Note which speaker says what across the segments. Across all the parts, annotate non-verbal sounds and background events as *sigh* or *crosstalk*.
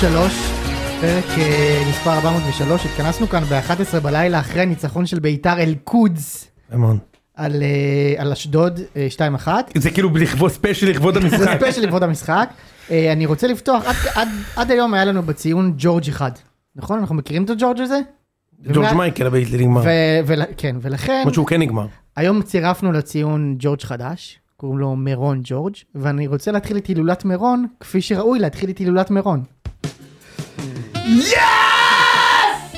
Speaker 1: 3, פרק אה, מספר 403, התכנסנו כאן ב-11 בלילה אחרי ניצחון של ביתר אל קודס
Speaker 2: המון.
Speaker 1: על, אה, על אשדוד אה, 2-1.
Speaker 3: זה כאילו לכבוד ספיישל לכבוד
Speaker 1: זה
Speaker 2: אוקיי.
Speaker 3: המשחק.
Speaker 1: ספיישל לכבוד המשחק. אה, אני רוצה לפתוח, עד, עד, עד היום היה לנו בציון ג'ורג' אחד, נכון? אנחנו מכירים את הג'ורג' הזה?
Speaker 2: *laughs* ג'ורג' מייקל הבית לי נגמר.
Speaker 1: ו- ול- כן, ולכן
Speaker 2: למרות שהוא כן נגמר.
Speaker 1: היום צירפנו לציון ג'ורג' חדש, קוראים לו מירון ג'ורג', ואני רוצה להתחיל את הילולת מירון, כפי שראוי להתחיל את הילולת מירון.
Speaker 4: מביך,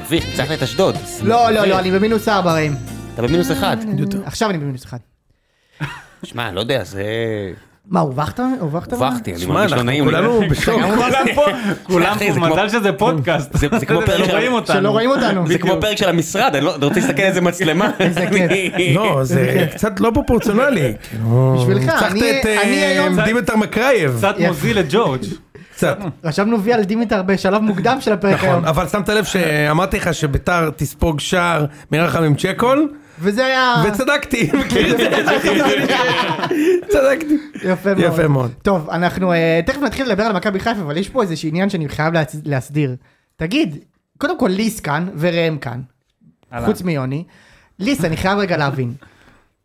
Speaker 4: מביך, ניצחת את אשדוד.
Speaker 1: לא, לא, לא, אני במינוס 4 ראם.
Speaker 4: אתה במינוס אחד.
Speaker 1: עכשיו אני במינוס 1.
Speaker 4: שמע, לא יודע, זה...
Speaker 1: מה, הובכת? הובכת?
Speaker 4: הובכתי, אני
Speaker 2: שמע,
Speaker 4: מרגיש לא
Speaker 2: אנחנו
Speaker 4: נעים. לי.
Speaker 2: כולנו בשוק.
Speaker 5: כולם *laughs* פה, כולם
Speaker 4: אחי, זה
Speaker 5: פה,
Speaker 4: כמו-
Speaker 5: מזל שזה פודקאסט.
Speaker 4: זה- זה כמו
Speaker 5: אתה יודע,
Speaker 4: פרק
Speaker 5: לא רואים
Speaker 4: של-
Speaker 5: אותנו.
Speaker 1: שלא רואים אותנו.
Speaker 4: זה כמו פרק של המשרד, אני לא אני רוצה להסתכל על איזה
Speaker 2: *laughs*
Speaker 4: מצלמה.
Speaker 1: איזה כיף.
Speaker 2: לא, *laughs* זה קצת לא פרופורציונלי.
Speaker 1: בשבילך,
Speaker 2: ניצחת
Speaker 1: אני-
Speaker 2: את כאילו, אה,
Speaker 1: אני היום... נכון.
Speaker 2: דימטר מקרייב.
Speaker 5: קצת
Speaker 1: יפה.
Speaker 5: מוזיל את ג'ורג'.
Speaker 2: קצת.
Speaker 1: רשמנו וי על דימיטר בשלב מוקדם של הפרק היום.
Speaker 2: נכון, אבל שמת לב שאמרתי לך שביתר תספוג שער מרחם עם צ'קול,
Speaker 1: וזה היה...
Speaker 2: וצדקתי. *laughs* מכיר את
Speaker 1: *laughs*
Speaker 2: זה? צדקתי.
Speaker 1: יפה מאוד.
Speaker 2: יפה מאוד.
Speaker 1: טוב, אנחנו אה, תכף נתחיל לדבר על מכבי חיפה, אבל יש פה איזה עניין שאני חייב להצ- להסדיר. תגיד, קודם כל ליס כאן וראם כאן, חוץ מיוני. ליס, אני חייב רגע להבין.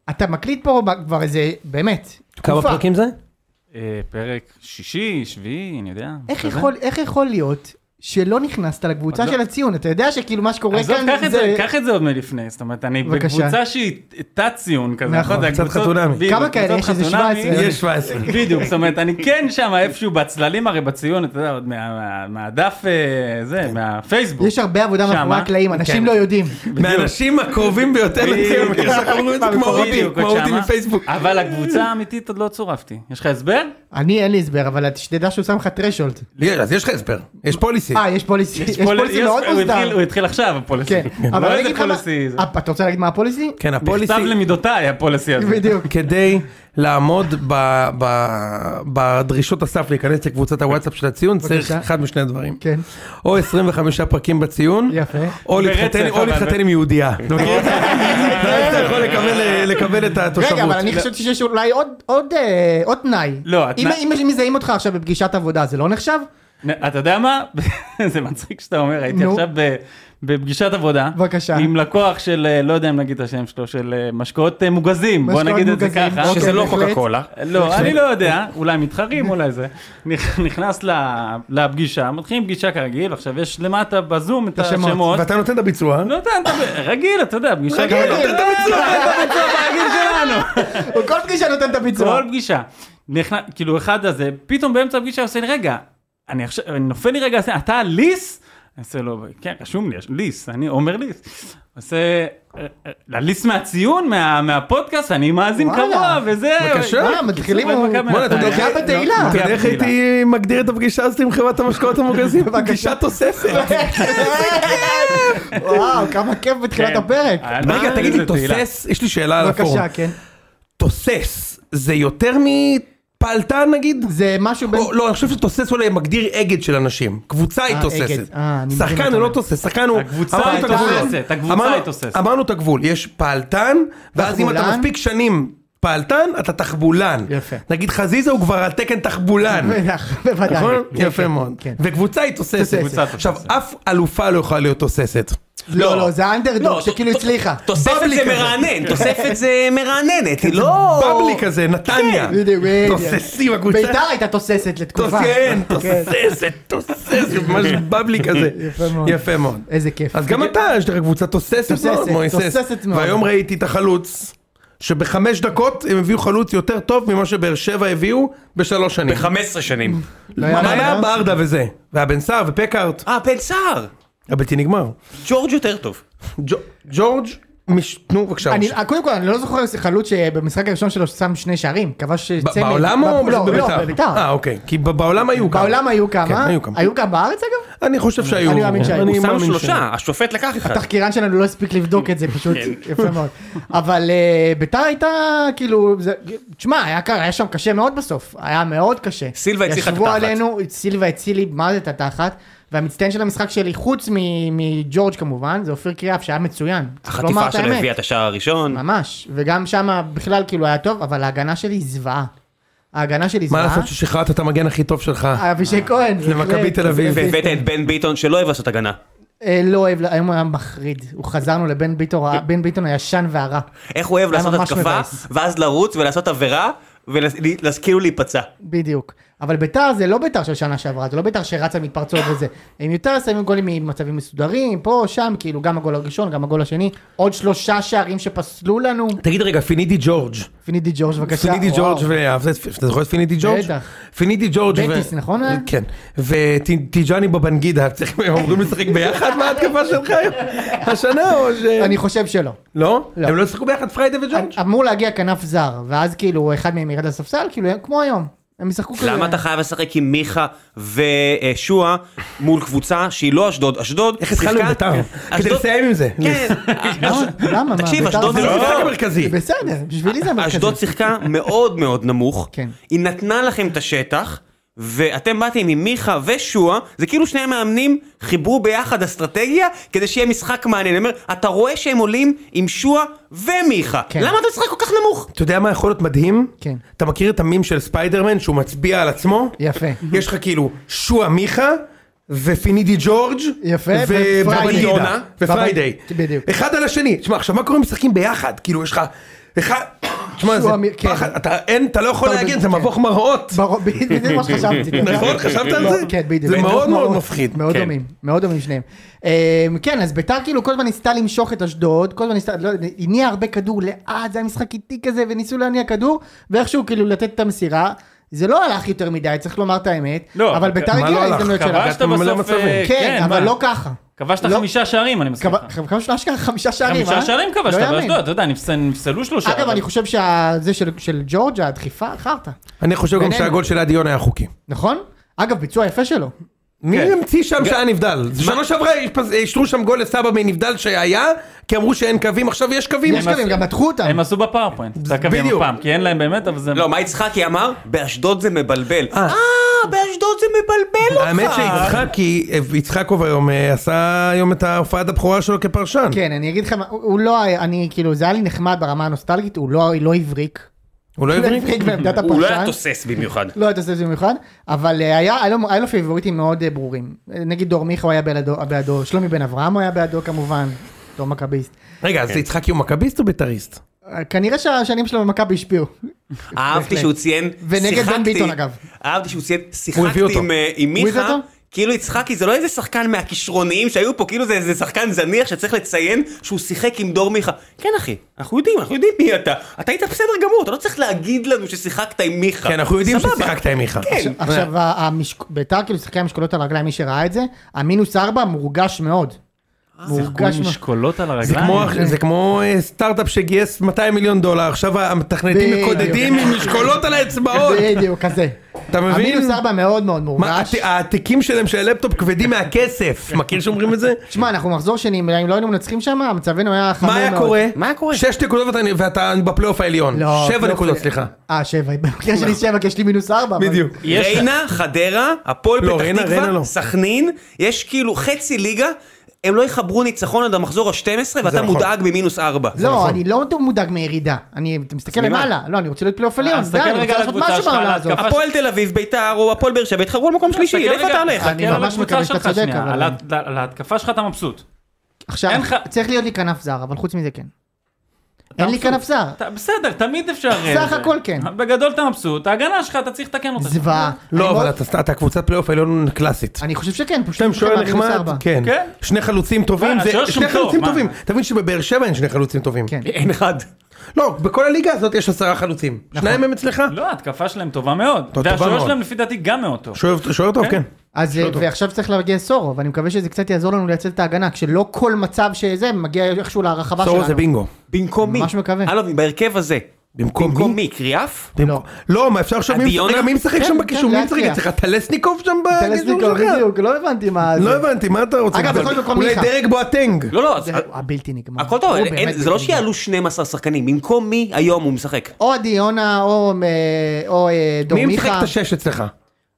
Speaker 1: אתה מקליט פה ב- כבר איזה, באמת, תקופה.
Speaker 2: זה?
Speaker 5: אה, פרק שישי, שביעי, אני יודע.
Speaker 1: איך
Speaker 5: כזה.
Speaker 1: יכול- איך יכול להיות שלא נכנסת לקבוצה
Speaker 5: עוד לא.
Speaker 1: של הציון? אתה יודע שכאילו מה שקורה
Speaker 5: עזוב,
Speaker 1: כאן
Speaker 5: קח את זה, קח את זה עוד מלפני, זאת אומרת, אני
Speaker 1: בבקשה.
Speaker 5: בקבוצה שהיא תת-ציון כזה,
Speaker 1: נכון,
Speaker 5: נכון? זה
Speaker 2: קצת
Speaker 5: הקבוצות-
Speaker 2: חתונמי.
Speaker 5: בדיוק,
Speaker 1: כמה כאלה?
Speaker 5: קבוצות
Speaker 1: יש איזה
Speaker 5: חתונמי.
Speaker 1: 17.
Speaker 2: יש 17.
Speaker 5: *laughs* בדיוק, זאת אומרת, אני כן שם איפשהו בצללים הרי בציון, אתה יודע, עוד מה- מה- מהדף, אה, זה, מהפייסבוק.
Speaker 1: יש
Speaker 2: *laughs*
Speaker 1: הרבה עבודה
Speaker 5: שמה?
Speaker 1: מאחורי הקלעים, אנשים
Speaker 2: כן.
Speaker 1: לא יודעים.
Speaker 2: מהאנשים הקרובים ביותר לציון, כאילו שאנחנו אומרים את זה כמו אותי,
Speaker 5: בדיוק,
Speaker 2: כמו
Speaker 5: עוד
Speaker 2: אותי
Speaker 5: שמה. אה.
Speaker 2: מפייסבוק.
Speaker 5: אבל הקבוצה האמיתית עוד לא צורפתי. יש לך הסבר?
Speaker 1: אני אין לי הסבר, אבל שתדע שהוא שם לך טרשולט.
Speaker 2: יש, אז יש לך הסבר, יש פוליסי.
Speaker 1: אה, יש פוליסי, יש
Speaker 5: פול-
Speaker 1: פוליסי מאוד
Speaker 5: הוא התחיל-
Speaker 1: מוסדר.
Speaker 5: הוא התחיל עכשיו, הפוליסי.
Speaker 1: כן, אבל
Speaker 5: לא
Speaker 1: אני
Speaker 5: איזה
Speaker 1: אגיד לך מה,
Speaker 5: פוליסי זה.
Speaker 1: אה, אתה רוצה להגיד מה הפוליסי?
Speaker 2: כן, הפוליסי.
Speaker 5: נכתב למידותיי הפוליסי הזה.
Speaker 1: בדיוק.
Speaker 2: כדי לעמוד ב- ב- בדרישות הסף להיכנס לקבוצת הוואטסאפ של הציון צריך
Speaker 1: בבקשה.
Speaker 2: אחד משני הדברים.
Speaker 1: כן.
Speaker 2: או 25 פרקים בציון,
Speaker 1: יפה. אוקיי.
Speaker 2: או
Speaker 5: ברצף,
Speaker 2: להתחתן- או
Speaker 5: אבל-
Speaker 2: להתחתן עם יהודייה.
Speaker 1: *laughs*
Speaker 2: אתה מכיר את זה? ואז *laughs* אתה יכול לקבל- אה, לקבל את התושבות.
Speaker 1: רגע, אבל אני חשבתי שיש אולי עוד- עוד אה, עוד תנאי.
Speaker 5: לא, התנאי-
Speaker 1: אם- אם מזהים אותך עכשיו בפגישת עבודה, זה לא נחשב?
Speaker 5: נ- אתה יודע מה? *laughs* זה מצחיק שאתה אומר, הייתי
Speaker 1: נו.
Speaker 5: עכשיו ב- בפגישת עבודה.
Speaker 1: בבקשה.
Speaker 5: עם לקוח של, אה, לא יודע אם נגיד את השם שלו, של אה, משקאות אה, מוגזים. בוא
Speaker 1: משקאות
Speaker 5: נגיד את זה
Speaker 1: מוגזים,
Speaker 5: ככה.
Speaker 1: אוקיי.
Speaker 4: שזה לא
Speaker 1: בהחלט.
Speaker 4: קוקה קולה.
Speaker 5: לא, אני לא יודע, אולי מתחרים, אולי זה. נכ- נכנס ל- לפגישה, מתחילים פגישה כרגיל, עכשיו יש למטה בזום את
Speaker 1: השמות.
Speaker 5: השמות.
Speaker 2: ואתה נותן את הביצוע.
Speaker 5: לא יודע, אתה ב- רגיל, אתה יודע, פגישה
Speaker 2: רגע,
Speaker 5: כרגיל.
Speaker 2: אתה נותן את הביצוע.
Speaker 5: הביצוע ברגיל שלנו.
Speaker 1: הוא כל פגישה נותן את הביצוע.
Speaker 5: כל לא פגישה. נכנס, כאילו אחד הזה, פתאום באמצע הפגישה עושה לי, רגע, אני עכשיו, אני נופל לי רגע, עושה, אתה ליס? אני עושה לו, כן, רשום לי, ליס, אני עומר ליס. עושה, "אה, אה, ליס מהציון, מה- מהפודקאסט, אני מאזין
Speaker 1: וואלה.
Speaker 5: קבוע, וזה...
Speaker 2: בבקשה.
Speaker 1: וואלה, מתחילים-
Speaker 5: קיצור, מכבי
Speaker 2: בוא'נה, אתה יודע
Speaker 5: נתניה.
Speaker 1: דוחה
Speaker 2: איך-
Speaker 1: בתהילה.
Speaker 2: אתה יודע איך הייתי מגדיר את הפגישה הזאת עם חברת המשקאות המוגזים?
Speaker 1: בבקשה.
Speaker 2: פגישת תוספת.
Speaker 5: לא.
Speaker 1: וואו, כמה כיף בתחילת
Speaker 5: כן.
Speaker 1: הפרק.
Speaker 5: אה,
Speaker 2: רגע,
Speaker 5: אה,
Speaker 2: תגיד לי,
Speaker 5: איזה תהילה.
Speaker 2: תוסס? יש לי שאלה על הפורום.
Speaker 1: בבקשה, כן.
Speaker 2: תוסס זה יותר מפעלתן נגיד?
Speaker 1: זה משהו בין...
Speaker 2: או, לא, אני חושב שתוסס אולי מגדיר אגד של אנשים. קבוצה היא
Speaker 1: אה,
Speaker 2: תוססת.
Speaker 1: אגד. אה, אני מבין
Speaker 2: שחקן
Speaker 1: אותך.
Speaker 2: הוא לא תוסס, שחקן הוא...
Speaker 5: הקבוצה
Speaker 2: אמרנו
Speaker 5: היא
Speaker 2: את הגבולות.
Speaker 5: תוססת, הקבוצה
Speaker 2: אמרנו-
Speaker 5: היא תוססת.
Speaker 2: אמרנו את הגבול, יש פעלתן, ואז אם אתה
Speaker 1: תחבולן.
Speaker 2: מספיק שנים פעלתן, אתה תחבולן.
Speaker 1: יפה.
Speaker 2: נגיד חזיזה הוא כבר על תקן
Speaker 1: *laughs*
Speaker 2: תחבולן.
Speaker 1: בטח, בוודאי.
Speaker 2: נכון?
Speaker 1: כן,
Speaker 2: לא. יפה
Speaker 1: כן,
Speaker 2: מאוד.
Speaker 1: כן.
Speaker 2: וקבוצה היא תוססת.
Speaker 1: תוססת.
Speaker 2: עכשיו, אף אלופה לא יכולה להיות תוססת.
Speaker 1: לא, לא, זה האנדרדוג
Speaker 4: לא,
Speaker 1: שכאילו
Speaker 4: ת-
Speaker 1: הצליחה.
Speaker 4: תוספת
Speaker 2: בבלי
Speaker 4: זה
Speaker 2: כזה. כן,
Speaker 4: מרענן, תוספת זה מרעננת, היא לא...
Speaker 2: בבלי כזה, נתניה.
Speaker 1: כן. בדיוק, בדיוק.
Speaker 2: תוססים, הקבוצה
Speaker 1: ביתר הייתה תוססת לתקופה.
Speaker 2: כן, תוססת, תוססת, ממש בבלי כזה.
Speaker 1: *laughs* יפה מאוד.
Speaker 2: יפה מאוד.
Speaker 1: איזה כיף.
Speaker 2: אז גם אתה, יש לך קבוצה תוססת מאוד,
Speaker 1: תוססת,
Speaker 2: מויסס.
Speaker 1: תוססת מאוד.
Speaker 2: והיום ראיתי את החלוץ, שבחמש דקות הם הביאו חלוץ יותר טוב ממה שבאר שבע הביאו בשלוש שנים.
Speaker 4: ב-15
Speaker 2: Mm.
Speaker 4: שנים.
Speaker 1: לא
Speaker 2: מה
Speaker 1: יאללה,
Speaker 2: היה
Speaker 1: לא?
Speaker 2: ברדה וזה? והבן סער ופקארט,
Speaker 4: אה, בן סער.
Speaker 2: הבלתי נגמר.
Speaker 4: ג'ורג' יותר טוב.
Speaker 2: ג'ו- ג'ורג', מש- נו בבקשה.
Speaker 1: אני,
Speaker 2: משה.
Speaker 1: קודם כל, אני לא זוכר חלוץ שבמשחק הראשון שלו שם שני שערים, כבש
Speaker 2: ב-
Speaker 1: צמד.
Speaker 2: בעולם או
Speaker 1: ב- לא, לא,
Speaker 2: אה
Speaker 1: בביתר.
Speaker 2: אוקיי, כי ב- בעולם היו כמה.
Speaker 1: בעולם היו
Speaker 2: כן,
Speaker 1: כמה?
Speaker 2: היו כמה.
Speaker 1: היו כמה בארץ אגב?
Speaker 2: אני חושב שהיו.
Speaker 1: אני מאמין שהיו.
Speaker 2: אני
Speaker 4: הוא שם
Speaker 2: מאמין
Speaker 4: שלושה, השופט לקח אחד.
Speaker 1: התחקירן שלנו לא הספיק לבדוק
Speaker 4: *laughs* כן.
Speaker 1: את זה פשוט, יפה מאוד. אבל אה, ביתר הייתה כאילו, זה- תשמע, היה קר- היה שם קשה מאוד בסוף, היה מאוד קשה.
Speaker 4: סילבה הצליחה את
Speaker 1: ישבו
Speaker 4: התחת.
Speaker 1: עלינו, סילבה הציל לי, מה זה את התחת? והמצטיין של המשחק שלי, חוץ מ- מג'ורג' כמובן, זה אופיר קריאף שהיה מצוין. צריך לומר
Speaker 4: החטיפה
Speaker 1: את
Speaker 4: שלו
Speaker 1: האמת.
Speaker 4: הביאה את השער הראשון.
Speaker 1: ממש, וגם שם בכלל כאילו היה טוב, אבל ההגנה שלי זוועה. ההגנה שלי
Speaker 2: מה
Speaker 1: זוועה.
Speaker 2: לעשות ששחררת את המגן הכי טוב שלך?
Speaker 1: אבישי כהן. זה
Speaker 2: למכבי
Speaker 1: בהחלט,
Speaker 2: תל אביב.
Speaker 1: זה בהחלט.
Speaker 4: והבאת את בן ביטון שלא אוהב לעשות הגנה.
Speaker 1: אה, לא אוהב, לה- היום הוא היה מחריד. הוא חזרנו לבן ביטון, ה- בן ביטון הישן והרע.
Speaker 4: איך הוא אוהב
Speaker 1: היה
Speaker 4: לעשות
Speaker 1: ממש
Speaker 4: התקפה,
Speaker 1: מבאס.
Speaker 4: ואז לרוץ ולעשות עבירה, וכאילו להיפצע.
Speaker 1: בדיוק. אבל ביתר זה לא ביתר של שנה שעברה, זה לא ביתר שרצה מתפרצות וזה. הם יותר שמים גולים ממצבים מסודרים, פה, שם, כאילו גם הגול הראשון, גם הגול השני. עוד שלושה שערים שפסלו לנו.
Speaker 2: תגיד רגע, פינידי ג'ורג'.
Speaker 1: פינידי ג'ורג' בבקשה.
Speaker 2: פינידי
Speaker 1: וואו.
Speaker 2: ג'ורג' ואהבת, אתה זוכר את פינידי ג'ורג'?
Speaker 1: בטח.
Speaker 2: פינידי ג'ורג'
Speaker 1: בטיס, נכון היה?
Speaker 2: כן. וטיג'אני בבנגידה, *laughs* צריך- הם אמורים לשחק ביחד מההתקפה שלך
Speaker 1: *laughs*
Speaker 2: היום? השנה או ש...
Speaker 1: אני חושב שלא.
Speaker 2: לא?
Speaker 1: לא.
Speaker 2: הם לא ישחקו ביחד פריידי וג'ורג'?
Speaker 1: אמור להגיע כנף זר, ואז כאילו אחד מהם ירד לספסל, כאילו כמו היום. הם ישחקו כזה.
Speaker 4: למה אתה חייב לשחק עם מיכה ושועה מול קבוצה שהיא לא אשדוד? אשדוד
Speaker 2: איך התחלנו עם
Speaker 4: שיחקה-
Speaker 2: בית"ר? כדי
Speaker 4: אשדוד-
Speaker 2: לסיים עם זה.
Speaker 4: כן,
Speaker 1: למה? למה? מה,
Speaker 4: תקשיב,
Speaker 1: ביתר
Speaker 4: אשדוד
Speaker 1: זה
Speaker 2: זה לא
Speaker 1: לא-
Speaker 2: משחק מרכזי.
Speaker 1: בסדר, בשבילי זה המרכזי.
Speaker 4: אשדוד שיחקה מאוד מאוד נמוך,
Speaker 1: כן.
Speaker 4: היא נתנה לכם את השטח, ואתם באתם עם מיכה ושועה, זה כאילו שני המאמנים חיברו ביחד אסטרטגיה כדי שיהיה משחק מעניין. אני אומר, אתה רואה שהם עולים עם שועה ומיכה,
Speaker 1: כן.
Speaker 4: למה אתה משחק כל כך נמוך?
Speaker 2: אתה יודע מה יכול להיות מדהים?
Speaker 1: כן.
Speaker 2: אתה מכיר את המים של ספיידרמן שהוא מצביע על עצמו?
Speaker 1: יפה.
Speaker 2: יש לך כאילו שועה מיכה. ופינידי ג'ורג'
Speaker 1: יפה, ופריידי.
Speaker 2: ובבנגידה ופריידי
Speaker 1: בדיוק.
Speaker 2: אחד על השני תשמע עכשיו מה קורה אם משחקים ביחד כאילו יש לך אחד תשמע זה
Speaker 1: שועה מי- כן.
Speaker 2: פחד אתה אין אתה לא יכול
Speaker 1: אתה-
Speaker 2: להגן זה
Speaker 1: כן.
Speaker 2: מבוך מראות
Speaker 1: ברור, בדיוק זה מה שחשבתי.
Speaker 2: נכון? חשבת על
Speaker 1: לא,
Speaker 2: זה?
Speaker 1: כן, בדיוק.
Speaker 2: זה מאוד מאוד
Speaker 1: מראות,
Speaker 2: מפחיד.
Speaker 1: מאוד
Speaker 4: כן.
Speaker 1: דומים, מאוד דומים שניהם. אמ, כן, אז ביתר כאילו כל הזמן ניסתה למשוך את אשדוד, כל הזמן ניסתה, לא יודע, הניעה הרבה כדור לאט, זה היה משחק איטי כזה, וניסו להניע כדור, ואיכשהו כאילו לתת את המסירה. זה לא הלך יותר מדי, צריך לומר את האמת,
Speaker 5: לא,
Speaker 1: אבל ביתר
Speaker 2: מה לא
Speaker 1: הגיעה
Speaker 2: הלך?
Speaker 1: להזדמנות שלה.
Speaker 5: כבשת
Speaker 2: הגעתם למלא
Speaker 5: בסוף...
Speaker 2: מצבים.
Speaker 5: אה,
Speaker 1: כן, אבל
Speaker 5: מה?
Speaker 1: לא ככה.
Speaker 5: כבשת
Speaker 1: לא-
Speaker 5: חמישה שערים, אני מסכים לך.
Speaker 1: כבש אשכרה חמישה שערים, אה?
Speaker 5: חמישה שערים
Speaker 1: לא
Speaker 5: כבשת
Speaker 1: יאמן.
Speaker 5: באשדוד, אתה יודע, נפס- נפסלו שלושה.
Speaker 1: אגב,
Speaker 5: אבל-
Speaker 1: אני חושב שזה של ג'ורג' הדחיפה, חרטא,
Speaker 2: אני חושב גם
Speaker 1: בינינו.
Speaker 2: שהגול של עדי יונה היה חוקי
Speaker 1: נכון? אגב, ביצוע יפה שלו.
Speaker 2: מי
Speaker 1: כן.
Speaker 2: המציא שם שהיה נבדל? זה שנה שעברה השפז- השתו שם גול לסבא מנבדל שהיה כי אמרו שאין קווים עכשיו יש קווים
Speaker 1: יש קווים, גם מתחו אותם.
Speaker 5: הם עשו בפאורפוינט, את הקווים
Speaker 2: בדיוק.
Speaker 5: הפעם, כי אין להם באמת, אבל זה...
Speaker 4: לא, מה יצחקי אמר? באשדוד זה מבלבל. אה, באשדוד זה מבלבל אותך.
Speaker 1: לא
Speaker 2: האמת שיצחקי, יצחקוב היום אה, עשה היום את ההופעת הבכורה שלו כפרשן.
Speaker 1: כן, אני אגיד לך, מה, הוא הוא לא, היה- אני כאילו, זה היה לי נחמד ברמה הנוסטלגית, הוא לא לא הבריק.
Speaker 2: הוא לא
Speaker 1: הוא לא
Speaker 2: הבריק?
Speaker 1: הבריק בעמדת הפרשן.
Speaker 4: הוא לא היה תוסס במיוחד.
Speaker 1: לא היה תוסס במיוחד, אבל אה, היה, היה לו- היה לו פיבוריטים מאוד אה, ברורים. אה, נגיד דור מיכה הוא היה בעדו- בעדו, שלומי בן אברהם הוא היה בעדו כמובן, דור מכביסט.
Speaker 2: רגע, אז יצחקי הוא מכביסט או בית"ריסט?
Speaker 1: אה, כנראה שהשנים שלו במכבי השפיעו.
Speaker 4: אהבתי
Speaker 1: בהחלט.
Speaker 4: שהוא ציין,
Speaker 1: ונגד בן
Speaker 4: שיחקתי-
Speaker 1: ביטון, אגב.
Speaker 4: אהבתי שהוא ציין,
Speaker 2: הביא
Speaker 4: שיחקתי
Speaker 2: אותו.
Speaker 4: עם, אה, עם
Speaker 1: הוא הביא
Speaker 4: מיכה,
Speaker 1: אותו?
Speaker 4: כאילו יצחקי זה לא איזה שחקן מהכישרוניים שהיו פה, כאילו זה איזה שחקן זניח שצריך לציין שהוא שיחק עם דור מיכה. כן אחי, אנחנו יודעים, אנחנו יודעים מי אתה. אתה היית בסדר גמור, אתה לא צריך להגיד לנו ששיחקת עם מיכה.
Speaker 2: כן, אנחנו יודעים
Speaker 4: סבבה.
Speaker 2: ששיחקת עם מיכה.
Speaker 4: כן.
Speaker 2: אה.
Speaker 1: עכשיו, ה- המשק- ביתר כאילו שחקי המשקולות על הרגליים, מי שראה את זה, המינוס ארבע מורגש מאוד. מורגש
Speaker 2: אה.
Speaker 5: שיחקו עם
Speaker 1: מאוד.
Speaker 5: משקולות על
Speaker 2: זה
Speaker 5: הרגליים.
Speaker 2: כמו- זה כמו אה, סטארט-אפ שגייס 200 מיליון דולר, עכשיו המתכנתים
Speaker 1: בדיוק.
Speaker 2: מקודדים עם משקולות על האצבעות.
Speaker 1: בדיוק, כזה.
Speaker 2: אתה מבין?
Speaker 1: המינוס ארבע מאוד מאוד
Speaker 2: מה,
Speaker 1: מורגש.
Speaker 2: הת- העתיקים שלהם של הלפטופ כבדים
Speaker 1: *laughs*
Speaker 2: מהכסף, מכיר שאומרים את זה?
Speaker 1: תשמע, אנחנו מחזור שני, אם לא היינו מנצחים שם, מצבנו היה חמור
Speaker 2: מה
Speaker 1: מאוד.
Speaker 2: היה קורה?
Speaker 4: מה היה קורה?
Speaker 2: שש נקודות ואתה- ואתה בפלייאוף העליון.
Speaker 1: לא,
Speaker 2: שבע
Speaker 1: לא
Speaker 2: נקודות,
Speaker 1: פלייאוף.
Speaker 2: סליחה.
Speaker 1: אה, שבע, במקרה שלי שבע, כי יש לי מינוס ארבע. אבל-
Speaker 2: לא. בדיוק.
Speaker 5: יש-
Speaker 4: ריינה, חדרה, הפועל
Speaker 2: לא,
Speaker 4: פתח
Speaker 2: ריינה, ריינה
Speaker 4: תקווה,
Speaker 2: לא.
Speaker 4: סכנין, יש כאילו חצי ליגה, הם לא יחברו ניצחון עד המחזור ה-12 ואתה
Speaker 2: נכון.
Speaker 4: מודאג ממינוס 4.
Speaker 1: לא, אני לא מודאג מירידה. אני, אתה מסתכל
Speaker 4: אז ממה?
Speaker 1: למעלה. לא, אני רוצה להיות פלייאוף
Speaker 2: אה,
Speaker 1: עליון.
Speaker 5: אז
Speaker 1: די,
Speaker 5: תסתכל
Speaker 1: אני
Speaker 5: רגע
Speaker 1: רוצה
Speaker 5: על
Speaker 1: לעשות
Speaker 5: הקבוצה
Speaker 1: משהו
Speaker 5: שלך,
Speaker 1: בעונה
Speaker 5: על
Speaker 1: הזאת.
Speaker 5: ההתקפה.
Speaker 4: הפועל תל אביב, ביתר או הפועל באר שבע יתחברו על מקום שלישי, לאיפה אתה הולך?
Speaker 5: כן,
Speaker 1: אני ממש מקווה שאתה צודק, אבל-
Speaker 5: אבל... על ההתקפה שלך אתה מבסוט.
Speaker 1: עכשיו,
Speaker 5: אין לך-
Speaker 1: צריך להיות לי כנף זר, אבל חוץ מזה כן. אין לי
Speaker 2: לא,
Speaker 5: מבסוט.
Speaker 1: כנף זר.
Speaker 5: אתה- בסדר, תמיד אפשר...
Speaker 1: סך
Speaker 5: אה,
Speaker 1: הכל כן.
Speaker 5: בגדול אתה מבסוט, ההגנה שלך, אתה צריך לתקן אותה.
Speaker 1: זוועה.
Speaker 2: לא,
Speaker 1: אני
Speaker 2: אבל
Speaker 1: מאוד-
Speaker 2: אתה- אתה קבוצת פלייאוף העליון קלאסית.
Speaker 1: אני חושב שכן, פשוט...
Speaker 2: שם שוער
Speaker 1: מינוס
Speaker 2: נחמד,
Speaker 1: ארבע.
Speaker 2: כן.
Speaker 5: כן.
Speaker 2: שני חלוצים טובים,
Speaker 5: מה,
Speaker 1: אה,
Speaker 2: זה-
Speaker 5: השוער
Speaker 2: שני
Speaker 5: שלו טוב,
Speaker 2: חלוצים
Speaker 5: מה?
Speaker 2: טובים. אתה מבין שבבאר שבע אין שני חלוצים טובים.
Speaker 1: כן.
Speaker 4: אין אחד.
Speaker 2: לא, בכל הליגה הזאת יש עשרה חלוצים. שניים מהם אצלך?
Speaker 5: לא, ההתקפה שלהם טובה מאוד.
Speaker 2: טובה
Speaker 5: והשוער
Speaker 2: מאוד.
Speaker 5: שלהם לפי דעתי גם מאוד טוב.
Speaker 2: שוער שוער טוב, כן.
Speaker 1: אז אה, ועכשיו צריך להגיע סורו, ואני מקווה שזה קצת יעזור לנו לייצב את ההגנה, כשלא כל מצב שזה מגיע איכשהו להרחבה שלנו.
Speaker 2: סורו זה בינגו.
Speaker 4: במקום מי?
Speaker 1: ממש מקווה.
Speaker 4: הלו, לא בהרכב הזה.
Speaker 2: במקום
Speaker 4: במקום
Speaker 2: מי?
Speaker 4: מי? קריאף?
Speaker 2: במקום- לא, מה אפשר עכשיו, מי
Speaker 4: עדי
Speaker 2: משחק-
Speaker 4: יונה?
Speaker 2: רגע, מי משחק
Speaker 1: כן,
Speaker 2: שם
Speaker 1: כן,
Speaker 2: בקישור? מי משחק
Speaker 1: לאט-לאט.
Speaker 2: אצלך? טלסניקוב שם בקישור
Speaker 1: טלסניקוב,
Speaker 2: שלך?
Speaker 1: בדיוק, לא הבנתי מה זה.
Speaker 2: לא הבנתי, מה אתה רוצה?
Speaker 1: אגב,
Speaker 2: אבל-
Speaker 1: יכול להיות במקום
Speaker 2: אולי
Speaker 1: מיכה.
Speaker 2: דרג בואטנג.
Speaker 4: לא, לא, אז-
Speaker 1: זה
Speaker 2: אה,
Speaker 1: הבלתי נגמר.
Speaker 4: הכל טוב,
Speaker 1: הוא
Speaker 4: אין-
Speaker 1: באמת
Speaker 4: אין- זה לא
Speaker 1: בלתי נגמר.
Speaker 4: שיעלו 12 שחקנים, במקום מי היום הוא משחק?
Speaker 1: או עדי יונה או אה, או, אה, דור
Speaker 2: מי משחק
Speaker 1: מיכה.
Speaker 2: את השש אצלך?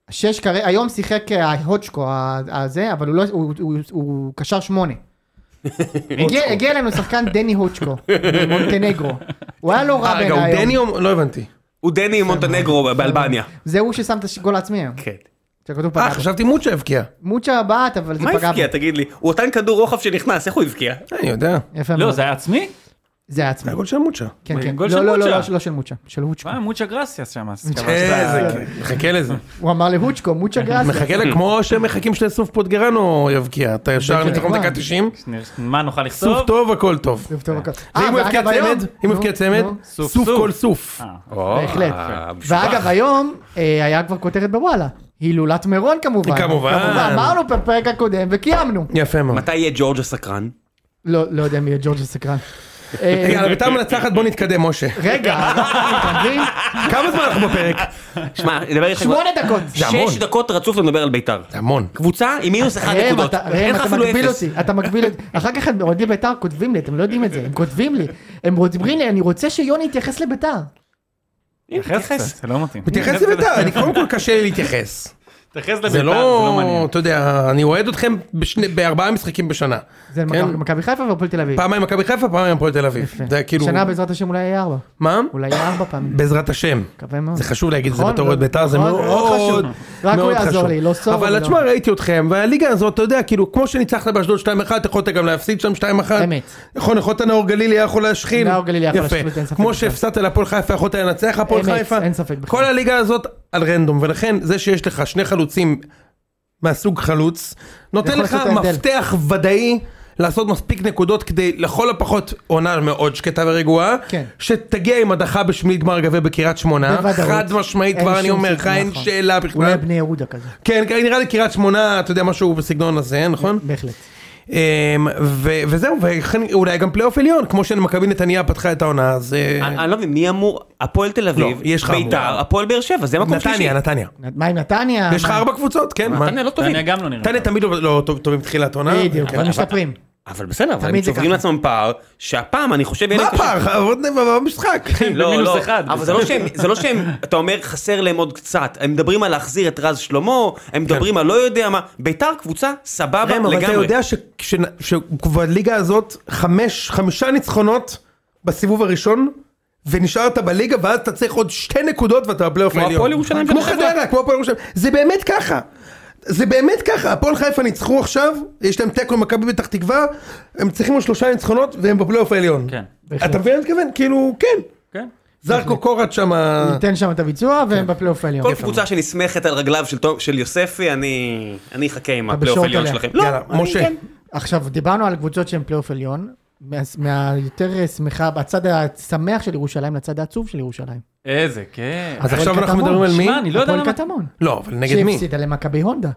Speaker 1: שש כרגע, היום שיחק אה, הודשקו ה- הזה, אבל הוא לא, הוא- הוא- הוא קשר
Speaker 2: *laughs*
Speaker 1: שמונה. הגיע הגיע אלינו שחקן דני הודשקו, מונטנגרו. הוא היה לא רע
Speaker 2: אה,
Speaker 1: בעיניי
Speaker 2: רגע, הוא
Speaker 1: היום.
Speaker 2: דני או... לא הבנתי.
Speaker 4: הוא הוא דני מונטנגרו באלבניה.
Speaker 1: זה הוא ששם את הגול העצמי היום.
Speaker 4: כן.
Speaker 1: שכתוב פגע.
Speaker 2: אה,
Speaker 1: בו.
Speaker 2: חשבתי מוצ'ה הבקיע. אה,
Speaker 1: מוצ'ה בעט, אבל זה
Speaker 4: מה
Speaker 1: פגע.
Speaker 4: הבקיע
Speaker 1: בו.
Speaker 4: תגיד לי? הוא אותן כדור רוחב שנכנס איך הוא הבקיע?
Speaker 2: אני יודע.
Speaker 1: יפה
Speaker 5: לא,
Speaker 1: מאוד.
Speaker 5: זה היה עצמי?
Speaker 1: זה היה עצמי.
Speaker 2: זה הגול של מוצ'ה.
Speaker 1: כן, כן.
Speaker 5: גול
Speaker 1: לא,
Speaker 5: של
Speaker 1: לא, לא,
Speaker 5: מוצ'ה.
Speaker 1: לא, לא של מוצ'ה. של הוצ'קו.
Speaker 5: מה, אה, מוצ'ה גרסיאס שם. אז
Speaker 1: אה,
Speaker 5: כבש.
Speaker 2: איזה
Speaker 1: כן.
Speaker 2: כיף.
Speaker 3: חכה לזה.
Speaker 1: הוא אמר להוצ'קו, מוצ'ה גראס.
Speaker 2: אה, *laughs* מחכה לה כמו שמחכים שלסוף פוטגרנו יבקיע. אתה ישר
Speaker 1: כן,
Speaker 2: ניצחון
Speaker 1: כמובן.
Speaker 2: דקה 90.
Speaker 5: מה נוכל לכתוב?
Speaker 2: סוף טוב הכל טוב.
Speaker 1: טוב, טוב, הכל. אה,
Speaker 2: ואם הוא
Speaker 1: ואגב,
Speaker 2: יבקיע
Speaker 1: היום-
Speaker 2: צמד, אם הוא יבקיע
Speaker 1: נו,
Speaker 2: צמד,
Speaker 1: נו,
Speaker 5: סוף,
Speaker 2: סוף
Speaker 5: סוף.
Speaker 2: כל סוף.
Speaker 5: אה.
Speaker 1: בהחלט.
Speaker 2: אה,
Speaker 1: ואגב, היום אה, היה כבר כותרת בוואלה. הילולת מירון כמובן.
Speaker 2: כמובן.
Speaker 1: אמרנו בפרק הקודם וקיימנו.
Speaker 2: יפה מאוד.
Speaker 4: מתי יהיה ג'ורג' הסקרן?
Speaker 1: לא, לא יודע מי יהיה ג'ורג' הסקרן. אה,
Speaker 2: יאללה, ביתר מנצחת בוא נתקדם משה.
Speaker 1: רגע, אתה מבין?
Speaker 2: כמה זמן אנחנו בפרק?
Speaker 4: שמע, אני מדבר איתך כבר-
Speaker 1: שמונה דקות.
Speaker 2: זה המון.
Speaker 4: שש דקות רצוף אתה מדבר על ביתר.
Speaker 2: זה המון.
Speaker 4: קבוצה עם מינוס אחד
Speaker 1: ראם,
Speaker 4: נקודות.
Speaker 1: אתה- ראם,
Speaker 4: אין לך
Speaker 1: אתה
Speaker 4: אפילו
Speaker 1: מגביל
Speaker 4: אפס.
Speaker 1: אותי, אתה מגביל אותי. אחר כך הם אוהדי בית"ר כותבים לי, אתם לא יודעים את זה, הם כותבים לי. הם אומרים לי, אני רוצה שיוני יתייחס לבית"ר.
Speaker 5: תתייחס קצת, זה לא מתאים.
Speaker 2: מתייחס לביתר, אני קודם כל קשה לי להתייחס.
Speaker 5: תתייחס לביתר,
Speaker 2: זה
Speaker 5: זה לא
Speaker 2: לא,
Speaker 5: מעניין.
Speaker 2: אתה יודע, אני אוהד אתכם בשני- בארבעה משחקים בשנה.
Speaker 1: זה
Speaker 2: כן.
Speaker 1: מכבי- מכבי חיפה והפועל תל אביב.
Speaker 2: פעמיים מכבי חיפה, פעמיים הפועל תל אביב.
Speaker 1: יפה.
Speaker 2: זה היה כאילו...
Speaker 1: שנה בעזרת השם אולי יהיה ארבע.
Speaker 2: מה?
Speaker 1: אולי יהיה ארבע פעמים.
Speaker 2: בעזרת השם.
Speaker 1: מקווה מאוד.
Speaker 2: זה חשוב להגיד את זה
Speaker 1: נכון,
Speaker 2: בתור
Speaker 1: לא-
Speaker 2: אוהד בית"ר, זה
Speaker 1: נכון,
Speaker 2: מאוד
Speaker 1: מאוד חשוב.
Speaker 2: מאוד
Speaker 1: רק הוא יעזור
Speaker 2: חשוב.
Speaker 1: לי, לא סורו
Speaker 2: אבל
Speaker 1: ולא-
Speaker 2: תשמע, ראיתי אתכם, והליגה הזאת, אתה יודע, כאילו, כמו שניצחת באשדוד 2-1, אתה יכולת גם להפסיד שם 2-1.
Speaker 1: אמת.
Speaker 2: נכון, יכולת נאור גלילי היה יכול להשחיל.
Speaker 1: נאור גלילי היה יכול
Speaker 2: יפה.
Speaker 1: להשחיל, אין ספק
Speaker 2: כמו
Speaker 1: בכלל.
Speaker 2: שהפסדת להפועל חיפה, יכולת לנצח הפועל
Speaker 1: אמת,
Speaker 2: חיפה.
Speaker 1: אין ספק בכלל.
Speaker 2: כל הליגה הזאת על רנדום, ולכן זה שיש לך שני חלוצים מהסוג חלוץ, נותן
Speaker 1: יכול
Speaker 2: לך
Speaker 1: לעשות את ההבדל.
Speaker 2: מפתח ודאי. לעשות מספיק נקודות כדי לכל הפחות עונה מאוד שקטה ורגועה,
Speaker 1: כן.
Speaker 2: שתגיע עם הדחה בשמינית גמר גביע בקריית שמונה,
Speaker 1: בוודאות.
Speaker 2: חד משמעית
Speaker 1: אין
Speaker 2: אה? כבר אני
Speaker 1: שום
Speaker 2: אומר
Speaker 1: סיכוי,
Speaker 2: לך אין
Speaker 1: נכון.
Speaker 2: שאלה
Speaker 1: אולי
Speaker 2: בכלל,
Speaker 1: בני יהודה כזה.
Speaker 2: כן כן, נראה לי קריית שמונה אתה יודע משהו בסגנון הזה נכון,
Speaker 1: בהחלט.
Speaker 2: אמ, ו- וזהו וכן אולי גם פלייאוף עליון כמו שמכבי נתניה פתחה את העונה אז אה,
Speaker 4: אני אני לא מבין, מי אמור? הפועל תל אביב,
Speaker 2: לא, יש לך
Speaker 4: ביתר,
Speaker 2: אמור.
Speaker 4: הפועל באר שבע, זה מקום שלישי. אה,
Speaker 2: נתניה נתניה,
Speaker 1: מה עם נתניה?
Speaker 2: יש לך
Speaker 1: מה-
Speaker 2: ארבע קבוצות כן, מה?
Speaker 4: נתניה לא טובים.
Speaker 5: טניה גם לא נראה.
Speaker 2: נתניה תמיד לא לא טוב- טובים כן. תחילת עונה,
Speaker 1: בדיוק,
Speaker 2: אה,
Speaker 1: אבל משתפרים.
Speaker 4: אבל בסדר, אבל הם
Speaker 1: תמיד זה
Speaker 4: צוברים
Speaker 1: ככה.
Speaker 4: לעצמם פער, שהפעם אני חושב... יהיה
Speaker 2: מה
Speaker 4: להם קשה.
Speaker 2: הפער עוד במשחק,
Speaker 4: לא,
Speaker 5: במינוס
Speaker 4: לא,
Speaker 5: אחד.
Speaker 4: אבל זה לא שהם, זה לא שהם, *laughs* אתה אומר חסר להם עוד קצת, הם מדברים על להחזיר את רז שלמה, הם מדברים על לא יודע מה, ביתר קבוצה סבבה
Speaker 2: ראם, כן. אבל אתה
Speaker 4: לגמרי.
Speaker 2: יודע ש- ש- שבליגה הזאת חמש, חמישה ניצחונות בסיבוב הראשון, ונשארת בליגה, ואז אתה צריך עוד שתי נקודות ואתה בפלייאוף
Speaker 4: כמו
Speaker 2: העליון.
Speaker 4: הפועל ירושלים
Speaker 2: כמו
Speaker 4: של
Speaker 2: חדרה, כמו הפועל ירושלים. זה באמת ככה. זה באמת ככה, הפועל חיפה ניצחו עכשיו, יש להם תיקו עם מכבי פתח תקווה, הם צריכים עוד שלושה ניצחונות והם בפלייאוף העליון.
Speaker 5: כן.
Speaker 2: אתה מבין מה אני מתכוון? כאילו, כן.
Speaker 5: כן.
Speaker 2: זרקו קורת שם...
Speaker 1: ניתן שם את הביצוע
Speaker 2: כן.
Speaker 1: והם בפלייאוף העליון.
Speaker 4: כל קבוצה שנסמכת על רגליו של תום- של יוספי, אני אני אחכה עם
Speaker 1: אתה
Speaker 4: הפלייאוף
Speaker 1: בשורט
Speaker 4: העליון
Speaker 1: עליה.
Speaker 4: שלכם. לא,
Speaker 2: יאללה, משה.
Speaker 1: עכשיו, דיברנו על קבוצות שהן פלייאוף עליון. מה- מהיותר אה, שמחה, בצד השמח של ירושלים לצד העצוב של ירושלים.
Speaker 5: איזה כיף.
Speaker 2: אז
Speaker 1: הפועל
Speaker 2: עכשיו אנחנו
Speaker 1: קטמון.
Speaker 2: מדברים על מי?
Speaker 5: שמע, אני לא יודע
Speaker 1: הפועל
Speaker 5: למה...
Speaker 1: קטמון.
Speaker 2: לא, אבל נגד מי?
Speaker 1: שהפסידה למכבי הונדה.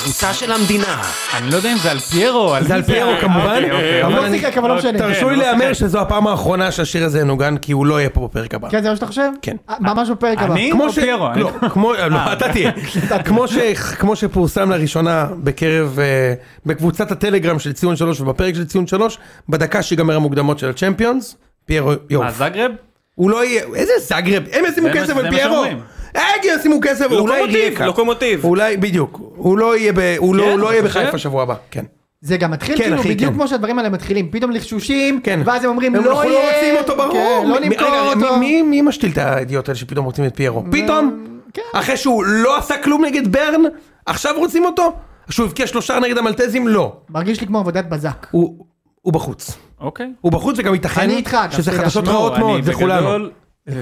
Speaker 4: הקבוצה של המדינה.
Speaker 5: אני לא יודע אם זה על פיירו.
Speaker 2: זה על
Speaker 5: מי
Speaker 2: פיירו
Speaker 5: אה,
Speaker 2: כמובן,
Speaker 5: אוקיי, אוקיי.
Speaker 2: אבל
Speaker 1: לא
Speaker 2: אני-
Speaker 1: שיחק, אבל לא משנה.
Speaker 2: תרשו לי
Speaker 5: כן, לא
Speaker 2: להמר
Speaker 5: שיחק.
Speaker 2: שזו הפעם האחרונה שהשיר הזה ינוגן, כי הוא לא יהיה פה בפרק הבא.
Speaker 1: כן, זה מה שאתה חושב?
Speaker 2: כן.
Speaker 1: אה, ממש בפרק הבא.
Speaker 5: אני? אה,
Speaker 2: כמו
Speaker 5: או
Speaker 2: ש...
Speaker 5: פיירו?
Speaker 2: לא, כמו... לא, אתה תהיה.
Speaker 5: אה,
Speaker 2: כמו ש- כמו שפורסם לראשונה בקרב... אה, בקבוצת הטלגרם של ציון 3 ובפרק של ציון 3, בדקה שיגמר המוקדמות של הצ'מפיונס, פיירו
Speaker 5: מה,
Speaker 2: יעוף.
Speaker 5: זגרב?
Speaker 2: הוא לא יהיה... איזה זגרב? הם ישימו
Speaker 5: אה, זה מה-
Speaker 2: כסף
Speaker 5: זה
Speaker 2: על
Speaker 5: מה
Speaker 2: פיירו!
Speaker 5: שאומרים. לא
Speaker 2: הם ישימו כסף, הוא אולי יהיה
Speaker 4: לוקומוטיב,
Speaker 2: כאן.
Speaker 4: לוקומוטיב.
Speaker 2: אולי, בדיוק. הוא לא יהיה ב... הוא לא-
Speaker 5: כן,
Speaker 2: הוא לא
Speaker 5: אתה
Speaker 2: יהיה
Speaker 5: חושב?
Speaker 2: בחיפה שבוע הבא, כן.
Speaker 1: זה גם מתחיל
Speaker 2: כן,
Speaker 1: כאילו
Speaker 2: אחי,
Speaker 1: בדיוק
Speaker 2: כן.
Speaker 1: כמו שהדברים האלה מתחילים, פתאום לחשושים,
Speaker 2: כן.
Speaker 1: ואז הם אומרים
Speaker 2: אנחנו
Speaker 1: לא יהיה,
Speaker 2: לא רוצים אותו ברור.
Speaker 1: כן, לא
Speaker 2: מי-
Speaker 1: נמכור
Speaker 2: רגע,
Speaker 1: אותו.
Speaker 2: מי- מי- מי משתיל את הידיעות האלה שפתאום רוצים את פיירו? פתאום?
Speaker 1: כן.
Speaker 2: אחרי שהוא לא עשה כלום נגד ברן, עכשיו רוצים אותו? שהוא הבקיע שלושה נגד המלטזים? לא.
Speaker 1: מרגיש לי כמו עבודת בזק.
Speaker 2: הוא הוא בחוץ.
Speaker 5: אוקיי.
Speaker 2: הוא בחוץ וגם ייתכן
Speaker 1: אני איתך, אגב,
Speaker 2: שזה
Speaker 1: תדע,
Speaker 2: חדשות
Speaker 1: שמעו,
Speaker 2: רעות
Speaker 5: לא, אני
Speaker 2: מאוד לכולנו.
Speaker 5: בגדול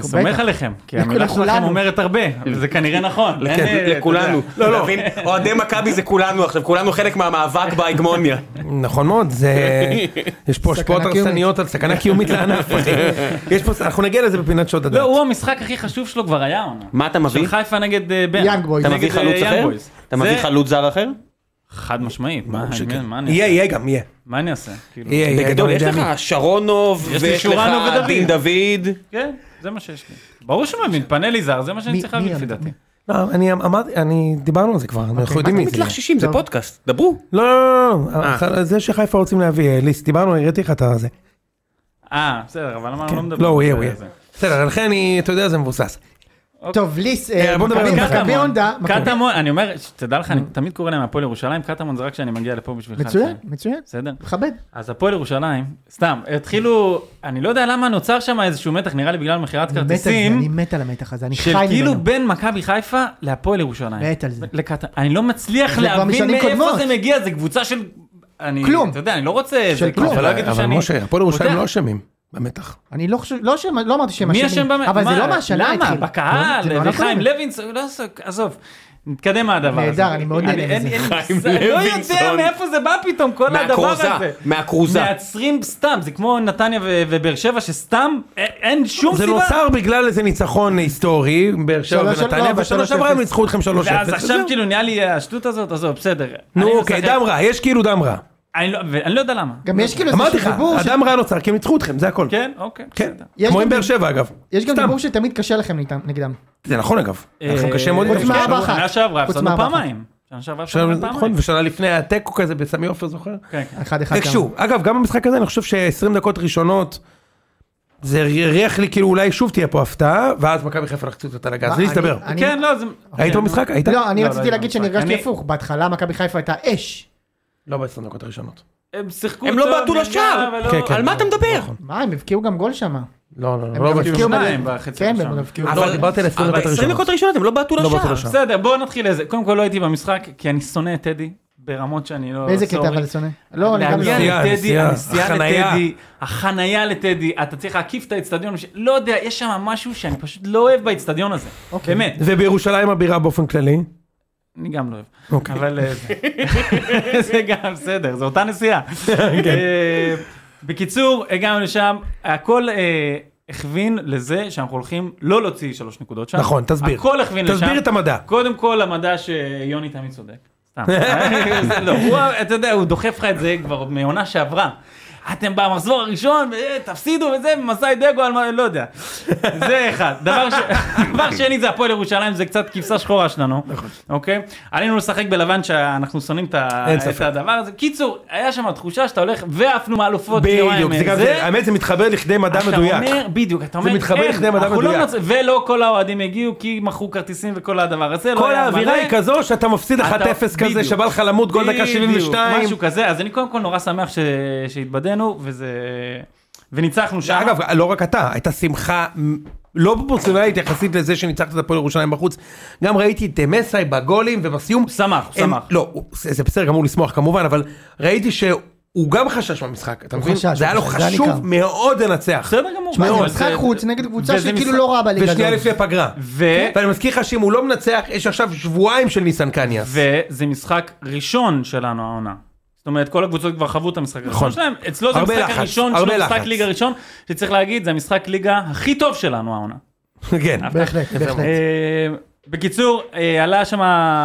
Speaker 5: סומך
Speaker 1: בטח.
Speaker 5: עליכם, כי המילה
Speaker 1: לכולנו.
Speaker 5: שלכם אומרת הרבה, וזה כנראה נכון. אין, אה, אתה יודע.
Speaker 4: לכולנו.
Speaker 2: לא, לא.
Speaker 4: אתה מבין? אוהדי מכבי זה כולנו עכשיו, כולנו חלק מהמאבק בהגמוניה.
Speaker 2: נכון מאוד, זה...
Speaker 1: *laughs*
Speaker 2: יש פה השפעות
Speaker 1: קיומית.
Speaker 2: הרסניות על סכנה קיומית לענף.
Speaker 1: *laughs*
Speaker 2: אחי. יש פה... אנחנו נגיע לזה בפינת שעות
Speaker 5: לא,
Speaker 2: הדעת.
Speaker 5: הוא המשחק הכי חשוב שלו כבר היה עונה.
Speaker 4: מה אתה מביא?
Speaker 5: של חיפה נגד אה, בן.
Speaker 1: יאנג בויז.
Speaker 4: אתה
Speaker 1: נגד,
Speaker 4: מביא
Speaker 5: אה,
Speaker 4: חלוץ
Speaker 5: יאנג
Speaker 4: אחר?
Speaker 5: בויז.
Speaker 4: אתה מביא
Speaker 5: זה-
Speaker 4: חלוץ זר אחר?
Speaker 5: חד משמעית, מה אני- מה אני
Speaker 2: יהיה,
Speaker 5: אעשה?
Speaker 2: יהיה גם, יהיה.
Speaker 5: מה אני אעשה? כאילו,
Speaker 2: יהיה, יהיה.
Speaker 4: בגדול,
Speaker 2: גם
Speaker 4: יש
Speaker 2: יודע
Speaker 4: לך
Speaker 2: מי.
Speaker 4: שרונוב,
Speaker 5: יש לי
Speaker 4: ויש לך
Speaker 5: שורנוב ודוד.
Speaker 4: דין דוד.
Speaker 5: כן, זה מה שיש לי. ברור שהוא מבין, פאנלי זר, זה מה שאני
Speaker 1: מי-
Speaker 5: צריך
Speaker 1: מי
Speaker 5: להבין לפי
Speaker 1: אמרת?
Speaker 5: דעתי.
Speaker 2: לא, אני אמרתי, אני... דיברנו על זה כבר,
Speaker 1: אוקיי.
Speaker 2: אנחנו יודעים מי זה.
Speaker 4: מתלח 60 זה
Speaker 1: טוב.
Speaker 4: פודקאסט, דברו.
Speaker 2: לא, לא, לא, לא, אחר- זה שחיפה רוצים להביא, אה, ליס, דיברנו, הראיתי לך את הזה.
Speaker 5: אה, בסדר, אבל למה אני לא מדבר?
Speaker 2: לא, הוא
Speaker 5: על
Speaker 2: יהיה,
Speaker 5: זה-
Speaker 2: הוא יהיה.
Speaker 5: זה?
Speaker 2: בסדר, לכן אני, אתה יודע, זה מבוסס.
Speaker 1: טוב, ליס, אה,
Speaker 2: בוא נדבר
Speaker 1: מכבי-
Speaker 2: על
Speaker 1: מכבי הונדה, מכבי-
Speaker 5: אוקיי. קטמון, אני אומר, תדע לך, אני תמיד קורא להם הפועל ירושלים, קטמון זה רק כשאני מגיע לפה בשבילך.
Speaker 1: מצוין,
Speaker 5: כן.
Speaker 1: מצוין,
Speaker 5: בסדר?
Speaker 1: מכבד.
Speaker 5: אז הפועל ירושלים, סתם, התחילו, אני לא יודע למה נוצר שם איזשהו מתח, נראה לי בגלל מכירת
Speaker 1: אני מת על זה, אני
Speaker 5: כרטיסים,
Speaker 1: מת על המתח הזה, אני חי
Speaker 5: של
Speaker 1: ממנו.
Speaker 5: כאילו בין מכבי חיפה להפועל ירושלים.
Speaker 1: מת על זה.
Speaker 5: לקט... אני לא מצליח
Speaker 1: זה כבר
Speaker 5: להבין
Speaker 1: משנים
Speaker 5: מאיפה
Speaker 1: קודמות.
Speaker 5: זה מגיע, זה קבוצה של... אני,
Speaker 1: כלום.
Speaker 5: אתה יודע, אני לא רוצה...
Speaker 1: של
Speaker 5: זה, כאילו,
Speaker 1: כלום.
Speaker 5: שלא
Speaker 2: אבל
Speaker 5: יגידו
Speaker 2: אבל
Speaker 5: שאני-
Speaker 2: משה, הפועל ירושלים
Speaker 5: יודע-
Speaker 2: לא אשמים במתח.
Speaker 1: אני לא חושב, לא שהם- לא אמרתי שהם
Speaker 5: מי
Speaker 1: אשמים.
Speaker 5: אשם במ...
Speaker 1: אבל זה
Speaker 5: מה?
Speaker 1: לא מהשנה
Speaker 5: למה?
Speaker 1: התחיל. זה לא נכון.
Speaker 5: בקהל,
Speaker 1: בעונה
Speaker 5: וחיים
Speaker 1: קודמת.
Speaker 5: לוינסון, לא עסוק, עזוב. נתקדם מהדבר הזה.
Speaker 1: נהדר, אני מאוד נהנה
Speaker 5: אין-
Speaker 1: מזה.
Speaker 5: אין-
Speaker 4: חיים
Speaker 5: אני לא יודע
Speaker 4: לוינסון.
Speaker 5: מאיפה זה בא פתאום, כל הדבר הזה.
Speaker 4: מהכרוזה, מהכרוזה.
Speaker 5: מייצרים סתם, זה כמו נתניה ו- ובאר שבע, שסתם א- אין שום
Speaker 2: זה
Speaker 1: לא
Speaker 5: סיבה.
Speaker 2: נוצר בגלל איזה ניצחון היסטורי, באר שבע
Speaker 1: שלוש- לא,
Speaker 2: ונתניה,
Speaker 1: אבל
Speaker 2: ושנה
Speaker 1: שלוש
Speaker 2: שעברה
Speaker 1: אפס.
Speaker 2: הם ניצחו אתכם 3-0.
Speaker 5: ואז עכשיו
Speaker 2: וזהו.
Speaker 5: כאילו נהיה לי השטות הזאת, עזוב, בסדר. אני
Speaker 2: נו, אוקיי,
Speaker 5: משחק-
Speaker 2: דם רע, יש כאילו דם רע.
Speaker 5: אני לא- ואני לא יודע למה.
Speaker 1: גם יש כאילו
Speaker 2: אמרתי לך,
Speaker 1: איזשהו דיבור, ש-
Speaker 2: הדם רע נוצר כי הם ניצחו אתכם, זה הכל.
Speaker 5: כן, אוקיי,
Speaker 2: כן,
Speaker 5: בסדר.
Speaker 1: יש
Speaker 2: כמו
Speaker 1: גם
Speaker 2: עם באר
Speaker 1: דיב-
Speaker 2: שבע אגב.
Speaker 1: יש גם
Speaker 2: סתם.
Speaker 1: דיבור שתמיד קשה לכם ניתם- נגדם.
Speaker 2: זה נכון אגב. היה לכם
Speaker 5: אה,
Speaker 2: קשה מאוד.
Speaker 1: חוץ
Speaker 2: נגדם.
Speaker 1: מהארבע אחת.
Speaker 5: שנה שעברה
Speaker 1: חוץ
Speaker 5: הפסדנו
Speaker 1: מהארבע אחת.
Speaker 5: פעמיים. שנה שעברה
Speaker 2: עכשיו,
Speaker 5: הפסדנו
Speaker 2: נכון,
Speaker 5: פעמיים.
Speaker 2: ושנה לפני התיקו כזה בסמי עופר זוכר?
Speaker 5: כן, כן.
Speaker 1: אחד אחד.
Speaker 2: איכשהו, אגב גם במשחק הזה אני חושב ש-20 דקות ראשונות זה הריח לי כאילו אולי שוב תהיה פה הפתעה ואז מכבי חיפה לחצו אותה לגז, זה
Speaker 1: אני-
Speaker 2: הסתבר.
Speaker 1: אני-
Speaker 5: כן, לא, זה...
Speaker 2: היית
Speaker 5: כן,
Speaker 2: במשחק? היית?
Speaker 1: גם. לא, אני
Speaker 5: לא,
Speaker 1: רציתי
Speaker 5: לא,
Speaker 1: להגיד
Speaker 5: לא,
Speaker 1: שאני
Speaker 5: לא,
Speaker 1: הרגשתי
Speaker 5: אני-
Speaker 1: הפוך, בהתחלה מכבי חיפה הייתה אש.
Speaker 2: לא ב-20 דקות הראשונות.
Speaker 5: הם שיחקו
Speaker 4: הם לא
Speaker 5: טוב,
Speaker 4: בעטו
Speaker 5: נרגע,
Speaker 4: לשער.
Speaker 5: אבל לא-
Speaker 2: כן, כן.
Speaker 4: על מה אתה מדבר?
Speaker 2: נכון.
Speaker 1: מה, הם הבקיעו גם גול שם.
Speaker 2: לא, לא,
Speaker 1: הם
Speaker 2: לא,
Speaker 1: גם
Speaker 2: לא,
Speaker 1: הבקיעו
Speaker 2: בטוח.
Speaker 5: שניים
Speaker 1: מלא.
Speaker 5: בחצי
Speaker 1: כן,
Speaker 5: הראשון.
Speaker 1: הם הבקיעו
Speaker 4: לא,
Speaker 2: אבל-
Speaker 1: גול.
Speaker 2: דיברתי על 20
Speaker 4: אבל
Speaker 2: דקות
Speaker 4: 20
Speaker 2: הראשונות.
Speaker 4: דקות הראשונות הם לא בעטו
Speaker 2: לא בעטו
Speaker 4: לשער.
Speaker 2: לשער.
Speaker 5: בסדר, בואו נתחיל איזה. קודם כל לא הייתי במשחק, כי אני שונא את טדי, ברמות שאני לא...
Speaker 1: באיזה קטע
Speaker 5: סורי.
Speaker 1: אבל שונא? לא, אני גם לא.
Speaker 5: להגיע
Speaker 2: נסיעה,
Speaker 5: לטדי,
Speaker 2: נסיעה,
Speaker 5: הנסיעה
Speaker 2: החנייה.
Speaker 5: לטדי, החנייה לטדי, אתה צריך להקיף את האצטדיון, ש- לא יודע, יש שם משהו שאני פשוט לא אוהב באצטדיון הזה,
Speaker 1: אוקיי.
Speaker 5: באמת,
Speaker 2: ובירושלים הבירה באופן כללי.
Speaker 5: אני גם לא אוהב,
Speaker 2: אוקיי.
Speaker 5: אבל אה, זה- *laughs* זה גם בסדר, זו אותה נסיעה.
Speaker 2: אוקיי.
Speaker 5: אה, בקיצור, הגענו לשם, הכל אה, הכווין לזה שאנחנו הולכים לא להוציא שלוש נקודות שם.
Speaker 2: נכון, תסביר.
Speaker 5: הכל הכווין כן, לשם.
Speaker 2: תסביר את המדע.
Speaker 5: קודם כל המדע שיוני תמיד צודק.
Speaker 2: *laughs*
Speaker 5: סתם. זה לא, הוא, אתה יודע, הוא דוחף לך את זה כבר מעונה שעברה. אתם במחזור הראשון, אה, תפסידו וזה, מסאי דגו על מה, לא יודע. זה אחד. דבר, ש... *laughs* דבר שני זה הפועל ירושלים, זה קצת כבשה שחורה שלנו. נכון. אוקיי? עלינו לשחק בלבן שאנחנו שונאים את, ה...
Speaker 2: אין
Speaker 5: את
Speaker 2: ספק.
Speaker 5: הדבר הזה. קיצור, היה שם תחושה שאתה הולך, ועפנו מאלופות.
Speaker 2: בדיוק,
Speaker 5: יומיים,
Speaker 2: זה גם
Speaker 5: אה,
Speaker 2: זה, האמת זה מתחבר לכדי מדע
Speaker 5: אתה
Speaker 2: מדויק.
Speaker 5: אומר, בדיוק, אתה אומר,
Speaker 2: מתחבר
Speaker 5: אין,
Speaker 2: לכדי מדע
Speaker 5: אנחנו לא
Speaker 2: מדויק.
Speaker 5: נוצ- ולא כל האוהדים הגיעו כי מכרו כרטיסים וכל הדבר הזה. לא
Speaker 2: כל
Speaker 5: היה
Speaker 2: האווירה
Speaker 5: מלא.
Speaker 2: היא כזו שאתה מפסיד 1-0
Speaker 5: אתה-
Speaker 2: כזה
Speaker 5: בדיוק.
Speaker 2: שבא לך למות גול דקה
Speaker 5: בדיוק,
Speaker 2: 72.
Speaker 5: משהו כזה, אז אני קודם כל נורא שמח ש- שהתבדינו, וזה... וניצחנו שם.
Speaker 2: אגב, לא רק אתה, הייתה שמחה מ- לא פרופורציונלית יחסית לזה שניצחת את הפועל ירושלים בחוץ. גם ראיתי את מסאי בגולים ובסיום.
Speaker 5: שמח, הוא
Speaker 2: הם-
Speaker 5: שמח.
Speaker 2: לא, הוא- זה זה בסדר גמור לשמוח כמובן, אבל ראיתי שהוא גם חשש מהמשחק, אתה מבין?
Speaker 1: חשש,
Speaker 2: זה היה לו
Speaker 1: זה היה
Speaker 2: חשוב
Speaker 1: ניכר.
Speaker 2: מאוד לנצח. כאילו
Speaker 5: בסדר גמור.
Speaker 1: שמע, זה
Speaker 5: אבל
Speaker 1: משחק חוץ נגד קבוצה
Speaker 5: וזה
Speaker 1: שכאילו
Speaker 5: משחק-
Speaker 1: לא רעה בליגה
Speaker 2: ושנייה
Speaker 1: הזאת.
Speaker 2: לפני פגרה.
Speaker 5: ו...
Speaker 2: ואני מזכיר לך שאם הוא לא מנצח, יש עכשיו שבועיים של ניסן קניאס.
Speaker 5: וזה משחק ראשון שלנו העונה. זאת אומרת, כל הקבוצות כבר חוו את המשחק הראשון
Speaker 2: נכון.
Speaker 5: שלהם, אצלו זה
Speaker 2: הרבה
Speaker 5: המשחק
Speaker 2: לחץ,
Speaker 5: הראשון
Speaker 2: הרבה
Speaker 5: שלו, משחק
Speaker 2: לחץ.
Speaker 5: ליגה ראשון, שצריך להגיד, זה המשחק ליגה הכי טוב שלנו העונה.
Speaker 2: *laughs* כן.
Speaker 1: בהחלט, בהחלט.
Speaker 5: אה, בקיצור, אה, עלה שם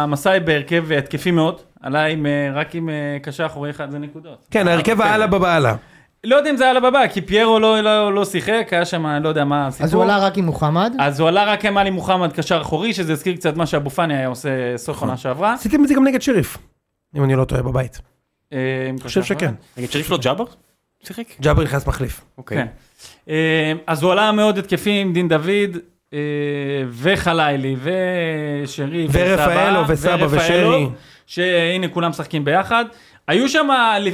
Speaker 5: מסאי בהרכב אה, התקפי מאוד, עלה עם, אה, רק עם אה, קשה אחורי אחד זה נקודות.
Speaker 2: כן, ההרכב העלה בבעלה.
Speaker 5: לא יודע אם זה עלה בבא, כי פיירו לא- לא לא שיחק, היה שם, לא יודע מה הסיפור.
Speaker 1: אז הוא עלה רק עם מוחמד.
Speaker 5: אז הוא עלה רק עם עלי מוחמד קשר אחורי, שזה הזכיר קצת מה שאבו פאני היה עושה סוף
Speaker 1: נכון.
Speaker 5: עונה שעברה.
Speaker 2: עשיתם את זה גם נגד שריף, אם אני לא טועה, בבית.
Speaker 5: אה, עם
Speaker 2: אני
Speaker 5: קשר
Speaker 2: חושב
Speaker 5: אחורי.
Speaker 2: שכן.
Speaker 4: נגיד שריף לא ג'אבר? שיחק?
Speaker 2: ג'אבר נכנס מחליף.
Speaker 4: אוקיי.
Speaker 5: כן. אה, אז הוא עלה מאוד התקפי עם דין דוד, אה, וחלילי, ושרי,
Speaker 2: ורפאלו, וסבא,
Speaker 5: ורפאלו,
Speaker 2: ושרי.
Speaker 5: שהנה כולם משחקים ביחד. היו שם,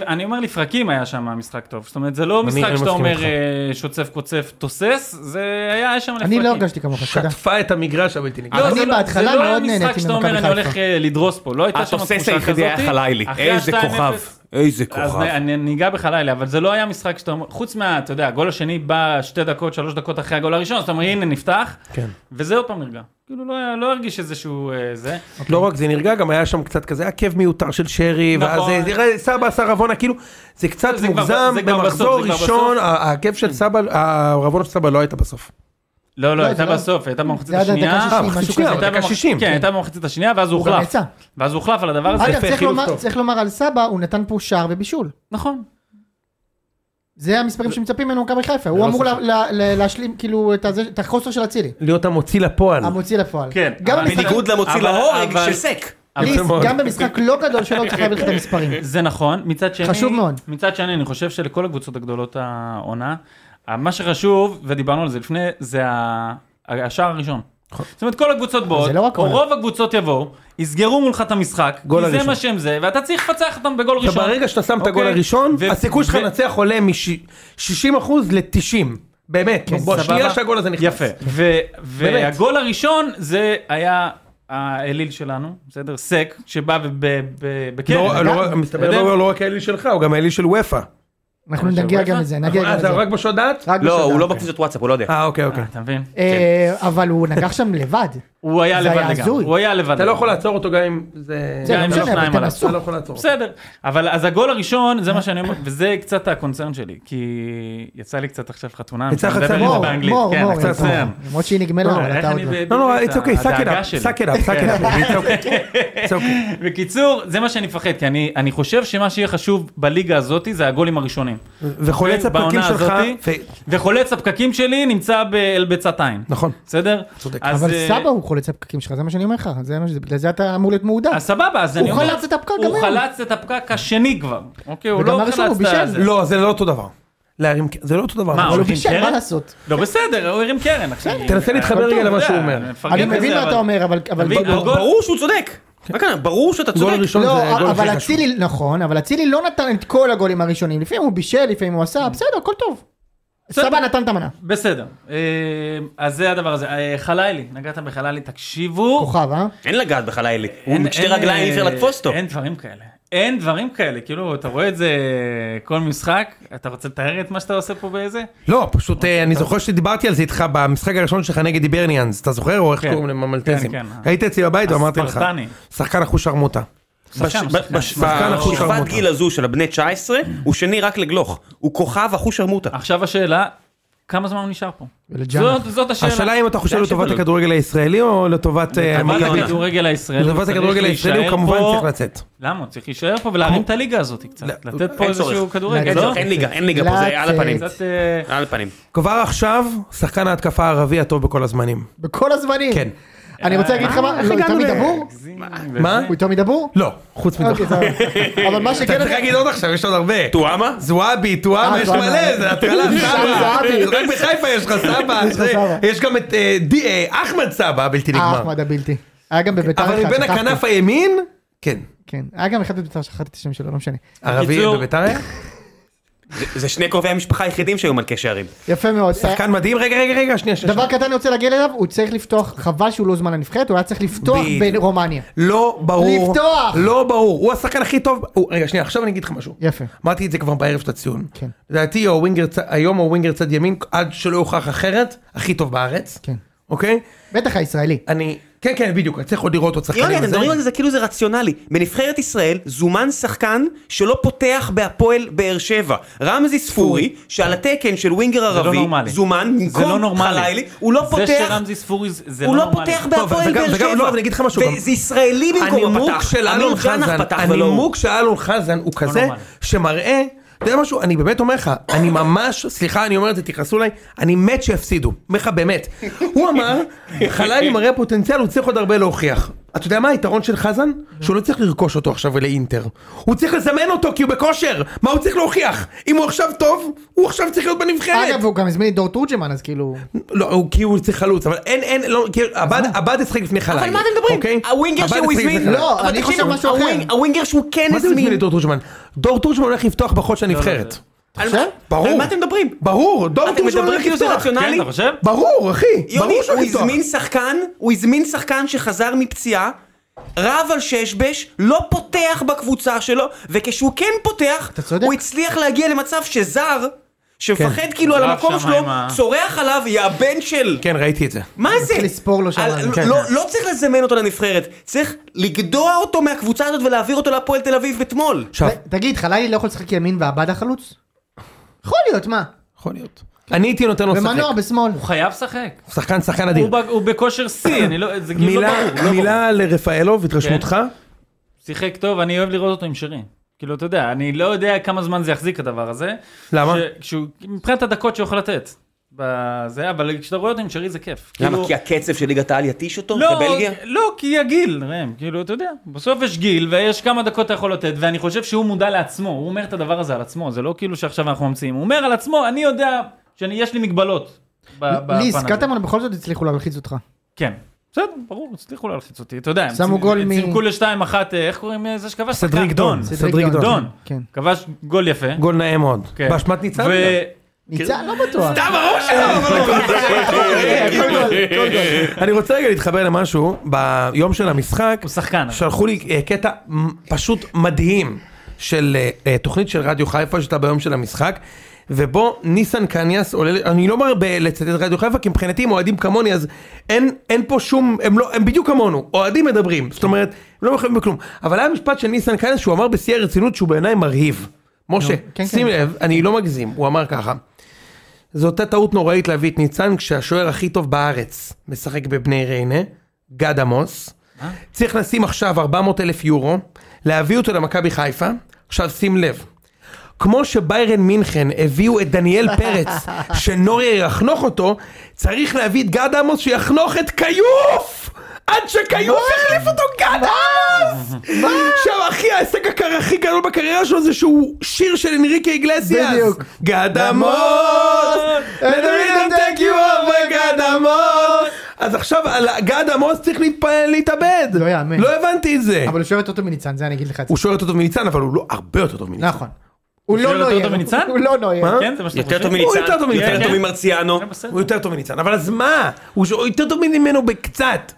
Speaker 5: אני אומר לפרקים היה שם משחק טוב, זאת אומרת זה לא
Speaker 2: אני-
Speaker 5: משחק
Speaker 2: אני
Speaker 5: שאתה
Speaker 2: מסכים
Speaker 5: אומר
Speaker 2: איתך.
Speaker 5: אה, שוצף קוצף תוסס, זה היה שם לפרקים.
Speaker 1: אני לא הרגשתי כמוך, תודה.
Speaker 2: שטפה את המגרש הבלתי נגמר.
Speaker 5: לא,
Speaker 1: אני
Speaker 5: זה לא-
Speaker 1: בהתחלה
Speaker 5: זה לא
Speaker 1: מאוד
Speaker 5: היה משחק
Speaker 1: נהניתי
Speaker 5: שאתה
Speaker 1: ממכבי
Speaker 5: אומר אני
Speaker 1: חיפה."
Speaker 5: הולך אה, לדרוס פה, לא הייתה שם תחושה
Speaker 4: התוסס
Speaker 5: כזאת.
Speaker 4: היחידי היה חלילי.
Speaker 5: אחרי
Speaker 4: איזה
Speaker 5: ה- 2-0,
Speaker 4: כוכב. איזה
Speaker 5: אז
Speaker 4: כוכב.
Speaker 5: נ- אני ניגע בך לילה, אבל זה לא היה משחק שאתה אומר, חוץ מה, אתה יודע, הגול השני בא שתי דקות, שלוש דקות אחרי הגול הראשון, אז אתה אומר, הנה, נפתח,
Speaker 2: כן.
Speaker 5: וזה עוד פעם נרגע. כאילו, לא היה- לא הרגיש איזשהו אה, זה.
Speaker 2: לא רק זה נרגע, גם היה שם קצת כזה עקב מיותר של שרי,
Speaker 5: נכון.
Speaker 2: ואז זה- זה- סבא עשה רבונה, כאילו, זה קצת
Speaker 5: זה כבר-
Speaker 2: מוגזם,
Speaker 5: זה כבר
Speaker 2: במחזור
Speaker 5: בסוף, זה כבר
Speaker 2: ראשון,
Speaker 5: בסוף. כן.
Speaker 2: ה- העקב של סבא, הרבונה של סבא לא הייתה בסוף.
Speaker 5: לא, לא,
Speaker 1: לא,
Speaker 5: הייתה
Speaker 1: זה לא-
Speaker 5: בסוף, הייתה במחצית
Speaker 1: זה עד הדקה
Speaker 5: השנייה.
Speaker 1: שישים,
Speaker 2: אה,
Speaker 1: משהו
Speaker 2: חצי שנייה,
Speaker 1: כזה.
Speaker 5: הייתה
Speaker 2: דקה
Speaker 5: במח-
Speaker 2: 60,
Speaker 5: כן,
Speaker 2: כן.
Speaker 5: הייתה במחצית השנייה, ואז הוא
Speaker 1: הוא גם
Speaker 5: הוחלף.
Speaker 1: יצא.
Speaker 5: ואז הוא הוחלף על הדבר הזה.
Speaker 1: אגב,
Speaker 5: יפה,
Speaker 1: צריך
Speaker 5: חילוף
Speaker 1: לומר-
Speaker 5: טוב.
Speaker 1: צריך לומר על סבא, הוא נתן פה שער ובישול.
Speaker 5: נכון.
Speaker 1: זה המספרים שמצפים ממנו מכבי חיפה.
Speaker 5: לא
Speaker 1: הוא אמור לה- לה- לה- להשלים כאילו את הזה- את החוסר של אצילי.
Speaker 2: להיות המוציא לפועל.
Speaker 1: המוציא לפועל.
Speaker 5: כן,
Speaker 1: גם
Speaker 5: אבל-
Speaker 1: במשחק-
Speaker 4: בניגוד למוציא
Speaker 5: אבל-
Speaker 4: להורג
Speaker 5: אבל-
Speaker 4: של סק.
Speaker 1: ליס,
Speaker 2: אבל-
Speaker 1: גם במשחק לא גדול שלו צריך להביא לך את המספרים.
Speaker 5: *laughs* זה נכון, מצד שני,
Speaker 1: חשוב מאוד.
Speaker 5: מצד שני, אני חושב שלכל הקבוצות הגדולות העונה, מה שחשוב, ודיברנו על זה לפני, זה ה- השער הראשון. זאת אומרת, כל הקבוצות באות,
Speaker 1: נכון. זה לא רק
Speaker 5: או
Speaker 1: עונה.
Speaker 5: רוב הקבוצות יבואו, יסגרו מולך את המשחק,
Speaker 2: גול
Speaker 5: כי זה
Speaker 2: הראשון.
Speaker 5: מה שהם זה, ואתה צריך לפצח אותם בגול ראשון.
Speaker 2: ברגע שאתה שם את הגול
Speaker 5: אוקיי?
Speaker 2: הראשון,
Speaker 5: ו-
Speaker 2: הסיכוי שלך
Speaker 5: ו-
Speaker 2: לנצח עולה מ-60% ל-90. באמת, בשנייה
Speaker 5: כן, סבבה?
Speaker 2: שהגול הזה נכנס. לא,
Speaker 5: יפה. ו-
Speaker 2: באמת.
Speaker 5: והגול הראשון זה היה האליל שלנו, בסדר? סק, שבא ב- ב- ב-
Speaker 2: לא,
Speaker 5: בקרן.
Speaker 2: לא, מסתבר לא- לא רק האלי שלך, הוא גם האלי של וופא.
Speaker 1: אנחנו
Speaker 5: של
Speaker 1: נגיע
Speaker 5: וופא?
Speaker 1: גם לזה, נגיע
Speaker 2: אה,
Speaker 1: גם
Speaker 2: זה
Speaker 1: לזה.
Speaker 2: רק בשעות דעת?
Speaker 1: רק
Speaker 4: לא,
Speaker 1: בשנה,
Speaker 4: הוא לא כן.
Speaker 1: כן.
Speaker 4: בקבוצת וואטסאפ, הוא לא יודע.
Speaker 2: אה, אוקיי, אוקיי.
Speaker 5: אה, אתה מבין?
Speaker 1: אה, אבל הוא נגח שם
Speaker 5: *laughs*
Speaker 1: לבד.
Speaker 5: הוא היה
Speaker 1: זה
Speaker 5: לבד
Speaker 1: היה
Speaker 5: לגמרי.
Speaker 1: הזוי.
Speaker 5: הוא היה לבד.
Speaker 2: אתה לא
Speaker 5: לגמרי.
Speaker 2: יכול לעצור אותו גם אם זה...
Speaker 1: זה
Speaker 5: גם
Speaker 1: לא
Speaker 5: אם לא
Speaker 1: משנה,
Speaker 5: שניים
Speaker 1: אבל
Speaker 5: עליו.
Speaker 1: תנסו.
Speaker 2: אתה לא יכול לעצור. אותו.
Speaker 5: בסדר, אבל אז הגול הראשון, זה מה שאני אומר, וזה קצת הקונצרן שלי, כי יצא לי קצת עכשיו חתונה,
Speaker 2: יצא
Speaker 5: אני
Speaker 2: לך
Speaker 5: מדבר
Speaker 2: קצת
Speaker 5: על זה
Speaker 1: מור,
Speaker 5: באנגלית,
Speaker 1: מור,
Speaker 5: כן,
Speaker 1: מור,
Speaker 5: הקצת
Speaker 1: יצא.
Speaker 5: סרן.
Speaker 1: למרות שהיא נגמלה, אבל
Speaker 5: איך
Speaker 1: אתה עוד
Speaker 5: אני
Speaker 1: לא.
Speaker 5: ב-
Speaker 2: לא, לא,
Speaker 5: בדיוק
Speaker 2: it's
Speaker 5: את
Speaker 2: okay, suck it
Speaker 5: הדאגה
Speaker 2: up,
Speaker 5: שלי.
Speaker 2: suck it up, suck
Speaker 5: כן.
Speaker 2: it up, it's okay, it's
Speaker 5: *laughs*
Speaker 2: okay.
Speaker 5: בקיצור, זה מה שאני מפחד, כי אני אני חושב שמה שיהיה חשוב בליגה הזאת זה הגולים הראשונים.
Speaker 2: וחולץ הפרקים
Speaker 5: כן, בעונה
Speaker 2: שלך,
Speaker 5: הזאתי,
Speaker 2: ו-
Speaker 5: וחולץ הפקקים שלי נמצא בהלבצת עין.
Speaker 2: נכון.
Speaker 5: בסדר?
Speaker 2: צודק.
Speaker 5: אז,
Speaker 1: אבל
Speaker 5: אה,
Speaker 1: סבא הוא חולץ הפקקים שלך, זה מה שאני אומר לך, זה מה שזה- בגלל זה אתה אמור להיות מעודד.
Speaker 5: אז סבבה, אז
Speaker 1: הוא
Speaker 5: אני אומר...
Speaker 1: חלץ את הפקק גם
Speaker 5: הוא
Speaker 1: היום.
Speaker 5: חלץ את הפקק השני כבר. אוקיי, הוא
Speaker 1: וגם
Speaker 5: לא חלץ
Speaker 1: הראשון, הוא
Speaker 5: את
Speaker 1: בישל.
Speaker 5: הזה.
Speaker 2: לא, זה לא אותו דבר. להרים, זה לא אותו דבר.
Speaker 1: אבל
Speaker 5: מה,
Speaker 1: הוא
Speaker 5: הולכים
Speaker 1: בישל,
Speaker 5: קרן?
Speaker 1: מה לעשות?
Speaker 5: לא, בסדר, הוא הרים קרן עכשיו.
Speaker 2: תנסה להתחבר רגע
Speaker 5: טוב,
Speaker 2: למה
Speaker 5: אתה
Speaker 1: אה,
Speaker 2: שהוא
Speaker 5: יודע,
Speaker 2: אומר.
Speaker 5: מפרגן
Speaker 1: אני
Speaker 5: לזה,
Speaker 1: מבין מה
Speaker 5: אבל-
Speaker 1: אתה אומר, אבל... אבל
Speaker 5: תבין,
Speaker 1: בוא- בוא-
Speaker 5: הגול-
Speaker 4: אה, ברור שהוא צודק. מה כאן? ברור שאתה
Speaker 2: גול
Speaker 4: צודק.
Speaker 2: ראשון זה
Speaker 1: לא,
Speaker 2: גול
Speaker 1: אבל
Speaker 2: הכי חשוב.
Speaker 1: אצילי, נכון, אבל אצילי לא נתן את כל הגולים הראשונים, לפעמים הוא בישל, לפעמים הוא
Speaker 2: Mm.
Speaker 1: עשה, בסדר, הכל טוב.
Speaker 5: בסדר.
Speaker 1: סבא נתן את המנה.
Speaker 5: בסדר. אה, אז זה הדבר הזה. אה, חלילי, נגעת בחלילי, תקשיבו.
Speaker 1: כוכב, אה?
Speaker 4: אין לגעת בך לילי. הוא
Speaker 5: אין-
Speaker 4: עם שתי
Speaker 5: אין,
Speaker 4: רגליים, אי אפשר
Speaker 5: אה,
Speaker 4: לתפוס אותו.
Speaker 5: אין דברים כאלה. אין דברים כאלה, כאילו, אתה רואה את זה כל משחק, אתה רוצה לתאר את מה שאתה עושה פה באיזה?
Speaker 2: לא, פשוט אה, אני זוכר שדיברתי על זה איתך במשחק הראשון שלך נגד איברניאנס, אתה זוכר? או איך
Speaker 5: כן.
Speaker 2: קוראים להם המלטזים?
Speaker 5: כן, כן.
Speaker 2: היית אצלי בבית ואמרתי לך,
Speaker 5: הספרטני.
Speaker 2: שחקן אחוש שרמוטה.
Speaker 5: שחקן, שחקן.
Speaker 2: שחקן אחוז
Speaker 4: בשכבת
Speaker 2: שרמוטה.
Speaker 4: גיל הזו של הבני 19, הוא שני רק לגלוך. הוא כוכב אחוש שרמוטה.
Speaker 5: עכשיו השאלה, כמה זמן הוא נשאר פה?
Speaker 1: ולג'אנה.
Speaker 5: זאת זאת השאלה.
Speaker 2: השאלה אם אתה חושב לטובת הכדורגל הישראלי או לטובת אה,
Speaker 5: אבל
Speaker 2: מכבי?
Speaker 5: הכדורגל הישראלי,
Speaker 2: לטובת
Speaker 5: צריך
Speaker 2: הכדורגל הישראלי הוא
Speaker 5: להישאר
Speaker 2: כמובן
Speaker 5: פה-
Speaker 2: צריך לצאת. לא-
Speaker 5: למה? הוא צריך להישאר פה ולהרים את הליגה הזאת קצת, לתת פה
Speaker 4: אין צורך.
Speaker 5: איזשהו כדורגל,
Speaker 4: אין
Speaker 1: לא?
Speaker 4: צורך, אין ליגה, אין ליגה פה, זה על הפנים.
Speaker 5: קצת... אה,
Speaker 4: על הפנים.
Speaker 2: כבר עכשיו, שחקן ההתקפה הערבי הטוב בכל הזמנים.
Speaker 1: בכל הזמנים.
Speaker 2: כן.
Speaker 1: אני רוצה להגיד לך מה, לא, הוא תמיד דבור?
Speaker 2: מה?
Speaker 1: הוא תמיד דבור?
Speaker 2: לא, חוץ מדוח.
Speaker 1: אוקיי,
Speaker 2: *laughs*
Speaker 1: סבבה. אבל מה שכן...
Speaker 2: אתה צריך להגיד עוד עכשיו, יש עוד הרבה.
Speaker 4: טועמה?
Speaker 2: זועבי, טועמה,
Speaker 1: אה,
Speaker 2: יש
Speaker 1: *laughs* זועבי.
Speaker 2: מלא, זה התחלה,
Speaker 1: יש
Speaker 2: סבא.
Speaker 1: זועבי.
Speaker 2: רק בחיפה יש לך סבא.
Speaker 1: לך
Speaker 2: זה-
Speaker 1: סבא.
Speaker 2: יש גם את אה, די- אה, אחמד סבא, הבלתי
Speaker 1: אה,
Speaker 2: נגמר.
Speaker 1: אחמד הבלתי. היה גם בביתר אחד,
Speaker 2: אבל מבין
Speaker 1: שכחתי.
Speaker 2: הכנף הימין, כן.
Speaker 1: כן, היה גם אחד בביתר, שכחתי את השם שלו, לא משנה.
Speaker 2: ערבי
Speaker 5: בקיצור-
Speaker 2: בביתר היה?
Speaker 4: זה- זה שני קרובי המשפחה היחידים שהיו מלכי שערים.
Speaker 1: יפה מאוד. אה,
Speaker 2: שחקן מדהים, רגע, רגע, רגע, שנייה, שנייה.
Speaker 1: דבר קטן אני רוצה להגיע אליו, הוא צריך לפתוח, חבל שהוא לא הוזמן לנבחרת, הוא היה צריך לפתוח
Speaker 2: בדיוק.
Speaker 1: ברומניה.
Speaker 2: לא ברור.
Speaker 1: לפתוח.
Speaker 2: לא ברור. הוא השחקן הכי טוב. הוא- רגע, שנייה, עכשיו אני אגיד לך משהו.
Speaker 1: יפה.
Speaker 2: אמרתי את זה כבר בערב של הציון.
Speaker 1: כן.
Speaker 2: לדעתי הווינגר צ- היום הווינגר צד ימין, עד שלא יוכח אחרת, הכי טוב בארץ.
Speaker 1: כן.
Speaker 2: אוקיי?
Speaker 1: בטח הישראלי.
Speaker 2: אני... כן, כן, בדיוק. אני צריך עוד לראות עוד שחקנים.
Speaker 4: יוני, אתם
Speaker 2: וזה.
Speaker 4: מדברים על זה כאילו זה רציונלי. בנבחרת ישראל זומן שחקן שלא פותח בהפועל באר שבע. רמזי ספורי, שעל התקן של ווינגר
Speaker 5: זה לא
Speaker 4: ערבי,
Speaker 5: נורמלי.
Speaker 4: זומן
Speaker 5: זה לא
Speaker 4: במקום
Speaker 5: נורמלי.
Speaker 4: חלילי, הוא לא
Speaker 5: זה
Speaker 4: פותח,
Speaker 5: שרמזי ספורי זה- זה
Speaker 4: הוא
Speaker 5: לא
Speaker 4: לא
Speaker 5: נורמלי.
Speaker 4: פותח
Speaker 2: טוב, אבל גם-
Speaker 4: בהפועל באר
Speaker 2: וגם-
Speaker 4: שבע.
Speaker 2: לא, אבל אני אגיד לך משהו גם.
Speaker 4: וזה ישראלי לא במקום
Speaker 2: הנימוק
Speaker 4: הפתח.
Speaker 2: של
Speaker 4: אמיר
Speaker 2: אלון
Speaker 4: ג'נח
Speaker 2: חזן,
Speaker 4: פתח ולא הוא. לא
Speaker 2: הנימוק של אלון חזן הוא כזה
Speaker 5: נורמלי.
Speaker 2: שמראה, אתה יודע משהו, אני באמת אומר לך, אני ממש, סליחה אני אומר את זה, תכעסו אליי, אני מת שיפסידו, אומר לך באמת. הוא אמר, חלילי מראה פוטנציאל, הוא צריך עוד הרבה להוכיח. אתה יודע מה היתרון של חזן? שהוא לא צריך לרכוש אותו עכשיו לאינטר. הוא צריך לזמן אותו כי הוא בכושר, מה הוא צריך להוכיח? אם הוא עכשיו טוב, הוא עכשיו צריך להיות בנבחרת.
Speaker 1: אגב, הוא גם הזמין את דור תורג'מן, אז כאילו...
Speaker 2: לא, הוא כי הוא צריך חלוץ, אבל אין, אין, לא, כאילו, עבד, עבד ישחק לפני חלילי.
Speaker 4: אה. אבל מה אתם
Speaker 2: אוקיי?
Speaker 4: מדברים? הווינגר שהוא הזמין,
Speaker 1: חלק. לא,
Speaker 4: אבל
Speaker 1: אני
Speaker 4: תקשיבו,
Speaker 1: חושב משהו אחר.
Speaker 4: הווינג- הווינגר שהוא כן
Speaker 2: מה זה הזמין
Speaker 4: הזמין,
Speaker 2: את דור תורג'מן? דור תורג'מן הולך לפתוח בחוד
Speaker 5: לא,
Speaker 2: של הנבחרת.
Speaker 4: על-
Speaker 1: חושב?
Speaker 2: ברור.
Speaker 4: על מה אתם מדברים?
Speaker 2: ברור, דור
Speaker 4: אתם
Speaker 2: תורג'מן
Speaker 4: מדברים
Speaker 2: הולך
Speaker 4: כאילו זה
Speaker 2: לפתוח.
Speaker 5: כן,
Speaker 4: רציונלי?
Speaker 5: אתה חושב?
Speaker 2: ברור, אחי.
Speaker 4: יוני,
Speaker 2: ברור שהוא
Speaker 4: הוא
Speaker 2: הולך לפתוח.
Speaker 4: הזמין שחקן, הוא הזמין שחקן שחזר מפציעה, רב על ששבש, לא פותח בקבוצה שלו, וכשהוא כן פותח,
Speaker 1: צודק.
Speaker 4: הוא הצליח להגיע למצב שזר, שמפחד כאילו על
Speaker 5: רב
Speaker 4: המקום
Speaker 5: שם
Speaker 4: שלו,
Speaker 5: עם ה-
Speaker 4: צורח עליו, יא הבן של...
Speaker 2: כן, ראיתי את זה.
Speaker 4: מה זה?
Speaker 1: מתחיל לספור לו שם.
Speaker 4: על-
Speaker 1: כן.
Speaker 4: לא- לא צריך לזמן אותו לנבחרת, צריך לגדוע אותו מהקבוצה הזאת ולהעביר אותו להפועל תל אביב אתמול.
Speaker 2: עכשיו,
Speaker 1: ת- תגיד, חלילי לא יכול לשחק ימין ועבד החלוץ? יכול להיות, מה?
Speaker 2: יכול להיות. אני הייתי נותן לו לשחק.
Speaker 1: ומנוע בשמאל.
Speaker 5: לא הוא חייב לשחק.
Speaker 2: שחקן, שחקן
Speaker 5: הוא
Speaker 2: אדיר.
Speaker 5: ב- הוא בכושר שיא, אני לא, זה כאילו לא
Speaker 2: מילה-
Speaker 5: ברור, כן. לא ברור.
Speaker 2: מילה לרפאלוב, התרשמותך?
Speaker 5: שיחק טוב, אני אוהב לראות אותו עם שירים. כאילו, אתה יודע, אני לא יודע כמה זמן זה יחזיק הדבר הזה.
Speaker 2: למה?
Speaker 5: ש- כשהוא- מבחינת הדקות שהוא יכול לתת. בזה, אבל כשאתה רואה אותו עם שרי זה כיף.
Speaker 4: למה?
Speaker 5: כאילו-
Speaker 4: כי הקצב של ליגת העל יתיש אותו?
Speaker 5: לא,
Speaker 4: בבלגיה?
Speaker 5: לא, כי הגיל, ראם, כאילו, אתה יודע, בסוף יש גיל ויש כמה דקות אתה יכול לתת, ואני חושב שהוא מודע לעצמו, הוא אומר את הדבר הזה על עצמו, זה לא כאילו שעכשיו אנחנו ממציאים, הוא אומר על עצמו, אני יודע שיש לי מגבלות. ב- בפן
Speaker 1: ליס,
Speaker 5: הזה."
Speaker 1: קטמון בכל זאת הצליחו להלחיץ אותך.
Speaker 5: כן. בסדר, ברור, הצליחו להלחיץ אותי, אתה יודע, הם
Speaker 1: שמו
Speaker 5: צי-
Speaker 1: גול
Speaker 5: הם
Speaker 1: מ-
Speaker 5: צימקו לשתיים אחת, אה, איך קוראים לזה שכבש?
Speaker 2: סדריק
Speaker 5: שחקן,
Speaker 2: דון. סדריק דון.
Speaker 5: דון, כאילו-
Speaker 1: כן.
Speaker 5: כבש גול יפה.
Speaker 2: גול נאה מאוד.
Speaker 5: כן.
Speaker 2: באשמת ניצן? לא,
Speaker 5: ו-
Speaker 1: ניצן לא בטוח.
Speaker 5: *laughs*
Speaker 2: אני רוצה רגע להתחבר למשהו, ביום של המשחק,
Speaker 5: הוא שחקן. אבל.
Speaker 2: שלחו לי אה, קטע מ- פשוט מדהים של אה, אה, תוכנית של רדיו חיפה שהייתה ביום של המשחק. ובו ניסן קניאס עולה, אני לא מרבה לצטט רדיו חיפה, כי מבחינתי הם אוהדים כמוני, אז אין, אין פה שום, הם, לא, הם בדיוק כמונו, אוהדים מדברים, זאת אומרת, הם לא מחייבים בכלום. אבל היה משפט של ניסן קניאס שהוא אמר בשיא הרצינות שהוא בעיניי מרהיב. משה,
Speaker 1: כן,
Speaker 2: שים
Speaker 1: כן.
Speaker 2: לב, אני לא מגזים, הוא אמר ככה. זו אותה טעות נוראית להביא את ניצן כשהשוער הכי טוב בארץ משחק בבני ריינה, גד עמוס. צריך לשים עכשיו 400 אלף יורו, להביא אותו למכבי חיפה. עכשיו שים לב, כמו שביירן מינכן הביאו את דניאל פרץ, שנורי יחנוך אותו, צריך להביא את גד עמוס שיחנוך את כיוף! עד שכיוף החליף אותו גד עמוס! עכשיו אחי, ההישג הקר- הכי גדול בקריירה שלו זה שהוא שיר של אנריקה איגלסיאס.
Speaker 1: בדיוק.
Speaker 2: גד עמוס! let me not take you oh over גד עמוס! אז עכשיו על גד עמוס צריך להתפ- להתאבד.
Speaker 1: לא יאמן.
Speaker 2: לא הבנתי את זה.
Speaker 1: אבל הוא שואל אותו מניצן, זה אני אגיד לך את זה.
Speaker 2: הוא שוער יותר טוב מניצן, אבל הוא לא הרבה יותר טוב מניצן.
Speaker 1: נכון. הוא
Speaker 5: שואל
Speaker 1: לא
Speaker 5: אותו
Speaker 1: נויר.
Speaker 5: אותו מניצן?
Speaker 1: הוא לא נויר.
Speaker 2: מה?
Speaker 5: כן, זה מה שאתם
Speaker 4: יותר
Speaker 5: חושבים?
Speaker 4: טוב
Speaker 1: נכון.
Speaker 2: הוא
Speaker 4: מניצן,
Speaker 2: יותר טוב מניצן.
Speaker 4: יותר טוב
Speaker 5: כן.
Speaker 4: ממרציאנו.
Speaker 5: כן, בסדר.
Speaker 2: הוא יותר טוב מניצן, אבל אז מה? הוא ש- הוא יותר טוב ממנו בקצת.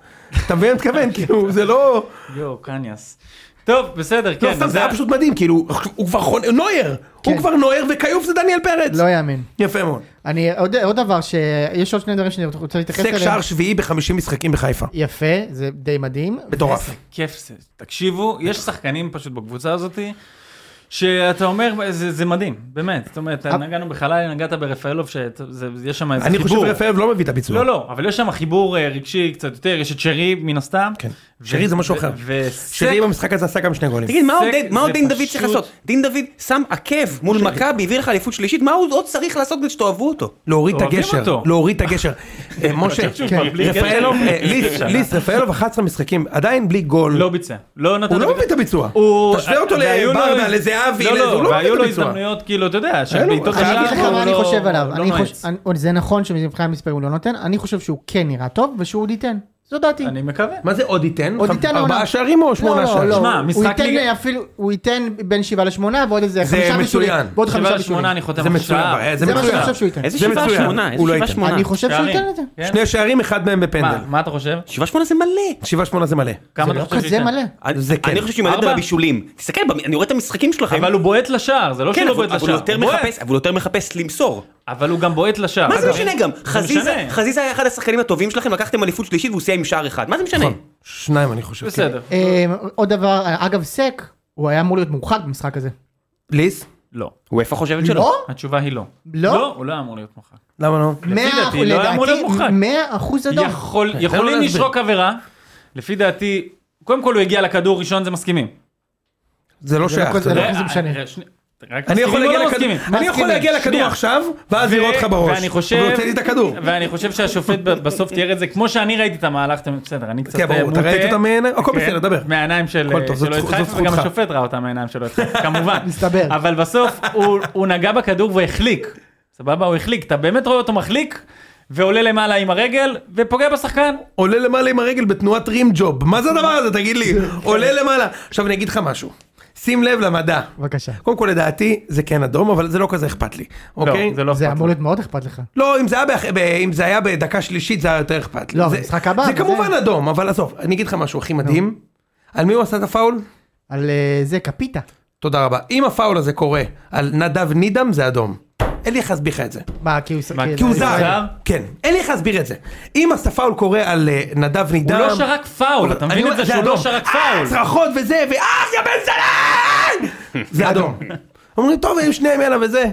Speaker 2: אתה מבין מה אני
Speaker 1: *laughs*
Speaker 2: מתכוון?
Speaker 1: כן.
Speaker 2: כאילו, זה לא...
Speaker 5: יואו, קניאס. טוב, בסדר,
Speaker 2: לא
Speaker 5: כן.
Speaker 2: סתם,
Speaker 5: אז
Speaker 2: זה היה פשוט מדהים, כאילו, הוא כבר חונ... נויר! הוא
Speaker 1: כן.
Speaker 2: כבר נויר וכיוף זה דניאל פרץ!
Speaker 1: לא יאמן.
Speaker 2: יפה מאוד.
Speaker 1: אני עוד עוד דבר שיש עוד שני דברים שאני רוצה להתייחס
Speaker 2: סק
Speaker 1: אליהם.
Speaker 2: שער שביעי בחמישים משחקים בחיפה.
Speaker 1: יפה, זה די מדהים.
Speaker 2: מטורף.
Speaker 5: כיף זה. תקשיבו, יש שחקנים פשוט בקבוצה הזאתי, שאתה אומר, זה זה מדהים, באמת. זאת אומרת, נגענו בחלל, נגעת ברפאלוב, שיש שם איזה
Speaker 2: אני חושב
Speaker 5: חיבור.
Speaker 2: שרפאב לא מביא את הביצוע.
Speaker 5: לא, לא, אבל יש שם חיבור אה, רגשי קצת יותר, יש את שרי מן הסתם.
Speaker 2: כן.
Speaker 5: ו-
Speaker 2: שרי זה משהו
Speaker 5: ו-
Speaker 2: אחר.
Speaker 5: וסק-
Speaker 2: שרי במשחק הזה עשה גם שני גולים.
Speaker 4: תגיד, מה עוד
Speaker 5: זה-
Speaker 4: דין- מה עוד
Speaker 5: זה
Speaker 4: דין דוד
Speaker 5: פשוט-
Speaker 4: צריך לעשות? דין דוד שם עקב מול מכבי, הביא לך אליפות שלישית, מה הוא עוד צריך לעשות כדי שתאהבו אותו?
Speaker 2: להוריד את
Speaker 5: אוהבים
Speaker 2: הגשר,
Speaker 5: אותו.
Speaker 2: להוריד את
Speaker 5: *laughs*
Speaker 2: הגשר. אה, משה,
Speaker 5: חושב שהוא לא
Speaker 2: כן.
Speaker 5: כבר בלי גשר.
Speaker 2: רפאלוב, אה, ליס, ליס, רפאלוב 11 משחקים, עדיין בלי גול.
Speaker 5: לא ביצע. לא נתן...
Speaker 2: הוא לא
Speaker 5: לביצוע.
Speaker 2: מביא את הביצוע.
Speaker 5: הוא-
Speaker 2: תשווה אותו
Speaker 5: והיו לו-
Speaker 2: לברדה, לזהבי,
Speaker 5: לא,
Speaker 2: לזה, הוא
Speaker 5: לא,
Speaker 2: לא מביא
Speaker 5: והיו
Speaker 2: את
Speaker 5: לו
Speaker 2: הביצוע.
Speaker 5: הזדמנויות, כאילו, אתה יודע, של
Speaker 2: לו,
Speaker 5: בעיטות
Speaker 2: אני
Speaker 1: אני
Speaker 5: לשער,
Speaker 1: אגיד לך
Speaker 5: הוא
Speaker 1: מה אני
Speaker 5: לא-
Speaker 1: חושב עליו,
Speaker 5: לא
Speaker 1: אני
Speaker 5: נועץ.
Speaker 1: חושב- אני- זה נכון שמבחינת מספרים הוא לא נותן, אני חושב שהוא כן נראה טוב ושהוא עוד ייתן, זו דעתי.
Speaker 5: אני מקווה.
Speaker 2: מה זה עוד ייתן?
Speaker 1: עוד
Speaker 2: חמ-
Speaker 1: ייתן
Speaker 2: ארבעה
Speaker 1: העונה.
Speaker 2: שערים או שמונה
Speaker 1: לא,
Speaker 2: שערים?
Speaker 1: לא,
Speaker 5: שמע,
Speaker 1: לא, הוא
Speaker 5: משחק
Speaker 1: ייתן
Speaker 5: ליגה-
Speaker 1: אפילו, הוא ייתן בין שבעה לשמונה ועוד איזה
Speaker 2: זה
Speaker 1: חמישה בישולים.
Speaker 2: מצוין.
Speaker 1: ועוד חמישה
Speaker 5: שבעה
Speaker 1: בישולים.
Speaker 5: לשמונה אני חותם
Speaker 2: זה
Speaker 5: על
Speaker 2: מצוין,
Speaker 5: שער.
Speaker 2: אה,
Speaker 1: זה מה שאני חושב שהוא ייתן.
Speaker 4: איזה
Speaker 2: זה
Speaker 4: שבעה
Speaker 2: מצוין.
Speaker 4: שמונה?
Speaker 2: הוא
Speaker 4: איזה
Speaker 2: לא
Speaker 4: שבעה
Speaker 2: ייתן.
Speaker 4: שמונה?
Speaker 1: אני חושב שהוא
Speaker 5: שערים,
Speaker 1: ייתן את זה.
Speaker 5: כן?
Speaker 2: שני שערים, אחד מהם בפנדל.
Speaker 5: מה, מה אתה חושב?
Speaker 4: שבעה שמונה זה מלא.
Speaker 2: שבעה שמונה זה מלא.
Speaker 5: כמה
Speaker 1: זה
Speaker 5: אתה
Speaker 1: לא
Speaker 5: חושב
Speaker 1: כזה
Speaker 5: שייתן?
Speaker 1: מלא.
Speaker 4: זה
Speaker 2: כן.
Speaker 4: אני חושב שהיא מלא
Speaker 5: ארבע?
Speaker 4: בבישולים. תסתכל, במ- אני רואה את המשחקים שלכם.
Speaker 5: אבל הוא בועט לשער, זה לא
Speaker 4: כן,
Speaker 5: שהוא לא
Speaker 4: אבל
Speaker 5: בועט
Speaker 4: אבל הוא
Speaker 5: לשער.
Speaker 4: יותר
Speaker 5: הוא בועט,
Speaker 4: מחפש, אבל הוא יותר מחפש למסור.
Speaker 5: אבל הוא גם בועט לשער.
Speaker 4: מה זה
Speaker 1: כן.
Speaker 5: אגב,
Speaker 4: משנה גם? חזיזה
Speaker 5: משנה.
Speaker 4: חזיזה היה אחד השחקנים הטובים שלכם, לקחתם אליפות שלישית והוא סיים עם שער אחד. מה זה משנה?
Speaker 2: נכון. שניים אני חושב. כן.
Speaker 5: כן. בסדר.
Speaker 1: אה, עוד דבר, אגב סק, הוא היה אמור להיות מורחק במשחק הזה.
Speaker 2: ליס?
Speaker 5: לא.
Speaker 4: הוא איפה חושבת שלא?
Speaker 1: לא?
Speaker 5: התשובה היא לא.
Speaker 1: לא?
Speaker 5: לא, הוא לא היה אמור להיות מורחק.
Speaker 2: למה לא?
Speaker 1: מאה
Speaker 5: דעתי, לא היה אמור להיות
Speaker 1: לדעתי
Speaker 5: מורחק.
Speaker 1: 100 אחוז אדום.
Speaker 5: יכול-
Speaker 2: תן לו
Speaker 5: יכולים
Speaker 2: להסביר.
Speaker 5: לשרוק עבירה, לפי דעתי, קודם כל הוא הגיע לכדור ראשון, זה מסכימים.
Speaker 2: זה לא
Speaker 1: זה לא
Speaker 2: שייך.
Speaker 1: כל- זה
Speaker 2: אתה
Speaker 1: לא-
Speaker 2: יודע.
Speaker 1: זה משנה.
Speaker 5: אה, שני- רק
Speaker 2: אני יכול
Speaker 5: מסכימים או
Speaker 2: להגיע
Speaker 5: לא
Speaker 2: לכדור-
Speaker 5: מסכימים?
Speaker 2: אני יכול להגיע לכדור
Speaker 5: שנייה.
Speaker 2: עכשיו, ואז
Speaker 5: ו-
Speaker 2: לראות לך בראש.
Speaker 5: ואני חושב...
Speaker 2: אבל הוא הוציא לי את הכדור.
Speaker 5: ואני חושב שהשופט ב- בסוף תיאר את זה, כמו שאני ראיתי את המהלך, אתם- בסדר, אני קצת
Speaker 2: כן, ברור,
Speaker 5: אה,
Speaker 2: אתה
Speaker 5: מוטה.
Speaker 2: ראית אותם מעיני- הכל
Speaker 5: כן,
Speaker 2: בסדר, דבר.
Speaker 5: מהעיניים של
Speaker 2: הכל טוב, זאת
Speaker 5: שלא
Speaker 2: זכות- זאת
Speaker 5: התחייפה, וגם
Speaker 2: זכותך.
Speaker 5: השופט ראה אותם מהעיניים
Speaker 2: *laughs*
Speaker 5: שלו התחייפה, כמובן.
Speaker 1: מסתבר.
Speaker 5: אבל בסוף הוא- הוא נגע בכדור והחליק. סבבה, הוא החליק. אתה באמת רואה אותו מחליק, ועולה למעלה עם הרגל, ופוגע בשחקן. לא,
Speaker 2: עולה למעלה עם הרגל בתנועת רים ג'וב. מה זה הדבר הזה, תגיד
Speaker 5: *laughs*
Speaker 2: לי?
Speaker 5: כן.
Speaker 2: עולה למעלה. עכשיו אני אגיד לך משהו. שים לב למדע.
Speaker 1: בבקשה.
Speaker 2: קודם כל לדעתי זה כן אדום, אבל זה לא כזה אכפת לי. אוקיי?
Speaker 5: לא, זה לא
Speaker 1: זה
Speaker 5: אכפת
Speaker 1: אמור
Speaker 5: לו.
Speaker 1: להיות מאוד אכפת לך.
Speaker 2: לא, אם זה, היה באח- ב... אם זה היה בדקה שלישית זה היה יותר אכפת לי.
Speaker 1: לא,
Speaker 2: זה...
Speaker 1: במשחק הבא,
Speaker 2: זה
Speaker 1: זה-
Speaker 2: כמובן אדום, אבל עזוב, אני אגיד לך משהו הכי מדהים. על מי הוא עשה את הפאול?
Speaker 1: על אה, זה קפיטה.
Speaker 2: תודה רבה. אם הפאול הזה קורה על נדב נידם זה אדום. אין לי איך להסביר לך את זה.
Speaker 1: מה, כי הוא...
Speaker 5: מה,
Speaker 2: כי הוא זר.
Speaker 5: זר?
Speaker 2: כן. אין לי איך להסביר את זה. אם הפאול קורה על אה, נדב נידם...
Speaker 5: הוא לא שרק פאול, אתה
Speaker 2: אני
Speaker 5: מבין את
Speaker 2: אומר,
Speaker 5: זה שהוא לא
Speaker 2: אדום.
Speaker 5: שרק
Speaker 2: אה,
Speaker 5: פאול.
Speaker 2: צרחות וזה, ואז יא בן זלן!
Speaker 5: *laughs*
Speaker 2: זה אדום. אומרים, טוב, הם שניהם יאללה וזה.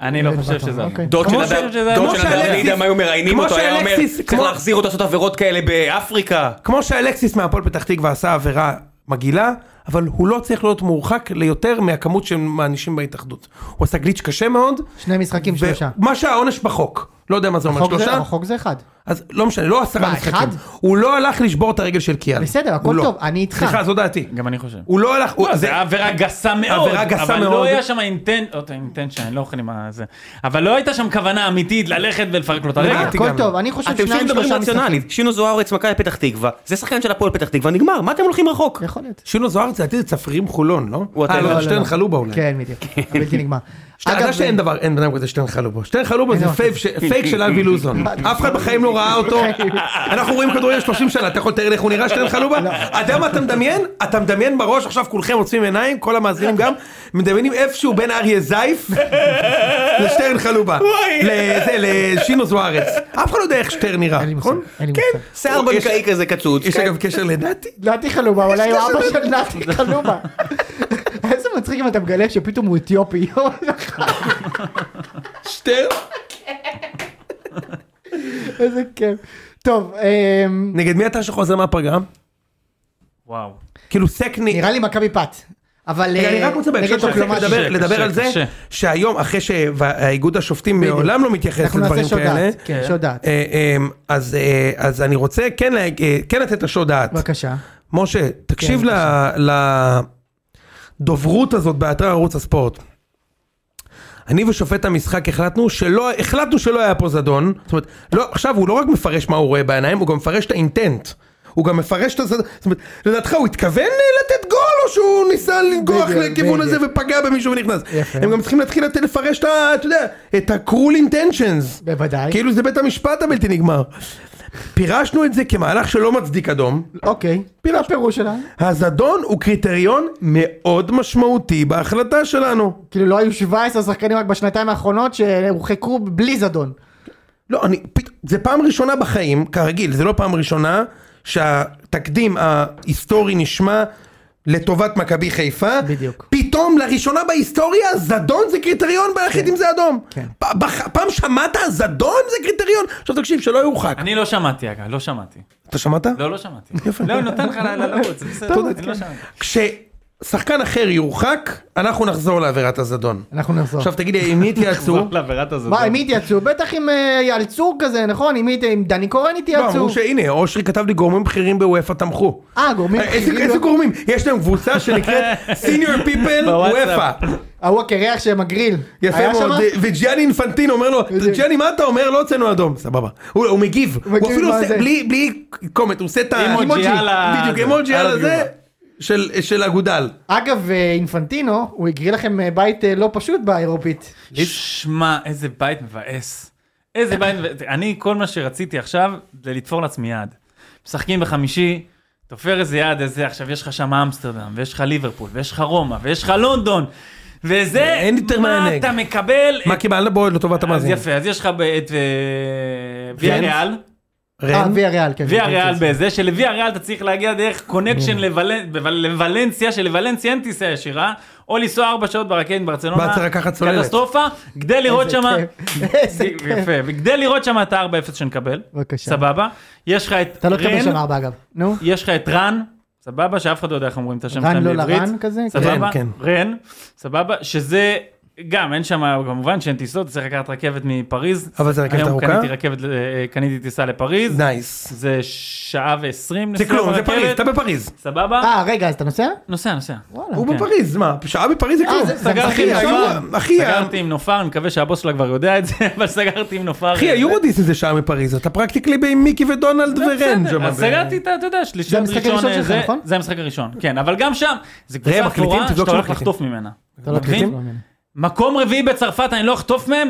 Speaker 5: אני לא חושב שזה...
Speaker 1: אוקיי.
Speaker 4: דוד של
Speaker 5: כמו
Speaker 4: אדם,
Speaker 5: ש- שזה-
Speaker 4: דוד
Speaker 5: כמו
Speaker 4: של אדם,
Speaker 2: שאלקסיס-
Speaker 4: לידם היו מראיינים
Speaker 2: כמו
Speaker 4: אותו, היה אומר,
Speaker 2: שאלקסיס-
Speaker 4: צריך
Speaker 2: כמו-
Speaker 4: להחזיר אותו לעשות עבירות כאלה באפריקה.
Speaker 2: כמו שאלקסיס מהפועל פתח תקווה עשה עבירה מגעילה, אבל הוא לא צריך להיות מורחק ליותר מהכמות שהם מענישים בהתאחדות. הוא עשה גליץ' קשה מאוד.
Speaker 1: שני משחקים, שלושה.
Speaker 2: מה שהעונש בחוק. לא יודע מה זה אומר,
Speaker 1: חוק זה-
Speaker 2: שלושה?
Speaker 1: חוק זה אחד.
Speaker 2: אז לא משנה, לא עשרה
Speaker 1: מה, אחד?
Speaker 2: משחקים. הוא לא הלך לשבור את הרגל של קיאל.
Speaker 1: בסדר, הכל
Speaker 2: הוא לא.
Speaker 1: טוב, אני איתך.
Speaker 2: סליחה, זו דעתי.
Speaker 5: גם אני חושב.
Speaker 2: הוא לא הלך, הוא-
Speaker 5: לא,
Speaker 2: זה-
Speaker 5: זה היה עבירה גסה מאוד,
Speaker 2: עבירה גסה
Speaker 5: אבל
Speaker 2: מאוד.
Speaker 5: לא היה שם אינטנט, לא, אינטנשן, אני לא אוכל עם הזה, אבל לא הייתה שם כוונה אמיתית ללכת ולפרק לו את הרגל.
Speaker 2: לדעתי
Speaker 1: הכל
Speaker 2: גם.
Speaker 1: טוב, אני חושב
Speaker 4: אתם שוב
Speaker 1: שניים
Speaker 4: מדברים
Speaker 1: שלושה משחקים.
Speaker 4: רציונלית, שינו זוארץ, מכבי פתח תקווה, זה שחקן של הפועל פתח תקווה, נגמר, מה אתם הולכים רחוק?
Speaker 1: יכול להיות.
Speaker 2: שינו זוארץ לדעתי זה צפרים חולון, לא?
Speaker 4: Whatever.
Speaker 2: אה,
Speaker 4: לא,
Speaker 2: לא,
Speaker 4: לא,
Speaker 2: שטרן
Speaker 1: לא.
Speaker 2: חלובה אולי.
Speaker 1: כן, בדיוק. בלתי נגמר.
Speaker 2: שטרן- *laughs* אתה יודע שאין
Speaker 1: זה-
Speaker 2: דבר, אין בן אדם כזה שטרן חלובה. שטרן חלובה זה
Speaker 1: אין דבר
Speaker 2: פייק ש- פייק של אבי
Speaker 1: *laughs*
Speaker 2: לוזון. אף אחד בחיים לא ראה אותו. אנחנו רואים כדורגל 30 שנה, אתה יכול לתאר לי איך הוא נראה שטרן חלובה?
Speaker 1: לא.
Speaker 2: אתה יודע מה אתה מדמיין? אתה מדמיין בראש, עכשיו כולכם עוצמים עיניים, כל המאזינים גם, מדמיינים איפשהו בין אריה
Speaker 1: *laughs*
Speaker 2: זייף לשטרן חלובה. לזה, לשינו זוארץ. אף אחד לא יודע איך שטרן נראה,
Speaker 1: אין לי
Speaker 2: נכון?
Speaker 1: מושג, אין לי
Speaker 2: כן.
Speaker 1: מושג.
Speaker 4: שיער
Speaker 2: יש-
Speaker 4: בנקאי כזה קצוץ.
Speaker 2: יש
Speaker 4: כן.
Speaker 2: אגב קשר לדעתי.
Speaker 1: נתי חלובה, לא, אולי הוא אבא של נתי
Speaker 2: *laughs*
Speaker 1: חלובה. איזה מצחיק אם אתה מגלה שפתאום הוא אתיופי. *laughs*
Speaker 2: שטרן.
Speaker 1: איזה כיף. טוב, אמ,
Speaker 2: נגד מי אתה שחוזר מהפגרה?
Speaker 5: וואו.
Speaker 2: כאילו סקני,
Speaker 1: נראה לי מכבי פת. אבל
Speaker 2: רגע,
Speaker 1: אה,
Speaker 2: אני רק רוצה
Speaker 1: נגד
Speaker 2: בהקשר של הסקר
Speaker 1: טוקלומני.
Speaker 5: קשה,
Speaker 2: לדבר, לדבר
Speaker 5: קשה,
Speaker 2: על זה,
Speaker 5: קשה.
Speaker 2: שהיום אחרי שהאיגוד השופטים
Speaker 1: בדיוק.
Speaker 2: מעולם לא מתייחס
Speaker 1: אנחנו נעשה
Speaker 2: לדברים כאלה,
Speaker 1: שודעת. כן, שודעת.
Speaker 2: אה, אה, אז, אה, אז אני רוצה כן, לה- אה, כן לתת את השוד דעת.
Speaker 1: בבקשה.
Speaker 2: משה, תקשיב
Speaker 1: כן,
Speaker 2: ל, לדוברות הזאת באתר ערוץ הספורט. אני ושופט המשחק החלטנו שלא, החלטנו שלא היה פה זדון, זאת אומרת, לא, עכשיו הוא לא רק מפרש מה הוא רואה בעיניים, הוא גם מפרש את האינטנט. הוא גם מפרש את הזדון, זאת אומרת, לדעתך הוא התכוון אה, לתת גול או שהוא ניסה לנגוח
Speaker 1: בדיוק,
Speaker 2: לכיוון הזה
Speaker 1: בדיוק.
Speaker 2: ופגע במישהו ונכנס.
Speaker 1: יפה.
Speaker 2: הם גם צריכים להתחיל לת- לפרש את ה... אתה יודע, את ה-cruel intentions.
Speaker 1: בוודאי.
Speaker 2: כאילו זה בית המשפט הבלתי נגמר. פירשנו את זה כמהלך שלא מצדיק אדום,
Speaker 1: אוקיי. מה הפירוש שלה?
Speaker 2: הזדון הוא קריטריון מאוד משמעותי בהחלטה שלנו.
Speaker 1: כאילו לא היו 17 שחקנים רק בשנתיים האחרונות שהורחקו בלי זדון.
Speaker 2: לא, אני, פת- זה פעם ראשונה בחיים, כרגיל, זה לא פעם ראשונה שהתקדים ההיסטורי נשמע לטובת מכבי חיפה.
Speaker 1: בדיוק.
Speaker 2: פתאום לראשונה בהיסטוריה זדון זה קריטריון ולהחליט אם זה אדום.
Speaker 1: כן.
Speaker 2: פ- בח- פעם שמעת זדון זה קריטריון? עכשיו תקשיב, שלא יורחק.
Speaker 5: אני לא שמעתי אגב, לא שמעתי.
Speaker 2: אתה שמעת?
Speaker 5: לא, לא שמעתי. לא, אני נותן לך לרוץ, זה בסדר, אני לא שמעתי.
Speaker 2: כששחקן אחר יורחק, אנחנו נחזור לעבירת הזדון.
Speaker 1: אנחנו נחזור.
Speaker 2: עכשיו תגיד לי, עם מי התייעצו?
Speaker 5: טוב, לעבירת הזאת.
Speaker 1: מה, עם מי התייעצו? בטח עם אה, יעלצור כזה, נכון? עם מי- עם דני קורן
Speaker 2: לא,
Speaker 1: התייעצו.
Speaker 2: אמרו שהנה, אושרי כתב לי גורמים בכירים בוופא תמכו.
Speaker 1: אה, גורמים
Speaker 2: איזה-
Speaker 1: בכירים
Speaker 2: איזה
Speaker 1: לא-
Speaker 2: גורמים? יש להם קבוצה שנקראת senior people וופא.
Speaker 5: בוואטסאפ.
Speaker 1: ההוא הקרח שמגריל.
Speaker 2: יפה
Speaker 1: היה
Speaker 2: מאוד,
Speaker 1: שמה?
Speaker 2: ו- וג'יאני אינפנטין אומר לו,
Speaker 1: בדיוק.
Speaker 2: ג'יאני מה אתה אומר? לא הוצאנו אדום, סבבה. הוא הוא מגיב, הוא
Speaker 1: מגיב,
Speaker 2: אפילו
Speaker 1: מה
Speaker 2: עושה,
Speaker 1: זה?
Speaker 2: בלי- בלי קומט, הוא עושה את ה...
Speaker 5: אימוג'י
Speaker 2: אימוג'י.
Speaker 5: על ה-
Speaker 2: בדיוק,
Speaker 5: זה,
Speaker 2: אימוג'י
Speaker 5: על
Speaker 2: על הזה
Speaker 5: התגובה.
Speaker 2: של- של אגודל.
Speaker 1: אגב, אה, אינפנטינו, הוא הגריל לכם אה, בית אה, לא פשוט באירופית.
Speaker 5: שמע, איזה בית מבאס. איזה בית מבאס. אני, כל מה שרציתי עכשיו, זה לתפור לעצמי יד. משחקים בחמישי, תופר איזה יד, איזה, עכשיו יש לך שם אמסטרדם, ויש לך ליברפול, ויש לך רומא, ויש לך לונדון, וזה,
Speaker 2: אין יותר
Speaker 5: מה
Speaker 2: מענג.
Speaker 5: אתה מקבל?
Speaker 2: מה
Speaker 5: את-
Speaker 2: קיבלנו בו לטובת
Speaker 5: אה, אז
Speaker 2: המאזינים?
Speaker 5: יפה, אז יש לך ב- את אה, ויה ריאל,
Speaker 1: אה,
Speaker 2: רן?
Speaker 1: ויה ריאל, כן.
Speaker 5: ויה ריאל בזה, שלוויה ריאל אתה צריך להגיע דרך קונקשן לוולנ- בוול- לוולנסיה, שלוולנסיה אין טיסה ישירה, או לנסוע ארבע שעות ברכבת
Speaker 2: ואז
Speaker 5: ברצלונה,
Speaker 2: צריך לקחת צוללת.
Speaker 5: קטסטרופה, כדי לראות
Speaker 1: איזה
Speaker 5: שם,
Speaker 1: כיף.
Speaker 5: *laughs*
Speaker 1: איזה כיף.
Speaker 5: יפה, וכדי לראות שם את ה-4-0 שנקבל,
Speaker 1: בבקשה.
Speaker 5: סבבה, יש לך את
Speaker 1: אתה לא תקבל שם
Speaker 5: רן,
Speaker 1: ארבע אגב. נו.
Speaker 5: יש לך את רן, סבבה, שאף אחד לא יודע איך אומרים את השם
Speaker 1: רן
Speaker 5: שלהם
Speaker 1: לא
Speaker 5: בעברית,
Speaker 1: לרן כזה?
Speaker 5: סבבה,
Speaker 2: רן, כן.
Speaker 5: רן, סבבה, שזה... גם אין שם כמובן שאין טיסות צריך לקחת רכבת מפריז
Speaker 2: אבל זה רכבת
Speaker 5: היום
Speaker 2: ארוכה?
Speaker 5: קניתי רכבת אה, קניתי טיסה לפריז
Speaker 2: נייס.
Speaker 5: זה שעה ועשרים
Speaker 2: זה
Speaker 5: נסיעה
Speaker 2: כלום, זה
Speaker 5: ברכבת.
Speaker 2: פריז, אתה בפריז.
Speaker 5: סבבה?
Speaker 1: אה, רגע, אז אתה נוסע?
Speaker 5: נוסע, נוסע.
Speaker 1: וואלה.
Speaker 2: הוא
Speaker 5: כן.
Speaker 2: בפריז, מה? שעה בפריז זה
Speaker 1: אה,
Speaker 2: כלום.
Speaker 1: זה- זה
Speaker 5: סגרתי
Speaker 1: אחי,
Speaker 5: עם
Speaker 1: אחי,
Speaker 5: נופר,
Speaker 2: אחי,
Speaker 5: סגרתי עם נופר, אני מקווה שהבוס שלה כבר יודע את זה, *laughs* אבל סגרתי עם נופר.
Speaker 2: אחי, היורודיס זה שעה מפריז, אתה פרקטיקלי עם מיקי ודונלד
Speaker 5: כן, זה אה, בסדר,
Speaker 2: ורן. שם,
Speaker 5: אז
Speaker 2: ו-
Speaker 5: סגרתי את ה... אתה יודע, שלישי
Speaker 1: זה המשחק
Speaker 5: ראשון,
Speaker 1: הראשון
Speaker 5: אה,
Speaker 1: שלך,
Speaker 5: זה-
Speaker 1: נכון?
Speaker 5: זה המשחק הראשון, כן, אבל גם שם, זה קבוצה
Speaker 2: אה, מקליטים,
Speaker 5: אפורה
Speaker 2: תבדוק
Speaker 5: שאתה הולך
Speaker 2: שמקליטים.
Speaker 5: לחטוף ממנה.
Speaker 1: אתה לא
Speaker 5: אתה מבין?
Speaker 1: תקבל.
Speaker 5: מקום רביעי בצרפת, אני לא אחטוף מהם?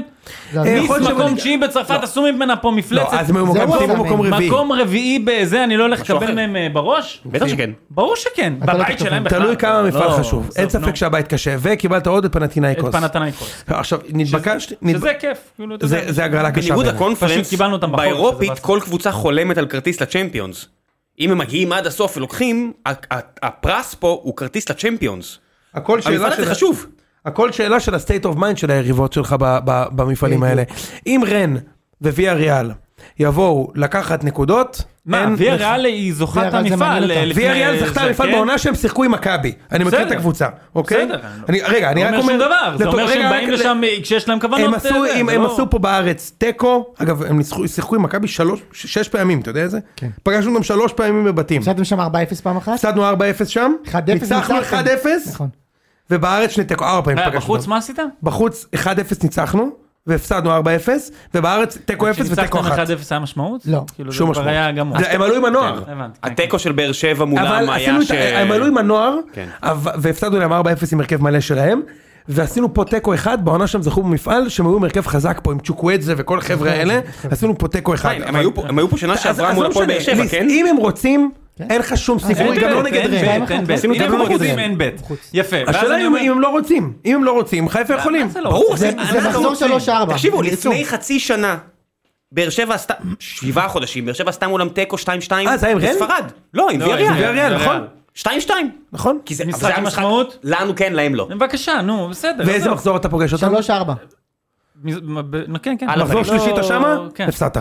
Speaker 1: לא,
Speaker 2: אה,
Speaker 1: לא.
Speaker 5: מיס
Speaker 2: יכול להיות
Speaker 5: מקום
Speaker 2: שבליגה-
Speaker 5: תשיעי בצרפת עשו ממנה פה
Speaker 2: לא,
Speaker 5: מפלצת.
Speaker 2: אז הם
Speaker 1: זה
Speaker 2: היו מקום-
Speaker 1: הוא
Speaker 2: הם היו
Speaker 1: עשה
Speaker 2: מקום
Speaker 1: מהם.
Speaker 2: רביעי.
Speaker 5: מקום רביעי בזה, אני לא הולך
Speaker 4: משהו
Speaker 5: לקבל
Speaker 4: אחר.
Speaker 5: מהם אה, בראש?
Speaker 4: בטח שכן.
Speaker 5: ברור שכן,
Speaker 1: אתה לא
Speaker 5: בבית
Speaker 1: תחטוף
Speaker 5: שלהם
Speaker 1: מהם.
Speaker 5: בכלל.
Speaker 2: תלוי כמה המפעל
Speaker 5: לא,
Speaker 2: חשוב,
Speaker 5: עזוב,
Speaker 2: אין
Speaker 5: נו.
Speaker 2: ספק שהבית קשה, וקיבלת עוד את
Speaker 5: את
Speaker 2: פנתינאיקוס.
Speaker 5: פנתנייקוס.
Speaker 2: עכשיו, נתבקשתי,
Speaker 5: שזה כיף. כאילו, אתה יודע.
Speaker 2: זה זה הגרלה קשה.
Speaker 4: בניגוד
Speaker 2: באמת.
Speaker 5: פשוט
Speaker 4: לקונפרנס,
Speaker 5: קיבלנו אותם בחוק,
Speaker 4: באירופית
Speaker 5: שזה
Speaker 4: כל קבוצה חולמת על כרטיס לצ'מפיונס. אם הם מגיעים עד הסוף ולוקחים, ה- ה- הפרס פה הוא כרטיס לצ'מפיונס.
Speaker 2: הכל שאלה
Speaker 4: המפעל הזה
Speaker 2: של-
Speaker 4: חשוב.
Speaker 2: הכל שאלה של הסטייט אוף מיינד של היריבות שלך ב- ב- במפעלים האלה. אם רן וויה ריאל יבואו לקחת נקודות.
Speaker 5: מה,
Speaker 2: אין-
Speaker 5: ויה ריאל היא זוכת
Speaker 1: ויה ריאל זה
Speaker 5: המפעל.
Speaker 1: מעניין אותה.
Speaker 5: לפני
Speaker 2: ויה ריאל זכתה
Speaker 5: זה,
Speaker 2: במפעל
Speaker 5: כן?
Speaker 2: בעונה שהם שיחקו עם מכבי. אני מכיר את
Speaker 5: בסדר.
Speaker 2: הקבוצה, אוקיי?
Speaker 5: בסדר, אני לא-
Speaker 2: אני- רגע, אני
Speaker 5: זה
Speaker 2: רק
Speaker 5: אומר
Speaker 2: אומר...
Speaker 5: שום דבר, זה
Speaker 2: לטוב-
Speaker 5: אומר
Speaker 2: רגע,
Speaker 5: שהם באים
Speaker 2: רק-
Speaker 5: לשם אה, כשיש להם כוונות.
Speaker 2: הם
Speaker 5: אה,
Speaker 2: עשו,
Speaker 5: זה,
Speaker 2: הם,
Speaker 5: זה
Speaker 2: הם
Speaker 5: לא-
Speaker 2: עשו פה בארץ תיקו, אגב הם ניצחו- שיחקו עם מכבי שלוש, ש- שש פעמים, אתה יודע את זה?
Speaker 1: כן.
Speaker 2: פגשנו אותם שלוש פעמים בבתים.
Speaker 1: הפסדתם שם 4-0 פעם אחת?
Speaker 2: הפסדנו 4-0 שם,
Speaker 1: 1-0
Speaker 2: ניצחנו 1-0,
Speaker 1: ניצחתם. נכון.
Speaker 2: ובארץ שני תיקו, ארבע פעמים
Speaker 5: אה,
Speaker 2: פגשנו.
Speaker 5: בחוץ
Speaker 2: אותם.
Speaker 5: מה עשית?
Speaker 2: בחוץ 1-0 ניצחנו, והפסדנו 4-0, ובארץ תיקו 0
Speaker 5: כשניצחתם
Speaker 2: ותיקו 1.
Speaker 5: 1-0 היה משמעות?
Speaker 1: לא.
Speaker 5: כאילו זה
Speaker 2: שום
Speaker 5: כבר
Speaker 2: משמעות.
Speaker 5: היה גמור.
Speaker 2: זה- הם עלו עם הנוער.
Speaker 5: הבנתי. כן,
Speaker 4: התיקו של באר שבע
Speaker 2: אבל
Speaker 4: מולם
Speaker 2: עשינו
Speaker 4: היה
Speaker 2: את
Speaker 4: ש...
Speaker 2: ה- הם עלו עם הנוער,
Speaker 4: כן.
Speaker 2: אבל- והפסדנו להם 4-0 עם הרכב מלא שלהם, ועשינו פה תיקו אחד, בעונה שהם זכו במפעל, שהם היו עם הרכב חזק פה, עם צ'וקווידזה וכל
Speaker 5: כן,
Speaker 2: החבר'ה האלה, עשינו פה תיקו אחד.
Speaker 4: כן, הם
Speaker 2: אבל-
Speaker 4: היו פה- הם היו פה שנה
Speaker 2: אז-
Speaker 4: שעברה
Speaker 2: אז
Speaker 4: מול
Speaker 2: לא
Speaker 4: הפועל
Speaker 2: משנה,
Speaker 4: באר שבע,
Speaker 2: ליס,
Speaker 4: כן?
Speaker 2: אם הם רוצים,
Speaker 1: כן.
Speaker 2: אין לך שום
Speaker 5: אה, אין
Speaker 2: סיכוי, גם לא
Speaker 5: בית,
Speaker 2: נגד
Speaker 5: אין
Speaker 2: ריינה.
Speaker 5: בית, אין בית.
Speaker 1: עשינו
Speaker 5: אם
Speaker 2: תיקו
Speaker 5: הם
Speaker 2: בחוץ.
Speaker 5: רוצים אין בית. יפה. ואז
Speaker 2: השאלה
Speaker 5: אני
Speaker 2: אם
Speaker 5: אומר-
Speaker 2: אם הם לא רוצים, אם הם לא רוצים, חיפה יכולים.
Speaker 5: זה לא
Speaker 4: ברור,
Speaker 5: רוצה?
Speaker 1: זה
Speaker 4: אנחנו
Speaker 1: זה מחזור
Speaker 5: רוצים.
Speaker 1: 3-4.
Speaker 4: תקשיבו,
Speaker 1: הם ירצו.
Speaker 4: לפני חצי שנה, באר שבע עשתה, שבעה חודשים, באר שבע עשתה מולם תיקו 2-2.
Speaker 2: אה, זה היה עם ריאל?
Speaker 4: בספרד. לא, עם
Speaker 5: לא, עם
Speaker 4: ויאריאל.
Speaker 5: ויאריאל.
Speaker 2: ויאריאל,
Speaker 5: ריאל.
Speaker 2: נכון?
Speaker 4: 2-2.
Speaker 2: נכון.
Speaker 4: כי זה
Speaker 5: משחק
Speaker 4: אבל זה
Speaker 5: עם
Speaker 4: המשחק-
Speaker 5: משמעות?
Speaker 4: לנו כן, להם לא.
Speaker 5: בבקשה, נו, בסדר.
Speaker 2: ואיזה
Speaker 5: עזוב.
Speaker 2: מחזור אתה פוגש אותם?
Speaker 1: 3-4.
Speaker 5: מז- מה- ב- נו, כן, כן.
Speaker 4: הלאה,
Speaker 2: מחזור
Speaker 4: לא-
Speaker 2: שלישי אתה שמה?
Speaker 5: כן.
Speaker 2: הפסדת.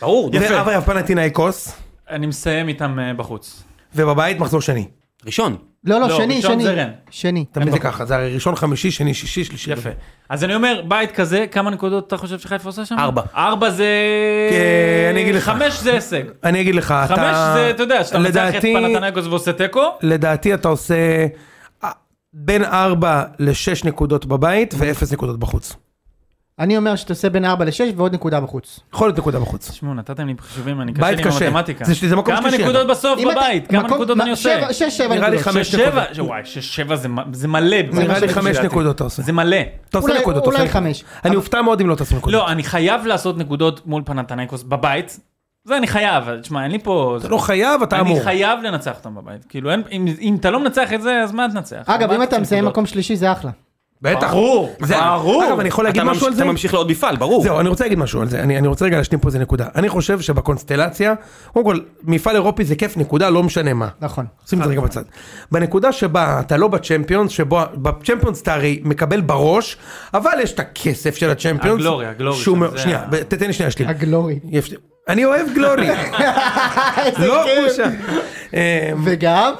Speaker 4: ברור.
Speaker 2: יפה. אברהם פנטינאיקוס,
Speaker 5: אני מסיים איתם אה, בחוץ.
Speaker 2: ובבית מחזור שני.
Speaker 4: ראשון.
Speaker 1: לא,
Speaker 5: לא,
Speaker 1: לא, שני,
Speaker 5: ראשון
Speaker 1: שני.
Speaker 5: זה רן.
Speaker 1: שני.
Speaker 2: תמיד זה ככה, זה הרי ראשון, חמישי, שני, שישי, שלישי.
Speaker 5: יפה. אז אני אומר, בית כזה, כמה נקודות אתה חושב שחיפה עושה שם?
Speaker 4: ארבע.
Speaker 5: ארבע זה...
Speaker 2: כן, אני אגיד לך.
Speaker 5: חמש זה הישג.
Speaker 2: אני אגיד לך, אתה...
Speaker 5: חמש זה, אתה יודע, שאתה מנצח את
Speaker 2: לדעתי-
Speaker 5: פנתנגוס ועושה תיקו,
Speaker 2: לדעתי אתה עושה אה, בין 4 ל-6 נקודות בבית ו-0 נקודות בחוץ.
Speaker 1: אני אומר שאתה עושה בין 4 ל-6 ועוד נקודה בחוץ.
Speaker 2: יכול להיות נקודה בחוץ.
Speaker 5: תשמעו, נתתם לי חישובים, אני קשה
Speaker 2: בית
Speaker 5: לי עם
Speaker 2: קשה.
Speaker 5: המתמטיקה.
Speaker 2: זה- זה מקום
Speaker 5: כמה
Speaker 2: שלישי,
Speaker 5: נקודות
Speaker 2: אבל.
Speaker 5: בסוף
Speaker 1: אם אתה-
Speaker 5: בבית? כמה
Speaker 1: מקום-
Speaker 5: נקודות
Speaker 1: מה-
Speaker 5: אני עושה?
Speaker 1: שבע- שש, שבע
Speaker 2: נראה לי
Speaker 1: נקודות.
Speaker 2: חמש
Speaker 5: שש, שבע, ש- וואי, שש, שבע זה מ- זה מלא.
Speaker 2: נראה לי
Speaker 5: לדעתי.
Speaker 2: 5 נקודות אתה עושה.
Speaker 5: זה מלא.
Speaker 2: אתה עושה
Speaker 1: אולי-
Speaker 2: נקודות.
Speaker 1: אולי
Speaker 2: עושה
Speaker 1: חמש.
Speaker 2: נקודות. אני אופתע מאוד אם לא תעשו נקודות.
Speaker 5: לא, אני חייב לעשות נקודות מול פנתנקוס בבית. זה אני חייב, אבל תשמע, אין לי פה...
Speaker 2: אתה לא חייב, אתה אמור.
Speaker 5: אני חייב לנצח אותם בבית. כאילו, אין- אם אם אתה לא מנצח את זה, אז מה תנצח?
Speaker 1: אגב,
Speaker 5: מה כאילו לא-
Speaker 1: אם אתה
Speaker 5: תוציא
Speaker 1: מסיים
Speaker 5: נקודות?
Speaker 1: מקום שלישי זה אחלה.
Speaker 2: בטח.
Speaker 5: ברור,
Speaker 2: זה-
Speaker 5: ברור.
Speaker 2: אגב, אני יכול להגיד
Speaker 4: אתה ממש-
Speaker 2: משהו על זה?
Speaker 4: אתה ממשיך לעוד מפעל, ברור.
Speaker 2: זהו, אני רוצה להגיד משהו על זה, אני, אני רוצה רגע להשלים פה איזה נקודה. אני חושב שבקונסטלציה, קודם כל, מפעל אירופי זה כיף, נקודה, לא משנה מה.
Speaker 1: נכון.
Speaker 2: שים את זה רגע בצד. בנקודה שבה אתה לא בצ'מפיונס, שבו בצ'מפיונס אתה הרי מקבל בראש, אבל יש את הכסף של הצ'מפיונס.
Speaker 5: הגלורי, הגלורי
Speaker 2: שהוא
Speaker 5: שם,
Speaker 2: מאוד-
Speaker 5: זה
Speaker 2: שנייה,
Speaker 5: ה-
Speaker 2: ב- תתן לי שנייה להשלים.
Speaker 1: הגלורי.
Speaker 5: לא,
Speaker 2: יש- אני אוהב גלורי, לא בושה. אמ,
Speaker 1: וגם,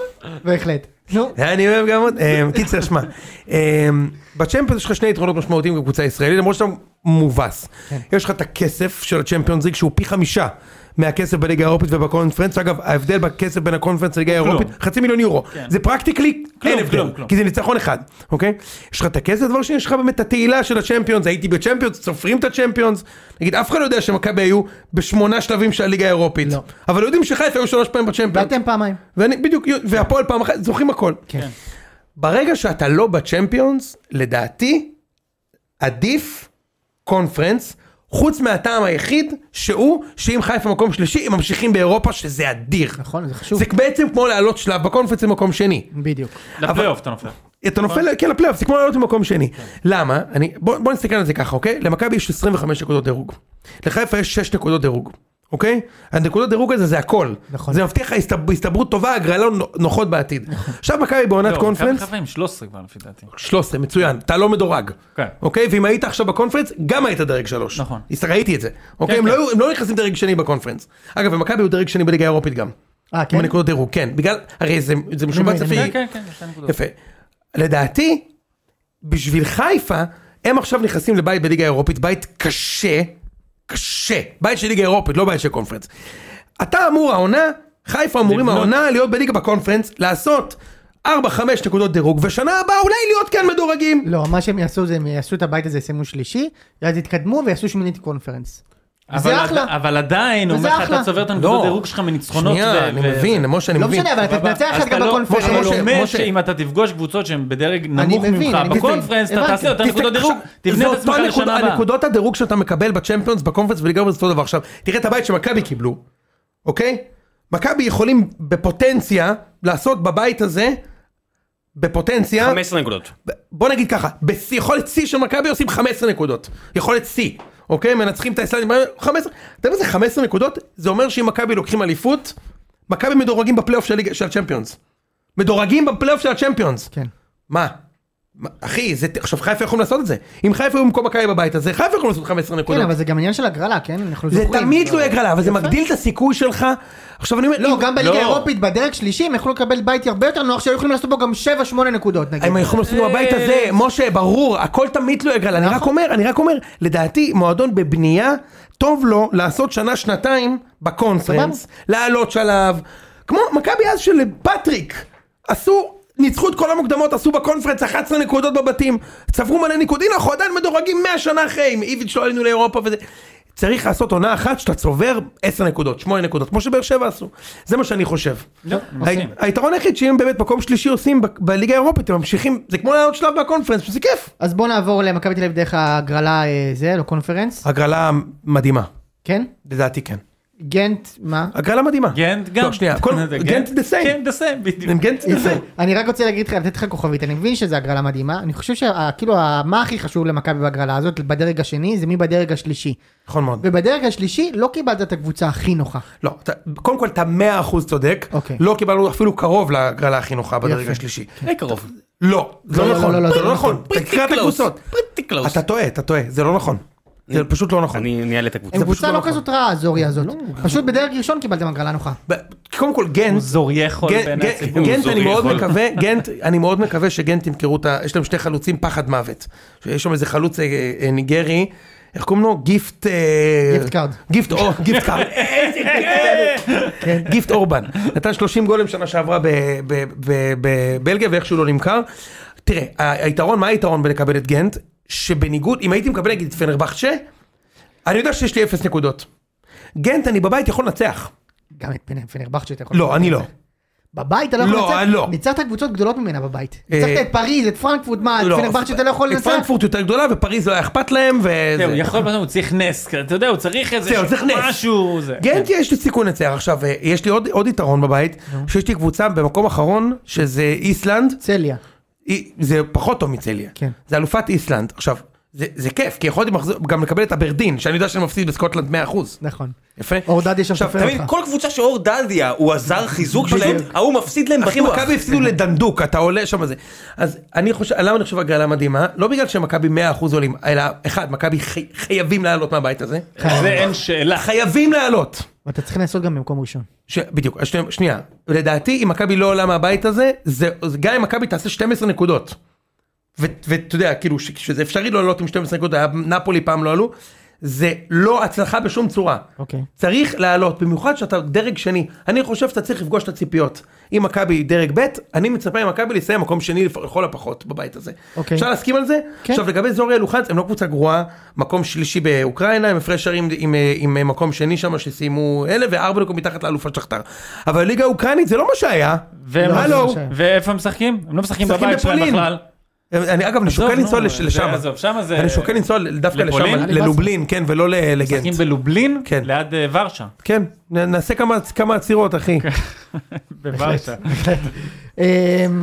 Speaker 1: בהחלט. נו,
Speaker 2: אה, אני אוהב גם עוד, אמ, קיצר שמע, אמ, בצ'מפיונס יש לך שני יתרונות משמעותיים בקבוצה הישראלית למרות שאתה מובס,
Speaker 5: כן.
Speaker 2: יש לך את הכסף של הצ'מפיונס ליג שהוא פי חמישה מהכסף בליגה האירופית ובקונפרנס, אגב ההבדל בכסף בין הקונפרנס לליגה האירופית חצי מיליון יורו, זה פרקטיקלי אין הבדל,
Speaker 5: כן. כלום, כלום.
Speaker 2: כי זה ניצחון אחד, אוקיי? יש לך את הכסף, דבר שני יש לך באמת את התהילה של הצ'מפיונס, הייתי בצ'מפיונס, סופרים את הצ'מפיונס, נגיד אף אחד לא יודע שמכבי היו בשמונה שלבים של הליגה האירופית,
Speaker 1: לא.
Speaker 2: אבל יודעים שחיפה היו שלוש פעמים בצ'מפיונס.
Speaker 1: ואתם פעמיים.
Speaker 2: ואני בדיוק, והפועל פעם אחת, זוכרים הכל.
Speaker 1: כן.
Speaker 2: ברגע שאתה לא בצ'מפיונס, לדעתי, עדיף קונפרנס, חוץ מהטעם היחיד, שהוא שאם חיפה מקום שלישי, הם ממשיכים באירופה, שזה אדיר.
Speaker 1: נכון, זה אה, חשוב.
Speaker 2: זה בעצם כמו לעלות שלב בקונפרנס למקום שני.
Speaker 1: בדיוק.
Speaker 5: לפלייאוף אתה נופל.
Speaker 2: אתה
Speaker 5: נכון.
Speaker 2: נופל, כן, לפלייאוף, זה כמו לעלות למקום שני. למה? אני- בוא בוא נסתכל על זה ככה, אוקיי? למכבי יש 25 נקודות דירוג. לחיפה יש 6 נקודות דירוג, אוקיי? הנקודות דירוג הזה זה הכל.
Speaker 1: נכון.
Speaker 2: זה מבטיח לך הסתב- הסתברות טובה, הגרלות נוחות בעתיד. עכשיו מכבי בעונת
Speaker 5: נכון. לא, מכבי
Speaker 2: קונפרנס,
Speaker 5: חיפה עם 13 כבר לפי דעתי.
Speaker 2: 13, מצוין, אתה לא מדורג.
Speaker 5: כן.
Speaker 2: אוקיי? ואם היית עכשיו בקונפרנס, גם היית דרג 3.
Speaker 5: נכון.
Speaker 2: ראיתי את זה. אוקיי?
Speaker 5: כן,
Speaker 2: הם לא
Speaker 5: כן.
Speaker 2: היו- הם לא נכנסים דרג שני בקונפרנס. אגב, ומכבי הוא דרג שני בליגה האירופית גם.
Speaker 1: אה,
Speaker 2: עם
Speaker 1: כן?
Speaker 2: הנקודות דירוג, כן. בגלל, הרי זה זה משובץ
Speaker 1: מבין,
Speaker 2: לפי...
Speaker 5: כן, כן, כן, שתי נקודות.
Speaker 2: יפה. לדעתי, בשביל חיפה, הם עכשיו נכנסים לבית בליגה האירופית, בית קשה, קשה, בית של ליגה אירופית, לא בית של קונפרנס. אתה אמור העונה, חיפה אמורים
Speaker 5: לבנות.
Speaker 2: העונה להיות בליגה בקונפרנס, לעשות 4-5 נקודות דירוג, ושנה הבאה אולי להיות כאן מדורגים.
Speaker 1: לא, מה שהם יעשו זה הם יעשו את הבית הזה, יסיימו שלישי, ואז יתקדמו ויעשו שמינית קונפרנס. לא
Speaker 5: אבל
Speaker 1: זה
Speaker 5: עד-
Speaker 1: אחלה.
Speaker 5: אבל עדיין, הוא
Speaker 1: וזה
Speaker 5: אומר לך,
Speaker 1: אחלה.
Speaker 5: אתה צובר את הנקודות דירוג שלך מניצחונות. ו-
Speaker 2: שנייה, אני
Speaker 5: ו-
Speaker 2: מבין, משה, אני
Speaker 1: לא
Speaker 2: מבין.
Speaker 1: משנה, אבל אתה
Speaker 5: סבבה.
Speaker 1: תנצח
Speaker 5: אז
Speaker 1: גם
Speaker 5: אתה לא-
Speaker 1: בקונפרנס. כן.
Speaker 5: אבל הוא
Speaker 2: משה,
Speaker 5: אומר
Speaker 2: משה.
Speaker 5: שאם אתה תפגוש קבוצות שהן בדרג נמוך
Speaker 1: מבין,
Speaker 5: ממך
Speaker 1: אני מבין.
Speaker 5: בקונפרנס, אתה
Speaker 1: הבנתי.
Speaker 5: תעשה יותר
Speaker 2: תסתכל,
Speaker 5: נקודות דירוג,
Speaker 2: עכשיו, זה
Speaker 5: תבנה את
Speaker 2: אותה
Speaker 5: עצמך
Speaker 2: נקודה-
Speaker 5: לשנה הבאה.
Speaker 2: הנקודות הדירוג שאתה מקבל בצ'מפיונס, בקונפרנס ובליגה זה אותו דבר. עכשיו, תראה את הבית שמכבי קיבלו, אוקיי? מכבי יכולים בפוטנציה לעשות בבית הזה, בפוטנציה,
Speaker 4: 15 נקודות.
Speaker 2: ב- בוא נגיד ככה, ביכולת שיא של מכבי עושים 15 נקודות. יכולת שיא, אוקיי? מנצחים את האסלאמים, 15, אתה יודע מה זה 15 נקודות? זה אומר שאם מכבי לוקחים אליפות, מכבי מדורגים בפלייאוף של הליגה- של הצ'מפיונס. מדורגים בפלייאוף של הצ'מפיונס.
Speaker 1: כן.
Speaker 2: מה? מה, אחי, זה, עכשיו חיפה יכולים לעשות את זה. אם חיפה היו במקום מכבי בבית הזה, חיפה יכולים לעשות 15 נקודות.
Speaker 1: כן, אבל זה גם עניין של הגרלה, כן? אנחנו
Speaker 2: זה
Speaker 1: זוכרים.
Speaker 2: תמיד
Speaker 5: לא.
Speaker 2: תלוי הגרלה, אבל זה מגדיל את הסיכוי שלך. עכשיו אני אומר,
Speaker 1: לא,
Speaker 2: אם-
Speaker 1: גם בליגה
Speaker 5: לא.
Speaker 1: האירופית, בדרג שלישי, הם יכלו לקבל בית הרבה יותר נוח, שהיו יכולים לעשות בו גם 7-8 נקודות, נגיד.
Speaker 2: הם יכולים לעשות בבית הזה, משה, ברור, הכל תמיד תלוי הגרלה. אני רק אומר, אני רק אומר, לדעתי, מועדון בבנייה, טוב לו לעשות שנה, שנתיים בקונפרנס, לעלות שלב, כמו מכבי אז של פטריק, עשו... ניצחו את כל המוקדמות, עשו בקונפרנס 11 נקודות בבתים, צברו מלא ניקוד, הנה אנחנו עדיין מדורגים 100 שנה אחרי, עם איביץ' לא עלינו לאירופה וזה. צריך לעשות עונה אחת שאתה צובר 10 נקודות, 8 נקודות, כמו שבאר שבע עשו. זה מה שאני חושב.
Speaker 5: לא, מסכים.
Speaker 2: ה- היתרון היחיד שאם באמת מקום שלישי עושים ב- בליגה האירופית הם ממשיכים זה כמו לעלות שלב בקונפרנס שזה כיף.
Speaker 1: אז בואו נעבור למכבי תל אביב דרך ההגרלה אה, זה, לא קונפרנס,
Speaker 2: הגרלה מדהימה
Speaker 1: כן?
Speaker 2: לדעתי כן.
Speaker 1: גנט, מה?
Speaker 2: הגרלה מדהימה.
Speaker 5: גנט גם.
Speaker 2: לא, שנייה, כל-
Speaker 5: *laughs* זה
Speaker 2: גנט the same.
Speaker 5: כן, the same, בדיוק.
Speaker 2: הם גנט זה זה.
Speaker 1: אני רק רוצה להגיד לך, לתת לך כוכבית, אני מבין שזו הגרלה מדהימה, אני חושב שכאילו, מה הכי חשוב למכבי בהגרלה הזאת, בדרג השני, זה מי בדרג השלישי.
Speaker 2: נכון מאוד.
Speaker 1: ובדרג השלישי לא קיבלת את הקבוצה הכי נוחה.
Speaker 2: לא, אתה- קודם כל אתה 100% צודק
Speaker 1: אוקיי.
Speaker 2: לא קיבלנו אפילו קרוב להגרלה הכי נוחה בדרג
Speaker 1: יפה.
Speaker 2: השלישי.
Speaker 3: די קרוב.
Speaker 2: לא זה
Speaker 1: לא,
Speaker 2: לא
Speaker 1: לא,
Speaker 2: נכון
Speaker 1: לא, לא,
Speaker 2: זה
Speaker 1: זה
Speaker 2: לא
Speaker 1: לא
Speaker 2: נכון. תקרא את הקבוצות.
Speaker 3: פריטי קלוס.
Speaker 2: אתה טועה אתה טועה זה לא נכון. זה פשוט לא נכון.
Speaker 4: אני אעלה את הקבוצה.
Speaker 1: הם
Speaker 2: פשוט
Speaker 1: קבוצה
Speaker 2: לא
Speaker 1: לא
Speaker 2: נכון.
Speaker 1: כזאת רעה, הזוריה הזאת. פשוט בדרג ראשון קיבלתם הגרלה נוחה.
Speaker 2: ב- קודם כל גנט
Speaker 5: הוא זוריה חול
Speaker 2: גנ-
Speaker 5: בין
Speaker 2: גנ-
Speaker 5: הציבור.
Speaker 2: גנט אני
Speaker 3: זורי
Speaker 2: מאוד
Speaker 3: יכול.
Speaker 2: מקווה, גנט, אני מאוד מקווה שגנט ימכרו את ה... יש להם שני חלוצים פחד מוות. יש שם איזה חלוץ אה, אה, ניגרי, איך קוראים לו? גיפט... אה,
Speaker 1: גיפט קארד.
Speaker 2: גיפט אור, גיפט
Speaker 5: *laughs*
Speaker 2: קארד. כן. גיפט אורבן. נתן 30 גולים שנה שעברה ב- ב- ב- בבלגיה ואיכשהו לא נמכר. תראה, ה- היתרון, מה היתרון בלקבל את גנט? שבניגוד, אם הייתי מקבל נגיד את פנרבחצ'ה, אני יודע שיש לי אפס נקודות. גנט, אני בבית יכול לנצח.
Speaker 1: גם את פנ- פנרבכצ'ה אתה יכול...
Speaker 2: לא, אני לא.
Speaker 1: בבית אתה לא יכול
Speaker 2: לא,
Speaker 1: לצאת?
Speaker 2: לא.
Speaker 1: ניצחת קבוצות גדולות ממנה בבית.
Speaker 2: אה,
Speaker 1: ניצחת את פריז, את פרנקפורט, מה, את
Speaker 2: לא,
Speaker 1: פנרבכצ'ה אתה לא יכול
Speaker 2: את
Speaker 1: לנצח?
Speaker 2: פרנקפורט יותר גדולה ופריז לא היה אכפת להם
Speaker 5: כן, הוא
Speaker 2: וזה.
Speaker 5: יכול, אבל הוא צריך נס, כי אתה יודע, הוא צריך איזה
Speaker 2: זהו, כן, צריך נס. כן.
Speaker 5: משהו, זה.
Speaker 2: גנט יש לי סיכון לנצח עכשיו אה, יש לי עוד- עוד יתרון בבית שיש לי קבוצה במקום אחרון שזה איסלנד
Speaker 1: צליה.
Speaker 2: אי- זה פחות טוב מצליה
Speaker 1: כן.
Speaker 2: זה אלופת איסלנד עכשיו זה זה כיף כי יכולתי מחזור- גם לקבל את אברדין שאני יודע שאני מפסיד בסקוטלנד 100%.
Speaker 1: נכון.
Speaker 2: יפה.
Speaker 1: אורדדיה שם
Speaker 2: עכשיו,
Speaker 1: סופר
Speaker 4: תמיד,
Speaker 1: אותך.
Speaker 4: כל קבוצה שאור דדיה הוא הזר חיזוק שלהם, ההוא מפסיד להם
Speaker 2: אחי
Speaker 4: בטוח.
Speaker 2: מכבי הפסידו לדנדוק אתה עולה שם זה אז אני חושב למה אני חושב הגרלה מדהימה לא בגלל שמכבי 100% עולים אלא אחד מכבי חי- חייבים לעלות מהבית הזה
Speaker 5: זה אין שאלה.
Speaker 2: לא, חייבים לעלות.
Speaker 1: ואתה צריך לעשות גם במקום ראשון.
Speaker 2: ש... בדיוק, שני... שנייה, לדעתי אם מכבי לא עולה מהבית הזה, זה... זה- גם אם מכבי תעשה 12 נקודות. ו- ואתה יודע, כאילו, ש... שזה אפשרי לא לעלות עם 12 נקודות, היה נפולי פעם לא עלו, זה לא הצלחה בשום צורה.
Speaker 1: אוקיי.
Speaker 2: צריך לעלות, במיוחד שאתה דרג שני. אני חושב שאתה צריך לפגוש את הציפיות. אם מכבי דרג ב', אני מצפה ממכבי לסיים מקום שני לפ- לכל הפחות בבית הזה.
Speaker 1: אוקיי.
Speaker 2: אפשר להסכים על זה?
Speaker 1: כן.
Speaker 2: עכשיו לגבי זוריה לוחץ, הם לא קבוצה גרועה, מקום שלישי באוקראינה, הם הפרש שערים עם, אה, עם, אה, מקום שני שם שסיימו אלה, וארבע נקודות מתחת לאלופת שכתר. אבל הליגה האוקראינית זה לא מה שהיה.
Speaker 5: והם-
Speaker 1: לא, זה
Speaker 2: הלו.
Speaker 1: מה שהיה.
Speaker 5: ואיפה הם משחקים? הם לא משחקים
Speaker 2: משחקים
Speaker 5: בבית שלהם
Speaker 2: בפולין.
Speaker 5: בכלל.
Speaker 2: אני אגב, אני שוקל
Speaker 5: עזוב,
Speaker 2: לנסוע
Speaker 5: נו,
Speaker 2: לש-
Speaker 5: זה-
Speaker 2: לשם.
Speaker 5: עזוב, שמה זה-
Speaker 2: אני שוקל לנסוע דווקא לשם,
Speaker 5: לפולין?
Speaker 2: ללובלין, כן, ולא ל-
Speaker 5: משחקים
Speaker 2: לגנט.
Speaker 5: בלובלין,
Speaker 2: כן.
Speaker 5: ליד אה, ורשה.
Speaker 2: כן, נ- נעשה כמה- כמה עצירות, אחי.
Speaker 5: כן. בוורשה.
Speaker 1: אמ,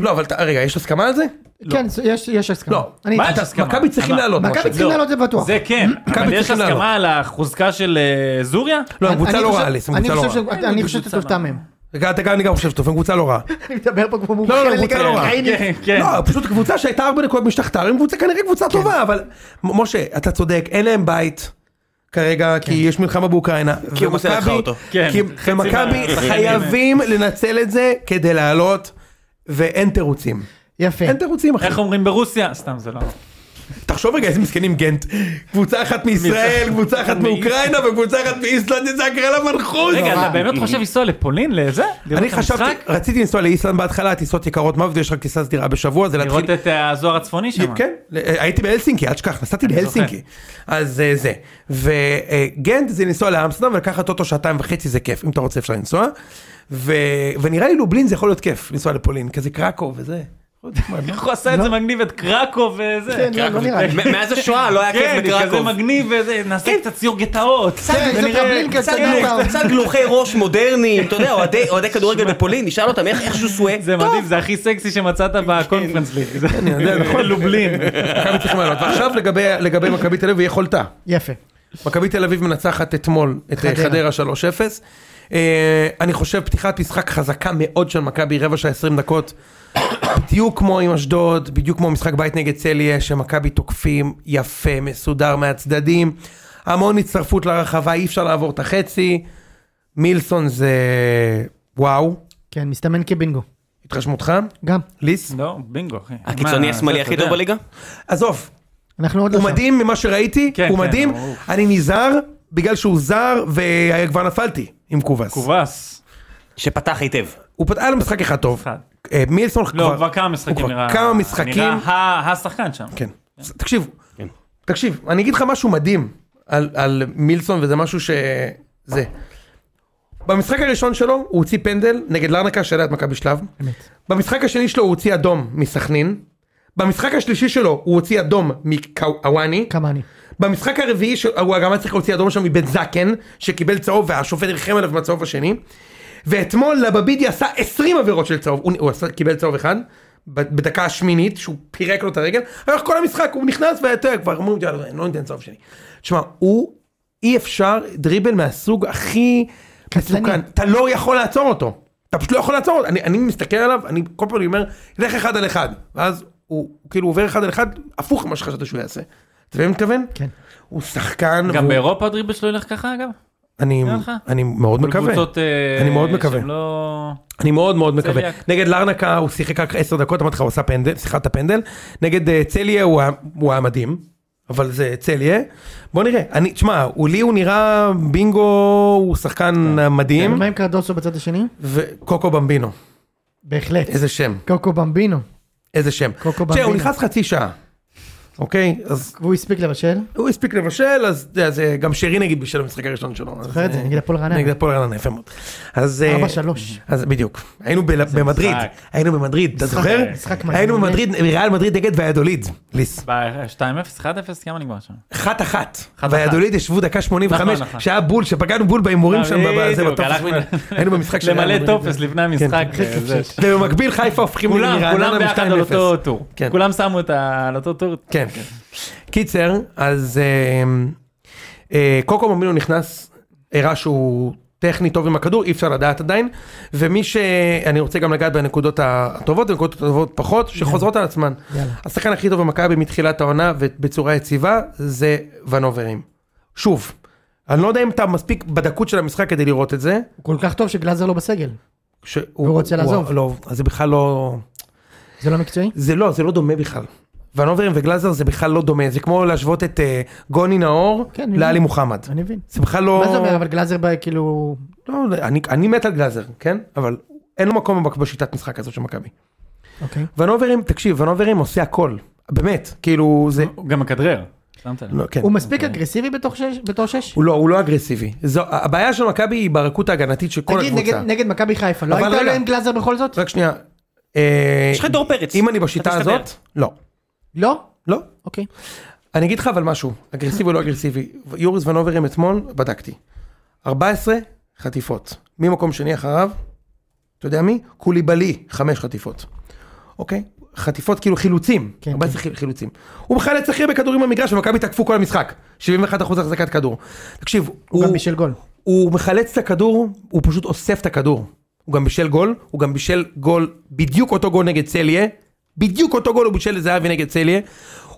Speaker 2: לא, אבל ת- רגע, יש הסכמה על זה?
Speaker 1: כן, יש- יש הסכמה.
Speaker 2: לא.
Speaker 1: אני
Speaker 5: מה
Speaker 1: איתך.
Speaker 5: יש הסכמה?
Speaker 2: מכבי צריכים
Speaker 5: אבל-
Speaker 2: לעלות. משה.
Speaker 1: מכבי *laughs* צריכים
Speaker 5: לא.
Speaker 1: לעלות זה בטוח.
Speaker 5: זה
Speaker 2: *clears throat*
Speaker 5: כן, אבל יש
Speaker 2: צריכים לעלות.
Speaker 5: הסכמה על החוזקה של אה, זוריה?
Speaker 2: לא,
Speaker 1: אני-
Speaker 2: הקבוצה
Speaker 1: אני
Speaker 2: לא
Speaker 1: חושב-
Speaker 2: רעה, ליס, הם
Speaker 1: אני
Speaker 2: קבוצה לא
Speaker 1: חושב
Speaker 2: רעה.
Speaker 1: ש- אני חושב שאתה תופתע מהם.
Speaker 2: רגע, אתה גם- אני גם חושב שטוב, הם קבוצה לא רעה.
Speaker 1: אני מדבר פה כמו מומחה
Speaker 2: לא, לא,
Speaker 1: לליגה
Speaker 2: קבוצה לא רעה.
Speaker 1: האוקראינית.
Speaker 5: כן, כן.
Speaker 2: לא, פשוט קבוצה שהייתה ארבע נקודות משתחתר, הם קבוצה כנראה קבוצה טובה, אבל... מ- משה, אתה צודק, אין להם בית. כרגע, כי יש מלחמה באוקראינה.
Speaker 4: כי הוא עושה לך
Speaker 2: ומכבי-
Speaker 4: אותו.
Speaker 5: כן,
Speaker 2: כי-
Speaker 5: חצי
Speaker 2: ומכבי
Speaker 5: מהשחקנים
Speaker 2: חייבים לנצל את זה כדי לעלות, ואין תירוצים.
Speaker 1: יפה.
Speaker 2: אין תירוצים, אחי.
Speaker 5: איך אומרים ברוסיה? סתם זה לא.
Speaker 2: תחשוב רגע איזה מסכנים גנט. קבוצה אחת מישראל, קבוצה אחת מאוקראינה וקבוצה אחת מאיסלנד, איזה הגרלה מנחוס.
Speaker 5: רגע, אתה באמת חושב לנסוע לפולין? לזה? לראות
Speaker 2: אה, אני
Speaker 5: את המשחק?
Speaker 2: חשבתי, רציתי לנסוע לאיסלנד בהתחלה, טיסות יקרות מוות, יש רק טיסה סדירה בשבוע, זה להתחיל...
Speaker 5: לראות את אה, הזוהר הצפוני שם.
Speaker 2: כן, הייתי בהלסינקי, אל תשכח, נסעתי להלסינקי. אז אה, זה. וגנט זה לנסוע לאמסטרדם ולקחת אוטו שעתיים וחצי זה כיף, אם אתה רוצה אפשר לנסוע. ו- ונראה לי לובלין זה יכול להיות כיף, לנסוע לפולין, כזה קרקוב וזה. *laughs* לא
Speaker 5: איך הוא עשה את זה מגניב את קרקוב אה, וזה?
Speaker 1: לא. כן, לא, לא נראה לי.
Speaker 4: מ- מאז השואה לא היה
Speaker 5: כן,
Speaker 4: כיף
Speaker 5: כזה
Speaker 4: בקרקוב.
Speaker 5: מגניב וזה, נעשה קצת סיור גטאות.
Speaker 1: כן, זה
Speaker 5: ונראה-
Speaker 1: טרבלין כזה,
Speaker 4: קצת גלו-
Speaker 1: נאו.
Speaker 4: קצת גלוחי ראש מודרניים, אתה יודע, אוהדי- אוהדי כדורגל בפולין, נשאל אותם איך איכשהו סואה.
Speaker 5: זה מדהים, זה הכי סקסי שמצאת בקונפרנס ליג. אני
Speaker 2: יודע, נכון. *laughs*
Speaker 5: לובלין.
Speaker 2: מכבי צריכים לעלות. ועכשיו לגבי- לגבי מכבי תל אביב ויכולתה.
Speaker 1: יפה.
Speaker 2: מכבי תל אביב מנצחת אתמול את אה,
Speaker 1: חדרה.
Speaker 2: חדרה 3-0. אה, אני חושב פתיחת משחק חזקה מאוד של מכבי, רבע שעה 20 דקות. בדיוק כמו עם אשדוד, בדיוק כמו משחק בית נגד צליה, שמכבי תוקפים יפה, מסודר מהצדדים. המון הצטרפות לרחבה, אי אפשר לעבור את החצי. מילסון זה וואו,
Speaker 1: כן, מסתמן כבינגו.
Speaker 2: התרשמותך?
Speaker 1: גם.
Speaker 2: ליס?
Speaker 5: לא, בינגו, אחי.
Speaker 4: הקיצוני
Speaker 5: מה,
Speaker 4: השמאלי
Speaker 5: זה,
Speaker 4: הכי
Speaker 5: אתה
Speaker 4: טוב
Speaker 5: יודע.
Speaker 4: בליגה?
Speaker 2: עזוב,
Speaker 1: אנחנו עוד לא
Speaker 2: הוא
Speaker 1: שם.
Speaker 2: מדהים ממה שראיתי,
Speaker 5: כן,
Speaker 2: הוא
Speaker 5: כן,
Speaker 2: מדהים,
Speaker 5: הוא-
Speaker 2: אני נזהר בגלל שהוא זר וכבר נפלתי עם קובס.
Speaker 5: קובס.
Speaker 4: שפתח היטב.
Speaker 2: הוא פתח לו משחק אחד טוב.
Speaker 5: אחד.
Speaker 2: אה, מילסון
Speaker 5: לא, כבר כמה משחקים
Speaker 2: הוא כבר
Speaker 5: נראה.
Speaker 2: כמה משחקים.
Speaker 5: נראה ה- השחקן שם.
Speaker 2: כן. אז תקשיב, תקשיב, אני אגיד לך משהו מדהים על, על מילסון וזה משהו ש... זה. במשחק הראשון שלו הוא הוציא פנדל נגד לרנקה שהיה את מכבי שלב.
Speaker 1: אמת.
Speaker 2: במשחק השני שלו הוא הוציא אדום מסכנין. במשחק השלישי שלו הוא הוציא אדום מקוואני.
Speaker 1: כמה אני.
Speaker 2: במשחק הרביעי של- הוא גם היה צריך להוציא אדום שם מבן זקן שקיבל צהוב והשופט ריחם עליו מהצהוב השני ואתמול לבבידי עשה 20 עבירות של צהוב הוא, הוא עשה, קיבל צהוב אחד ב- בדקה השמינית שהוא פירק לו את הרגל אבל כל המשחק הוא נכנס ואתה יודע, כבר אומרים "יאללה, לא ניתן צהוב שני. תשמע הוא אי אפשר דריבל מהסוג הכי
Speaker 1: קטלני.
Speaker 2: מסוכן אתה לא יכול לעצור אותו אתה פשוט לא יכול לעצור אותו אני, אני מסתכל עליו אני כל פעם אני אומר לך אחד על אחד ואז הוא כאילו עובר אחד על אחד הפוך ממה שחשבת שהוא יעשה. אתה מבין מה אני מתכוון?
Speaker 1: כן.
Speaker 2: הוא שחקן,
Speaker 5: גם
Speaker 2: והוא-
Speaker 5: באירופה הדריבל שלו ילך ככה אגב?
Speaker 2: אני,
Speaker 5: נראה לך?
Speaker 2: אני מאוד
Speaker 5: מול
Speaker 2: מקווה,
Speaker 5: קבוצות, אה,
Speaker 2: אני מאוד מקווה.
Speaker 5: שהם לא...
Speaker 2: אני מאוד מאוד מקווה,
Speaker 5: צליאק.
Speaker 2: נגד לארנקה הוא שיחק רק 10 דקות, אמרתי לך הוא עשה פנדל, שיחק את הפנדל, נגד אה, צליה הוא היה- הוא היה מדהים, אבל זה צליה, בוא נראה, אני, תשמע, הוא- לי הוא נראה בינגו, הוא שחקן
Speaker 5: כן.
Speaker 2: אה, מדהים,
Speaker 1: ומה עם קרדוסו בצד השני?
Speaker 2: וקוקו במבינו,
Speaker 1: בהחלט.
Speaker 2: איזה שם,
Speaker 1: קוקו במבינו.
Speaker 2: איזה שם,
Speaker 1: קוקו
Speaker 2: תשמע, הוא
Speaker 1: במבינו.
Speaker 2: נכנס חצי שעה, אוקיי, אז
Speaker 1: והוא הספיק לבשל.
Speaker 2: הוא הספיק לבשל, אז אתה יודע, זה גם שרי נגיד בשל המשחק הראשון שלו, אז,
Speaker 1: זוכר את זה?
Speaker 2: אה,
Speaker 1: נגד הפועל רעננה.
Speaker 2: נגד הפועל רעננה, יפה מאוד, אז, אה,
Speaker 1: 4-3.
Speaker 2: אז בדיוק, היינו בל... במדריד,
Speaker 5: משחק.
Speaker 2: היינו במדריד, אתה
Speaker 1: משחק,
Speaker 2: זוכר?
Speaker 1: משחק מדהים.
Speaker 2: היינו במדריד, ריאל מדריד נגד ויאדוליד, ליס.
Speaker 5: ב- 2-0, 1-0, כמה נגמר שם?
Speaker 2: אחת אחת,
Speaker 5: אחת.
Speaker 2: ויאדוליד ישבו דקה 85,
Speaker 5: נכון, נכון.
Speaker 2: שהיה בול, שפגענו בול בהימורים שם, בזה,
Speaker 5: בדיוק,
Speaker 2: בטופס.
Speaker 5: הלכנו-
Speaker 2: *laughs*
Speaker 5: *laughs*
Speaker 2: היינו במשחק של ריאל
Speaker 5: למלא
Speaker 2: מדריד. כן.
Speaker 5: טופס לפני המשחק. אה, זה.
Speaker 2: ובמקביל חיפה הופכים
Speaker 5: כולם, כולם ביחד על
Speaker 2: מ-2-0.
Speaker 5: אותו טור.
Speaker 2: כן.
Speaker 5: כולם שמו את ה... על אותו טור.
Speaker 2: כן, כן. קיצר, אז אה, אה, קוקו מומינו נכנס, הראה שהוא טכני טוב עם הכדור, אי אפשר לדעת עדיין, ומי ש... אני רוצה גם לגעת בנקודות הטובות ונקודות הטובות פחות, שחוזרות על עצמן.
Speaker 1: יאללה.
Speaker 2: השחקן הכי טוב במכבי מתחילת העונה ובצורה יציבה זה ונוברים. שוב, אני לא יודע אם אתה מספיק בדקות של המשחק כדי לראות את זה.
Speaker 1: הוא כל כך טוב שגלאזר לא בסגל.
Speaker 2: שהוא
Speaker 1: הוא רוצה לעזוב.
Speaker 2: לא, אז זה בכלל לא...
Speaker 1: זה לא מקצועי?
Speaker 2: זה לא, זה לא דומה בכלל. ונוברים וגלאזר זה בכלל לא דומה, זה כמו להשוות את אה, גוני נאור
Speaker 1: כן, אני
Speaker 2: לאלי
Speaker 1: מבין.
Speaker 2: מוחמד.
Speaker 1: אני מבין.
Speaker 2: זה בכלל לא...
Speaker 1: מה זה אומר? אבל גלאזר בא כאילו...
Speaker 2: לא, אני, אני מת על גלאזר, כן? אבל אין לו מקום במק- בשיטת משחק הזאת של מכבי.
Speaker 1: אוקיי.
Speaker 2: ונוברים, תקשיב, ונוברים עושה הכל. באמת, כאילו זה...
Speaker 5: הוא גם מכדרר. שמת לב.
Speaker 2: לא, כן.
Speaker 1: הוא מספיק אגרסיבי בתוך שש- בתור שש?
Speaker 2: הוא לא, הוא לא אגרסיבי. זו, הבעיה של מכבי היא ברכות ההגנתית של כל
Speaker 1: תגיד, נגד-
Speaker 2: הקבוצה.
Speaker 1: נגד מכבי חיפה, לא
Speaker 2: אבל
Speaker 1: הייתה
Speaker 2: רגע.
Speaker 1: לו עם גלאזר בכל זאת?
Speaker 2: רק שנייה. אה,
Speaker 4: יש לך את דור פרץ.
Speaker 2: אם אני בשיטה
Speaker 4: אתה תסתדר.
Speaker 2: הזאת, לא.
Speaker 1: לא?
Speaker 2: לא.
Speaker 1: אוקיי.
Speaker 2: אני אגיד לך אבל משהו, אגרסיבי או לא אגרסיבי, יוריס ונוברים אתמול, בדקתי. 14 חטיפות, ממקום שני אחריו, אתה יודע מי? קוליבלי, חמש חטיפות. אוקיי? חטיפות כאילו חילוצים,
Speaker 1: כן,
Speaker 2: 14 חיל- חילוצים. הוא בכלל היה צריך להיות בכדורים במגרש ומכבי תקפו כל המשחק, 71% החזקת כדור. תקשיב,
Speaker 1: הוא גם
Speaker 2: הוא-
Speaker 1: בישל גול.
Speaker 2: הוא מחלץ את הכדור, הוא פשוט אוסף את הכדור. הוא גם בישל גול, הוא גם בישל גול, בדיוק אותו גול נגד צליה, בדיוק אותו גול הוא בישל לזהבי נגד צליה.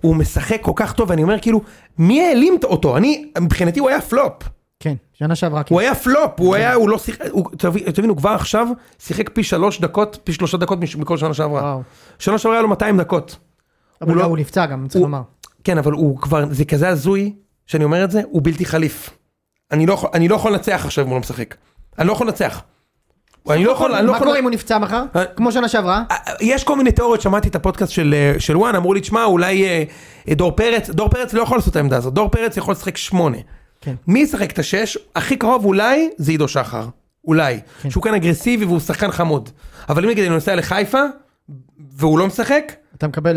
Speaker 2: הוא משחק כל כך טוב, אני אומר כאילו, מי העלים אותו? אני, מבחינתי הוא היה פלופ.
Speaker 1: כן, שנה שעברה. כאילו.
Speaker 2: הוא היה פלופ, הוא היה, הוא לא שיחק, הוא- תבין- תבינו, כבר עכשיו שיחק פי שלוש דקות, פי שלושה דקות מש- מכל שנה שעברה.
Speaker 1: וואו.
Speaker 2: שנה שעברה היה לו 200 דקות.
Speaker 1: אבל
Speaker 2: הוא
Speaker 1: לא,
Speaker 2: לא-
Speaker 1: הוא נפצע גם, צריך
Speaker 2: הוא-
Speaker 1: לומר.
Speaker 2: כן, אבל הוא כבר, זה כזה הזוי, שאני אומר את זה, הוא בלתי חליף. אני לא יכול, אני לא יכול לנצח עכשיו אם הוא לא משחק. אני לא יכול לנצח. אני לא יכול, אני לא
Speaker 1: מה
Speaker 2: יכול...
Speaker 1: קורה אם הוא נפצע מחר?
Speaker 2: אה.
Speaker 1: כמו שנה שעברה?
Speaker 2: יש כל מיני תיאוריות, שמעתי את הפודקאסט של, אה, של וואן, אמרו לי, תשמע, אולי אה, אה, דור פרץ, דור פרץ לא יכול לעשות את העמדה הזאת, דור פרץ יכול לשחק שמונה.
Speaker 1: כן.
Speaker 2: מי ישחק את השש? הכי קרוב אולי זה עידו שחר, אולי.
Speaker 1: כן.
Speaker 2: שהוא כאן אגרסיבי והוא שחקן חמוד. אבל אם נגיד אני נוסע לחיפה, והוא לא משחק,
Speaker 1: אתה מקבל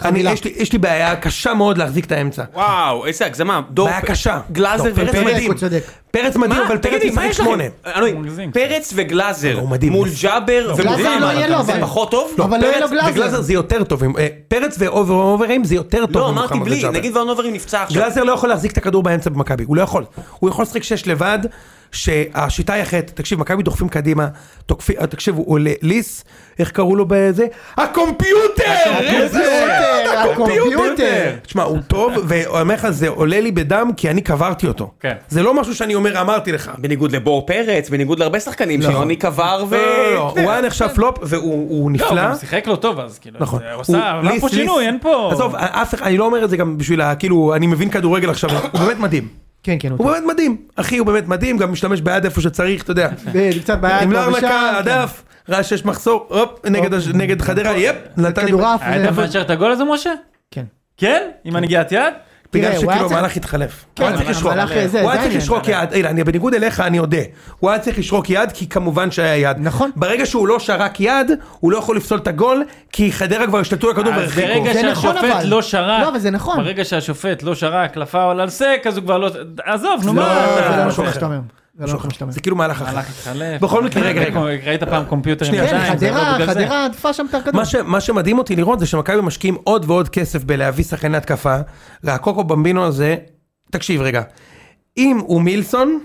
Speaker 2: אני,
Speaker 1: חבילה.
Speaker 2: יש, לי, יש לי בעיה קשה מאוד להחזיק את האמצע.
Speaker 4: וואו, איזה הגזמה. דור
Speaker 2: בעיה
Speaker 4: פ-
Speaker 2: קשה.
Speaker 4: גלאזר
Speaker 2: דור פרץ
Speaker 4: ורץ
Speaker 1: צודק,
Speaker 2: מדהים.
Speaker 4: מדהים.
Speaker 1: הוא צודק.
Speaker 2: פרץ מדהים, אבל פרץ
Speaker 4: תגידי, מה
Speaker 2: משחק
Speaker 4: יש לכם?
Speaker 2: שמונה. לא,
Speaker 4: אני לא יודע,
Speaker 5: הוא מגזים.
Speaker 4: פרץ וגלאזר
Speaker 2: הוא מדהים.
Speaker 4: מול ג'אבר
Speaker 1: גלאזר לא יהיה לו,
Speaker 4: זה
Speaker 1: אבל-
Speaker 4: פחות טוב?
Speaker 1: אבל לא יהיה לו
Speaker 2: פרץ וגלאזר
Speaker 1: גלאזר.
Speaker 2: זה יותר טוב, עם- אה, פרץ ואוברים זה יותר טוב.
Speaker 4: לא,
Speaker 2: ממוחמד
Speaker 4: אמרתי בלי,
Speaker 2: וג'אבר.
Speaker 4: נגיד ורנוברים נפצע עכשיו.
Speaker 2: גלאזר לא יכול להחזיק את הכדור באמצע במכבי, הוא לא יכול. הוא יכול לשחק שש לבד, שהשיטה היא אחרת, תקשיב, מכבי דוחפים קדימה, תוקפים, אה, תקשיב, הוא עולה, ליס, איך קראו לו בזה? הקומפיוטר! איזה-
Speaker 1: הקומפיוטר.
Speaker 2: תשמע, הוא טוב, ואומר לך, זה עולה לי בדם, כי אני קברתי אותו.
Speaker 5: כן.
Speaker 2: זה לא משהו שאני אומר, אמרתי לך.
Speaker 4: בניגוד לבור פרץ, בניגוד להרבה שחקנים שיוני קבר ו...
Speaker 2: לא, לא, לא, הוא היה נחשב פלופ, והוא הוא
Speaker 5: לא, הוא
Speaker 2: נפלא.
Speaker 5: גם שיחק לא טוב אז, כאילו,
Speaker 2: נכון.
Speaker 5: זה עושה,
Speaker 2: הוא-
Speaker 5: עבר פה
Speaker 2: ליס, ליס.
Speaker 5: שינוי, אין פה...
Speaker 2: עזוב, אף אחד, אני לא אומר את זה גם בשביל ה... כאילו, אני מבין כדורגל עכשיו, הוא באמת מדהים.
Speaker 1: כן, כן, הוא
Speaker 2: הוא
Speaker 1: טוב.
Speaker 2: באמת מדהים. אחי, הוא באמת מדהים, גם משתמש ביד איפה שצריך, אתה יודע.
Speaker 1: ו- קצת בעיה.
Speaker 2: עם
Speaker 1: פה ושם,
Speaker 2: לארנקה,
Speaker 1: כן.
Speaker 2: לא הדף, ראה שיש מחסור, הופ, נגד הש- נגד חדרה, יפ, נתן לי...
Speaker 1: כדורעף.
Speaker 5: היית
Speaker 1: ו-
Speaker 5: מאשר את הגול הזה, משה?
Speaker 1: כן.
Speaker 5: אה, כן? עם הנגיעת יד?
Speaker 1: תראה,
Speaker 2: בגלל
Speaker 1: הוא היה
Speaker 2: שכאילו
Speaker 1: צריך-
Speaker 2: המהלך התחלף.
Speaker 1: כן,
Speaker 2: הוא היה צריך
Speaker 1: אבל-
Speaker 2: לשרוק.
Speaker 1: המהלך זה- זה
Speaker 2: הוא היה צריך
Speaker 1: העניין.
Speaker 2: לשרוק יד, הנה, אני בניגוד אליך, אני אודה. הוא היה צריך לשרוק יד, כי כמובן שהיה יד.
Speaker 1: נכון.
Speaker 2: ברגע שהוא לא שרק יד, הוא לא יכול לפסול את הגול, כי חדרה כבר השתלטו על הכדור
Speaker 5: אז
Speaker 2: והרחיקו.
Speaker 5: ברגע
Speaker 1: זה נכון,
Speaker 5: שהשופט
Speaker 1: אבל.
Speaker 5: לא שרק,
Speaker 1: לא, אבל זה נכון.
Speaker 5: ברגע שהשופט לא שרק, לפאול על סק, אז הוא כבר לא... עזוב, נו
Speaker 1: לא,
Speaker 5: מה... אתה-
Speaker 1: זה לא
Speaker 2: משהו
Speaker 1: נכון מה
Speaker 2: אחר.
Speaker 1: שאתה אומר. זה לא נכון מה שאתה אומר.
Speaker 2: זה כאילו מהלך אחר.
Speaker 5: הלך התחלף.
Speaker 2: בכל מקרה, רגע, רגע.
Speaker 5: ראית פעם קומפיוטר עם
Speaker 2: שנייה,
Speaker 5: ידיים?
Speaker 1: כן,
Speaker 5: זה
Speaker 1: חדרה,
Speaker 5: הכל בגלל זה.
Speaker 1: חדרה עדפה שם את הכדור.
Speaker 2: מה, ש, מה שמדהים אותי לראות זה שמכבי משקיעים עוד ועוד כסף בלהביא שחקן התקפה. והקוקו במבינו הזה, תקשיב רגע, אם הוא מילסון,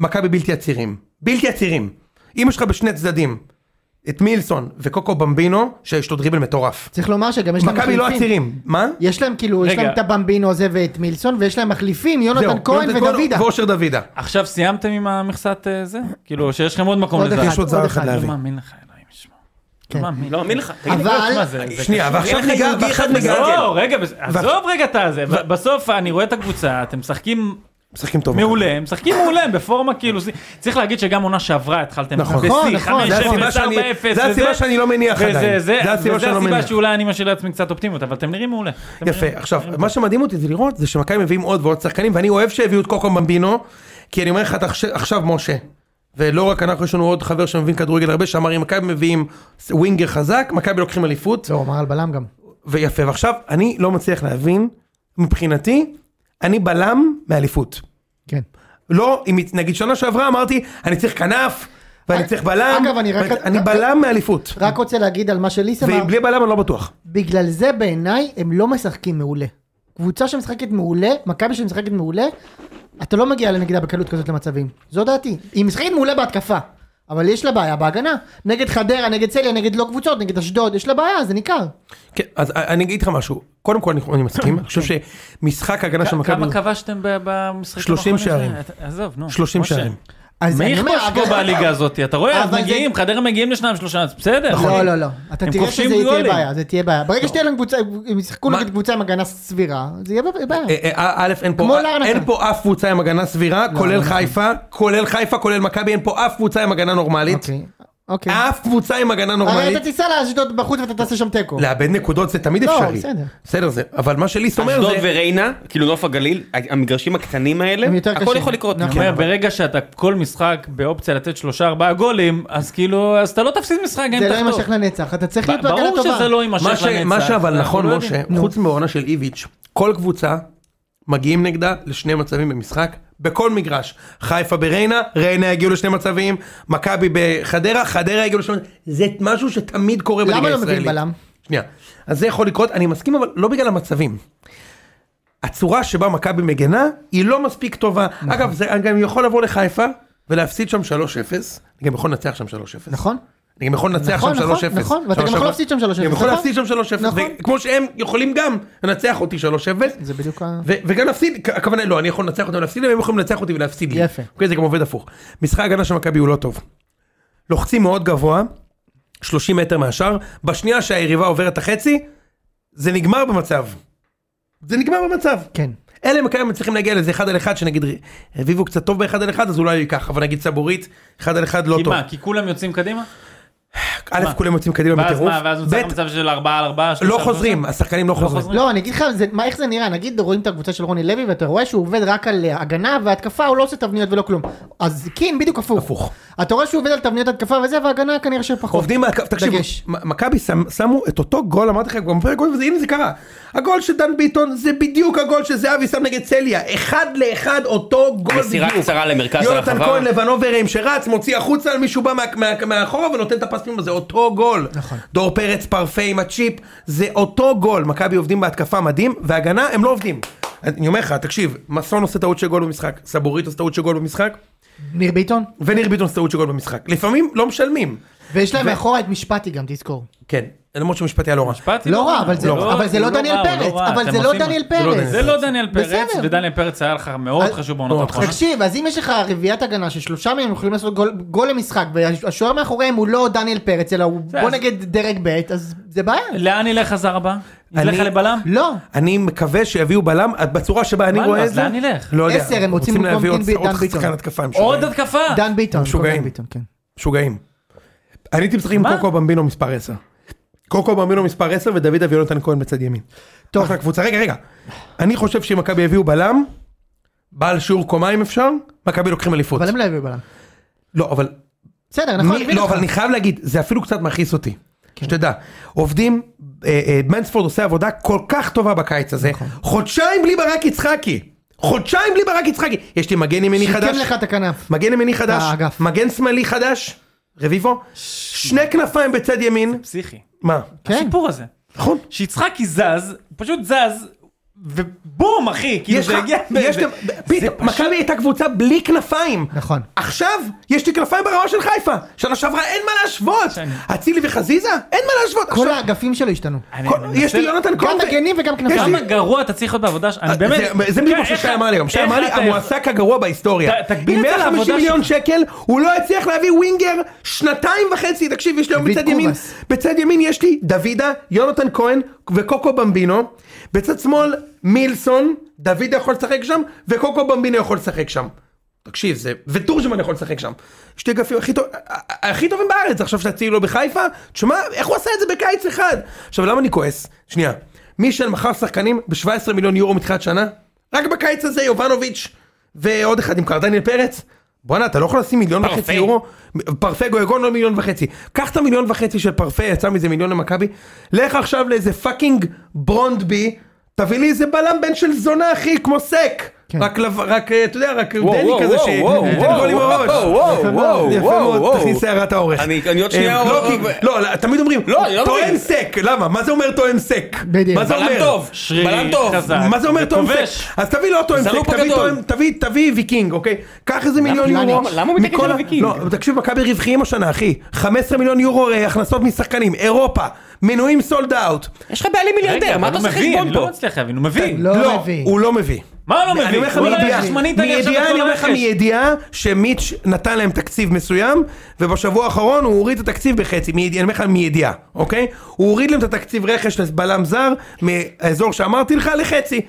Speaker 2: מכבי בלתי עצירים. בלתי עצירים. אם יש לך בשני צדדים את מילסון וקוקו במבינו, שיש לו דריבל מטורף.
Speaker 1: צריך לומר שגם יש להם
Speaker 2: מכבי לא עצירים. מה?
Speaker 1: יש להם כאילו, יש
Speaker 5: רגע. לא,
Speaker 1: להם את הבמבינו הזה ואת מילסון, ויש להם מחליפים,
Speaker 2: זהו,
Speaker 1: יונתן כהן
Speaker 2: יונתן
Speaker 1: ודוידה.
Speaker 2: ואושר דוידה.
Speaker 5: עכשיו סיימתם עם המכסת אה, זה? כאילו, שיש לכם עוד מקום
Speaker 1: עוד
Speaker 5: לזה.
Speaker 1: אחד,
Speaker 2: יש לא. עוד זר
Speaker 1: עוד
Speaker 2: אחד
Speaker 1: אחד.
Speaker 5: לא
Speaker 2: להביא.
Speaker 5: מאמין לך, אלוהים ישמור.
Speaker 1: כן.
Speaker 5: לא מאמין.
Speaker 4: לא, מאמין לך. תגיד,
Speaker 1: אבל...
Speaker 5: תשמע, זה- זה
Speaker 2: שנייה, כן. ועכשיו
Speaker 4: אין לך
Speaker 2: ניגע,
Speaker 4: יהודי
Speaker 2: ועכשיו
Speaker 4: אחד
Speaker 2: ניגע,
Speaker 5: לא, רגע, בס- עזוב רגע את הזה, ב- בסוף אני רואה את הקבוצה, אתם משחקים
Speaker 2: משחקים טוב.
Speaker 5: מעולה, הם משחקים מעולה, הם בפורמה כאילו, זה- צריך להגיד שגם עונה שעברה התחלתם,
Speaker 2: נכון.
Speaker 5: בשיא,
Speaker 1: נכון, נכון,
Speaker 5: 5-0,
Speaker 1: זה
Speaker 5: 4-0,
Speaker 2: הסיבה שאני-
Speaker 5: וזה-
Speaker 2: זה הסיבה שאני לא מניח
Speaker 5: וזה-
Speaker 2: עדיין.
Speaker 5: זה-
Speaker 2: זה הסיבה
Speaker 5: וזה
Speaker 2: שאני לא
Speaker 5: הסיבה
Speaker 2: מניח.
Speaker 5: שאולי אני משאיר לעצמי קצת אופטימיות, אבל אתם נראים מעולה. אתם
Speaker 2: יפה,
Speaker 5: נראים-
Speaker 2: עכשיו, מה שמדהים אותי זה לראות, זה שמכבי מביאים עוד ועוד שחקנים, ואני אוהב שהביאו את קוקו במבינו, כי אני אומר לך, אתה עכשיו- עכשיו משה, ולא רק אנחנו, יש לנו עוד חבר שמבין כדורגל הרבה, שאמר, אם מכבי מביאים ווינגר חזק, מכבי לוקחים אליפות,
Speaker 1: לא, הוא אמר על בלם גם.
Speaker 2: ויפה, ועכשיו, אני לא מצליח להבין, מבחינתי, אני בלם מאליפות.
Speaker 1: כן.
Speaker 2: לא, אם נגיד שנה שעברה אמרתי, אני צריך כנף, ואני
Speaker 1: אג-
Speaker 2: צריך בלם,
Speaker 1: אגב, אני רק-
Speaker 2: אני בלם מאליפות,
Speaker 1: רק רוצה להגיד על מה שליס אמר,
Speaker 2: ובלי בלם אני לא בטוח.
Speaker 1: בגלל זה בעיניי הם לא משחקים מעולה. קבוצה שמשחקת מעולה, מכבי שמשחקת מעולה, אתה לא מגיע לנגידה בקלות כזאת למצבים. זו דעתי. היא משחקת מעולה בהתקפה, אבל יש לה בעיה בהגנה. נגד חדרה, נגד צליה, נגד לא קבוצות, נגד אשדוד, יש לה בעיה, זה ניכר.
Speaker 2: כן, אז אני אגיד לך משהו, קודם כל אני אני מסכים, אני
Speaker 1: כן.
Speaker 2: חושב שמשחק הגנה של מכבי...
Speaker 5: כמה כבשתם ב- במשחקים
Speaker 2: 30
Speaker 5: האחרונים?
Speaker 2: נכון, שערים.
Speaker 5: אתה- עזוב, נו.
Speaker 2: 30
Speaker 5: משה.
Speaker 2: שערים.
Speaker 1: אז
Speaker 5: מי
Speaker 1: אני אומר,
Speaker 5: יכבוש פה
Speaker 1: אגב- אה,
Speaker 5: בליגה הזאת? אתה רואה, אז
Speaker 1: אבל זה-
Speaker 5: מגיעים, חדרה מגיעים לשניים שלושה, אז בסדר.
Speaker 2: נכון.
Speaker 1: לא, לא, לא. אתה
Speaker 5: הם
Speaker 1: תראה
Speaker 5: כובשים
Speaker 1: שזה תהיה
Speaker 5: גולים.
Speaker 1: בעיה, זה תהיה בעיה. ברגע שתהיה להם קבוצה, אם ישחקו
Speaker 2: לא. מה-
Speaker 1: נגד קבוצה עם הגנה סבירה, זה יהיה בעיה.
Speaker 2: אה, אה, א', אין פה-
Speaker 1: כמו לארנקה. לא,
Speaker 2: אין פה אף קבוצה עם הגנה סבירה, כולל חיפה, כולל חיפה, כולל מכבי, אין פה אף קבוצה עם הגנה נורמלית.
Speaker 1: אוקיי. אוקיי. אה,
Speaker 2: אף קבוצה עם הגנה
Speaker 1: הרי
Speaker 2: נורמלית.
Speaker 1: אתה תיסע לאשדוד בחוץ ואתה תעשה שם תיקו.
Speaker 2: לאבד נקודות זה תמיד
Speaker 1: לא,
Speaker 2: אפשרי.
Speaker 1: בסדר.
Speaker 2: בסדר זה, אבל מה שליס אומר
Speaker 4: אשדוד
Speaker 2: זה,
Speaker 4: וריינה, כאילו נוף הגליל, המגרשים הקטנים האלה,
Speaker 1: הם יותר
Speaker 4: הכל
Speaker 1: קשים.
Speaker 4: יכול לקרות.
Speaker 1: נכון.
Speaker 5: אני אומר, ברגע שאתה כל משחק באופציה לתת שלושה ארבעה גולים, אז כאילו, אז אתה לא תפסיד משחק גם
Speaker 1: זה לא
Speaker 5: אם תחתור.
Speaker 1: יימשך לנצח, אתה צריך להיות
Speaker 5: ב-
Speaker 1: בהגנה
Speaker 5: ברור
Speaker 1: טובה.
Speaker 5: שזה לא יימשך
Speaker 2: מה
Speaker 5: לנצח.
Speaker 2: ש- מה שאבל
Speaker 5: אנחנו
Speaker 2: נכון
Speaker 5: לא
Speaker 2: משה,
Speaker 5: יודעים.
Speaker 2: חוץ מהעונה של איביץ', כל קבוצה מגיעים נגדה לשני מצבים במשחק, בכל מגרש. חיפה בריינה, ריינה הגיעו לשני מצבים, מכבי בחדרה, חדרה הגיעו לשני מצבים. זה משהו שתמיד קורה
Speaker 1: למה
Speaker 2: בליגה
Speaker 1: לא מביאים
Speaker 2: הישראלית.
Speaker 1: בלם?
Speaker 2: שנייה. אז זה יכול לקרות, אני מסכים, אבל לא בגלל המצבים. הצורה שבה מכבי מגנה היא לא מספיק טובה.
Speaker 1: נכון.
Speaker 2: אגב, זה גם יכול לבוא לחיפה ולהפסיד שם 3-0, אני גם יכול לנצח שם 3-0.
Speaker 1: נכון?
Speaker 2: אני גם יכול לנצח שם 3-0.
Speaker 1: נכון, נכון, נכון, ואתה גם
Speaker 2: שלוש-
Speaker 1: יכול להפסיד שם 3-0,
Speaker 2: אני גם יכול
Speaker 1: נכון.
Speaker 2: להפסיד שם 3-0,
Speaker 1: נכון.
Speaker 2: וכמו שהם יכולים גם לנצח אותי 3-0.
Speaker 1: זה בדיוק ה...
Speaker 2: ו- וגם להפסיד, כ- הכוונה לא, אני יכול לנצח אותם ולהפסיד להם, הם יכולים לנצח אותי ולהפסיד לי.
Speaker 1: יפה.
Speaker 2: אוקיי, זה גם עובד הפוך. משחק ההגנה של מכבי הוא לא טוב. לוחצים מאוד גבוה, 30 מטר מהשאר, בשנייה שהיריבה עוברת את החצי, זה נגמר במצב. זה נגמר במצב.
Speaker 1: כן.
Speaker 2: אלה מכבי מצליחים להגיע לזה אחד על אחד, שנגיד רביבו קצת טוב באחד על אחד, אז אולי הוא ייקח, אבל נגיד סבורית, אחד על אחד לא
Speaker 5: כי
Speaker 2: טוב.
Speaker 5: מה, כי כולם יוצאים קדימה?
Speaker 2: א', כולם יוצאים קדימה
Speaker 5: ואז
Speaker 2: בטירוף,
Speaker 5: מה, ואז
Speaker 2: ב',
Speaker 5: נוצר מצב של ארבעה על ארבעה? שלושה
Speaker 2: לא
Speaker 5: על
Speaker 2: חוזרים, השחקנים לא חוזרים.
Speaker 5: חוזרים.
Speaker 1: לא, אני אגיד לך, זה- מה- איך זה נראה, נגיד רואים את הקבוצה של רוני לוי ואתה רואה שהוא עובד רק על אה, הגנה והתקפה, הוא לא עושה תבניות ולא כלום. אז קין בדיוק הפוך.
Speaker 2: הפוך.
Speaker 1: אתה רואה שהוא עובד על תבניות התקפה וזה, והגנה כנראה שפחות.
Speaker 2: עובדים מהקו, תקשיב,
Speaker 1: דגש.
Speaker 2: מ- מכבי שמ- שמו את אותו גול, אמרתי לך גם בפרק קודם, וזה- הנה זה קרה. הגול של דן ביטון זה בדיוק הגול שזהבי שם נגד צליה, אחד לאחד אותו גול בדיוק.
Speaker 4: מסירה קצרה למרכז
Speaker 2: יונתן
Speaker 4: הרחבה.
Speaker 2: כהן לבנוברים שרץ, מוציא החוצה, מישהו בא מה- מה- מאחורה ונותן את הפס פנימה, זה אותו גול.
Speaker 1: נכון.
Speaker 2: דור פרץ פרפה עם הצ'יפ, זה אותו גול, מכבי עובדים בהתקפה מדהים, והגנה הם לא עובדים. אני אומר לך, תקשיב, מסון עושה טעות של גול במשחק, סבורית עושה טעות של גול במשחק,
Speaker 1: ניר ביטון?
Speaker 2: וניר ביטון עושה טעות של גול במשחק. לפעמים לא משלמים.
Speaker 1: ויש להם מאחורה את משפטי גם, תזכור.
Speaker 2: כן, למרות שמשפטי היה לא רע.
Speaker 5: משפטי
Speaker 1: לא רע, אבל זה-
Speaker 5: הוא
Speaker 1: אבל זה לא
Speaker 5: הוא
Speaker 1: דניאל
Speaker 5: רע, הוא
Speaker 1: פרץ,
Speaker 5: רע.
Speaker 1: אבל
Speaker 5: אתם
Speaker 1: זה לא
Speaker 5: עושים-
Speaker 1: דניאל פרץ.
Speaker 5: זה לא דניאל פרץ,
Speaker 1: בסדר.
Speaker 5: ודניאל פרץ היה לך מאוד
Speaker 1: אז-
Speaker 5: חשוב בעונות האחרונות.
Speaker 1: תקשיב, אז אם יש לך רביעיית הגנה ששלושה מהם יכולים לעשות גול- גול למשחק, והשוער מאחוריהם הוא לא דניאל פרץ, אלא הוא
Speaker 5: זה
Speaker 1: בוא
Speaker 5: אז-
Speaker 1: נגיד דרג ב', אז זה בעיה.
Speaker 5: לאן ילך הזר הבא?
Speaker 2: אני-
Speaker 5: ילך לבלם?
Speaker 1: לא.
Speaker 2: אני מקווה שיביאו בלם, בצורה שבה אני
Speaker 5: מה,
Speaker 2: רואה
Speaker 5: אז
Speaker 2: את זה.
Speaker 5: לאן נלך?
Speaker 2: לא יודע.
Speaker 1: עשר, הם רוצים במקום
Speaker 2: להביא עוד
Speaker 1: דין בי-
Speaker 2: עוד
Speaker 1: דן ביטון.
Speaker 2: שחקן התקפה, הם
Speaker 5: עוד
Speaker 2: משוגעים.
Speaker 5: התקפה?
Speaker 1: דן ביטון.
Speaker 2: משוגעים.
Speaker 1: דן ביטון, כן.
Speaker 2: משוגעים. אני הייתי משחק עם
Speaker 5: מה?
Speaker 2: קוקו במבינו מספר 10. קוקו במבינו מספר 10 ודוד אבי יונתן כהן בצד ימין.
Speaker 1: טוב.
Speaker 2: אחלה קבוצה, רגע רגע. אני חושב שאם מכבי יביאו בלם, בעל שיעור קומה אם אפשר, מכבי לוקחים אליפות.
Speaker 1: אבל הם לא הביאו בלם.
Speaker 2: לא אבל
Speaker 1: בסדר, נכון, כן.
Speaker 2: מי-
Speaker 1: אני מבין
Speaker 2: לא,
Speaker 1: אותך.
Speaker 2: אבל אני חייב להגיד, זה אפילו קצת מכעיס אותי. שתדע, עובדים, אה, אה, מנספורד עושה עבודה כל כך טובה בקיץ הזה,
Speaker 1: נכון.
Speaker 2: חודשיים בלי ברק יצחקי, חודשיים בלי ברק יצחקי, יש לי מגן ימיני
Speaker 1: שיקם
Speaker 2: חדש,
Speaker 1: לך אה, את הכנף.
Speaker 2: מגן ימיני חדש,
Speaker 1: האגף.
Speaker 2: מגן שמאלי חדש, רביבו, שני כנפיים בצד ימין,
Speaker 5: פסיכי.
Speaker 2: מה?
Speaker 1: כן.
Speaker 5: הסיפור הזה.
Speaker 2: נכון.
Speaker 5: שיצחקי זז, הוא פשוט זז, ובום אחי, כאילו
Speaker 2: יש
Speaker 5: זה
Speaker 2: לך,
Speaker 5: הגיע...
Speaker 2: יש
Speaker 5: זה-
Speaker 2: גם, פתאום, מכבי הייתה קבוצה בלי כנפיים.
Speaker 1: נכון.
Speaker 2: עכשיו, יש לי כנפיים ברמה של חיפה. שנה שעברה אין מה להשוות.
Speaker 5: שאני-
Speaker 2: אצילי וחזיזה, אין מה להשוות.
Speaker 1: כל
Speaker 2: עכשיו-
Speaker 1: האגפים שלו השתנו.
Speaker 5: אני-
Speaker 2: כל-
Speaker 5: אני
Speaker 2: יש לי
Speaker 5: מנסה-
Speaker 2: יונתן
Speaker 1: גם
Speaker 2: כהן. ו-
Speaker 1: מגנים וגם
Speaker 2: יש לי-
Speaker 1: כנפיים.
Speaker 5: כמה גרוע אתה צריך להיות בעבודה שלך, אני באמת...
Speaker 2: אה, זה- זה בדיוק מה
Speaker 5: כן, איך
Speaker 2: ששי
Speaker 5: אתה-
Speaker 2: אמר לי היום, שי
Speaker 5: איך
Speaker 2: אמר לי
Speaker 5: אתה-
Speaker 2: המועסק הגרוע בהיסטוריה.
Speaker 5: ת- תגביר
Speaker 2: עם
Speaker 5: את זה
Speaker 2: 150
Speaker 5: לעבודה
Speaker 2: מיליון שקל הוא לא הצליח להביא ווינגר שנתיים וחצי, תקשיב יש לי היום
Speaker 1: הביא את
Speaker 2: בצד ימין,
Speaker 1: קובס.
Speaker 2: בצד ימין יש לי דוידה, יונתן כהן וקוקו במבינו, בצד שמאל מילסון, דוידה יכול לשחק שם וקוקו במבינו יכול לשחק שם. תקשיב זה, ותורג'מן יכול לשחק שם. שתי גפים הכי, טוב, הכי טובים בארץ עכשיו שאצילי לא בחיפה, תשמע איך הוא עשה את זה בקיץ אחד. עכשיו למה אני כועס? שנייה, מישל מכר שחקנים ב-17 מיליון יורו מתחילת שנה, רק בקיץ הזה יובנוביץ' ועוד אחד עם קרדניאל פרץ. בואנה אתה לא יכול לשים מיליון וחצי יורו? פרפה גויגון לא מיליון וחצי. קח את המיליון וחצי של פרפה יצא מזה מיליון למכבי, לך עכשיו לאיזה פאקינג ברונדבי, תביא לי איזה בלם בן של זונה אחי כמו סק.
Speaker 1: כן.
Speaker 2: רק, לב- רק, אה, אתה יודע, רק דני
Speaker 3: וואו,
Speaker 2: כזה
Speaker 3: וואו, וואו,
Speaker 2: שייתן
Speaker 3: וואו,
Speaker 2: גול עם
Speaker 3: וואו,
Speaker 2: הראש.
Speaker 3: וואו,
Speaker 2: יפה
Speaker 3: וואו,
Speaker 2: מאוד, יפה
Speaker 3: וואהו,
Speaker 2: מאוד,
Speaker 3: וואו.
Speaker 2: תכניס הערת העורך.
Speaker 4: אני- אני עוד שנייה-
Speaker 2: אה, לא,
Speaker 4: אה,
Speaker 2: כי-
Speaker 4: ו-
Speaker 2: לא, לא, תמיד אומרים,
Speaker 4: לא, אני לא
Speaker 2: טוען
Speaker 4: מבין.
Speaker 2: סק, למה? מה זה אומר טוען סק?
Speaker 1: בדיוק.
Speaker 2: מה זה
Speaker 4: בלם
Speaker 2: אומר?
Speaker 4: טוב,
Speaker 5: שרי,
Speaker 4: בלם טוב.
Speaker 5: חזק.
Speaker 2: מה זה אומר תום
Speaker 5: וכובש.
Speaker 2: פק? אז תביא לא תום
Speaker 4: זרוק
Speaker 2: פק, תביא
Speaker 4: בגדול.
Speaker 2: תום- תביא תביא ויקינג, אוקיי? קח איזה מיליון
Speaker 1: למה-
Speaker 2: יורו.
Speaker 4: למה הוא מתעקש
Speaker 2: מכל
Speaker 4: על
Speaker 2: ה-
Speaker 4: ויקינג?
Speaker 2: לא, תקשיב, מכבי רווחיים השנה, אחי. 15 מיליון יורו אה, הכנסות משחקנים, אירופה, מנויים סולד אאוט.
Speaker 4: יש לך בעלים מיליארדר,
Speaker 5: רגע,
Speaker 4: מה
Speaker 5: אבל
Speaker 4: אתה
Speaker 5: הוא
Speaker 4: עושה
Speaker 5: מביא,
Speaker 4: חשבון
Speaker 5: אני לא
Speaker 4: פה?
Speaker 5: מצליח להבין, הוא מביא.
Speaker 1: לא מביא.
Speaker 2: הוא לא מביא.
Speaker 5: מה הוא לא מביא?
Speaker 2: אני אומר לך
Speaker 5: הוא לא
Speaker 2: מידיעה,
Speaker 5: הולך, זמנית, אני עכשיו
Speaker 2: מידיעה,
Speaker 5: בכל
Speaker 2: אני אומר לך
Speaker 5: רכש.
Speaker 2: מידיעה שמיץ' נתן להם תקציב מסוים ובשבוע האחרון הוא הוריד את התקציב בחצי, מידיעה, אני אומר לך מידיעה, אוקיי? הוא הוריד להם את התקציב רכש לבלם זר מהאזור שאמרתי לך לחצי.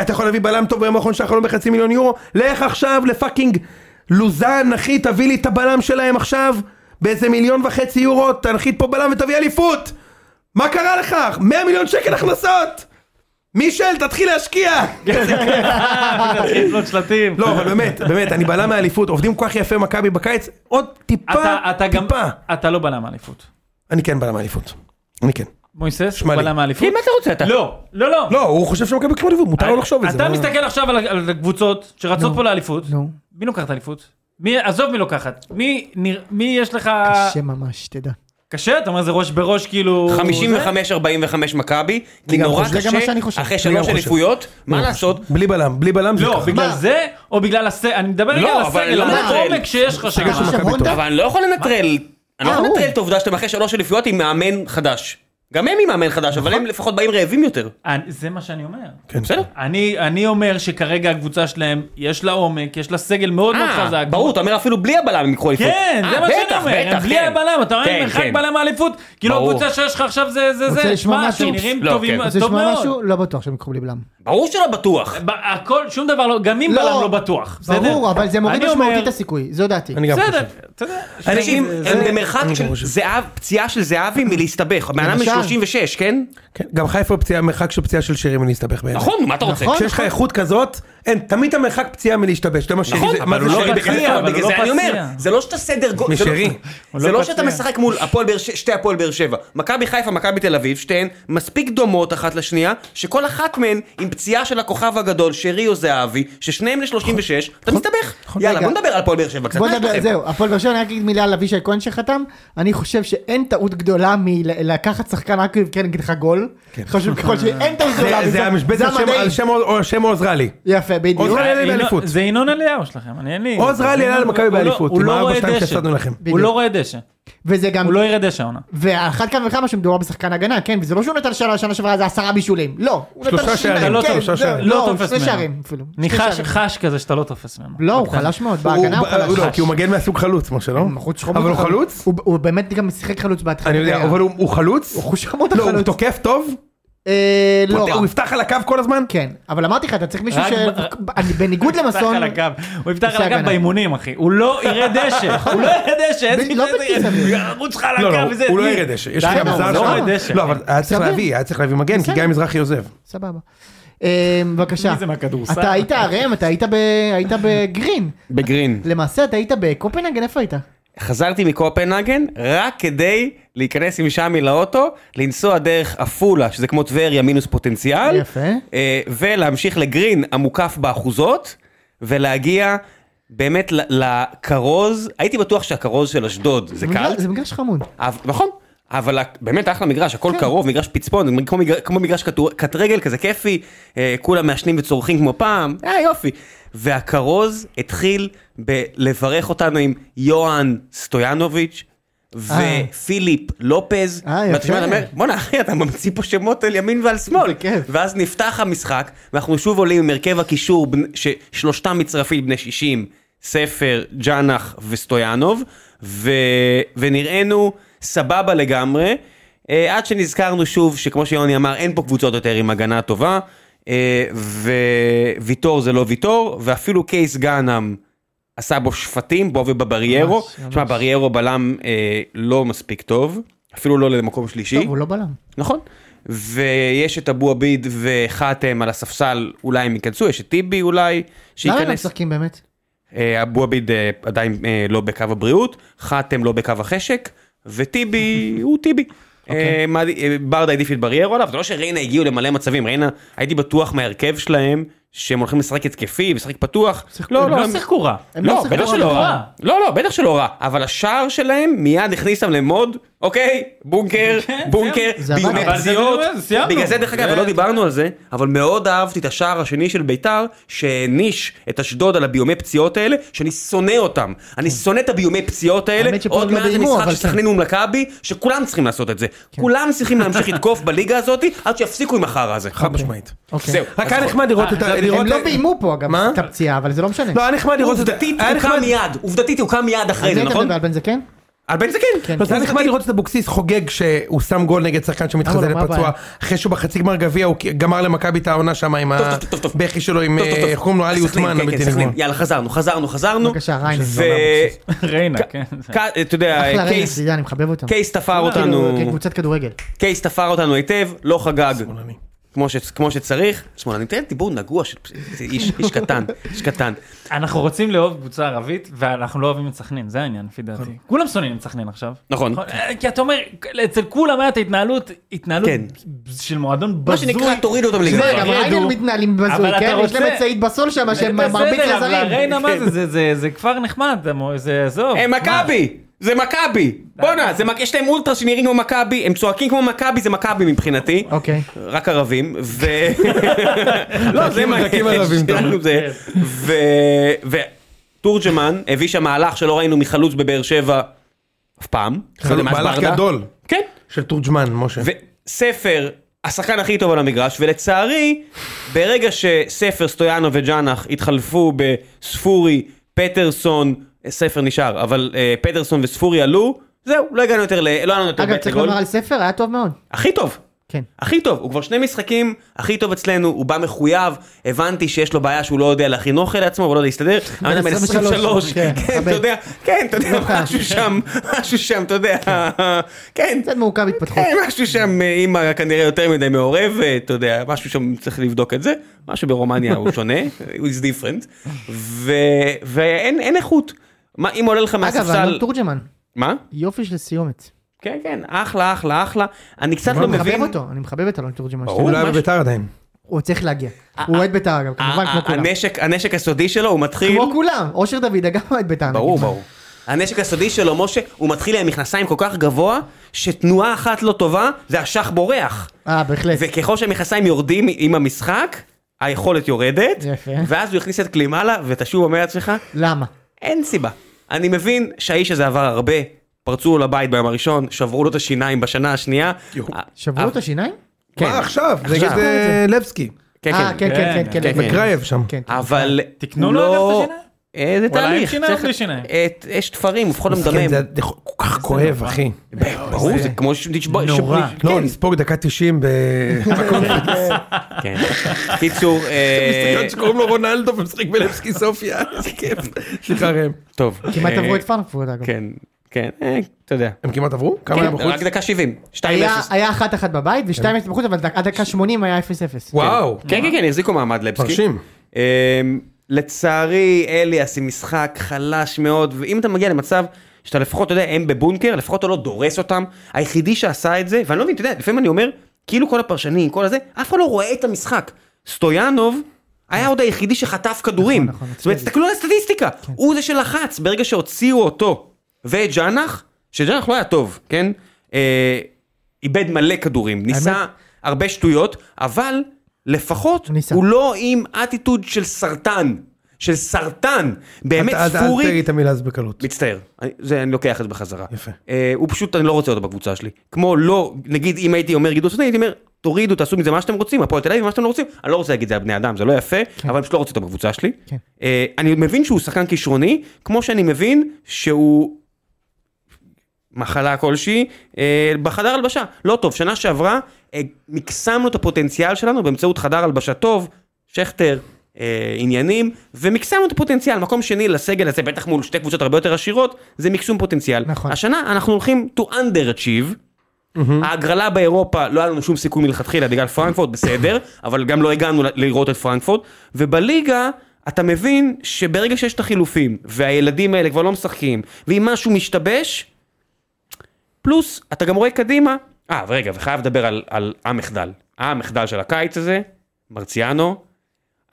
Speaker 2: אתה יכול להביא בלם טוב ביום האחרון של החלום בחצי מיליון יורו? לך עכשיו לפאקינג לוזן אחי תביא לי את הבלם שלהם עכשיו באיזה מיליון וחצי יורו תנחית פה בלם ותביא אליפות! מה קרה לך? 100 מיליון שקל הכנסות! מישל תתחיל להשקיע!
Speaker 5: מתחיל לתלות שלטים.
Speaker 2: לא, אבל באמת, באמת, אני בלם מהאליפות, עובדים כל כך יפה מכבי בקיץ, עוד טיפה,
Speaker 5: אתה- אתה גם...
Speaker 2: טיפה.
Speaker 5: אתה לא בלם האליפות.
Speaker 2: אני כן בלם מהאליפות. אני כן.
Speaker 5: מויסס,
Speaker 2: שמע
Speaker 5: הוא
Speaker 2: לי.
Speaker 5: בלם האליפות.
Speaker 4: כן, מה אתה רוצה אתה?
Speaker 5: לא, לא, לא.
Speaker 2: לא, הוא חושב שמכבי לוקחים אליפות, מותר לו לחשוב על זה. לא-
Speaker 5: אתה
Speaker 2: מה-
Speaker 5: מסתכל עכשיו על- על הקבוצות שרצות
Speaker 4: לא.
Speaker 1: נו.
Speaker 5: פה לאליפות.
Speaker 1: נו.
Speaker 5: מי לוקחת אליפות? מי, עזוב מי לוקחת. מי, נרא- מי יש לך...
Speaker 1: קשה ממש, תדע.
Speaker 5: אה, קשה? אתה אומר זה ראש בראש כאילו... זה?
Speaker 4: 55-45 מכבי, כי
Speaker 1: גם
Speaker 4: נורא
Speaker 1: חושב, זה גם מה שאני חושב.
Speaker 4: קשה, אחרי
Speaker 1: אני
Speaker 2: גם
Speaker 4: שלוש
Speaker 2: חושב.
Speaker 4: אליפויות, מה לעשות?
Speaker 2: בלי בלם, בלי בלם זה
Speaker 5: לא,
Speaker 2: ככה.
Speaker 5: בגלל
Speaker 1: מה?
Speaker 5: זה, או בגלל הסגל, אני מדבר רגע
Speaker 4: לא,
Speaker 5: על
Speaker 4: אבל
Speaker 5: הסגל,
Speaker 4: לא
Speaker 5: על
Speaker 4: נטרל.
Speaker 5: העומק שיש לך שם.
Speaker 2: סגל של מכבי
Speaker 1: שמכבי
Speaker 2: טוב.
Speaker 1: טוב.
Speaker 4: אבל אני לא יכול לנטרל, אני לא
Speaker 1: אה,
Speaker 4: יכול
Speaker 1: ברור.
Speaker 4: לנטרל את העובדה שאתם אחרי שלוש אליפויות עם מאמן חדש. גם הם עם מאמן חדש, אבל הם לפחות באים רעבים יותר.
Speaker 5: אני- זה מה שאני אומר.
Speaker 2: כן.
Speaker 4: בסדר?
Speaker 5: אני, אני אומר שכרגע הקבוצה שלהם, יש לה עומק, יש לה סגל מאוד מאוד
Speaker 4: אה,
Speaker 5: חזק.
Speaker 4: ברור, אתה אומר אפילו בלי הבלם הם יקחו אליפות.
Speaker 5: כן, זה
Speaker 4: אה,
Speaker 5: מה
Speaker 4: בטח,
Speaker 5: שאני אומר, הם
Speaker 4: בטח,
Speaker 5: בלי
Speaker 4: כן.
Speaker 5: הבלם, אתה רואה,
Speaker 4: כן,
Speaker 5: הם מרחק
Speaker 4: כן.
Speaker 5: בלם האליפות, כאילו
Speaker 4: ברור.
Speaker 5: הקבוצה שיש לך עכשיו זה זה
Speaker 1: רוצה
Speaker 5: זה,
Speaker 1: לשמוע
Speaker 5: שמע,
Speaker 1: משהו?
Speaker 5: שנראים
Speaker 4: לא,
Speaker 5: טובים,
Speaker 4: כן.
Speaker 1: רוצה
Speaker 5: טוב
Speaker 1: לשמוע
Speaker 5: מאוד.
Speaker 1: משהו? לא בטוח שהם יקחו בלי בלם.
Speaker 4: ברור שלא בטוח.
Speaker 5: ב- הכל, שום דבר לא, גם אם
Speaker 1: לא,
Speaker 5: בלם לא בטוח. בסדר?
Speaker 1: ברור, אבל זה מוריד
Speaker 5: אני אומר-
Speaker 1: משמעותית את הסיכוי, זו דעתי.
Speaker 2: אני גם חושב.
Speaker 5: בסדר, אתה יודע.
Speaker 4: אנשים
Speaker 2: זה-
Speaker 4: הם
Speaker 2: זה-
Speaker 4: במרחק
Speaker 2: אני גם
Speaker 4: של
Speaker 2: חושב.
Speaker 4: זהב, פציעה של זהבי מלהסתבך, מעלה
Speaker 1: למשל.
Speaker 4: מ-36, כן?
Speaker 2: כן, גם חיפה פציעה, מרחק של פציעה של שירים מלהסתבך בעיניי.
Speaker 4: נכון, מה אתה רוצה?
Speaker 1: נכון.
Speaker 2: כשיש לך איכות כזאת, אין, תמיד אתה מרחק פציעה מלהשתבש. אתה יודע מה שירי
Speaker 4: נכון,
Speaker 2: זה- מה
Speaker 4: אבל
Speaker 2: זה
Speaker 4: הוא לא
Speaker 2: שירי
Speaker 5: פציע,
Speaker 2: בכלל?
Speaker 4: פציע,
Speaker 5: אבל
Speaker 4: בגלל
Speaker 5: הוא
Speaker 4: זה
Speaker 5: לא
Speaker 4: אני אומר,
Speaker 5: פציע.
Speaker 4: זה לא שאתה סדר גול, זה לא-
Speaker 2: משרי.
Speaker 5: הוא
Speaker 4: זה
Speaker 5: לא
Speaker 4: לא שאתה
Speaker 5: פציע.
Speaker 4: משחק מול הפועל באר שבע, שתי הפועל באר שבע, מכבי חיפה, מכבי תל אביב, שתיהן מספיק דומות אחת לשנייה, שכל אחת מהן עם פציעה של הכוכב הגדול, שרי או זהבי, ששניהם ל-36, אתה מסתבך. יאללה,
Speaker 1: רגע.
Speaker 4: בוא נדבר על הפועל באר שבע קצת,
Speaker 1: בוא
Speaker 4: מה יש
Speaker 1: נדבר,
Speaker 4: לכם?
Speaker 1: זהו, הפועל באר שבע, אני רק אגיד מילה על אבישי כהן שחתם, אני חושב שאין טעות גדולה מלקחת שחקן רק יבקיע נגד לך גול, חשוב ככל שאין את
Speaker 2: כן. זה-
Speaker 1: המזוזה,
Speaker 2: זה המשבצת
Speaker 1: זה
Speaker 2: על שם-
Speaker 1: המדעי.
Speaker 2: על שם אוקיי. או- או שם עוז רלי.
Speaker 1: יפה, בדיוק.
Speaker 2: עוז רלי עלה
Speaker 5: אה, ינון-
Speaker 2: לאליפות.
Speaker 5: זה ינון אליהו שלכם, אני אין לי...
Speaker 2: לא עוז רלי
Speaker 5: זה
Speaker 2: עלה
Speaker 5: ינון-
Speaker 2: למכבי
Speaker 5: הוא לא-
Speaker 2: באליפות,
Speaker 5: הוא
Speaker 2: עם
Speaker 5: לא רואה
Speaker 2: ה-4-2
Speaker 5: דשא.
Speaker 2: שהפסדנו לכם.
Speaker 5: הוא לא
Speaker 1: בדיוק.
Speaker 5: רואה דשא.
Speaker 1: וזה גם,
Speaker 5: הוא לא יראה דשא העונה.
Speaker 1: ואחת כמה וכמה שמדובר בשחקן הגנה, כן, וזה לא שהוא נתן שנה, שנה שעברה זה עשרה בישולים, לא. הוא נתן
Speaker 2: שלושה שערים,
Speaker 1: שניים,
Speaker 5: לא,
Speaker 1: כן,
Speaker 2: שלושה
Speaker 1: זהו,
Speaker 2: שערים.
Speaker 5: לא
Speaker 1: לא,
Speaker 5: תופס
Speaker 1: שני
Speaker 5: ממנו.
Speaker 1: שערים אפילו. שני
Speaker 5: ניחש,
Speaker 1: שערים.
Speaker 5: חש כזה שאתה לא תופס ממנו.
Speaker 1: לא, הוא
Speaker 5: בקטנה.
Speaker 1: חלש מאוד, בהגנה הוא
Speaker 2: הוא-
Speaker 1: חלש.
Speaker 2: לא, כי הוא מגן מהסוג חלוץ, משה, לא?
Speaker 1: חוץ שחור
Speaker 2: אבל הוא
Speaker 1: מאוד.
Speaker 2: חלוץ?
Speaker 1: הוא- הוא באמת גם שיחק חלוץ בהתחלה. כן,
Speaker 2: אני יודע, אבל הוא הוא חלוץ?
Speaker 1: הוא חוש חמוד
Speaker 2: לא, הוא
Speaker 1: החלוץ.
Speaker 2: תוקף טוב?
Speaker 1: אה, לא
Speaker 2: פותח-
Speaker 1: רע.
Speaker 2: הוא יפתח על הקו כל הזמן?
Speaker 1: כן, אבל אמרתי לך, אתה צריך מישהו
Speaker 5: רק
Speaker 1: ש...
Speaker 5: ב-
Speaker 1: אני
Speaker 5: *laughs*
Speaker 1: בניגוד
Speaker 5: הוא יפתח
Speaker 1: למסון...
Speaker 5: על הקו, הוא יפתח על
Speaker 1: עושה
Speaker 5: הקו
Speaker 1: הגנה.
Speaker 5: באימונים אחי, הוא לא יראה דשא, הוא לא יראה דשא, איזה
Speaker 1: לא
Speaker 5: זה-
Speaker 1: בלתי סביר.
Speaker 5: ירוץ לך על
Speaker 2: לא,
Speaker 5: הקו
Speaker 2: לא,
Speaker 5: וזה,
Speaker 2: הוא לא
Speaker 5: מי?
Speaker 2: ירד דשא, יש
Speaker 5: די,
Speaker 2: לך
Speaker 1: לא,
Speaker 2: מזל
Speaker 1: הוא לא
Speaker 2: שהוא
Speaker 1: ירד
Speaker 2: ירד
Speaker 5: דשא.
Speaker 2: לא, אבל היה צריך
Speaker 1: בסדר.
Speaker 2: להביא, היה צריך להביא מגן, כי
Speaker 1: בסדר.
Speaker 2: גיא מזרחי עוזב.
Speaker 1: סבבה. אה, בבקשה.
Speaker 5: מי זה מהכדורסל?
Speaker 1: אתה היית הראם, אתה היית ב- היית בגרין.
Speaker 4: בגרין.
Speaker 1: למעשה אתה היית בקופנהגן, איפה היית?
Speaker 4: חזרתי מקופנהגן רק כדי להיכנס עם שמי לאוטו, לנסוע דרך עפולה, שזה כמו טבריה מינוס פוטנציאל,
Speaker 1: יפה.
Speaker 4: אה, ולהמשיך לגרין המוקף באחוזות, ולהגיע באמת ל- לכרוז, הייתי בטוח שהכרוז של אשדוד זה קל,
Speaker 1: מגרש- זה מגרש חמוד.
Speaker 4: אבל- נכון, אבל ה- באמת אחלה מגרש,
Speaker 1: כן.
Speaker 4: הכל קרוב, מגרש פצפון, זה כמו מגר- כמו מגרש כתור- קט רגל כזה כיפי, אה, כולם מעשנים וצורכים כמו פעם, היה יופי. והכרוז התחיל בלברך אותנו עם יוהאן סטויאנוביץ'
Speaker 1: אה.
Speaker 4: ופיליפ לופז.
Speaker 1: אה, יפה.
Speaker 4: ואתה שומע, אתה אומר, בואנה אחי, אתה ממציא פה שמות על ימין ועל שמאל.
Speaker 1: זה כיף.
Speaker 4: ואז נפתח המשחק, ואנחנו שוב עולים עם הרכב הקישור, בנ- ששלושתם מצרפים בני 60, ספר, ג'אנח וסטויאנוב, ו... ונראינו סבבה לגמרי, אה, עד שנזכרנו שוב, שכמו שיוני אמר, אין פה קבוצות יותר עם הגנה טובה, אה, וויטור זה לא ויטור, ואפילו קייס גאנם. עשה בו שפטים, בו ובבריירו.
Speaker 1: ממש, ממש.
Speaker 4: תשמע, בריירו בלם אה, לא מספיק טוב, אפילו לא למקום שלישי.
Speaker 1: טוב, הוא לא בלם.
Speaker 4: נכון. ויש את אבו עביד וחאתם על הספסל, אולי הם ייכנסו, יש את טיבי אולי,
Speaker 1: למה הם לא
Speaker 4: שייכנס.
Speaker 1: משחקים באמת?
Speaker 4: אה, אבו עביד אה, עדיין אה, לא בקו הבריאות, חאתם לא בקו החשק, וטיבי הוא טיבי. אה, מה- אה, ברדה העדיף את בריירו עליו, זה לא שריינה הגיעו למלא מצבים, ריינה, הייתי בטוח מההרכב שלהם, שהם הולכים לשחק התקפי, לשחק פתוח.
Speaker 5: הם לא
Speaker 4: הם-
Speaker 5: שיחקו רע.
Speaker 1: הם
Speaker 4: לא,
Speaker 1: שיחקו
Speaker 4: בטח
Speaker 1: רע
Speaker 4: שלא
Speaker 1: בכלל.
Speaker 4: רע. לא, לא, בטח שלא רע. אבל השער שלהם מיד הכניס אותם למוד, אוקיי, בונקר,
Speaker 5: כן,
Speaker 4: בונקר,
Speaker 1: זה עבד.
Speaker 4: ביומי
Speaker 1: אבל
Speaker 5: זה
Speaker 4: פציעות.
Speaker 5: בדיוק זה, סיימנו.
Speaker 4: בגלל זה, דרך אגב,
Speaker 5: זה-
Speaker 4: לא דיברנו על זה, אבל מאוד אהבתי את השער השני של ביתר, שהעניש את אשדוד על הביומי פציעות האלה, שאני שונא אותם. אני שונא את הביומי פציעות האלה.
Speaker 1: כן. האמת שפה
Speaker 4: עוד
Speaker 1: לא
Speaker 4: מעט זה
Speaker 1: ביימו,
Speaker 4: משחק
Speaker 1: אבל כן.
Speaker 4: של סכנין מול מכבי, שכולם צריכים לעשות את זה. כולם
Speaker 1: *laughs*
Speaker 4: צריכים להמשיך לתקוף בליגה הזאת, עד שיפסיקו עם החרא הזה.
Speaker 2: חד משמעית.
Speaker 1: אוקיי.
Speaker 4: זהו.
Speaker 2: רק היה נחמד לראות את ה... לראות-
Speaker 1: הם לא ביימו פה גם
Speaker 2: מה?
Speaker 1: את הפציעה, אבל זה לא משנה.
Speaker 2: לא, היה נחמד לראות את ה...
Speaker 4: עובדתית
Speaker 2: היה
Speaker 4: הוא
Speaker 2: נחמד-
Speaker 4: קם מיד, עובדתית הוא קם מיד אחרי
Speaker 1: על
Speaker 4: זה,
Speaker 1: מי אתה
Speaker 4: נכון?
Speaker 1: מדבר על בן זקן?
Speaker 5: אה,
Speaker 4: על בן
Speaker 1: כן,
Speaker 4: זקן.
Speaker 2: לא, זה היה נחמד לראות את אבוקסיס חוגג שהוא שם גול נגד שחקן שמתחזה
Speaker 1: אבל לא? מה
Speaker 2: לפצוע
Speaker 1: הבעיה?
Speaker 2: אחרי שהוא בחצי גמר גביע הוא גמר למכבי את העונה שם עם
Speaker 4: טוב, טוב, טוב, טוב.
Speaker 2: הבכי שלו עם
Speaker 4: טוב, טוב, טוב.
Speaker 2: אה, איך קוראים לו עלי
Speaker 4: סכנין,
Speaker 2: עותמן
Speaker 4: כן, כן,
Speaker 2: הבלתי
Speaker 4: סכנין.
Speaker 2: נגמר.
Speaker 4: יאללה, חזרנו, חזרנו, חזרנו.
Speaker 1: בבקשה, לא, ריינר.
Speaker 4: ו...
Speaker 5: ריינה, כן.
Speaker 4: ק- אתה יודע,
Speaker 1: לא, אחלה רגע,
Speaker 4: קייס-
Speaker 1: אתה יודע, אני מחבב אותם.
Speaker 4: קייס תפר
Speaker 1: כאילו,
Speaker 4: אותנו,
Speaker 1: כקבוצת כדורגל.
Speaker 4: קייס תפר אותנו היטב, לא חגג. כמו ש- כמו שצריך. שמאלני, תראה דיבור נגוע של זה איש איש קטן, איש קטן.
Speaker 5: אנחנו רוצים לאהוב קבוצה ערבית, ואנחנו לא אוהבים את סכנין, זה העניין לפי דעתי. כולם שונאים את סכנין עכשיו.
Speaker 4: נכון.
Speaker 5: אה, כי אתה אומר, אצל כולם היה את ההתנהלות, התנהלות
Speaker 4: כן.
Speaker 5: של מועדון
Speaker 4: מה
Speaker 5: בזוי.
Speaker 4: שנקרא, תוריד אותם
Speaker 1: תשמע,
Speaker 4: לגמרי.
Speaker 1: גם ריינר מתנהלים בזוי,
Speaker 5: אבל אתה
Speaker 1: כן? יש להם
Speaker 5: רוצה-
Speaker 1: את סעיד בסול שם שמרביץ
Speaker 5: בסדר, אבל
Speaker 1: לזרים. כן.
Speaker 5: הריינה מה זה, זה, זה, זה כבר נחמד, זה מו- זה עזוב.
Speaker 4: הם
Speaker 5: מה?
Speaker 4: אה, מכבי! זה מכבי! בואנה, זה מק- יש להם אולטרה שנראים כמו מכבי, הם צועקים כמו מכבי, זה מכבי מבחינתי.
Speaker 1: אוקיי.
Speaker 4: רק ערבים, ו... לא, *laughs* זה מה
Speaker 2: מזכים ערבים, אתה
Speaker 4: שלנו *laughs* זה. ו... ו... תורג'מן הביא שם מהלך שלא ראינו מחלוץ בבאר שבע אף פעם.
Speaker 2: חלוץ- מהלך גדול
Speaker 4: כן.
Speaker 2: של תורג'מן משה.
Speaker 4: וספר, השחקן הכי טוב על המגרש, ולצערי, ברגע שספר, סטויאנו וג'אנח התחלפו בספורי, פטרסון, ספר נשאר, אבל אה, פטרסון וספורי עלו, זהו, לא הגענו יותר ל... לא הגענו יותר
Speaker 1: אגב,
Speaker 4: בית
Speaker 1: צריך
Speaker 4: לגול.
Speaker 1: לומר על ספר, היה טוב מאוד.
Speaker 4: הכי טוב.
Speaker 1: כן.
Speaker 4: הכי טוב, הוא כבר שני משחקים, הכי טוב אצלנו, הוא בא מחויב, הבנתי שיש לו בעיה שהוא לא יודע להכין אוכל לעצמו, הוא לא יודע להסתדר, אבל בן
Speaker 1: 23,
Speaker 4: 23,
Speaker 1: כן,
Speaker 4: כן, אתה
Speaker 1: מכבד.
Speaker 4: יודע, כן, אתה יודע,
Speaker 1: מאוחר.
Speaker 4: משהו שם, משהו שם, אתה יודע, *laughs* כן,
Speaker 1: קצת מעוכב התפתחות.
Speaker 4: כן, משהו שם, אה, אימא כנראה יותר מדי מעורבת, אתה יודע, משהו שם צריך לבדוק את זה, משהו ברומניה הוא שונה, הוא is different, ו- ואין אין איכות, מה, אם עולה לך
Speaker 1: אגב, אלון
Speaker 4: מהספסל,
Speaker 1: תורג'מן,
Speaker 4: מה?
Speaker 1: יופי של סיומת.
Speaker 4: כן, כן, אחלה, אחלה, אחלה, אני קצת לא
Speaker 1: אני מחבב
Speaker 4: מבין,
Speaker 1: אותו, אני מחבב את אלון תורג'מן.
Speaker 4: ברור.
Speaker 2: הוא לא היה
Speaker 4: ממש-
Speaker 2: בביתר עדיין.
Speaker 1: הוא צריך להגיע. הוא אוהד בית"ר גם, כמובן,
Speaker 4: ה-
Speaker 1: כמו
Speaker 4: ה-
Speaker 1: כולם.
Speaker 4: הנשק, הנשק הסודי שלו הוא מתחיל,
Speaker 1: כמו כולם, אושר דוד, גם אוהד בית"ר.
Speaker 4: ברור
Speaker 1: נגיד.
Speaker 4: ברור, הנשק הסודי שלו, משה, הוא מתחיל עם מכנסיים כל כך גבוה, שתנועה אחת לא טובה, והשח בורח.
Speaker 1: אה, בהחלט.
Speaker 4: וככל שהמכנסיים יורדים עם המשחק, היכולת יורדת,
Speaker 1: יפה.
Speaker 4: ואז הוא הכניס את קלימלה, ואתה שוב אומר לעצמך,
Speaker 1: למה?
Speaker 4: אין סיבה. אני מבין שהאיש הזה עבר הרבה, פרצו לו לבית ביום הראשון, שברו לו את השיניים בשנה השנייה. אה,
Speaker 1: שברו
Speaker 4: אה,
Speaker 1: את השיניים?
Speaker 4: כן.
Speaker 2: מה עכשיו?
Speaker 4: עכשיו.
Speaker 2: נגד אה, לבסקי.
Speaker 4: כן,
Speaker 1: אה,
Speaker 4: כן.
Speaker 1: כן, כן, כן, כן.
Speaker 4: כן.
Speaker 2: בקרייב שם.
Speaker 1: כן.
Speaker 4: אבל
Speaker 5: תקנו לו
Speaker 4: לא-
Speaker 5: אגב את השיניים?
Speaker 4: אה, זה
Speaker 5: אולי עם
Speaker 4: תהליך,
Speaker 5: שיניים או
Speaker 4: צריך-
Speaker 5: בלי שיניים?
Speaker 4: את- יש תפרים, הוא לפחות לא
Speaker 2: כן,
Speaker 4: מדמם.
Speaker 2: זה זה כל כך כואב, אחי.
Speaker 4: ברור, זה כמו שתשבור...
Speaker 5: נורא.
Speaker 4: שב-
Speaker 2: לא,
Speaker 4: כן,
Speaker 2: לספוג דקה 90 ב... *laughs*
Speaker 4: *laughs* כן. קיצור, אה,
Speaker 2: מסתכלות שקוראים לו רונלדו ומשחק בלבסקי סופיה, *laughs* איזה כיף. סליחה ראם.
Speaker 4: טוב.
Speaker 1: כמעט
Speaker 4: אה,
Speaker 1: עברו את פרנקפורט אגב.
Speaker 4: כן, כן, אה, אתה יודע.
Speaker 2: הם כמעט עברו? כמה
Speaker 4: כן,
Speaker 2: הם בחוץ?
Speaker 4: רק דקה 70, 2-0.
Speaker 1: היה- היה אחת אחת בבית ושתיים אפס בחוץ, אבל דק- עד דקה 80 היה 0-0.
Speaker 2: וואו.
Speaker 4: כן, כן, כן, החזיקו מעמד לבסקי.
Speaker 2: מרשים.
Speaker 4: אמ, לצערי, אליאס עם משחק חלש מאוד, ואם אתה מגיע למצב שאתה לפחות, אתה יודע, הם בבונקר, לפחות אתה לא דורס אותם. היחידי שעשה את זה, ואני לא מבין, אתה יודע, לפעמים אני אומר, כאילו כל הפרשנים, כל הזה, אף אחד לא רואה את המשחק. סטויאנוב היה עוד היחידי שחטף כדורים.
Speaker 1: נכון, כן.
Speaker 4: זאת אומרת, תסתכלו על הסטטיסטיקה, הוא זה שלחץ ברגע שהוציאו אותו. ואת ג'אנח, שג'אנח לא היה טוב, כן? אה, איבד מלא כדורים, ניסה הרבה שטויות, אבל לפחות
Speaker 1: הוא ניסה.
Speaker 4: הוא לא עם אטיטוד של סרטן, של סרטן, באמת
Speaker 2: אל- אל- אל
Speaker 4: ספורי,
Speaker 2: תגיד את המילה הזאת בקלות.
Speaker 4: מצטער, אני, זה, אני לוקח את זה בחזרה.
Speaker 2: יפה.
Speaker 4: אה, הוא פשוט, אני לא רוצה אותו בקבוצה שלי. כמו לא, נגיד אם הייתי אומר גידול סרטן, הייתי אומר, תורידו, תעשו מזה מה שאתם רוצים, הפועל תל אביב, מה שאתם לא רוצים, אני לא רוצה להגיד זה על בני אדם, זה לא יפה,
Speaker 2: כן.
Speaker 4: אבל אני פשוט לא רוצה אותו בקבוצה שלי.
Speaker 1: כן.
Speaker 4: אה, אני מבין שהוא שחקן כישרוני, כמו שאני מבין שהוא מחלה כלשהי, אה, בחדר הלבשה. לא טוב, שנה שעברה אה, מקסמנו את הפוטנציאל שלנו באמצעות חדר הלבשה טוב, שכטר, אה, עניינים, ומקסמנו את הפוטנציאל. מקום שני לסגל הזה, בטח מול שתי קבוצות הרבה יותר עשירות, זה מקסום פוטנציאל.
Speaker 1: נכון.
Speaker 4: השנה אנחנו הולכים to underachieve. ההגרלה באירופה, לא היה לנו שום סיכוי מלכתחילה בגלל פרנקפורט, בסדר, אבל גם לא הגענו ל- לראות את פרנקפורט, ובליגה אתה מבין שברגע שיש את החילופים, והילדים האלה כבר לא משחקים, ואם משהו משתבש, פלוס, אתה גם רואה קדימה, אה, ורגע, וחייב לדבר על, על המחדל. אה, המחדל של הקיץ הזה, מרציאנו,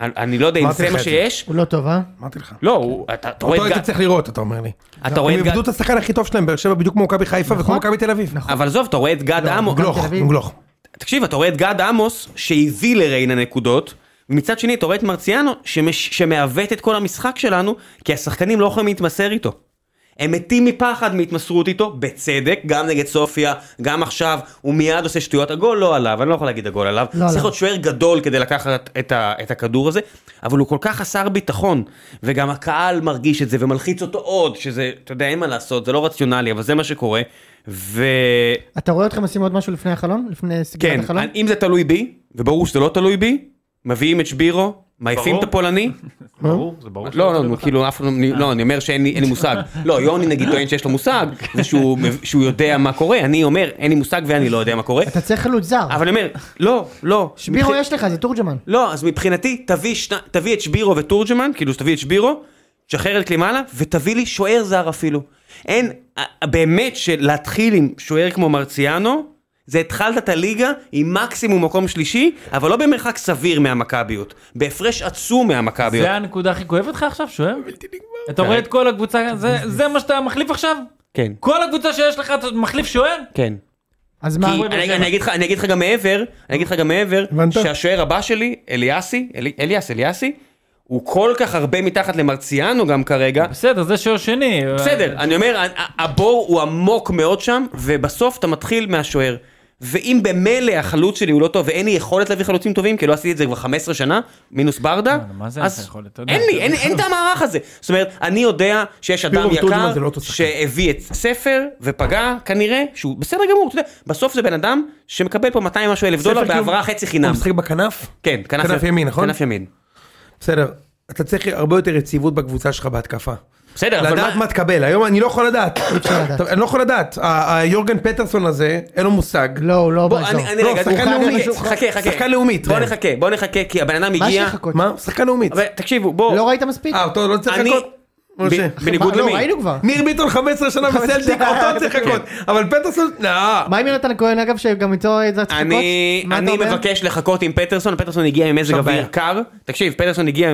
Speaker 4: אני, אני לא יודע אם
Speaker 2: אמרתי
Speaker 4: זה
Speaker 2: לך
Speaker 4: מה
Speaker 2: את זה.
Speaker 4: שיש,
Speaker 1: הוא לא טוב, אה?
Speaker 2: אמרתי לך.
Speaker 4: לא, הוא- אתה אתה רואה
Speaker 2: אותו
Speaker 4: את
Speaker 2: היית
Speaker 4: גת,
Speaker 2: צריך לראות, אתה אומר לי.
Speaker 4: אתה
Speaker 2: הם
Speaker 4: רואה את
Speaker 2: איבדו את
Speaker 4: גת,
Speaker 2: השחקן הכי טוב שלהם, באר שבע בדיוק כמו מכבי חיפה וכמו מכבי תל אביב.
Speaker 1: נכון.
Speaker 4: אבל עזוב, אתה רואה את גד עמוס,
Speaker 2: גלוך,
Speaker 1: תל אביב.
Speaker 2: גלוך.
Speaker 4: תקשיב, אתה רואה את גד עמוס שהביא לריינה נקודות, ומצד שני אתה רואה את מרציאנו שמש, שמעוות את כל המשחק שלנו, כי השחקנים לא יכולים להתמסר איתו. הם מתים מפחד מהתמסרות איתו, בצדק, גם נגד סופיה, גם עכשיו, הוא מיד עושה שטויות, הגול לא עליו, אני לא יכול להגיד הגול עליו,
Speaker 1: לא
Speaker 4: צריך
Speaker 1: עליו.
Speaker 4: להיות שוער גדול כדי לקחת את, ה, את הכדור הזה, אבל הוא כל כך חסר ביטחון, וגם הקהל מרגיש את זה ומלחיץ אותו עוד, שזה, אתה יודע, אין מה לעשות, זה לא רציונלי, אבל זה מה שקורה, ו...
Speaker 1: אתה רואה אתכם עושים עוד משהו לפני החלון? לפני סגירת
Speaker 4: כן,
Speaker 1: החלון?
Speaker 4: אני- אם זה תלוי בי, וברור שזה לא תלוי בי, מביאים את שבירו, מעיפים את
Speaker 5: ברור.
Speaker 4: הפולני,
Speaker 5: ברור, זה ברור.
Speaker 4: לא, לא, נו, כאילו אף אחד, לא- לא, אני אומר שאין לי אין לי מושג, לא, יוני נגיד טוען שיש לו מושג, ושהוא שהוא יודע מה קורה, אני אומר, אין לי מושג ואני לא יודע מה קורה,
Speaker 1: אתה צריך חלוץ זר.
Speaker 4: אבל אני אומר, לא, לא,
Speaker 1: שבירו
Speaker 4: מבח-
Speaker 1: יש לך, זה תורג'מן.
Speaker 4: לא, אז מבחינתי, תביא שני- תביא את שבירו ותורג'מן, כאילו שתביא את שבירו, תשחרר את קלימאלה, ותביא לי שוער זר אפילו. אין, ה- באמת שלהתחיל עם שוער כמו מרציאנו, זה התחלת את הליגה עם מקסימום מקום שלישי, אבל לא במרחק סביר מהמכביות, בהפרש עצום מהמכביות.
Speaker 5: זה הנקודה הכי כואבת לך עכשיו, שוער? אתה רואה את כל הקבוצה, זה- זה מה שאתה מחליף עכשיו?
Speaker 4: כן,
Speaker 5: כל הקבוצה שיש לך, אתה מחליף שוער?
Speaker 4: כן.
Speaker 1: אז מה?
Speaker 4: כי אני- אני אגיד לך- אני אגיד לך גם מעבר, אני אגיד לך גם מעבר,
Speaker 2: הבנת?
Speaker 4: שהשוער הבא שלי, אליאסי, אלי- אליאס, אליאסי, הוא כל כך הרבה מתחת למרציאנו גם כרגע,
Speaker 5: בסדר, זה שוער שני.
Speaker 4: בסדר, אני אומר, ה- ה- הבור הוא עמוק מאוד שם, ובסוף אתה מתחיל מהשוער. ואם במילא החלוץ שלי הוא לא טוב, ואין לי יכולת להביא חלוצים טובים, כי לא עשיתי את זה כבר 15 שנה, מינוס ברדה,
Speaker 5: לא, מה זה אין לך
Speaker 4: אז
Speaker 5: יכולת? אתה יודע.
Speaker 4: אין לי, אין- אין את המערך הזה. זאת אומרת, אני יודע שיש אדם
Speaker 2: פירו וטורג'מן זה לא
Speaker 4: יקר
Speaker 2: אותו שחקן.
Speaker 4: שהביא את ספר ופגע, כנראה, שהוא בסדר גמור, אתה יודע, בסוף זה בן אדם שמקבל פה 200 משהו אלף דולר
Speaker 2: ספר כאילו-
Speaker 4: בהעברה חצי
Speaker 2: הוא
Speaker 4: חינם.
Speaker 2: משחק בכנף?
Speaker 4: כן,
Speaker 2: כנף ימין, נכון?
Speaker 4: כנף ימין.
Speaker 2: בסדר. אתה צריך הרבה יותר יציבות בקבוצה שלך בהתקפה.
Speaker 4: בסדר, אבל
Speaker 2: לדעת מה תקבל, היום אני לא יכול לדעת.
Speaker 1: לדעת.
Speaker 2: אני לא יכול לדעת. ה- היורגן פטרסון הזה, אין לו מושג.
Speaker 1: לא, הוא לא
Speaker 4: בוא,
Speaker 1: באזור.
Speaker 4: אני אני
Speaker 2: לא,
Speaker 4: רגע,
Speaker 2: שחקן
Speaker 4: חכה,
Speaker 2: לאומית.
Speaker 4: חכה, חכה.
Speaker 2: שחקן לאומית,
Speaker 4: בוא
Speaker 2: ראם.
Speaker 4: נחכה, בוא נחכה, כי הבן אדם
Speaker 1: מה יש
Speaker 4: הגיע...
Speaker 1: לחכות?
Speaker 2: מה? שחקן לאומית.
Speaker 4: אבל תקשיבו, בואו...
Speaker 1: לא ראית מספיק?
Speaker 2: אה, אותו לא צריך
Speaker 4: אני-
Speaker 2: לחכות?
Speaker 4: ב-
Speaker 2: משה.
Speaker 4: בניגוד
Speaker 1: מה, לא,
Speaker 4: למי?
Speaker 1: ראינו כבר.
Speaker 2: ניר ביטון 15 שנה בסלטיק, אותו
Speaker 4: כן.
Speaker 2: צריך לחכות. אבל פטרסון, לא.
Speaker 1: מה עם יונתן כהן אגב, שגם איתו זה הצחקות?
Speaker 4: אני
Speaker 1: מה אתה
Speaker 4: אני
Speaker 1: אומר?
Speaker 4: מבקש לחכות עם פטרסון, פטרסון הגיע ממזג
Speaker 2: עכשיו
Speaker 4: אוויר
Speaker 2: בעיה.
Speaker 4: קר. תקשיב, פטרסון הגיע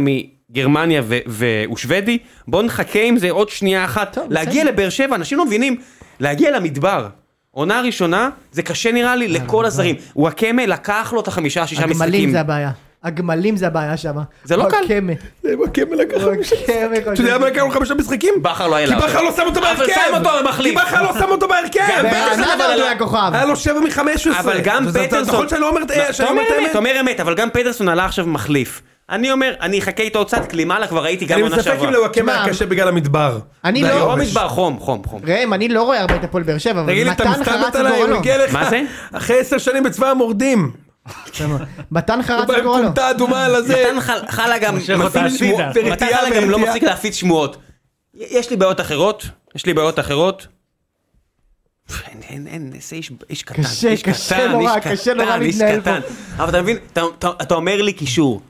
Speaker 4: גרמניה ו- והוא שוודי, בוא נחכה עם זה עוד שנייה אחת. להגיע לבאר שבע, אנשים לא מבינים, להגיע למדבר. עונה ראשונה, זה קשה נראה
Speaker 2: אה,
Speaker 4: לי לכל הזרים. וואקמה לקח לו את החמישה, שישה
Speaker 1: הגמלים
Speaker 4: משחקים.
Speaker 1: זה הבעיה. הגמלים זה הבעיה שם.
Speaker 4: זה לא קל.
Speaker 1: הקמא.
Speaker 2: זה עם הקמל לקחת.
Speaker 1: הקמא.
Speaker 2: אוקיי. אתה יודע מה לקחנו חמישה משחקים?
Speaker 4: בכר לא היה
Speaker 2: כי
Speaker 4: לה אותו.
Speaker 2: בכר לא שם אותו בהרכב!
Speaker 4: אבל שם אותו במחליף.
Speaker 2: כי בכר לא שם אותו בהרכב!
Speaker 1: ברעננה
Speaker 4: אבל
Speaker 1: עוד
Speaker 4: על-
Speaker 1: לא היה כוכב.
Speaker 2: היה לו שבע מחמש עשרה.
Speaker 4: אבל גם
Speaker 2: אתה יכול
Speaker 4: פטרסון...
Speaker 2: שאני לא אומר את
Speaker 4: לא, אתה
Speaker 2: שאני אומר
Speaker 4: אומר
Speaker 2: את
Speaker 4: אמת, אתה
Speaker 2: האמת?
Speaker 4: אומר אמת, אבל גם פטרסון עלה עכשיו מחליף. אני אומר, אני אחכה איתו עוד קצת, כי למעלה כבר ראיתי גם
Speaker 2: אני
Speaker 4: עונה
Speaker 2: מספק
Speaker 4: שעברה.
Speaker 2: אם לא- לוואקמה
Speaker 1: תשמע,
Speaker 2: היה קשה בגלל המדבר.
Speaker 1: אני
Speaker 2: זה
Speaker 1: לא-
Speaker 4: לא
Speaker 2: היובש.
Speaker 4: מדבר, חום, חום, חום.
Speaker 1: ראם, אני לא רואה הרבה את הפועל באר שבע,
Speaker 2: תגיד
Speaker 1: אבל
Speaker 2: לי, אתה
Speaker 1: מתן
Speaker 2: מסתלבט
Speaker 1: חרץ את
Speaker 2: עליי, הוא
Speaker 1: גורלו.
Speaker 2: הגיע לך.
Speaker 4: מה זה?
Speaker 2: אחרי עשר שנים בצבא המורדים.
Speaker 1: מתן
Speaker 2: הוא
Speaker 1: חרץ
Speaker 2: בא
Speaker 1: את
Speaker 2: עם
Speaker 1: גורלו.
Speaker 2: כומתה אדומה על הזה.
Speaker 4: מתן חל- חלה גם
Speaker 5: מושך אותה
Speaker 4: מפיץ
Speaker 5: הצידה.
Speaker 4: שמועות- מתן
Speaker 2: ורתיעה
Speaker 4: חלה גם לא
Speaker 2: ורתיעה.
Speaker 4: מפסיק להפיץ שמועות. י- יש לי בעיות אחרות, יש לי בעיות אחרות. אין, אין, אין, זה איש, איש קטן,
Speaker 1: קשה,
Speaker 4: איש
Speaker 1: קשה
Speaker 4: קטן,
Speaker 1: נורא,
Speaker 4: איש
Speaker 1: קשה
Speaker 4: קטן,
Speaker 1: נורא
Speaker 4: איש
Speaker 1: להתנהל
Speaker 4: קטן. אבל אתה מבין, אתה, אתה, אתה אומר לי קישור,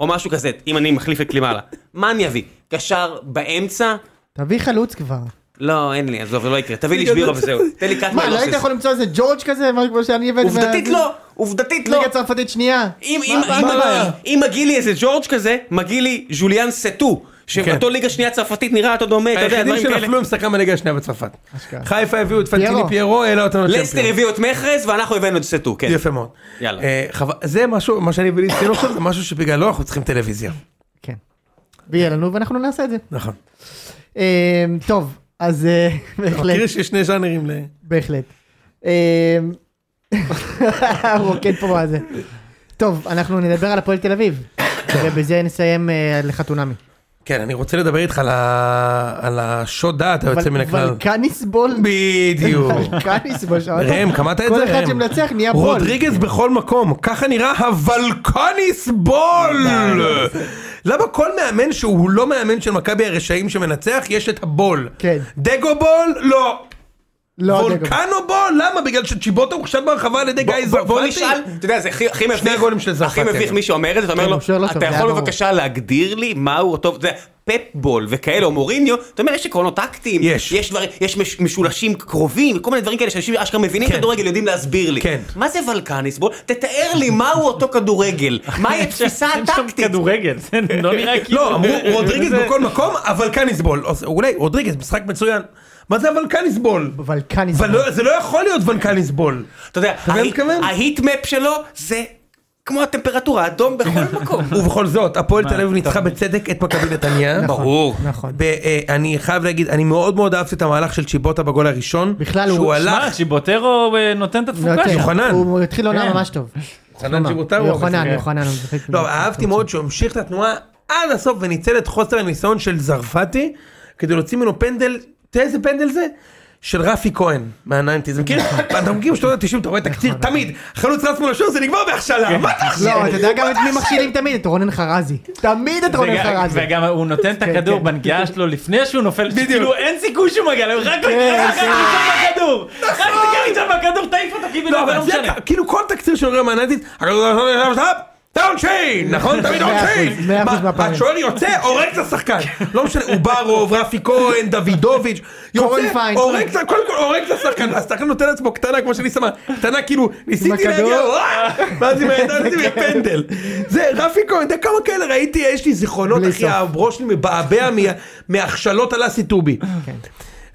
Speaker 4: או משהו כזה, אם אני מחליף את קלימאלה, מה אני אביא? קשר באמצע?
Speaker 1: תביא חלוץ כבר.
Speaker 4: לא, אין לי, עזוב, זה לא יקרה, תביא לי שבירו וזהו, תן לי קאט
Speaker 1: מה, לא היית יכול למצוא איזה ג'ורג' כזה, משהו כמו שאני הבאתי?
Speaker 4: עובדתית
Speaker 1: מה-
Speaker 4: לא, עובדתית לא.
Speaker 1: ליגה צרפתית שנייה.
Speaker 4: אם, אם, אם,
Speaker 2: מה הבעיה?
Speaker 4: אם מגיע לי איזה ג'ורג' כזה, מגיע לי ז'וליאן סטו, שאותו ליגה שנייה צרפתית נראה אותו דומה, אתה יודע,
Speaker 2: כן. היחידים
Speaker 4: דברים כאלה.
Speaker 2: שנפלו הם שחקן בליגה השנייה בצרפת.
Speaker 1: אשכרה.
Speaker 2: חיפה הביאו את פנטיני
Speaker 1: פיירו.
Speaker 2: פיירו, העלה אותנו
Speaker 4: לסטר הביאו את מכרז ואנחנו הבאנו את סטו, כן.
Speaker 2: יפה מאוד.
Speaker 4: יאללה.
Speaker 2: אה, חבל- זה משהו, מה שאני ולי עשינו עכשיו, זה משהו שבגללו אנחנו צריכים טלוויזיה.
Speaker 1: כן. ויהיה לנו, ואנחנו נעשה את זה.
Speaker 2: נכון.
Speaker 1: אה, טוב, אז אה,
Speaker 2: אתה
Speaker 1: בהחלט,
Speaker 2: מכיר שיש שני ז'אנרים ל...
Speaker 1: בהחלט. אה, הוא *laughs* רוקד פה מה זה. טוב, אנחנו נדבר על הפועל תל אביב, ובזה נסיים אה, לחתונמי.
Speaker 2: כן, אני רוצה לדבר איתך על ה- על השוד דעת היוצא מן הכלל.
Speaker 1: ולקניס בול. *laughs*
Speaker 2: בדיוק.
Speaker 1: ולקניס בול. שמעת?
Speaker 2: ראם, קמעת את זה?
Speaker 1: כל אחד
Speaker 2: ראם?
Speaker 1: שמנצח נהיה בול.
Speaker 2: רודריגז בכל מקום, ככה נראה הוולקניס בול!
Speaker 1: לא,
Speaker 2: למה כל מאמן שהוא לא מאמן של מכבי הרשעים שמנצח, יש את הבול?
Speaker 1: כן.
Speaker 2: דגו בול? לא.
Speaker 1: לא, דגו.
Speaker 2: וולקנו בול? למה? בגלל שצ'יבוטה הוכשל ברחבה על ידי גיא
Speaker 4: בוא-
Speaker 2: זרפתי?
Speaker 4: בוא נשאל, אתה יודע, זה הכי הכי מביך,
Speaker 2: הגולים של
Speaker 4: הכי
Speaker 2: צרפת,
Speaker 4: מביך
Speaker 2: אגב.
Speaker 4: מי שאומר את זה, אתה אומר
Speaker 1: כן,
Speaker 4: לו,
Speaker 1: הוא שואל אותו,
Speaker 4: אתה
Speaker 1: זה
Speaker 4: יכול
Speaker 1: היה
Speaker 4: בבקשה להגדיר לי מהו אותו, אתה יודע, פפבול וכאלה, או מוריניו, אתה אומר, יש עקרונות טקטיים,
Speaker 2: יש.
Speaker 4: יש דברים- יש מש- משולשים קרובים, כל מיני דברים כאלה שאנשים אשכרה מבינים
Speaker 2: כן.
Speaker 4: כדורגל, יודעים להסביר לי.
Speaker 2: כן.
Speaker 4: מה זה ולקניס? בוא, תתאר לי מהו אותו כדורגל, מהי התפיסה
Speaker 5: אין שם
Speaker 2: *laughs*
Speaker 4: הטקטית.
Speaker 5: *laughs* כדורגל, זה לא נראה כאילו...
Speaker 2: לא, אמרו רודריגז
Speaker 5: זה-
Speaker 2: בכל מקום, הוולקניס בול. אז אולי רודריגז, משחק מצוין. מה זה הוולקניס בול?
Speaker 1: ולקניס
Speaker 2: אבל
Speaker 1: בול.
Speaker 2: לא- זה לא יכול להיות ולקניס בול.
Speaker 4: אתה יודע,
Speaker 2: מה אני
Speaker 4: ההיט-
Speaker 2: מתכוון?
Speaker 4: ההיטמפ שלו זה כמו הטמפרטורה, אדום בכל מקום.
Speaker 2: ובכל זאת, הפועל תל אביב ניצחה בצדק את מכבי נתניה.
Speaker 1: נכון,
Speaker 4: ברור.
Speaker 2: לא-
Speaker 1: נכון.
Speaker 2: ואני חייב להגיד, אה, אני מאוד מאוד אהבתי את המהלך של צ'יבוטה בגול הראשון.
Speaker 1: בכלל, הוא-
Speaker 2: שהוא
Speaker 5: שמע,
Speaker 2: הלך,
Speaker 5: שיבוטרו אה, נותן את התפוקה
Speaker 1: נותן.
Speaker 5: שלו.
Speaker 2: יוחנן.
Speaker 1: לא, כן. הוא התחיל עונה
Speaker 5: כן.
Speaker 1: ממש טוב.
Speaker 2: חנן ג'יבוטה הוא
Speaker 1: יוחנן,
Speaker 2: המשחק.
Speaker 1: יוחנן, הוא משחק.
Speaker 2: לא, אהבתי מאוד שהוא המשיך את התנועה עד הסוף וניצל את חוסר הניסיון של זרפתי כדי להוציא ממנו פנדל, אתה יודע איזה פנדל זה? של רפי כהן מהניינטיז, מכיר? אתה מכיר בשנות ה-90 אתה רואה את הקציר תמיד, חלוץ רץ מול השוער זה נגמר בהכשלה, מה אתה עכשיו?
Speaker 1: נכון, לא, אתה יודע גם את מי מכשילים תמיד? את רונן חרזי. תמיד את רונן
Speaker 5: וגם-
Speaker 1: חרזי.
Speaker 5: וגם הוא נותן את
Speaker 1: כן,
Speaker 5: הכדור
Speaker 1: כן.
Speaker 5: בנגיעה שלו לפני שהוא נופל, כאילו אין סיכוי שהוא מגיע, אליו, רק
Speaker 1: כן,
Speaker 5: רק
Speaker 1: כן.
Speaker 5: תיקח בכדור, רק תיקח איתו בכדור, תעיף אותו כאילו,
Speaker 2: נכון. לא,
Speaker 5: אבל לא
Speaker 2: אבל זה
Speaker 5: משנה.
Speaker 2: כאילו כל תקציר של רועי מהניינטיז, זה עונשין, נכון? תמיד
Speaker 1: מאה
Speaker 2: עונשין.
Speaker 1: אחוז, מאה אחוז
Speaker 2: מה,
Speaker 1: מהפעמים.
Speaker 2: השוער יוצא, הורג את השחקן. לא משנה, אוברוב, רפי כהן, דוידוביץ',
Speaker 1: קורן
Speaker 2: יוצא,
Speaker 1: פיין.
Speaker 2: הורג את ה- קודם כל הורג את השחקן, והשחקן נותן לעצמו קטנה כמו שלי שמה, קטנה כאילו, ניסיתי
Speaker 1: הכדור.
Speaker 2: להגיע, וואו, ואז עם
Speaker 1: *laughs*
Speaker 2: הידיים עשיתי לי פנדל. זה רפי כהן, אתה יודע כמה כאלה ראיתי, יש לי זיכרונות,
Speaker 1: בלי
Speaker 2: אחי,
Speaker 1: סוף.
Speaker 2: הראש שלי מבעבע מה- מהכשלות על אסי טובי.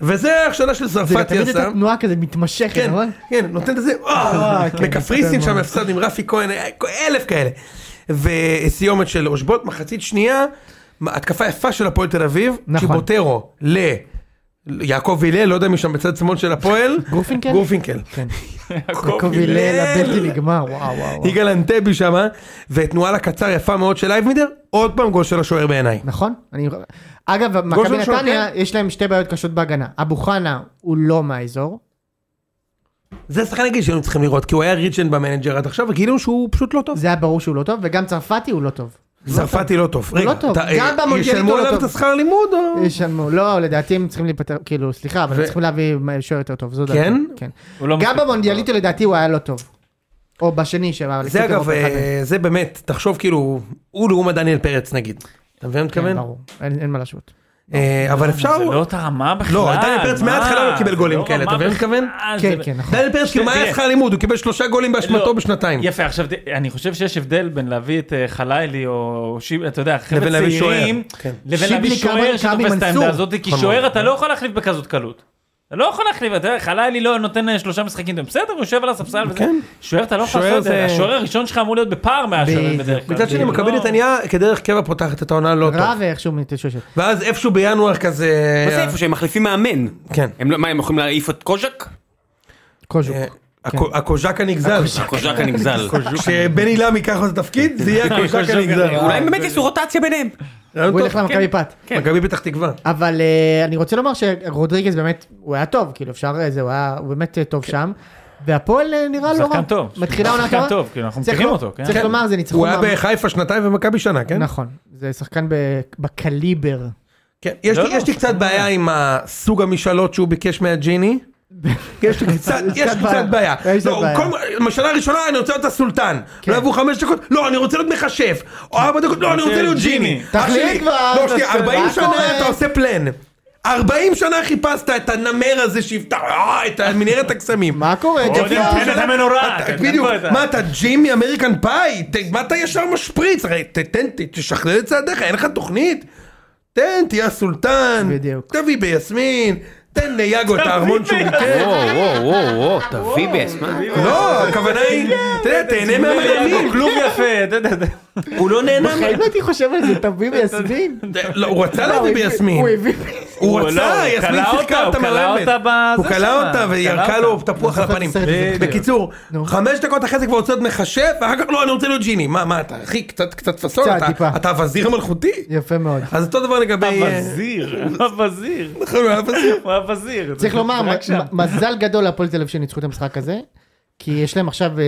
Speaker 2: וזה ההכשלה של
Speaker 1: זה
Speaker 2: צרפתי
Speaker 1: כן. תמיד את
Speaker 2: עשה.
Speaker 1: התנועה כזה מתמשכת,
Speaker 2: כן,
Speaker 1: נכון?
Speaker 2: כן, נותן את זה, אה,
Speaker 1: *laughs* כן,
Speaker 2: בקפריסין
Speaker 1: יפה
Speaker 2: שם
Speaker 1: מאוד.
Speaker 2: הפסד עם רפי כהן, אה, אלף כאלה. וסיומת של אושבולט, מחצית שנייה, מ- התקפה יפה של הפועל תל אביב,
Speaker 1: נכון.
Speaker 2: צ'יבוטרו ל... יעקב הלל, לא יודע מי שם בצד שמאל של
Speaker 1: *laughs*
Speaker 2: הפועל,
Speaker 1: גורפינקל?
Speaker 2: גורפינקל. *laughs*
Speaker 1: כן. יעקב הלל הבלתי נגמר, וואו וואו. וואו.
Speaker 2: יגאל אנטבי שמה, ותנועה לקצר יפה מאוד של אייבמידר, עוד פעם גול של השוער בעיניי.
Speaker 1: נכון? אני... אגב, מכבי
Speaker 2: גולדשטיין שוער,
Speaker 1: נתניה, יש להם שתי בעיות קשות בהגנה. אבו חנה הוא לא מהאזור.
Speaker 2: זה שחקן נגיד שהיינו צריכים לראות, כי הוא היה ריצ'ן במנג'ר עד עכשיו, וגילינו שהוא פשוט לא טוב.
Speaker 1: זה היה ברור שהוא לא טוב, וגם צרפתי הוא לא טוב.
Speaker 2: צרפתי לא טוב. רגע,
Speaker 1: לא טוב.
Speaker 2: אתה-
Speaker 1: גם
Speaker 2: אה,
Speaker 1: במונדיאלית
Speaker 2: ישלמו
Speaker 1: הוא לא
Speaker 2: עליו את
Speaker 1: טוב.
Speaker 2: השכר לימוד או...
Speaker 1: ישלמו, לא, לדעתי הם צריכים להיפטר, כאילו, סליחה, אבל הם
Speaker 2: ו-
Speaker 1: צריכים להביא שוער יותר טוב, זו דעתי.
Speaker 2: כן?
Speaker 1: כן.
Speaker 5: הוא לא
Speaker 1: גם
Speaker 5: מספיק.
Speaker 1: במונדיאליטו לדעתי הוא היה לא טוב. או בשני שבא.
Speaker 2: זה אגב, אה, זה באמת, תחשוב כאילו, הוא לעומת דניאל פרץ נגיד. אתה מבין מה אני
Speaker 1: כן,
Speaker 2: מתכוון?
Speaker 1: ברור, אין אין מה להשוות.
Speaker 2: אה, אבל אפשר...
Speaker 5: זה לא אותה רמה בכלל.
Speaker 2: לא, דניאל פרץ
Speaker 5: מה?
Speaker 2: מההתחלה לא קיבל גולים
Speaker 5: זה
Speaker 2: כאלה, אתה
Speaker 5: רמה
Speaker 2: מבין מה אני
Speaker 5: בכלל,
Speaker 1: כן,
Speaker 5: זה-
Speaker 1: כן, נכון.
Speaker 2: דניאל פרץ, כאילו מה היה
Speaker 5: תראה.
Speaker 2: שכר לימוד? הוא קיבל שלושה גולים באשמתו
Speaker 5: לא.
Speaker 2: בשנתיים.
Speaker 5: יפה, עכשיו ת- אני חושב שיש הבדל בין להביא את אה, חלילי או שיב, אתה יודע, חבר'ה
Speaker 2: לבין להביא
Speaker 5: צעירים,
Speaker 2: שוער, כן.
Speaker 5: לבין
Speaker 1: שיבלי,
Speaker 5: להביא
Speaker 1: כרמל,
Speaker 5: שוער שתופס
Speaker 1: כרמי,
Speaker 5: את
Speaker 1: מנסור.
Speaker 5: העמדה הזאת, כי
Speaker 2: נכון
Speaker 5: שוער
Speaker 2: מאוד.
Speaker 5: אתה לא יכול להחליף בכזאת קלות. אתה לא יכול להחליף, אתה יודע, חלילי לא נותן אה, שלושה משחקים, בסדר, הוא יושב על הספסל וזה.
Speaker 2: כן.
Speaker 5: שוער אתה לא יכול
Speaker 2: שוער
Speaker 5: לעשות את זה,
Speaker 2: זה-
Speaker 5: השוער הראשון שלך אמור להיות בפער מהשוערים
Speaker 1: בדיוק.
Speaker 5: בדרך כלל.
Speaker 2: מצד שני,
Speaker 5: זה
Speaker 2: מכבי
Speaker 5: לא-
Speaker 2: נתניה כדרך קבע פותחת את העונה לא טוב.
Speaker 1: רע ואיכשהו מתשושת.
Speaker 2: ואז איפשהו בינואר כזה... אה,
Speaker 4: מה זה איפה שהם מחליפים מאמן?
Speaker 2: כן.
Speaker 4: הם לא- מה, הם יכולים להעיף את קוז'ק?
Speaker 1: קוז'וק.
Speaker 2: אה, הקו- הקוז'ק הנגזל.
Speaker 4: קוז'ק הנגזל.
Speaker 2: כשבני לם ייקח את התפקיד, זה יהיה הקוז'ק הנגזל.
Speaker 4: אולי הם באמת יעשו רוטציה ביניהם.
Speaker 2: רעיון
Speaker 1: הוא
Speaker 2: טוב. כן,
Speaker 1: ילך למכבי פת.
Speaker 2: מכבי פתח תקווה.
Speaker 1: אבל אה, אני רוצה לומר שרודריגז באמת, הוא היה טוב, כאילו אפשר, אה, זה, הוא היה הוא באמת אה, טוב שם. והפועל אה, נראה
Speaker 5: הוא
Speaker 1: לא רע.
Speaker 5: שחקן טוב.
Speaker 1: מתחילה עונה
Speaker 5: שחקן
Speaker 1: טובה.
Speaker 5: טוב, כאילו, אנחנו
Speaker 1: צריך
Speaker 5: מכירים
Speaker 1: לומר-
Speaker 5: אותו, כן.
Speaker 1: צריך
Speaker 2: כן.
Speaker 1: לומר, זה ניצחון.
Speaker 2: הוא היה
Speaker 1: מאמין.
Speaker 2: בחיפה שנתיים ומכבי שנה, כן?
Speaker 1: נכון, זה שחקן ב- בקליבר.
Speaker 2: כן. יש
Speaker 5: לא,
Speaker 2: לי-
Speaker 5: לא,
Speaker 2: יש לי קצת בעיה עם הסוג המשאלות שהוא ביקש מהג'יני. יש לי קצת, יש לי קצת בעיה.
Speaker 1: יש לי
Speaker 2: לא,
Speaker 1: בעיה.
Speaker 2: כל מ- משנה ראשונה אני רוצה להיות הסולטן. לא עברו חמש דקות, לא, אני רוצה להיות מכשף. או ארבע דקות, לא, אני רוצה להיות ג'יני. אח
Speaker 1: תחליט
Speaker 2: שלי,
Speaker 1: כבר,
Speaker 2: לא, שנייה,
Speaker 1: תעשה-
Speaker 2: 40
Speaker 1: מה
Speaker 2: שנה
Speaker 1: קורה?
Speaker 2: אתה עושה פלן. 40 שנה חיפשת את הנמר הזה שיפתח, אה, את מנהרת הקסמים.
Speaker 1: מה קורה?
Speaker 5: עוד כן,
Speaker 1: ג'פי?
Speaker 5: אין תן את המנורה,
Speaker 1: אה,
Speaker 2: אתה-
Speaker 5: תן
Speaker 2: בדיוק,
Speaker 5: פה את ה-
Speaker 2: מה אתה ג'ימי אמריקן פאי? ת- מה אתה ישר משפריץ? הרי תתן, ת- תשכלל את צעדיך, אין לך תוכנית? תן, תהיה הסולטן,
Speaker 1: בדיוק.
Speaker 2: תביא ביסמין, תן ליאגו את הארמון שהוא ביקר.
Speaker 4: וואו, וואו, וואו, וואו, תביא בס, מה?
Speaker 2: לא, הכוונה היא, אתה יודע, תהנה מהמאמנים.
Speaker 5: כלום יפה, אתה יודע.
Speaker 2: הוא לא נהנה מה...
Speaker 1: בחיים לא הייתי חושב על זה, תביא ביסמין.
Speaker 2: לא, הוא רצה
Speaker 1: הוא
Speaker 2: להביא
Speaker 1: הביא-
Speaker 2: ביסמין.
Speaker 1: הוא הביא...
Speaker 2: הוא
Speaker 5: הוא לא,
Speaker 2: רצה,
Speaker 5: הוא
Speaker 2: יסמין
Speaker 5: כלא
Speaker 2: שיחקה
Speaker 5: אותה,
Speaker 2: אותה
Speaker 5: הוא כלא
Speaker 2: מרמת.
Speaker 5: אותה בזה
Speaker 2: הוא כלא
Speaker 5: שמה,
Speaker 2: אותה
Speaker 5: הוא
Speaker 2: וירקה
Speaker 5: כלא
Speaker 2: לו
Speaker 5: אותה.
Speaker 2: תפוח
Speaker 1: זוכר
Speaker 2: על
Speaker 1: את
Speaker 2: הפנים.
Speaker 1: הסרט הזה.
Speaker 5: בדיוק.
Speaker 2: בקיצור,
Speaker 1: נו.
Speaker 2: חמש דקות אחרי זה כבר רוצה להיות מכשף, ואחר כך לא, אני רוצה להיות ג'יני. מה, מה, אתה אחי, קצת קצת פסול,
Speaker 1: קצת,
Speaker 2: אתה-
Speaker 1: טיפה.
Speaker 2: אתה הווזיר המלכותי?
Speaker 1: יפה מאוד.
Speaker 2: אז אותו דבר
Speaker 1: אה,
Speaker 2: לגבי... אה,
Speaker 5: הווזיר, הווזיר,
Speaker 2: נכון, הוא היה הווזיר.
Speaker 1: *laughs*
Speaker 5: הוא הווזיר.
Speaker 2: *laughs*
Speaker 1: צריך לומר,
Speaker 5: רק שם.
Speaker 1: מ- מזל גדול להפועל תל אביב שניצחו את המשחק הזה, כי יש להם עכשיו אה,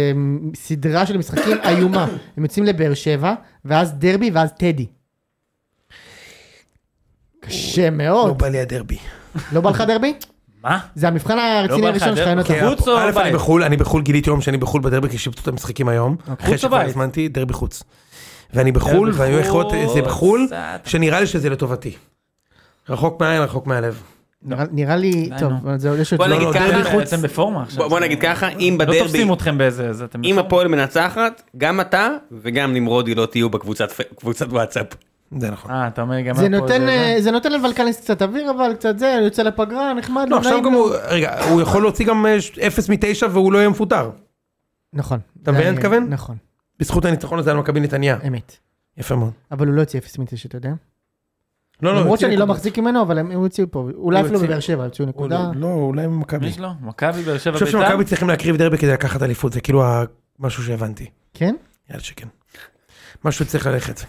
Speaker 1: סדרה של משחקים *laughs* איומה. הם יוצאים לבאר שבע, ואז דרבי ואז טדי. קשה
Speaker 2: לא
Speaker 1: מאוד.
Speaker 2: בא לי הדרבי.
Speaker 1: לא בא לך דרבי?
Speaker 5: מה?
Speaker 1: זה המבחן הרציני
Speaker 5: בא לך
Speaker 1: הראשון שלך,
Speaker 5: דרבי?
Speaker 1: אין אותו.
Speaker 5: כן. חוץ
Speaker 2: א',
Speaker 5: או
Speaker 2: אני
Speaker 5: בית? אוקיי.
Speaker 2: בחו"ל, אני בחו"ל גיליתי היום שאני בחו"ל בדרבי כי שיבצו את המשחקים היום. אחרי
Speaker 5: חוץ או
Speaker 2: שכבר
Speaker 5: בית?
Speaker 2: הזמנתי דרבי חוץ. ואני בחו"ל,
Speaker 5: דרבי
Speaker 2: ואני הולך לראות את זה
Speaker 5: חוץ,
Speaker 2: בחו"ל,
Speaker 5: אה, קצת.
Speaker 2: שנראה לי שזה לטובתי. רחוק מהעין, רחוק מהלב.
Speaker 1: נראה- נראה לי,
Speaker 5: די,
Speaker 1: טוב,
Speaker 5: נו.
Speaker 1: אבל זה עוד יש עוד
Speaker 4: בוא
Speaker 1: זמן.
Speaker 4: נגיד
Speaker 2: לא, דרבי
Speaker 4: ככה,
Speaker 2: חוץ.
Speaker 5: אתם כן, בפורמה עכשיו.
Speaker 4: בוא- בוא נגיד ככה, אם
Speaker 5: לא
Speaker 4: בדרבי,
Speaker 5: תופסים אתכם באיזה, זה אתם...
Speaker 4: אם
Speaker 5: בפורמה.
Speaker 4: הפועל מנצחת, גם אתה וגם נמרודי לא תהיו בקבוצת פ- קבוצת וואטסאפ.
Speaker 2: זה נכון.
Speaker 5: אה, אתה אומר גם...
Speaker 1: זה
Speaker 5: הפועל
Speaker 1: נותן,
Speaker 5: זה-
Speaker 1: אה, זה נותן לוולקניס קצת אוויר, אבל קצת זה, יוצא לפגרה, נחמד,
Speaker 2: לא,
Speaker 1: לא
Speaker 2: עכשיו
Speaker 1: נעים
Speaker 2: גם
Speaker 1: לו.
Speaker 2: הוא, רגע, הוא יכול להוציא גם אה, 0 מ-9 והוא לא יהיה מפוטר.
Speaker 1: נכון.
Speaker 2: אתה מבין
Speaker 1: זה-
Speaker 2: מה אני מתכוון?
Speaker 1: נכון,
Speaker 2: בזכות הניצחון הזה על מכבי נתניה.
Speaker 1: אמת.
Speaker 2: יפה מאוד.
Speaker 1: אבל הוא לא יוצא 0 מ-9, אתה יודע?
Speaker 2: לא, לא,
Speaker 1: למרות
Speaker 2: הוציא
Speaker 1: שאני לא
Speaker 2: נקודה.
Speaker 1: מחזיק ממנו, אבל הם הם הוציאו פה, אולי
Speaker 2: הוא
Speaker 1: אפילו
Speaker 2: הוציא-
Speaker 1: בבאר שבע, הוציאו
Speaker 2: הוא
Speaker 1: נקודה.
Speaker 2: לא, לא, אולי
Speaker 5: מי
Speaker 2: ממכבי.
Speaker 5: יש לו? מכבי, באר שבע,
Speaker 2: אני חושב
Speaker 5: ביתר?
Speaker 2: שמכבי צריכים להקריב דרבי כדי לקחת אליפות, זה כאילו ה- משהו שהבנתי.
Speaker 1: כן?
Speaker 2: יאללה שכן. משהו צריך ללכת.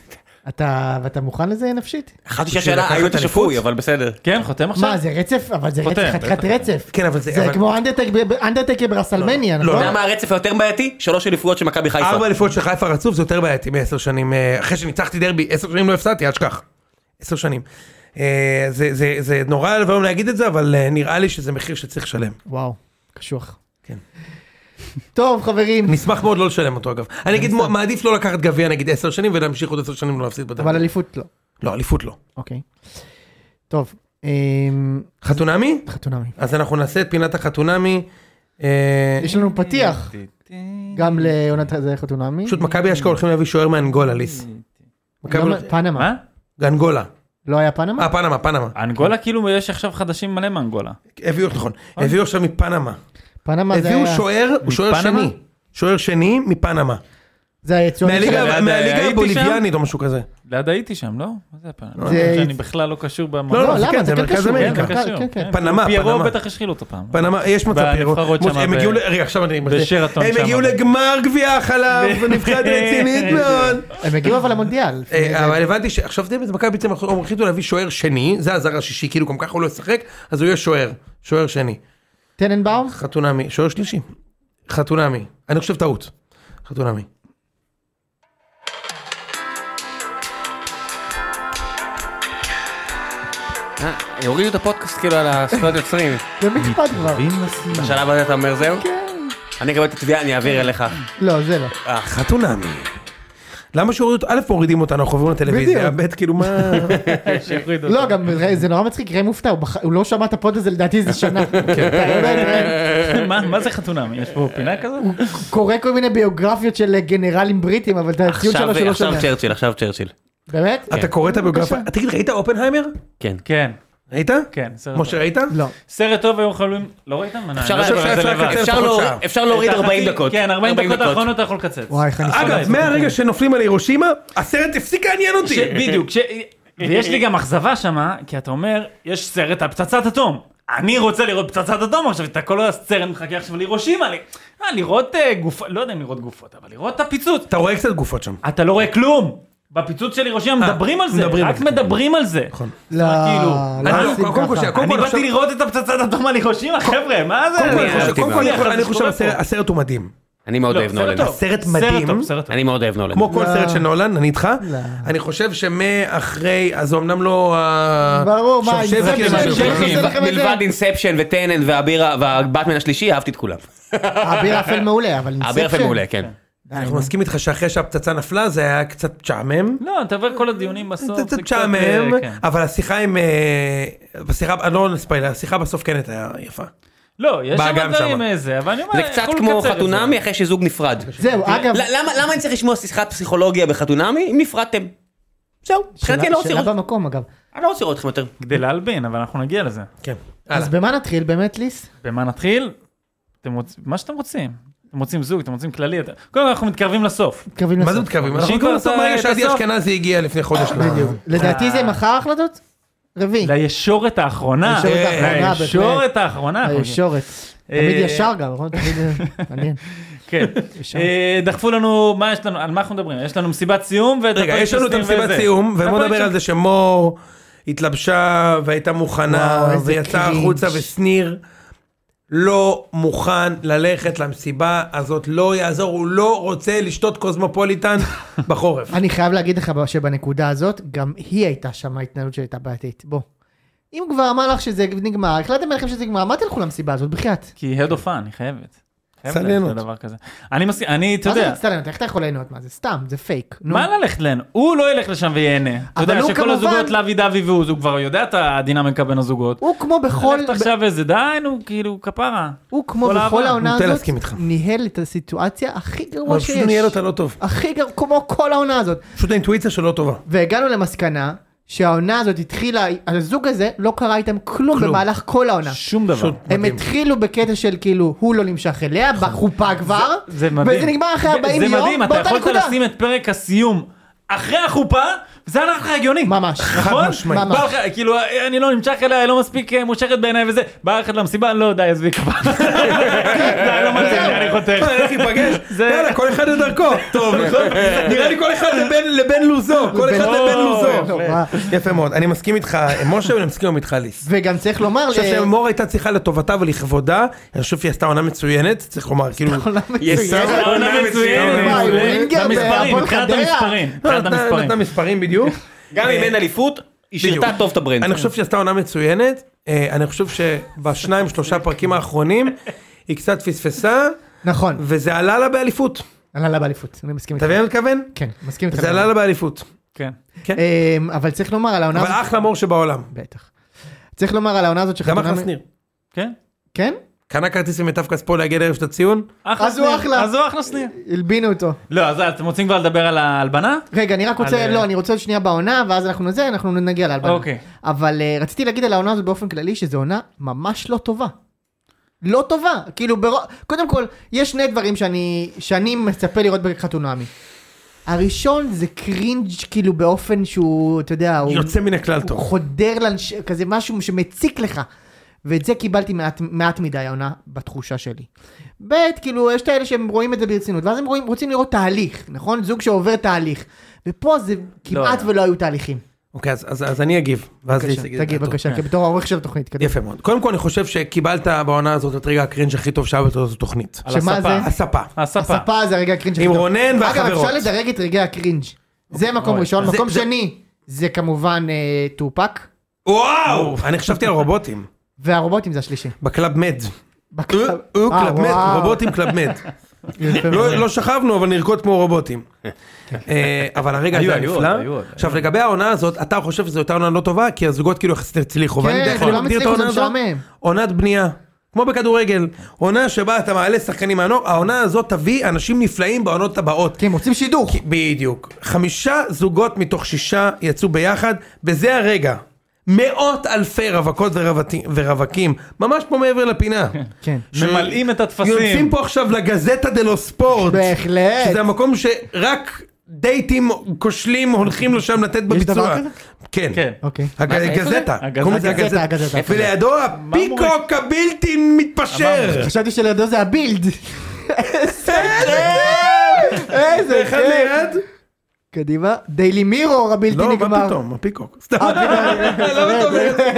Speaker 1: אתה, ואתה מוכן לזה נפשית?
Speaker 4: חשבתי שהשאלה, האם אתה שפוי, אבל בסדר.
Speaker 5: כן, חותם עכשיו?
Speaker 1: מה, זה רצף? אבל זה רצף,
Speaker 5: חותם,
Speaker 1: חתיכת רצף.
Speaker 2: כן, אבל זה...
Speaker 1: זה
Speaker 2: אבל-
Speaker 1: כמו אנדרטק ב- אנדרטקר ברסלמניה,
Speaker 2: לא,
Speaker 1: נכון?
Speaker 4: אתה יודע מה הרצף היותר בעייתי? שלוש אליפויות של מכבי חיפה.
Speaker 2: ארבע אליפויות של חיפה רצוף זה יותר בעייתי מעשר שנים. אה, אחרי שניצחתי דרבי, עשר שנים לא הפסדתי, אל תשכח. עשר שנים. אה, זה- זה- זה נורא לבוא להגיד את זה, אבל אה, נראה לי שזה מחיר שצריך לשלם.
Speaker 1: וואו, קשוח.
Speaker 2: כן.
Speaker 1: טוב, חברים,
Speaker 2: נשמח מאוד לא לשלם אותו אגב. אני אגיד מ- מעדיף לא לקחת גביע נגיד 10 שנים ולהמשיך עוד 10 שנים לא להפסיד בדרבי.
Speaker 1: אבל אליפות לא.
Speaker 2: לא, אליפות לא.
Speaker 1: אוקיי. טוב, אמ,
Speaker 2: חתונמי?
Speaker 1: חתונמי.
Speaker 2: אז אנחנו נעשה את פינת החתונמי. אה,
Speaker 1: יש לנו פתיח, גם לעונת הזה חתונמי.
Speaker 2: פשוט מכבי אשכרה הולכים להביא שוער מאנגולה, ליס. מכבי-
Speaker 1: גם לא- פנמה.
Speaker 5: מה?
Speaker 2: אנגולה.
Speaker 1: לא היה פנמה?
Speaker 2: אה, פנמה, פנמה.
Speaker 5: אנגולה כאילו יש עכשיו חדשים מלא מאנגולה.
Speaker 2: הביאו, נכון. הביאו עכשיו מפנמה.
Speaker 1: פנמה אה? זה
Speaker 2: הביאו
Speaker 1: היה...
Speaker 2: שוער, הוא שוער
Speaker 5: מפנמה?
Speaker 2: שני. שוער שני מפנמה.
Speaker 1: זה היצואני
Speaker 2: מהליגה-
Speaker 1: של-
Speaker 5: ליד-
Speaker 2: מהליגה
Speaker 5: הייתי
Speaker 2: הבוליביאנית או משהו כזה.
Speaker 5: ליד הייתי שם, לא? מה זה הפעם?
Speaker 1: זה-
Speaker 5: זה... שאני בכלל לא קשור במקום.
Speaker 2: לא,
Speaker 1: לא,
Speaker 2: זה כן,
Speaker 1: למה?
Speaker 2: זה
Speaker 1: זה כן
Speaker 2: מרכז
Speaker 1: קשור.
Speaker 2: אמריקה.
Speaker 1: כן,
Speaker 5: קשור,
Speaker 1: כן, כן.
Speaker 5: כן.
Speaker 2: פנמה,
Speaker 5: פיירו
Speaker 2: פנמה.
Speaker 5: בטח השחילו אותו פעם. *laughs*
Speaker 2: פנמה, יש מצב פיירו.
Speaker 5: בנבחרות
Speaker 2: מוס-
Speaker 5: שמה
Speaker 2: הם
Speaker 5: ב-
Speaker 2: הגיעו, ל- רגע עכשיו אני...
Speaker 5: בשרתון
Speaker 2: הם
Speaker 5: שמה
Speaker 2: הגיעו
Speaker 5: ב-
Speaker 2: לגמר גביע *laughs* החלב, נבחרת *laughs* רצינית מאוד.
Speaker 1: הם הגיעו אבל למונדיאל. לפני זה.
Speaker 2: אה, אבל הבנתי שעכשיו זה באמת מכבי בעצם הם החליטו להביא שוער שני, זה הזר השישי, כאילו גם ככה הוא לא ישחק, אז הוא יהיה שוער, שוער שני.
Speaker 1: טננבאום?
Speaker 2: חתונמי, שוער שלישי. חתונמי, אני חושב טעות. חתונמי.
Speaker 4: אה, הורידו את הפודקאסט כאילו על הזכויות יוצרים.
Speaker 1: זה
Speaker 2: אה,
Speaker 1: משפט כבר.
Speaker 4: *laughs* בשלב הזה אתה אומר זהו? אני אקבל את התביעה, אני אעביר אליך.
Speaker 1: לא, זה לא.
Speaker 2: חתונמי. למה שהורידו אותו? א', מורידים אותנו, אנחנו עוברים לטלוויזיה,
Speaker 1: בדיוק.
Speaker 2: ב', כאילו מה... *laughs*
Speaker 5: שיפרידו
Speaker 1: לא,
Speaker 5: אותו.
Speaker 1: גם זה נורא מצחיק, ראם מופתע, הוא בח- הוא לא שמע את הפוד הזה לדעתי איזה
Speaker 2: *laughs*
Speaker 1: שנה.
Speaker 2: כן.
Speaker 1: באמת, ראם,
Speaker 5: *laughs* מה- מה זה חתונה? יש פה פינה
Speaker 1: *laughs*
Speaker 5: כזאת?
Speaker 1: קורא כל מיני ביוגרפיות של גנרלים בריטים, אבל את הציון שלו
Speaker 4: עכשיו
Speaker 1: שלו
Speaker 4: עכשיו כן.
Speaker 1: שונה.
Speaker 4: צ'רצ'יל, עכשיו צ'רצ'יל.
Speaker 1: באמת? כן.
Speaker 2: אתה קורא את הביוגרפיה? תגיד, ראית אופנהיימר?
Speaker 4: כן.
Speaker 5: כן,
Speaker 2: ראית?
Speaker 5: כן, סרט
Speaker 2: משה,
Speaker 5: טוב.
Speaker 2: ראית?
Speaker 1: לא.
Speaker 5: סרט טוב היו חלומים, לא ראיתם? אני לא יודע,
Speaker 2: אפשר-
Speaker 5: זה
Speaker 2: אפשר
Speaker 5: לבד.
Speaker 2: לקצר
Speaker 4: אפשר
Speaker 2: פחות
Speaker 4: להוריד-
Speaker 2: שעה.
Speaker 4: אפשר להוריד
Speaker 5: את החצי-
Speaker 4: 40 דקות.
Speaker 5: כן, 40 דקות האחרונות אתה יכול לקצץ.
Speaker 1: וואי, איך אני
Speaker 2: אגב, מהרגע שנופלים על הירושימה, הסרט הפסיק לעניין
Speaker 5: ש-
Speaker 2: אותי.
Speaker 5: בדיוק, ש- ויש לי גם אכזבה שמה, כי אתה אומר, יש סרט על פצצת אטום. אני רוצה לראות פצצת אטום עכשיו, אתה כל הסרט מחכה עכשיו להירושימה, ל- אה, לראות גופות, לא יודע אם לראות גופות, אבל לראות את הפיצוץ.
Speaker 2: אתה רואה קצת גופות שם.
Speaker 5: אתה לא רואה כלום. בפיצוץ של הירושימה
Speaker 2: אה,
Speaker 5: מדברים על זה,
Speaker 2: מדברים
Speaker 5: רק
Speaker 2: על זה.
Speaker 5: מדברים על זה.
Speaker 1: לא,
Speaker 5: כאילו,
Speaker 1: לא
Speaker 5: אני-
Speaker 1: עושים
Speaker 2: קודם כל
Speaker 1: ככה.
Speaker 2: שנייה, קודם
Speaker 5: אני
Speaker 2: כל,
Speaker 5: באתי
Speaker 2: עכשיו-
Speaker 5: לראות את הפצצת אטום על הירושימה, חבר'ה, מה זה?
Speaker 2: קודם כל, אני
Speaker 5: אני-
Speaker 2: חושב-
Speaker 4: אהבתי
Speaker 2: קודם כל,
Speaker 4: מאוד.
Speaker 2: אני- אני
Speaker 5: זה
Speaker 2: חושב
Speaker 5: שקורה
Speaker 2: שהסרט
Speaker 5: פה.
Speaker 2: הסרט הוא מדהים.
Speaker 4: אני מאוד
Speaker 5: לא,
Speaker 4: אוהב
Speaker 5: סרט
Speaker 4: נולן.
Speaker 5: טוב.
Speaker 2: הסרט
Speaker 5: סרט
Speaker 2: מדהים.
Speaker 5: טוב, סרט טוב.
Speaker 4: אני מאוד אוהב נולן.
Speaker 2: כמו כל סרט של נולן, אני איתך. אני חושב שמאחרי, אז אמנם לא... אה,
Speaker 1: ברור, מה,
Speaker 2: שושבסקי
Speaker 1: אינפקשן
Speaker 2: למשל,
Speaker 1: של
Speaker 2: כן.
Speaker 1: עושה לכם את זה?
Speaker 4: מלבד אינספשן וטננט והבירה והבטמן השלישי, אהבתי את כולם.
Speaker 2: *laughs*
Speaker 1: אביר אפל מעולה, אבל
Speaker 4: אביר יפה
Speaker 1: Inception-
Speaker 4: מעולה, כן.
Speaker 2: אנחנו מסכים איתך שאחרי שהפצצה נפלה זה היה קצת משעמם.
Speaker 5: לא, אתה עובר כל הדיונים בסוף.
Speaker 2: זה
Speaker 5: זה
Speaker 2: קצת
Speaker 5: קצת,
Speaker 2: משעמם,
Speaker 5: אה, כן.
Speaker 2: אבל השיחה עם... אה, בשיחה, אני לא נספיילר, השיחה בסוף כן הייתה יפה.
Speaker 5: לא, יש
Speaker 2: בא
Speaker 5: שם
Speaker 2: גם
Speaker 5: דברים
Speaker 2: שמה.
Speaker 5: איזה, אבל אני אומר,
Speaker 4: זה קצת
Speaker 5: יכולנו
Speaker 4: כמו
Speaker 5: לקצר את זה.
Speaker 4: חתונמי אחרי שזוג נפרד.
Speaker 1: זהו, אגב,
Speaker 4: ל- למה למה אני צריך לשמוע שיחת פסיכולוגיה בחתונמי אם נפרדתם? זהו,
Speaker 1: שאלה-
Speaker 4: מבחינתי אני לא רוצה
Speaker 1: שאלה
Speaker 4: לראות-
Speaker 1: במקום אגב.
Speaker 4: אני לא רוצה לראות אתכם יותר.
Speaker 5: כדי להלבין, אבל אנחנו נגיע לזה.
Speaker 2: כן.
Speaker 1: אז במה נתחיל באמת, ליס?
Speaker 5: במה נתחיל? אתם רוצ- מה שאתם רוצים. אתם רוצים זוג, אתם רוצים כללי. אתה- קודם כל אנחנו מתקרבים לסוף.
Speaker 1: מתקרבים
Speaker 2: מה זה
Speaker 1: לסוף.
Speaker 2: מתקרבים? אנחנו
Speaker 5: אנשים
Speaker 2: מתקרבים
Speaker 5: כבר
Speaker 2: לסוף
Speaker 5: את ה-
Speaker 2: מהרגע
Speaker 5: את
Speaker 2: שעדי
Speaker 5: הסוף.
Speaker 2: אשכנזי הגיע לפני חודש. ל-
Speaker 1: לדעתי זה מחר ההחלטות? רביעי.
Speaker 5: לישורת האחרונה.
Speaker 1: הישורת
Speaker 2: אה,
Speaker 1: האחרונה, בהחלט.
Speaker 5: לישורת *laughs* האחרונה. אנחנו נגיע.
Speaker 1: הישורת. תמיד
Speaker 5: נכון. אה,
Speaker 1: ישר גם, נכון? תמיד
Speaker 5: *laughs*
Speaker 1: אה, מעניין.
Speaker 5: כן.
Speaker 1: ישר.
Speaker 5: אה, דחפו לנו, מה יש לנו, על מה אנחנו מדברים? יש לנו מסיבת סיום ואת
Speaker 2: רגע,
Speaker 5: הפרק
Speaker 2: יש לנו את
Speaker 5: שעושים
Speaker 2: המסיבת
Speaker 5: וזה.
Speaker 2: סיום, ובוא
Speaker 5: הפרק
Speaker 2: נדבר
Speaker 5: ש-
Speaker 2: על זה שמור התלבשה והייתה מוכנה,
Speaker 1: וואו, איזה
Speaker 2: ויצאה
Speaker 1: קרינג'.
Speaker 2: החוצה ושניר לא מוכן ללכת למסיבה הזאת, לא יעזור, הוא לא רוצה לשתות *laughs* קוזמופוליטן בחורף.
Speaker 1: אני חייב להגיד לך שבנקודה הזאת, גם היא הייתה שם ההתנהלות שהייתה בעייתית. בוא. אם כבר אמר לך שזה נגמר, החלטתם עליכם שזה נגמר, מה תלכו למסיבה הזאת, בחייאת?
Speaker 5: כי הד אופה, אני חייבת. חייבת
Speaker 2: סליינות.
Speaker 5: ללכת לדבר כזה. אני מסכים, אני, אתה
Speaker 1: מה זה
Speaker 5: יודע,
Speaker 1: מצטלמת? איך אתה יכול ליהנות? מה זה סתם, זה פייק. נו.
Speaker 5: מה ללכת להן? הוא לא ילך לשם ויהנה. אתה יודע
Speaker 1: הוא
Speaker 5: שכל
Speaker 1: כמובן-
Speaker 5: הזוגות לוי דווי והוא, הוא כבר יודע את הדינמיקה בין הזוגות.
Speaker 1: הוא כמו בכל...
Speaker 5: ללכת עכשיו איזה די, נו, כאילו, כפרה.
Speaker 1: הוא כמו
Speaker 5: כל
Speaker 1: בכל
Speaker 5: העבר.
Speaker 1: העונה
Speaker 2: נוטה
Speaker 1: הזאת,
Speaker 2: להסכים איתך.
Speaker 1: ניהל את הסיטואציה הכי
Speaker 2: אבל
Speaker 1: גרוע
Speaker 2: פשוט ניהל
Speaker 1: שיש.
Speaker 2: אותה לא טוב.
Speaker 1: הכי גרוע, כמו כל העונה הזאת.
Speaker 2: פשוט האינטואיציה שלו לא טובה.
Speaker 1: והגענו למסקנה שהעונה הזאת התחילה, הזוג הזה לא קרה איתם כלום
Speaker 2: כלום.
Speaker 1: במהלך כל העונה.
Speaker 5: שום דבר.
Speaker 2: פשוט
Speaker 1: הם
Speaker 2: מדהים. *laughs*
Speaker 1: התחילו בקטע של כאילו, הוא לא נמשך אליה, בחופה כבר,
Speaker 5: נכון. זה מדהים.
Speaker 1: וזה נגמר אחרי 40
Speaker 5: זה
Speaker 1: יום,
Speaker 5: מדהים, אתה
Speaker 1: באותה
Speaker 5: יכולת
Speaker 1: נקודה.
Speaker 5: לשים את פרק הסיום אחרי החופה, וזה היה לך הגיוני.
Speaker 1: ממש.
Speaker 5: נכון?
Speaker 2: חד משמעית.
Speaker 5: בא לך, כאילו, אני לא נמשך אליה, היא לא מספיק אה, מושכת בעיניי וזה. בא ללכת למסיבה, לא, די, עזבי כבר.
Speaker 1: *laughs*
Speaker 5: די, לא מתאים לי, אני חותך.
Speaker 2: איך *laughs* ייפגש?
Speaker 5: זה-
Speaker 2: יאללה, כל אחד לדרכו. *laughs* טוב, נכון? נראה לי כל אחד לבן- לבן לוזו. כל אחד
Speaker 5: לוזו.
Speaker 2: לבן לוזו.
Speaker 1: נורא.
Speaker 2: *laughs* יפה מאוד. אני מסכים איתך, משה, ואני מסכים איתך, ליס.
Speaker 1: וגם צריך לומר,
Speaker 2: אני חושב
Speaker 1: ל-
Speaker 2: שמור הייתה צריכה לטובתה ולכבודה, אני חושב שהיא עשתה עונה מצוינת, צריך
Speaker 1: *laughs*
Speaker 2: לוממת, כאילו...
Speaker 1: עונה מצוינת.
Speaker 4: סבבה.
Speaker 5: עונה מצוינת.
Speaker 1: וואי,
Speaker 5: זה-
Speaker 1: וינגר
Speaker 5: במספרים,
Speaker 1: בהפועל
Speaker 5: מבחינת
Speaker 1: חדרה.
Speaker 5: המספרים.
Speaker 2: לא,
Speaker 5: מבחינת
Speaker 2: נתנה
Speaker 5: המספרים.
Speaker 2: נתנה
Speaker 1: *laughs*
Speaker 2: מספרים בדיוק.
Speaker 4: *laughs*
Speaker 2: אה,
Speaker 4: גם אם אין אליפות, היא שירתה
Speaker 2: בדיוק.
Speaker 4: טוב את הברנד.
Speaker 2: אני חושב שהיא עשתה עונה מצוינת, אה, אני חושב שבשניים שלושה פרקים
Speaker 4: *laughs*
Speaker 2: האחרונים היא קצת פספסה,
Speaker 1: נכון,
Speaker 2: וזה עלה לה באליפות.
Speaker 1: עלה לה באליפות, אני מסכים
Speaker 2: אתה
Speaker 1: איתך.
Speaker 2: מבין מה אני מתכוון?
Speaker 1: כן, מסכים איתך.
Speaker 2: זה עלה לה באליפות.
Speaker 5: כן.
Speaker 1: אמ, אבל צריך לומר על העונה
Speaker 2: אבל
Speaker 1: הזאת,
Speaker 2: אחלה מור שבעולם.
Speaker 1: בטח. צריך לומר על העונה הזאת
Speaker 2: גם
Speaker 1: שחתונה...
Speaker 2: אחלה
Speaker 1: מ-
Speaker 2: שניר.
Speaker 5: כן.
Speaker 1: כן?
Speaker 2: קנה כרטיס עם מיטב כספו להגיע לערב של הציון.
Speaker 5: אחלה
Speaker 1: אז הוא
Speaker 5: שניר,
Speaker 1: אחלה.
Speaker 5: אז הוא אחלה שניר.
Speaker 1: הלבינו אותו.
Speaker 5: לא, אז אתם רוצים כבר לדבר על ההלבנה?
Speaker 1: רגע, אני רק רוצה,
Speaker 5: על- אה,
Speaker 1: לא, אני רוצה עוד שנייה בעונה, ואז אנחנו זה, אנחנו נגיע לאלבנה.
Speaker 5: אוקיי.
Speaker 1: אבל אה, רציתי להגיד על העונה הזאת באופן כללי, שזו עונה ממש לא טובה. לא טובה. כאילו, ברוב- קודם כל, יש שני דברים שאני שאני מצפה לראות בחתונמי. הראשון זה קרינג' כאילו באופן שהוא, אתה יודע, הוא...
Speaker 2: יוצא מן הכלל
Speaker 1: הוא
Speaker 2: טוב.
Speaker 1: חודר לאנש... כזה משהו שמציק לך. ואת זה קיבלתי מעט, מעט מדי העונה בתחושה שלי. ב', כאילו, יש את האלה שהם רואים את זה ברצינות, ואז הם רואים, רוצים לראות תהליך, נכון? זוג שעובר תהליך. ופה זה כמעט
Speaker 5: היה.
Speaker 1: ולא היו תהליכים.
Speaker 2: אוקיי, אז- אז לא. אז אני אגיב. ואז אה, ליס
Speaker 1: בבקשה,
Speaker 2: יגיד את
Speaker 1: תגיד,
Speaker 2: דעתו.
Speaker 1: בבקשה, כי בתור העורך של התוכנית, קדימה.
Speaker 2: יפה מאוד. קודם כל אני חושב שקיבלת בעונה הזאת את רגע הקרינג' הכי טוב שהיה בתולדות התוכנית.
Speaker 5: על
Speaker 1: שמה
Speaker 5: הספה.
Speaker 1: זה?
Speaker 2: הספה.
Speaker 5: הספה.
Speaker 1: הספה זה הרגע הקרינג'.
Speaker 2: עם
Speaker 1: הכי טוב.
Speaker 2: רונן
Speaker 1: אגב,
Speaker 2: והחברות. אוקיי.
Speaker 1: אפשר לדרג את רגעי הקרינג'. זה מקום
Speaker 5: אוי.
Speaker 1: ראשון.
Speaker 2: זה-
Speaker 1: מקום
Speaker 2: זה-
Speaker 1: שני, זה כמובן אה, טופק,
Speaker 2: וואו! אני חשבתי על רובוטים.
Speaker 1: והרובוטים זה השלישי.
Speaker 2: בקלאב מד.
Speaker 1: בק-
Speaker 2: הוא
Speaker 1: אה,
Speaker 2: קלאב מד,
Speaker 1: וואו. *laughs*
Speaker 2: רובוטים קלאב מד.
Speaker 1: יפה מאוד.
Speaker 2: לא לא שכבנו, אבל נרקוד כמו רובוטים.
Speaker 1: *laughs*
Speaker 2: אה, אבל הרגע
Speaker 5: היו,
Speaker 2: הזה היה
Speaker 5: היו עוד,
Speaker 2: נפלא.
Speaker 5: היו עוד.
Speaker 2: עכשיו, לגבי העונה הזאת, אתה חושב שזו הייתה עונה לא טובה, כי הזוגות כאילו יחסית הצליחו. ואני יודע איך
Speaker 1: כן, כולם
Speaker 2: להגדיר את
Speaker 1: הצליחו, לא זה
Speaker 2: העונה הזאת?
Speaker 1: משעמם.
Speaker 2: עונת בנייה. כמו בכדורגל, עונה שבה אתה מעלה שחקנים מהנוער, העונה הזאת תביא אנשים נפלאים בעונות הבאות.
Speaker 1: כי הם כן, רוצים שידוך.
Speaker 2: כי- בדיוק. חמישה זוגות מתוך שישה יצאו ביחד, בזה הרגע. מאות אלפי רווקות ורווקי- ורווקים, ממש פה מעבר
Speaker 5: *laughs*
Speaker 2: לפינה.
Speaker 1: כן.
Speaker 2: ש-
Speaker 5: ממלאים את הטפסים.
Speaker 2: יוצאים פה עכשיו לגזטה דלו ספורט.
Speaker 1: בהחלט.
Speaker 2: שזה המקום שרק דייטים כושלים הולכים לשם לתת בביצוע.
Speaker 1: דבר כזה?
Speaker 2: כן.
Speaker 5: כן.
Speaker 1: אוקיי.
Speaker 2: הג-
Speaker 5: מה זה, איפה זה?
Speaker 2: הגזטה.
Speaker 5: הגזטה.
Speaker 2: קוראים לזה
Speaker 1: הגזטה, הגזטה.
Speaker 2: הגזטה. ולידו הפיקוק הבלתי מתפשר.
Speaker 1: חשבתי שלידו זה הבילד. איזה
Speaker 2: אחד
Speaker 1: כיף.
Speaker 2: ליד?
Speaker 1: קדימה. דיילי מירור הבלתי
Speaker 2: לא,
Speaker 1: נגמר.
Speaker 2: מה פתאום, הפיקוק. סתם.
Speaker 1: אה, פתאום.
Speaker 2: למה לא, אתה אומר את זה?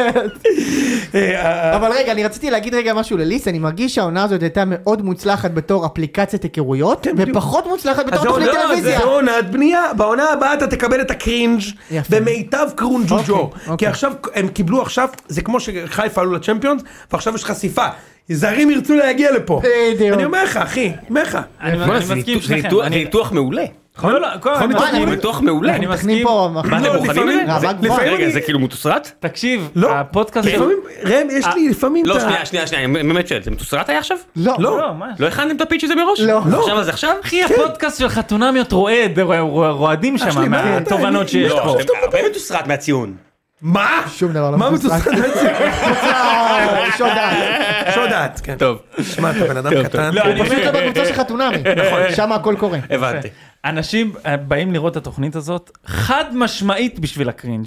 Speaker 2: אה, אה,
Speaker 1: אבל רגע, אני רציתי להגיד רגע משהו לליס, אני מרגיש שהעונה הזאת הייתה מאוד מוצלחת בתור אפליקציית היכרויות,
Speaker 2: בדיוק.
Speaker 1: ופחות מוצלחת
Speaker 2: אז לא,
Speaker 1: בתור
Speaker 2: זה
Speaker 1: תוכנית
Speaker 2: עונה-
Speaker 1: טלוויזיה.
Speaker 2: זה עונת בנייה, בעונה הבאה אתה תקבל את הקרינג'
Speaker 1: יפה.
Speaker 2: במיטב קרונג'וג'ו.
Speaker 1: אוקיי,
Speaker 2: כי
Speaker 1: אוקיי.
Speaker 2: עכשיו, הם קיבלו עכשיו, זה כמו שחיפה עלו לצ'מפיונס, ועכשיו יש חשיפה. זרים ירצו להגיע לפה.
Speaker 1: בדיוק.
Speaker 2: אני אומר לך, אחי, אומר לך.
Speaker 5: אני
Speaker 4: בוא'נה,
Speaker 5: אני
Speaker 4: זה
Speaker 5: מסכים
Speaker 4: ניתוח- זה
Speaker 5: שניכם.
Speaker 4: ניתוח- זה
Speaker 5: אני-
Speaker 4: ניתוח מעולה.
Speaker 5: נכון? לא, לא, כל
Speaker 2: נכון,
Speaker 5: הזמן-
Speaker 2: ניתוח
Speaker 5: אני-
Speaker 4: זה ניתוח מעולה.
Speaker 5: אני
Speaker 1: אנחנו
Speaker 5: מסכים.
Speaker 1: מתכנים פה...
Speaker 4: מה, אתם
Speaker 2: לא,
Speaker 4: בוחנים
Speaker 2: לפעמים-
Speaker 4: את זה?
Speaker 1: רמה גבוהה.
Speaker 2: לפעמים
Speaker 4: רגע,
Speaker 2: אני-
Speaker 4: זה כאילו מתוסרט?
Speaker 5: תקשיב,
Speaker 2: לא.
Speaker 5: הפודקאסט...
Speaker 1: כן.
Speaker 2: לפעמים, ראם, יש לי לפעמים את
Speaker 4: לא,
Speaker 2: ה...
Speaker 4: שנייה, שנייה, שנייה, אני באמת שואל, זה מתוסרט היה עכשיו?
Speaker 1: לא.
Speaker 5: לא, מה?
Speaker 4: לא הכנתם את הפיץ' הזה מראש?
Speaker 1: לא.
Speaker 2: לא.
Speaker 4: עכשיו זה עכשיו?
Speaker 5: אחי,
Speaker 1: כן.
Speaker 5: הפודקאסט של חתונמיות רועד, רוע- רוע- רועדים
Speaker 2: אח שלי,
Speaker 5: שם
Speaker 2: מה אתה-
Speaker 5: מהתובנות
Speaker 2: אני-
Speaker 5: שיש
Speaker 2: לא,
Speaker 5: פה.
Speaker 2: שאתה מדבר?
Speaker 4: הרבה מתוסרט מהציון.
Speaker 2: מה?
Speaker 1: שום דבר לא
Speaker 2: מה
Speaker 1: מתוסרט.
Speaker 2: מתוסרט?
Speaker 1: *laughs* אה, שוד דעת.
Speaker 2: שודעת, כן.
Speaker 4: טוב.
Speaker 2: שמע, אתה בן אדם קטן.
Speaker 4: כן,
Speaker 2: כן.
Speaker 5: לא, אני-
Speaker 1: פשוט לא בקבוצה של חתונמי. נכון. שם הכל קורה.
Speaker 4: הבנתי.
Speaker 5: אנשים אה, באים לראות את התוכנית הזאת חד משמעית בשביל הקרינג'.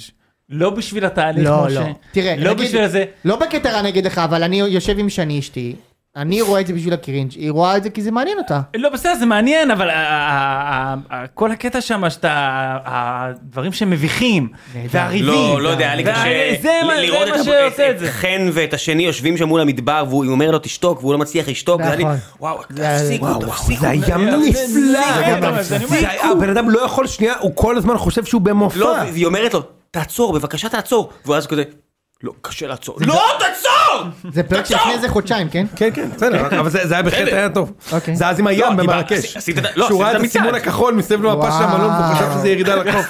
Speaker 5: לא בשביל התהליך,
Speaker 1: לא,
Speaker 5: משה.
Speaker 1: לא. תראה,
Speaker 5: לא
Speaker 1: נגיד-
Speaker 5: בשביל זה.
Speaker 1: לא בקטע רע אני אגיד לך, אבל אני יושב עם שני אשתי, אני רואה את זה בשביל הקרינג', היא רואה את זה כי זה מעניין אותה.
Speaker 5: לא, בסדר, זה מעניין, אבל ה- ה- ה- ה- כל הקטע שם, שאתה... ה- הדברים שמביכים, והריבים.
Speaker 4: לא, לא יודע, היה לי
Speaker 5: וה-
Speaker 4: קשה
Speaker 5: זה מה-
Speaker 4: ל-
Speaker 5: זה
Speaker 4: לראות
Speaker 5: מה
Speaker 4: את
Speaker 5: שעושה
Speaker 4: ה- את
Speaker 5: את זה.
Speaker 4: חן ואת השני יושבים שם מול המדבר והוא אומר לו תשתוק והוא לא מצליח לשתוק. וזה היה לי,
Speaker 1: נכון.
Speaker 4: וואו,
Speaker 1: זה-
Speaker 4: תפסיקו,
Speaker 2: וואו,
Speaker 4: תפסיקו.
Speaker 2: זה היה
Speaker 5: זה גם
Speaker 2: נפלא.
Speaker 5: נפלא.
Speaker 2: זה היה- הבן אדם לא יכול שנייה, הוא כל הזמן חושב שהוא
Speaker 4: לא,
Speaker 2: במופע.
Speaker 4: והיא אומרת לו, תעצור, בבקשה תעצור. ואז כזה, לא, קשה לעצור. לא, תעצור!
Speaker 1: זה פרק
Speaker 4: תעצור!
Speaker 1: שלפני איזה חודשיים, כן?
Speaker 2: כן, כן, בסדר, אבל זה זה היה בהחלט היה טוב.
Speaker 1: אוקיי.
Speaker 2: זה אז עם הים
Speaker 4: דיבר-
Speaker 2: במרקש.
Speaker 4: עשית- עשית את ה- לא,
Speaker 2: שהוא
Speaker 4: עשית
Speaker 2: ראה את
Speaker 4: את המצעד.
Speaker 2: הסימון הכחול מסביב למפה של
Speaker 1: וואו.
Speaker 2: המלון, והוא חשב שזה ירידה לחוף.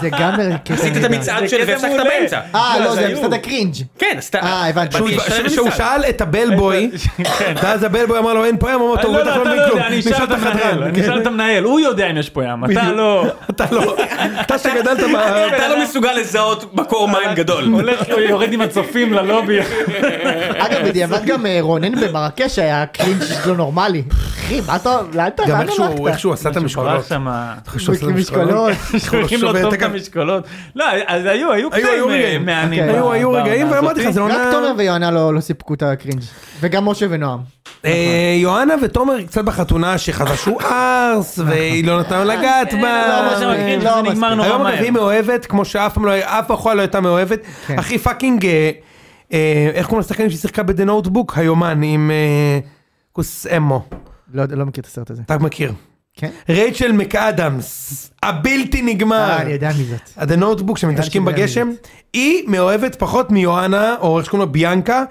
Speaker 1: זה גם *laughs* קטע
Speaker 4: עשית את
Speaker 1: נהדר.
Speaker 4: המצעד של
Speaker 5: קטע
Speaker 4: והפסקת
Speaker 5: מעולה.
Speaker 4: באמצע.
Speaker 1: אה, לא,
Speaker 5: אז
Speaker 1: זה
Speaker 5: היו.
Speaker 1: מצד הקרינג'.
Speaker 4: כן, עשתה...
Speaker 1: אה, הבנתי.
Speaker 4: באתי
Speaker 1: שהוא-
Speaker 4: להישאר
Speaker 2: שהוא
Speaker 4: במצעד.
Speaker 2: שאל את
Speaker 5: *laughs*
Speaker 2: הבלבוי,
Speaker 5: כן.
Speaker 2: ואז הבלבוי אמר לו אין פה ים, הוא אמר
Speaker 5: לא,
Speaker 2: טוב,
Speaker 5: לא,
Speaker 2: בטח לא
Speaker 5: אתה
Speaker 2: מבין
Speaker 5: לא
Speaker 2: כלום.
Speaker 5: יודע, אני
Speaker 2: נשאל
Speaker 5: אשאל את המנהל, אני אשאל את המנהל, הוא יודע אם יש פה ים, אתה
Speaker 2: בדיוק.
Speaker 5: לא.
Speaker 2: אתה לא, אתה שגדלת ב...
Speaker 4: אתה לא מסוגל לזהות מקור מים גדול.
Speaker 5: הולך, יורד עם הצופים ללובי.
Speaker 2: *laughs*
Speaker 1: אגב, בדיעבד גם אה, רונן במרקש היה קרינג' לא נורמלי. אחי, מה אתה... לאן אתה...
Speaker 2: גם
Speaker 1: לאן
Speaker 2: איכשהו-
Speaker 1: הלכת?
Speaker 2: איכשהו עשה את המשקולות. *laughs*
Speaker 5: ברח שם.
Speaker 2: איכשהו עשה את
Speaker 1: משקולות.
Speaker 5: שולחים לו
Speaker 2: שווה
Speaker 5: טוב
Speaker 2: את
Speaker 5: את
Speaker 2: הכף.
Speaker 5: המשקולות. לא, אז היו,
Speaker 2: היו,
Speaker 5: היו
Speaker 2: היו
Speaker 5: קטעים אה,
Speaker 2: רגעים.
Speaker 5: מהנים.
Speaker 1: אוקיי.
Speaker 5: ב-
Speaker 2: היו היו
Speaker 5: בעונה
Speaker 2: רגעים, ואמרתי לך,
Speaker 5: הזאת.
Speaker 2: זה
Speaker 1: רק
Speaker 2: עונה...
Speaker 1: תומר ויואנה לא לא סיפקו את הקרינג'. וגם משה ונועם.
Speaker 2: אה, יוהנה ותומר קצת בחתונה שחשו ארס, והיא לא נתנה לו לגעת
Speaker 5: לא, מה
Speaker 2: בה.
Speaker 1: שם,
Speaker 5: שמקרין,
Speaker 2: אה,
Speaker 1: לא,
Speaker 5: זה נגמר
Speaker 1: מספיק.
Speaker 5: נורא
Speaker 2: היום אגב
Speaker 5: מהר.
Speaker 2: היא מאוהבת, כמו שאף פעם לא היה, אף בחורה לא הייתה מאוהבת.
Speaker 1: כן.
Speaker 2: אחי פאקינג, אה, אה, איך קוראים לשחקנים ששיחקה ב"דה נוטבוק" היומן עם אה, כוס אמו,
Speaker 1: לא לא מכיר את הסרט הזה.
Speaker 2: אתה מכיר.
Speaker 1: כן?
Speaker 2: רייצ'ל מקאדמס, הבלתי נגמר.
Speaker 1: אה, אני יודע מי זאת.
Speaker 2: ה"דה נוטבוק" שמתנשקים
Speaker 1: יודע מי
Speaker 2: בגשם, היא מאוהבת פחות מיואנה, או איך שקוראים לה ביאנקה,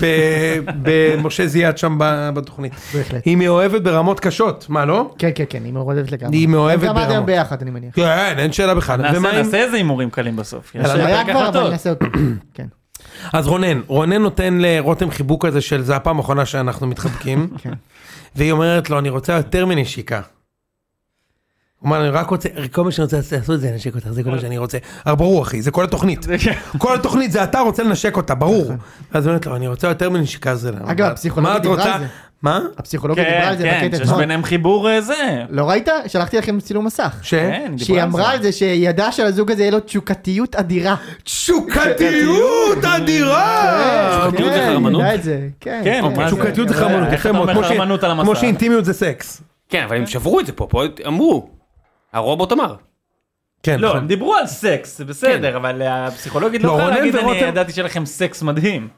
Speaker 2: ב- במשה זיאת שם ב- בתוכנית.
Speaker 1: בהחלט.
Speaker 2: היא מאוהבת ברמות קשות, מה לא?
Speaker 1: כן, כן, כן, היא מעורבת לגמרי.
Speaker 2: היא מאוהבת
Speaker 1: הם גם עד היום
Speaker 2: ברמות.
Speaker 1: ביחד, אני מניח.
Speaker 2: כן, אין שאלה בכלל. ומה
Speaker 5: נעשה
Speaker 2: עם-
Speaker 5: נעשה איזה הימורים קלים בסוף. יש
Speaker 1: היה
Speaker 5: פרק
Speaker 1: כבר,
Speaker 5: אחד
Speaker 1: אבל
Speaker 5: טוב.
Speaker 1: נעשה אותו. כן.
Speaker 2: אז רונן, רונן נותן לרותם חיבוק כזה של זה הפעם האחרונה שאנחנו מתחבקים,
Speaker 1: *laughs* כן.
Speaker 2: והיא אומרת לו, אני רוצה יותר מנשיקה. הוא אומר, אני רק רוצה, כל מה שאני רוצה לעשות זה לנשק אותך, זה כל מה שאני רוצה. אבל ברור אחי, זה כל התוכנית.
Speaker 5: *laughs*
Speaker 2: כל התוכנית זה אתה רוצה לנשק אותה, ברור. אז היא אומרת לו, אני רוצה יותר מנשיקה זה למה.
Speaker 1: אגב, הפסיכולוגית
Speaker 2: מה את
Speaker 1: דיברה
Speaker 2: רוצה?"
Speaker 1: על זה.
Speaker 2: מה?
Speaker 1: הפסיכולוגית אוקיי, דיברה
Speaker 5: כן,
Speaker 1: על זה
Speaker 5: כן,
Speaker 1: בקטע
Speaker 5: שיש
Speaker 1: אתמול.
Speaker 5: ביניהם חיבור אה, זה.
Speaker 1: לא ראית? שלחתי לכם צילום מסך.
Speaker 2: ש...
Speaker 5: כן, היא
Speaker 1: שהיא
Speaker 5: דיברה על זה.
Speaker 1: אמרה על זה שהיא ידעה שלזוג הזה יהיה לו תשוקתיות
Speaker 2: אה,
Speaker 1: אדירה.
Speaker 2: תשוקתיות אדירה!
Speaker 4: תשוקתיות זה
Speaker 1: כן, היא
Speaker 4: חרמנות?
Speaker 1: ידעה את זה, כן.
Speaker 5: כן, מה זה?
Speaker 2: אוקיי. תשוקתיות זה
Speaker 5: אבל
Speaker 2: חרמנות,
Speaker 5: איך
Speaker 2: יפה
Speaker 5: אתה
Speaker 2: מאוד,
Speaker 5: אומר
Speaker 2: כמו ש-
Speaker 5: חרמנות על המסך?
Speaker 2: כמו שאינטימיות זה סקס.
Speaker 4: כן, אבל הם שברו את זה פה, פה אמרו. הרובוט אמר.
Speaker 2: כן,
Speaker 5: לא,
Speaker 2: נכון.
Speaker 5: הם דיברו על סקס, זה בסדר, אבל הפסיכולוגית לא
Speaker 2: לא,
Speaker 5: יכולה
Speaker 2: רונן
Speaker 5: להגיד, אני
Speaker 2: ורותם-
Speaker 5: ידעתי שיהיה לכם סקס מדהים.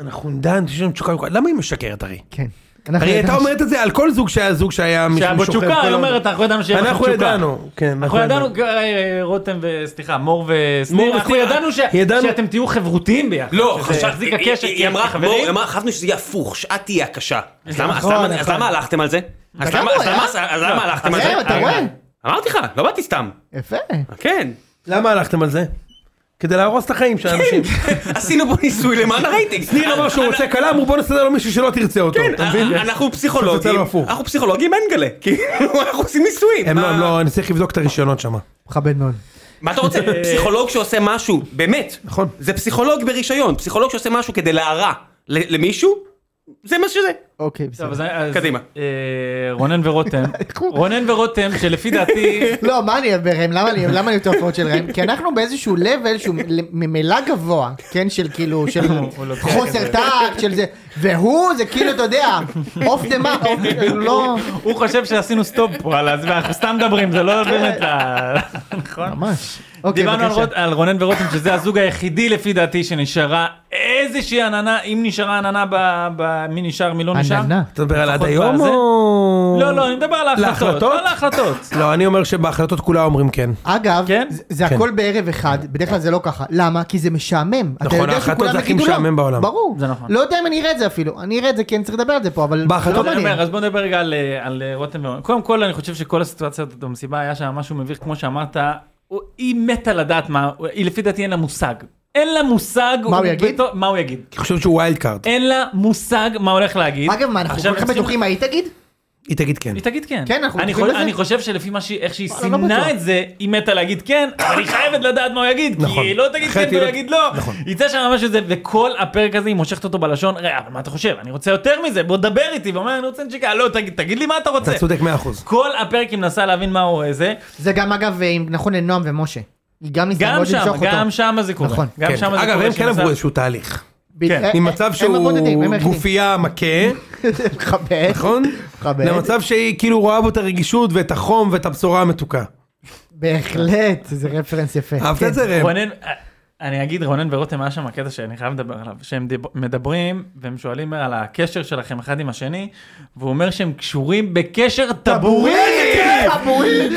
Speaker 2: אנחנו דן, יש לנו תשוקה, לכל- למה היא משקרת הרי?
Speaker 1: כן. אנחנו
Speaker 2: הרי היא הייתה
Speaker 1: ידענו
Speaker 2: אומרת את זה על כל זוג שהיה זוג שהיה מישהו
Speaker 5: שהיה בו
Speaker 2: שוכב
Speaker 5: תשוקה,
Speaker 2: כל
Speaker 5: היא
Speaker 2: היום.
Speaker 5: אומרת, אנחנו ידענו שיהיה לכם
Speaker 2: אנחנו
Speaker 5: תשוקה.
Speaker 2: ידענו, כן,
Speaker 5: אנחנו ידענו, אה, רותם ו... סליחה, מור וסניר,
Speaker 2: מור
Speaker 5: אנחנו
Speaker 2: וסניר,
Speaker 5: ידענו ש-
Speaker 2: ידענו-
Speaker 5: שאתם תהיו חברותיים ביחד.
Speaker 4: לא,
Speaker 5: שזה
Speaker 4: חשב-
Speaker 5: יחזיק
Speaker 4: היא-
Speaker 5: הקשר, כן,
Speaker 4: היא אמרה,
Speaker 5: חברים.
Speaker 4: בואו, אמרה, חשבנו שזה יהיה הפוך, שאת תהיי הקשה. אז למה- אז
Speaker 1: נכון,
Speaker 4: למה- אז
Speaker 1: נכון.
Speaker 4: למה הלכתם על זה? אז
Speaker 1: גם
Speaker 4: למה-
Speaker 1: הוא
Speaker 4: אז
Speaker 1: היה.
Speaker 4: למה- אז למה הלכתם על
Speaker 1: זהו,
Speaker 4: זה?
Speaker 1: כן, אתה
Speaker 5: אה,
Speaker 1: רואה?
Speaker 4: אמרתי לך, לא באתי סתם.
Speaker 1: יפה.
Speaker 4: כן. *laughs*
Speaker 2: למה הלכתם על זה? כדי להרוס את החיים
Speaker 5: כן.
Speaker 2: של
Speaker 5: *laughs*
Speaker 2: האנשים.
Speaker 4: עשינו פה ניסוי למען הרייטינג.
Speaker 2: ניר אמר שהוא רוצה קלה, אמרו בוא נסדר לו מישהו שלא תרצה אותו.
Speaker 4: כן,
Speaker 2: אתה
Speaker 5: אה,
Speaker 2: מבין?
Speaker 4: אנחנו
Speaker 2: פשוט יצא
Speaker 4: פסיכולוגים,
Speaker 2: לו הפוך.
Speaker 4: אנחנו פסיכולוגים אין גלה, *laughs* כאילו אנחנו עושים ניסויים.
Speaker 2: הם
Speaker 5: אה,
Speaker 2: לא,
Speaker 4: מה-
Speaker 2: הם לא, אני צריך לבדוק את הרישיונות שם.
Speaker 1: מכבד מאוד.
Speaker 4: מה אתה *laughs* רוצה? פסיכולוג שעושה משהו, באמת.
Speaker 2: נכון.
Speaker 4: זה פסיכולוג ברישיון, פסיכולוג שעושה משהו כדי להרע ל- למישהו, זה מה שזה.
Speaker 1: אוקיי, בסדר.
Speaker 5: טוב, אז- אז-
Speaker 4: קדימה.
Speaker 5: אה, רונן ורותם,
Speaker 1: איך הוא-
Speaker 5: רונן ורותם שלפי דעתי,
Speaker 1: לא, מה אני אדבר ראם? למה אני למה אני אוהב את ההופעות של ראם? כי אנחנו באיזשהו level שהוא מ- ממילא גבוה, כן? של
Speaker 5: *laughs*
Speaker 1: כאילו, של
Speaker 5: הוא לוקח את
Speaker 1: חוסר
Speaker 5: זה.
Speaker 1: טאק, של זה. והוא, זה כאילו, אתה
Speaker 5: *laughs*
Speaker 1: יודע, אוף דה מאפ, הוא לא...
Speaker 5: הוא חושב שעשינו סטופ פה, על הזמן, אנחנו סתם מדברים, זה לא באמת, ה- נכון?
Speaker 1: ממש. אוקיי,
Speaker 5: דיברנו על,
Speaker 1: בבקשה.
Speaker 5: רות, על רונן ורותם שזה הזוג היחידי לפי דעתי שנשארה איזושהי עננה אם נשארה עננה ב, ב, מי נשאר מי לא נשאר.
Speaker 1: עננה.
Speaker 2: אתה מדבר על עד
Speaker 5: לפחות
Speaker 2: היום
Speaker 5: בזה.
Speaker 2: או...
Speaker 5: לא לא אני מדבר על ההחלטות.
Speaker 2: להחלטות?
Speaker 5: על ההחלטות.
Speaker 2: לא, אני אומר שבהחלטות כולם אומרים כן.
Speaker 1: אגב,
Speaker 5: כן?
Speaker 1: זה- זה
Speaker 2: כן.
Speaker 1: הכל בערב אחד, בדרך כלל זה לא ככה. למה? כי זה משעמם. אתה
Speaker 2: נכון,
Speaker 1: יודע
Speaker 2: ההחלטות
Speaker 1: שכולם
Speaker 2: זה הכי
Speaker 1: יגידו לא.
Speaker 2: משעמם בעולם.
Speaker 1: ברור.
Speaker 5: זה נכון.
Speaker 1: לא יודע אם אני אראה את זה אפילו. אני אראה את זה כי אני צריך לדבר על זה פה, אבל...
Speaker 2: בהחלטות
Speaker 1: לא
Speaker 5: אז אני
Speaker 1: מעניין.
Speaker 5: אומר, אז בוא נדבר רגע על, אה, על אה, רותם ורונן. קודם כל אני חושב שכל הסיטואציה הזאת במסיבה היה שם משהו מביך כמו שאמרת. הוא- היא מתה לדעת מה, היא לפי דעתי אין לה מושג. אין לה מושג.
Speaker 1: הוא יגיד?
Speaker 5: בתור- מה הוא יגיד.
Speaker 2: אני חושב שהוא ויילד קארד.
Speaker 5: אין לה מושג מה הולך להגיד.
Speaker 1: אגב, מה, אנחנו
Speaker 5: עכשיו,
Speaker 1: כל כך
Speaker 5: הם צריכים-
Speaker 1: בטוחים, מה היא תגיד?
Speaker 2: היא תגיד כן.
Speaker 5: היא תגיד כן.
Speaker 1: כן, אנחנו
Speaker 5: אני
Speaker 1: בטוחים
Speaker 5: חושב-
Speaker 1: בזה?
Speaker 5: אני חושב שלפי מה שהיא, איך שהיא
Speaker 1: וואלה, לא בטוח.
Speaker 5: סימנה את זה, היא מתה להגיד כן, אבל היא חייבת לדעת מה הוא יגיד, כי
Speaker 2: נכון.
Speaker 5: היא לא תגיד
Speaker 2: אחרת
Speaker 5: כן
Speaker 2: היא
Speaker 5: והוא
Speaker 2: לא-
Speaker 5: יגיד לא.
Speaker 2: נכון.
Speaker 5: יצא שם משהו זה, וכל הפרק הזה היא מושכת אותו בלשון, "ראה, אבל מה אתה חושב? אני רוצה יותר מזה, בוא דבר איתי, ואומר, אני רוצה נשיקה, לא, תגיד- תגיד לי מה אתה רוצה.
Speaker 2: אתה צודק 100%.
Speaker 5: כל הפרק היא מנסה להבין מה הוא זה,
Speaker 1: זה גם, אגב, עם- נכון לנועם ומשה. היא גם ניסתה
Speaker 5: גם
Speaker 1: מאוד
Speaker 5: שם,
Speaker 1: למשוך לא אותו.
Speaker 5: גם שם זה קורה.
Speaker 1: נכון.
Speaker 5: גם
Speaker 2: כן.
Speaker 5: שם זה קורה.
Speaker 2: אגב, הם
Speaker 5: שהיא
Speaker 2: כן עברו
Speaker 5: מנסה-
Speaker 2: איזשהו תהליך.
Speaker 1: ב-
Speaker 5: כן.
Speaker 1: אה,
Speaker 2: ממצב
Speaker 1: הם הבודדים,
Speaker 2: שהוא
Speaker 1: הם היחידים.
Speaker 2: גופייה מכה,
Speaker 1: *laughs* מכבד.
Speaker 2: נכון?
Speaker 1: מכבד.
Speaker 2: למצב שהיא כאילו רואה בו את הרגישות ואת החום ואת הבשורה המתוקה.
Speaker 1: בהחלט, זה רפרנס יפה.
Speaker 2: אהבת
Speaker 1: כן.
Speaker 2: את זה ראם?
Speaker 5: רונן, אה, אני אגיד, רונן ורותם היה שם הקטע שאני חייב לדבר עליו, שהם דיב- מדברים והם שואלים על הקשר שלכם אחד עם השני, והוא אומר שהם קשורים בקשר טבורי.
Speaker 1: כן,
Speaker 2: כן.
Speaker 1: טבורי!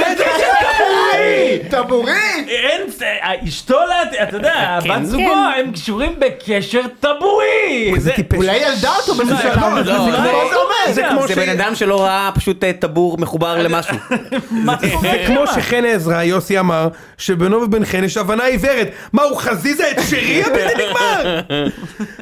Speaker 1: טבורי! טבורי!
Speaker 5: אין, זה- אשתו, לה- אתה יודע,
Speaker 4: כן,
Speaker 5: בת זוגו, הם קשורים בקשר טבורי.
Speaker 2: איזה
Speaker 5: זה-
Speaker 2: טיפש.
Speaker 1: אולי ילדה אותו במשך
Speaker 5: לא,
Speaker 1: שלוש,
Speaker 5: לא,
Speaker 1: זה
Speaker 5: לא,
Speaker 1: כמו-
Speaker 5: זה אומר?
Speaker 2: זה כמו
Speaker 4: זה
Speaker 2: ש-
Speaker 4: בן אדם שלא ראה פשוט אה, טבור מחובר למשהו.
Speaker 5: מה זה קורה
Speaker 2: זה כמו
Speaker 5: שם?
Speaker 2: שחן עזרא, יוסי אמר, שבינו ובין חן יש הבנה עיוורת. מה, הוא חזיזה את שרי הבלתי נגמר?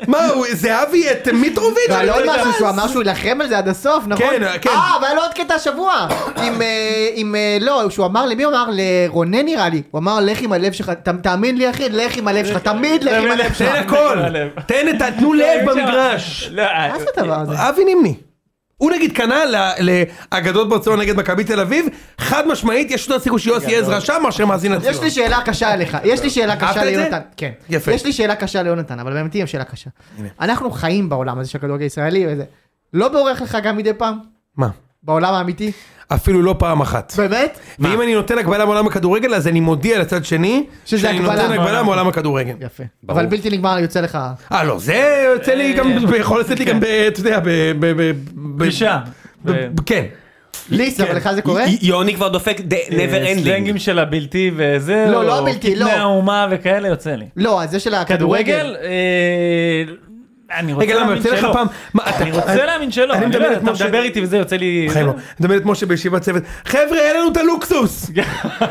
Speaker 2: מה, הוא זהבי את מיטרוביץ'?
Speaker 1: ועל
Speaker 2: *laughs*
Speaker 1: עוד
Speaker 2: אני לא יודע.
Speaker 1: משהו שהוא אמר שהוא יילחם על זה עד הסוף, נכון?
Speaker 2: כן, כן.
Speaker 1: אה, והיה לו עוד קטע השבוע. עם, אה, עם, אה, לא, שהוא אמר, למי הוא אמר? לרונן נראה לי. הוא אמר, לך עם הלב שלך, ת- תאמין לי אחי, לך עם הלב שלך, תמיד לך עם הלב שלך.
Speaker 2: תן הכל, תן את ה... תנו לב במגרש.
Speaker 5: אה, לא, אה,
Speaker 1: מה זה הדבר
Speaker 2: *laughs*
Speaker 1: הזה?
Speaker 2: אבי נימני. הוא נגיד קנה ל- לאגדות ברצלונה נגד מכבי תל אביב, חד משמעית יש יותר סיכוי שיוסי עזרא שם מאשר מאזין לציון.
Speaker 1: יש לי שאלה קשה אליך, יש לי שאלה
Speaker 2: אהבת
Speaker 1: קשה
Speaker 2: את זה?
Speaker 1: ליונתן, כן,
Speaker 2: יפה.
Speaker 1: יש לי שאלה קשה ליונתן, אבל באמת היא שאלה קשה. אנחנו חיים בעולם הזה של הכדורגל הישראלי, וזה. לא בורח לך גם מדי פעם?
Speaker 2: מה?
Speaker 1: בעולם האמיתי?
Speaker 2: אפילו לא פעם אחת.
Speaker 1: באמת?
Speaker 2: ואם אני נותן הגבלה מעולם הכדורגל אז אני מודיע לצד שני
Speaker 1: שזה
Speaker 2: שאני
Speaker 1: הגבלה. כן.
Speaker 2: נותן הגבלה מעולם הכדורגל.
Speaker 1: יפה. אבל בלתי נגמר יוצא לך.
Speaker 2: אה לא זה יוצא לי גם
Speaker 1: אה,
Speaker 2: יכול לצאת לי
Speaker 1: כן.
Speaker 2: גם ב- אתה יודע ב- ב- ב- ב-
Speaker 5: פגישה.
Speaker 2: ב- ב- כן.
Speaker 1: כאילו- ליס, אבל לך אה, זה קורה?
Speaker 4: י- יוני כבר דופק
Speaker 2: אה,
Speaker 4: the never ending.
Speaker 5: אה, סלנגים של הבלתי וזה,
Speaker 1: לא,
Speaker 5: או
Speaker 1: לא הבלתי, לא.
Speaker 5: קטני האומה וכאלה יוצא לי.
Speaker 1: לא, אז זה של הכדורגל.
Speaker 5: כדורגל, אה, אני רוצה
Speaker 2: רגע למה
Speaker 5: להאמין
Speaker 2: יוצא לך
Speaker 5: שלא.
Speaker 2: פעם? מה, אתה-
Speaker 5: אני רוצה להאמין שלא,
Speaker 2: אני
Speaker 5: אני
Speaker 2: מדבר
Speaker 5: לא יודע,
Speaker 2: כמו
Speaker 5: אתה
Speaker 2: ש-
Speaker 5: מדבר איתי וזה יוצא לי...
Speaker 2: בחיים לא. מדמיין את משה בישיבת צוות חבר'ה אין לנו
Speaker 1: *laughs*
Speaker 2: את הלוקסוס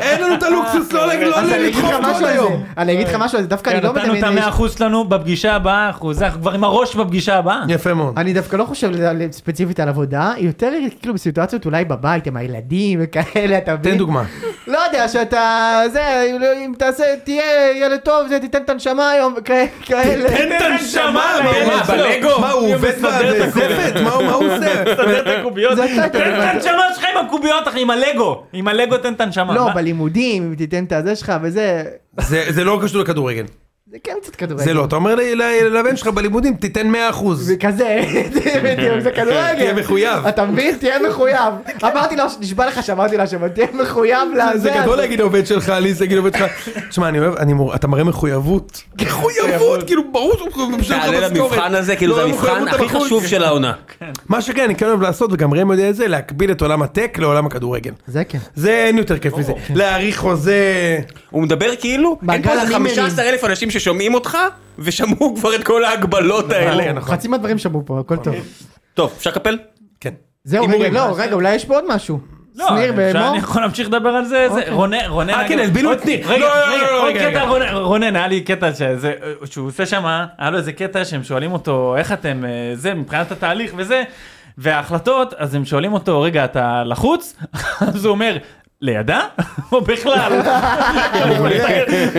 Speaker 2: אין לנו את הלוקסוס לא ל- לא
Speaker 1: אז אני אגיד
Speaker 2: לדחוף
Speaker 1: לך משהו
Speaker 2: כל
Speaker 1: על
Speaker 2: היום.
Speaker 1: זה, אני אגיד לך משהו על זה,
Speaker 2: כן,
Speaker 1: דווקא אני לא
Speaker 5: נתנו את
Speaker 1: מדמיין,
Speaker 5: המאה אחוז שלנו בפגישה הבאה, אחוז, אנחנו כבר עם הראש בפגישה הבאה.
Speaker 2: יפה מאוד.
Speaker 1: אני דווקא לא חושב על- ספציפית על עבודה, יותר כאילו בסיטואציות אולי בבית עם הילדים וכאלה, אתה מבין?
Speaker 2: תן דוגמה.
Speaker 1: לא יודע, שאתה, זה, אם לא- אם תעשה, תהיה ילד טוב, זה, תיתן את הנשמה היום, וכאלה- כאלה.
Speaker 2: את הנשמה,
Speaker 5: מה,
Speaker 2: מה,
Speaker 5: מה,
Speaker 2: בלגו? מה, הוא
Speaker 5: הוא
Speaker 2: עובד
Speaker 5: מסדר את
Speaker 2: בזפת? מה הוא מה הוא *laughs* עושה?
Speaker 5: תן את הקוביות,
Speaker 1: זה אתה,
Speaker 5: תן
Speaker 1: אתה
Speaker 5: את
Speaker 1: לבד.
Speaker 5: הנשמה שלך עם הקוביות, אחי, עם הלגו. עם הלגו תן את הנשמה.
Speaker 1: לא,
Speaker 5: מה-
Speaker 1: בלימודים, אם תיתן את הזה שלך וזה,
Speaker 2: זה זה לא קשור לכדורגל.
Speaker 1: זה כן קצת כדורגל.
Speaker 2: זה לא. אתה אומר ל- ל- לבן שלך בלימודים, תיתן 100%.
Speaker 1: זה כזה, *laughs* זה בדיוק, זה כדורגל.
Speaker 2: תהיה מחויב.
Speaker 1: אתה מבין? תהיה מחויב. אמרתי לו, נשבע לך שאמרתי לו שם, תהיה מחויב לזה.
Speaker 2: זה גדול להגיד לעובד שלך, לי זה להגיד לעובד שלך. תשמע, אני אוהב, אני מור- אתה מראה מחויבת. מחויבות, כאילו ברור שהוא משלם לך
Speaker 4: תעלה
Speaker 2: משכורת.
Speaker 4: למבחן הזה, כאילו
Speaker 2: לא,
Speaker 4: זה
Speaker 2: מחויבות
Speaker 4: המבחן הכי
Speaker 2: לבחוץ.
Speaker 4: חשוב של העונה.
Speaker 2: מה שכן, אני כן אוהב לעשות, וגם ראם יודע את זה, להקביל את עולם הטק לעולם הכדורגל.
Speaker 1: זה כן.
Speaker 2: זה אין יותר כיף מזה. להעריך חוזה.
Speaker 4: הוא מדבר כאילו, אין
Speaker 1: מעגל
Speaker 4: פה איזה
Speaker 1: המימרים.
Speaker 4: 15 אלף אנשים ששומעים אותך, ושמעו כבר את כל ההגבלות האלה.
Speaker 5: אה,
Speaker 1: אוקיי,
Speaker 2: כן, נכון.
Speaker 1: חצי מהדברים שמעו פה, הכל טוב.
Speaker 4: טוב, אפשר לקפל?
Speaker 2: כן.
Speaker 1: זהו, רגע,
Speaker 5: אוקיי. הימורים.
Speaker 1: לא, רגע, אולי יש פה עוד משהו. שניר אוקיי.
Speaker 5: אפשר-
Speaker 1: במור?
Speaker 5: לא, אני יכול להמשיך לדבר על זה, זה, רונן, רונן,
Speaker 2: אה,
Speaker 5: אגב,
Speaker 2: כן, הלבינו
Speaker 5: עוד-
Speaker 2: את ניר.
Speaker 5: רגע,
Speaker 2: לא, לא,
Speaker 5: רגע,
Speaker 2: לא, לא,
Speaker 5: עוד
Speaker 2: רגע,
Speaker 5: קטע,
Speaker 2: רגע.
Speaker 5: רונן- רונן, היה לי קטע שזה, שהוא עושה שם, היה לו איזה קטע שהם שואלים אותו, איך אתם, אה, זה, מבחינת התהליך וזה, וההחלטות, אז הם שואלים אותו, רגע, אתה לחוץ? *laughs* אז הוא אומר, לידה? *laughs* או בכלל?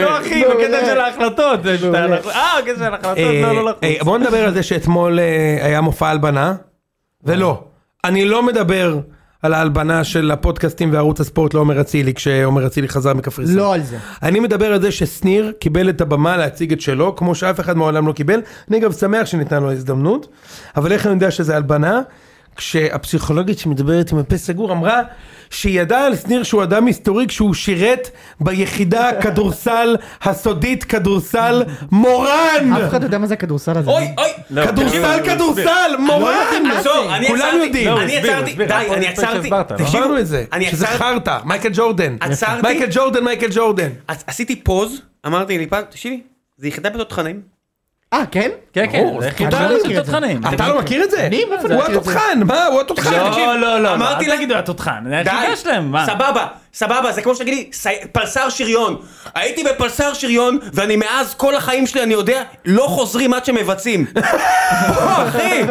Speaker 5: לא אחי, בקטע של ההחלטות, זה שאתה
Speaker 1: מעולה. אה,
Speaker 5: לח- אה, הקטע של ההחלטות, לא, לא לחוץ.
Speaker 2: היי, אה, בוא נדבר על זה שאתמול אה, היה מופע הלבנה, ולא, אני לא מדבר על ההלבנה של הפודקאסטים וערוץ הספורט לעומר אצילי, כשעומר אצילי חזר מקפריסין.
Speaker 1: לא על זה.
Speaker 2: אני מדבר על זה ששניר קיבל את הבמה להציג את שלו, כמו שאף אחד מעולם לא קיבל. אני אגב שמח שניתנה לו ההזדמנות, אבל איך אני יודע שזה הלבנה? כשהפסיכולוגית שמדברת עם הפה סגור אמרה שהיא ידעה על שניר שהוא אדם היסטורי כשהוא שירת ביחידה הכדורסל הסודית כדורסל מורן!
Speaker 1: אף אחד לא יודע מה זה הכדורסל הזה.
Speaker 4: אוי, אוי!
Speaker 5: לא, תקשיב,
Speaker 2: כדורסל
Speaker 5: הוא
Speaker 2: כדורסל מורן!
Speaker 4: עצור, אני
Speaker 2: כולם
Speaker 4: עצרתי,
Speaker 2: יודעים.
Speaker 5: לא, הוא
Speaker 4: אני
Speaker 5: הסביר, הוא
Speaker 4: עצרתי,
Speaker 5: הסביר,
Speaker 4: די,
Speaker 5: הכל
Speaker 4: אני
Speaker 5: לפני
Speaker 4: עצרתי,
Speaker 5: שהסברת, אבל-
Speaker 4: תקשיבו,
Speaker 2: אמרנו את זה,
Speaker 4: אני
Speaker 2: שזה
Speaker 4: עצרתי,
Speaker 2: חרטא, מייקל ג'ורדן.
Speaker 4: עצרתי.
Speaker 2: מייקל ג'ורדן, מייקל ג'ורדן.
Speaker 4: עש- עשיתי פוז, אמרתי לי פעם, תקשיבי, זה יחידה בתותחנים.
Speaker 1: אה, כן?
Speaker 5: כן, כן,
Speaker 2: ברור,
Speaker 5: זה
Speaker 1: אתה
Speaker 5: יחידה
Speaker 1: לא
Speaker 5: של
Speaker 1: מכיר את זה.
Speaker 5: תותחנים.
Speaker 2: אתה לא מכיר את זה?
Speaker 1: אני? מאיפה אני
Speaker 2: הוא
Speaker 1: מכיר את זה?
Speaker 2: התותחן, מה? הוא התותחן.
Speaker 4: תקשיב,
Speaker 5: לא, לא, לא,
Speaker 4: אמרתי
Speaker 5: אמרתי
Speaker 4: לה-
Speaker 5: לה, תגידו, התותחן, זה היחידה שלהם, מה?
Speaker 4: סבבה, סבבה, זה כמו שתגיד לי, סי- פלסר שריון. הייתי בפלסר שריון, ואני מאז כל החיים שלי, אני יודע, לא חוזרים עד שמבצעים. בוא, אחי!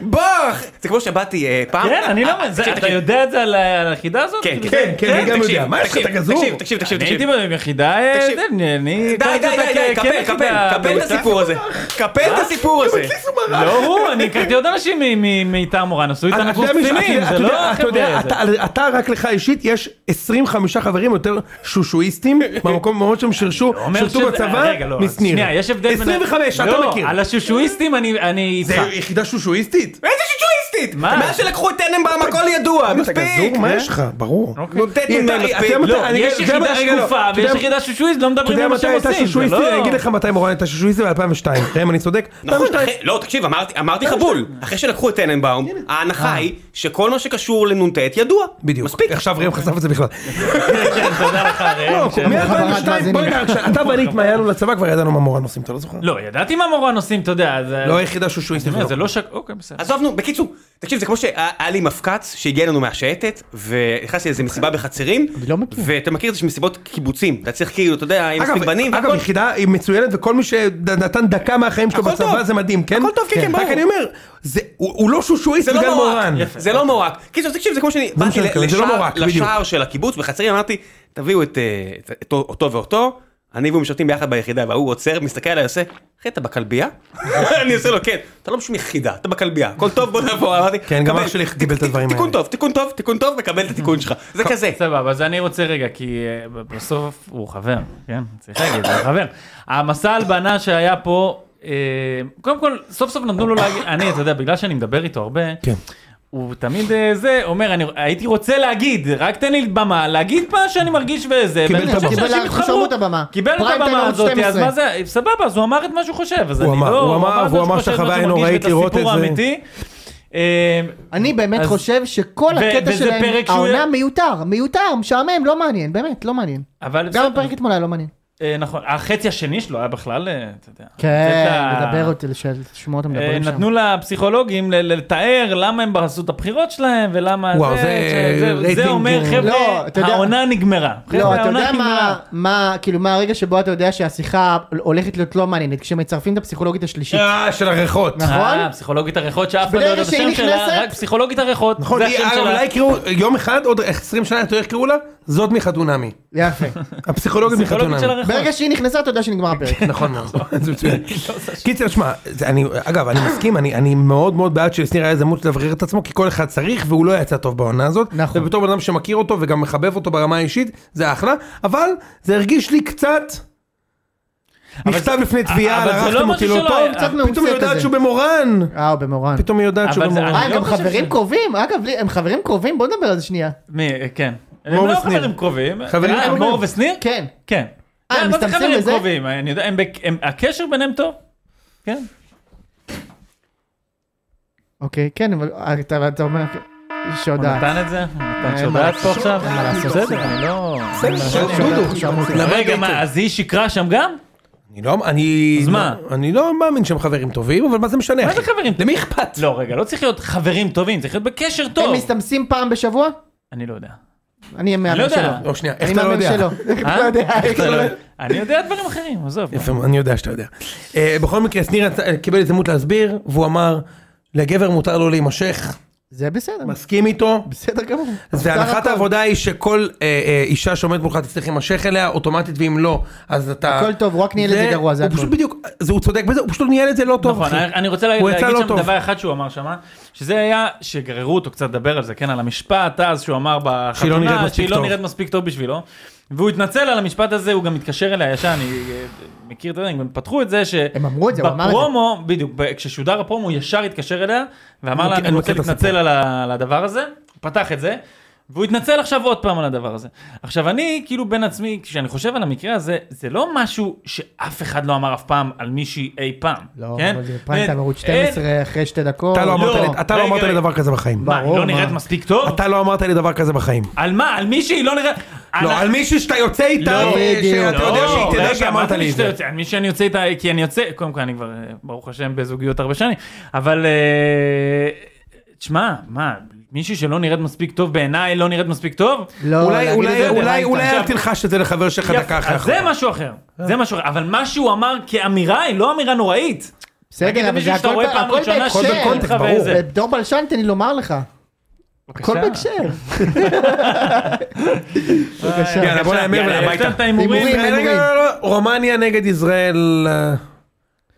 Speaker 4: בוא! אחי. זה כמו שבאתי אה, פעם...
Speaker 5: כן, אני לא
Speaker 4: אה,
Speaker 5: מבין, זה-
Speaker 4: תקשיב,
Speaker 5: אתה
Speaker 4: תקשיב.
Speaker 5: יודע את זה על ה- על היחידה הזאת?
Speaker 4: כן,
Speaker 5: כאילו,
Speaker 4: כן,
Speaker 2: כן, אני גם
Speaker 4: תקשיב,
Speaker 2: יודע. מה יש לך, אתה
Speaker 4: תקשיב,
Speaker 2: גזור?
Speaker 4: תקשיב, תקשיב, תקשיב,
Speaker 5: אני
Speaker 4: תקשיב.
Speaker 5: הייתי ביחידה, אה,
Speaker 4: תקשיב.
Speaker 5: זה, אני- אני...
Speaker 4: די, די, די,
Speaker 5: כן,
Speaker 4: די, קפל, קפל, קפל את הסיפור הזה. קפל את הסיפור הזה.
Speaker 5: לא הוא, אני הכרתי עוד אנשים מ- מ- מטעם מורן, עשו
Speaker 2: אתה-
Speaker 5: איתנו
Speaker 2: אתה יודע,
Speaker 5: קורסטינים,
Speaker 2: אתה
Speaker 5: זה
Speaker 2: יודע,
Speaker 5: לא
Speaker 2: אתה יודע,
Speaker 5: החבר'ה הזה.
Speaker 2: אתה- אתה רק לך אישית, יש 25 חברים יותר שושואיסטים במקום מאוד שהם שרשו,
Speaker 5: לא אומר
Speaker 2: שירתו
Speaker 5: שזה-
Speaker 2: בצבא,
Speaker 5: רגע, לא,
Speaker 2: משניר.
Speaker 5: שנייה, יש הבדל בין...
Speaker 2: 25, אתה
Speaker 5: לא,
Speaker 2: מכיר.
Speaker 5: על השושואיסטים אני- אני
Speaker 2: זה
Speaker 5: איתך.
Speaker 2: יחידה שושואיסטית?
Speaker 4: איזה שיצואיסטית!
Speaker 5: מה?
Speaker 4: מאז שלקחו את טננבאום הכל ידוע,
Speaker 2: אתה גזור?
Speaker 4: מספיק!
Speaker 5: אה?
Speaker 2: מה יש לך? ברור.
Speaker 5: אוקיי.
Speaker 4: נ"ט נ"מ,
Speaker 2: אתם-
Speaker 4: מספיק.
Speaker 2: אתם-
Speaker 4: לא,
Speaker 5: לא,
Speaker 2: אני-
Speaker 5: יש
Speaker 2: זה-
Speaker 5: יחידה
Speaker 2: רגע, לא.
Speaker 5: שקופה
Speaker 2: אתה יודע-
Speaker 5: ויש יחידה שושואיסט, לא
Speaker 2: אתה
Speaker 5: מדברים
Speaker 2: יודע
Speaker 5: על מה
Speaker 2: מתי
Speaker 5: שהם
Speaker 2: הייתה
Speaker 5: עושים. זה
Speaker 2: שושואיסטית?
Speaker 5: לא-
Speaker 2: אני אגיד לך מתי מורן הייתה שושואיסטית ב-2002. ראם, אני צודק?
Speaker 4: נכון,
Speaker 2: 2002.
Speaker 4: אחרי- לא, תקשיב, אמרתי- אמרתי לך בול. אחרי שלקחו את טננבאום, ההנחה היא שכל מה שקשור לנ"ט ידוע.
Speaker 2: אה. בדיוק.
Speaker 4: מספיק.
Speaker 2: עכשיו ראם חשף את זה בכלל.
Speaker 5: כן, תודה לך, ראם. ש-
Speaker 2: מ-2002, בוא נראה, כשאתה ואני התמיינו לצבא כבר ידענו מה מורן עושים, אתה לא זוכר?
Speaker 5: לא, ידעתי מה מורן עושים, אתה יודע, זה...
Speaker 2: לא היחידה שושואיסטית.
Speaker 5: אתה אומר, זה לא שק... אוקיי, בסדר.
Speaker 4: עזוב נו, בקיצור, תקשיב, זה כמו שהיה לי מפקץ שהגיע אלינו מהשייטת, ונכנסתי לאיזה מסיבה בחצרים,
Speaker 1: אני לא מכיר.
Speaker 4: ואתה מכיר את זה שמסיבות קיבוצים, אתה צריך כאילו, אתה יודע, עם
Speaker 2: אגב,
Speaker 4: מספיק בנים,
Speaker 2: אגב,
Speaker 4: והכל-
Speaker 2: יחידה היא מצוינת, וכל מי שנתן דקה מהחיים שלו
Speaker 4: הכל טוב.
Speaker 2: בצבא זה מדהים, כן?
Speaker 4: הכל טוב, כן, כן,
Speaker 2: רק
Speaker 4: ברור.
Speaker 2: אני אומר, זה- הוא הוא לא שושואיסט
Speaker 4: זה לא
Speaker 2: בגלל
Speaker 4: מורק,
Speaker 2: מורן.
Speaker 4: זה לא מורק. קיצור, תקשיב, זה כמו שאני
Speaker 2: מה
Speaker 4: באתי
Speaker 2: שאני מתכוון, זה לא
Speaker 4: לשער-
Speaker 2: מורק, בדיוק.
Speaker 4: לשער של הקיבוץ בחצרים, אמרתי, תביאו את אה, את- את אותו ואותו, אני והוא משרתים ביחד ביחידה, וההוא עוצר, מסתכל עליי, עושה, אחי, אתה בכלבייה? *laughs* אני עושה לו, כן, אתה לא בשום יחידה, אתה בכלבייה, הכל טוב, בוא נעבור, אמרתי,
Speaker 2: כן, גם
Speaker 4: "קבל,
Speaker 2: אח שלי
Speaker 4: ת-
Speaker 2: קיבל את
Speaker 4: ת-
Speaker 2: הדברים
Speaker 4: תיקון
Speaker 2: האלה."
Speaker 4: טוב, תיקון טוב, תיקון טוב, מקבל את התיקון שלך, זה כזה.
Speaker 5: סבבה, אז אני רוצה רגע, כי אה, ב- בסוף הוא חבר, כן? צריך להגיד, הוא חבר. המסע הלבנה שהיה פה, אה, קודם כל, סוף סוף נתנו לו להגיד, אני, אתה יודע, בגלל שאני מדבר איתו הרבה,
Speaker 2: כן.
Speaker 5: הוא תמיד אה, זה, אומר, אני הייתי רוצה להגיד, רק תן לי במה, להגיד מה שאני מרגיש וזה.
Speaker 2: קיבל
Speaker 5: ואני
Speaker 2: את
Speaker 5: חושב
Speaker 2: הבמה.
Speaker 5: שאנשים
Speaker 1: קיבל-
Speaker 5: יתחברו.
Speaker 1: שמעו את הבמה.
Speaker 5: קיבל את
Speaker 1: פריים טיים
Speaker 5: הבמה
Speaker 1: ערוץ
Speaker 5: הזאת, אז
Speaker 1: 12.
Speaker 5: מה זה, סבבה, אז הוא אמר את מה שהוא חושב, אז אני
Speaker 2: הוא
Speaker 5: לא,
Speaker 2: אמר, הוא אמר,
Speaker 5: את מה
Speaker 2: והוא
Speaker 5: שהוא
Speaker 2: אמר
Speaker 5: חושב, את מה
Speaker 2: שהחוויה
Speaker 5: שהוא
Speaker 2: היא
Speaker 5: מרגיש
Speaker 2: נוראית
Speaker 5: ואת
Speaker 2: לראות
Speaker 5: הסיפור
Speaker 2: את זה.
Speaker 5: האמיתי. אה,
Speaker 1: אני באמת
Speaker 5: אז-
Speaker 1: חושב שכל
Speaker 5: ו-
Speaker 1: הקטע
Speaker 5: וזה
Speaker 1: שלהם,
Speaker 5: פרק שהוא-
Speaker 1: העונה מיותר, מיותר, משעמם, לא מעניין, באמת, לא מעניין.
Speaker 5: אבל
Speaker 1: גם
Speaker 5: בסדר,
Speaker 1: הפרק אתמול היה לא מעניין.
Speaker 5: אה, נכון, החצי השני שלו היה בכלל, אה, אתה יודע.
Speaker 1: כן,
Speaker 5: הקטע-
Speaker 1: מדבר אותי, לשאול- לשמוע אותם
Speaker 5: אה,
Speaker 1: מדברים שם.
Speaker 5: נתנו לפסיכולוגים ל- ל- לתאר למה הם עשו את הבחירות שלהם ולמה
Speaker 2: וואו,
Speaker 5: זה,
Speaker 2: זה
Speaker 5: שזה-
Speaker 2: רייטינג,
Speaker 5: זה אומר
Speaker 1: לא,
Speaker 2: אה,
Speaker 5: חבר'ה,
Speaker 1: אתה יודע-
Speaker 5: העונה נגמרה.
Speaker 1: לא,
Speaker 5: חבר'ה,
Speaker 1: אתה
Speaker 5: העונה
Speaker 1: יודע
Speaker 5: נגמרה.
Speaker 1: מה, מה, כאילו, מה הרגע שבו אתה יודע שהשיחה הולכת להיות לא מעניינת, כשמצרפים את הפסיכולוגית השלישית.
Speaker 2: אה, של הריחות.
Speaker 1: נכון.
Speaker 5: אה, פסיכולוגית הריחות שאף אחד לא
Speaker 1: ברגע
Speaker 5: יודע את
Speaker 1: שהיא
Speaker 5: השם שלה,
Speaker 1: נכנסת-
Speaker 5: רק פסיכולוגית הריחות,
Speaker 2: נכון,
Speaker 5: זה
Speaker 2: היא-
Speaker 5: השם
Speaker 2: אגב,
Speaker 5: שלה.
Speaker 2: אולי יקראו יום אחד, עוד 20 שנה יותר יקראו לה, זאת מחתונמי.
Speaker 1: יפה.
Speaker 2: הפסיכולוגית
Speaker 5: פסיכולוגית של
Speaker 2: מחתונמי.
Speaker 5: הריחות.
Speaker 1: ברגע שהיא נכנסה, אתה יודע שנגמר
Speaker 5: *laughs*
Speaker 1: הפרק.
Speaker 2: נכון מאוד, זה מצוין.
Speaker 5: לא,
Speaker 2: קיצר, שמע, זה- אני- אגב, אני מסכים, אני אני מאוד מאוד בעד שלשניר היה הזדמנות לברר את עצמו, כי כל אחד צריך, והוא לא יצא טוב בעונה הזאת.
Speaker 1: נכון.
Speaker 2: ובתור בן אדם שמכיר אותו וגם מחבב אותו ברמה האישית, זה אחלה, אבל זה הרגיש לי קצת... מכתב לפני תביעה,
Speaker 5: אבל זה לא
Speaker 2: ערכתם אותי
Speaker 5: משהו
Speaker 2: לא
Speaker 5: שלא
Speaker 2: טוב,
Speaker 5: היה-
Speaker 1: קצת
Speaker 2: פתאום
Speaker 1: מעושה
Speaker 2: היא יודעת
Speaker 1: כזה.
Speaker 2: שהוא במורן,
Speaker 1: אה, הוא במורן.
Speaker 2: פתאום היא יודעת שהוא
Speaker 5: אבל זה-
Speaker 2: במורן.
Speaker 1: אה,
Speaker 5: אני
Speaker 1: הם
Speaker 5: לא
Speaker 1: גם
Speaker 5: חושב
Speaker 1: חברים
Speaker 5: ש-
Speaker 1: קרובים, אגב, לי- הם חברים קרובים, בוא נדבר על זה שנייה.
Speaker 5: מי- כן.
Speaker 2: מור
Speaker 5: הם לא
Speaker 2: ושניר.
Speaker 5: חברים קרובים.
Speaker 2: חברים
Speaker 5: אה,
Speaker 2: קרובים.
Speaker 5: מור ושניר?
Speaker 1: כן.
Speaker 5: כן.
Speaker 1: אה, הם
Speaker 5: מה זה
Speaker 1: מסתמסים
Speaker 5: חברים
Speaker 1: בזה?
Speaker 5: קרובים? אני יודע, הם בק- הם- הקשר ביניהם טוב. כן.
Speaker 1: אוקיי, כן, אבל אה, אתה אתה אומר
Speaker 5: הוא
Speaker 1: שהודעה.
Speaker 5: נתן את זה? הוא נתן
Speaker 1: מה
Speaker 5: שהודעת פה
Speaker 1: לעשות,
Speaker 5: עכשיו?
Speaker 1: אין מה לעשות.
Speaker 5: בסדר, אני לא...
Speaker 2: בסדר, דודו,
Speaker 1: שאמרו אותי.
Speaker 2: למד
Speaker 5: רגע,
Speaker 2: היטב.
Speaker 5: מה, אז היא שיקרה שם גם?
Speaker 2: אני לא, אני...
Speaker 5: אז מה?
Speaker 2: אני לא מאמין שהם חברים טובים, אבל מה זה משנה?
Speaker 5: מה
Speaker 2: אחי?
Speaker 5: זה חברים?
Speaker 2: למי אכפת?
Speaker 5: לא, רגע, לא צריך להיות חברים טובים, צריך להיות בקשר
Speaker 1: הם
Speaker 5: טוב.
Speaker 1: מסתמסים פעם בשבוע?
Speaker 5: אני לא יודע.
Speaker 1: אני
Speaker 5: אני לא
Speaker 1: מהמר שלא.
Speaker 5: יודע.
Speaker 2: לא, שנייה, *laughs* איך
Speaker 1: אני
Speaker 2: אתה לא
Speaker 1: מהמר שלא.
Speaker 2: יודע?
Speaker 5: אה?
Speaker 1: לא יודע, איך אתה לא יודע.
Speaker 5: אני יודע דברים אחרים, עזוב.
Speaker 2: יפה, אני יודע שאתה יודע. אה, בכל מקרה, שניר רצה- אה, קיבל הזדמנות להסביר, והוא אמר, לגבר מותר לו להימשך,
Speaker 1: זה בסדר,
Speaker 2: מסכים איתו.
Speaker 1: בסדר גמור. מותר
Speaker 2: והנחת
Speaker 1: הכל.
Speaker 2: העבודה היא שכל אה, אה, אישה שעומדת מולך תצטרך להימשך אליה אוטומטית, ואם לא, אז אתה...
Speaker 1: הכל טוב, הוא רק ניהל את זה גרוע, זה
Speaker 2: הוא
Speaker 1: הכל.
Speaker 2: פשוט בדיוק, זה- הוא צודק בזה, הוא פשוט ניהל את זה לא טוב,
Speaker 5: נכון,
Speaker 2: אחי.
Speaker 5: אני רוצה לה-
Speaker 2: הוא יצא
Speaker 5: להגיד
Speaker 2: לא
Speaker 5: שם
Speaker 2: טוב.
Speaker 5: דבר אחד שהוא אמר שמה, שזה היה שגררו אותו קצת לדבר על זה, כן, על המשפט אז שהוא אמר
Speaker 2: שהיא לא נראית
Speaker 5: בחתונה,
Speaker 2: מספיק
Speaker 5: שהיא לא
Speaker 2: טוב.
Speaker 5: נראית מספיק טוב בשבילו, והוא התנצל על המשפט הזה, הוא גם התקשר אליה ישר, אני אה, מכיר את זה, הם גם פתחו את זה, ש...
Speaker 1: הם אמרו את זה, הוא אמר את זה.
Speaker 5: בפרומו, בדיוק, ב- כששודר הפרומו הוא ישר התקשר אליה, ואמר לה
Speaker 2: מכיר-
Speaker 5: אני
Speaker 2: אני
Speaker 5: רוצה
Speaker 2: מכיר את
Speaker 5: להתנצל על ה- על הדבר הזה, הוא פתח את זה. והוא התנצל עכשיו עוד פעם על הדבר הזה. עכשיו אני, כאילו בין עצמי, כשאני חושב על המקרה הזה, זה לא משהו שאף אחד לא אמר אף פעם על מישהי אי פעם.
Speaker 1: לא,
Speaker 5: כן?
Speaker 1: אבל זה פריים
Speaker 5: אין-
Speaker 1: טיים ערוץ
Speaker 5: אין-
Speaker 1: 12 אחרי שתי דקות.
Speaker 2: אתה לא אמרת לי- אתה לא
Speaker 5: רגע,
Speaker 2: אמרת לי
Speaker 5: רגע.
Speaker 2: דבר כזה בחיים.
Speaker 5: מה, אה, היא
Speaker 1: ברור,
Speaker 5: לא נראית
Speaker 1: מה.
Speaker 5: מספיק טוב?
Speaker 2: אתה לא אמרת לי דבר כזה בחיים.
Speaker 5: על מה? על מישהי היא לא נראית...
Speaker 2: לא, על מישהו שאתה יוצא איתה, אה,
Speaker 5: לא,
Speaker 2: שאתה
Speaker 1: בדיוק.
Speaker 2: יודע שהיא תדע
Speaker 5: רגע, מה
Speaker 2: שאמרת
Speaker 5: זה
Speaker 2: לי את
Speaker 5: שאתה
Speaker 2: זה.
Speaker 5: יוצא? על מי שאני יוצא איתה, כי אני יוצא, קודם כל אני כבר, אה, ברוך השם, בזוגיות הרבה שנים, אבל... אה, תשמע, מה, מישהי שלא נראית מספיק טוב בעיניי לא נראית מספיק טוב?
Speaker 1: לא,
Speaker 2: אולי,
Speaker 1: להגיד את
Speaker 2: אולי,
Speaker 1: זה
Speaker 2: אולי,
Speaker 1: בפריים
Speaker 2: אולי
Speaker 1: טיים.
Speaker 2: אל תלחש את זה לחבר שלך דקה
Speaker 5: יפה,
Speaker 2: אחרי.
Speaker 5: אז זה משהו אחר, זה משהו אחר, אבל מה שהוא אמר כאמירה היא לא אמירה נוראית. נגיד
Speaker 1: בסדר, אבל
Speaker 5: למישהו
Speaker 1: זה
Speaker 5: שאתה
Speaker 1: הכל
Speaker 5: רואה פעם
Speaker 1: הכל
Speaker 5: ראשונה
Speaker 1: בהקשר.
Speaker 5: שהיא
Speaker 2: הכל בקונטקסט,
Speaker 5: איתך
Speaker 2: ברור.
Speaker 5: וזה.
Speaker 1: בתור בלשן תן לי לומר לך. הכל
Speaker 5: בבקשה.
Speaker 1: בהקשר.
Speaker 5: *laughs* בבקשה.
Speaker 2: יאללה, בוא נהמר
Speaker 5: יאללה,
Speaker 2: ונלך
Speaker 5: יש לנו
Speaker 2: הביתה.
Speaker 5: את ההימורים.
Speaker 1: הימורים.
Speaker 2: רגע, רגע, לא, לא, רומניה נגד ישראל. אה,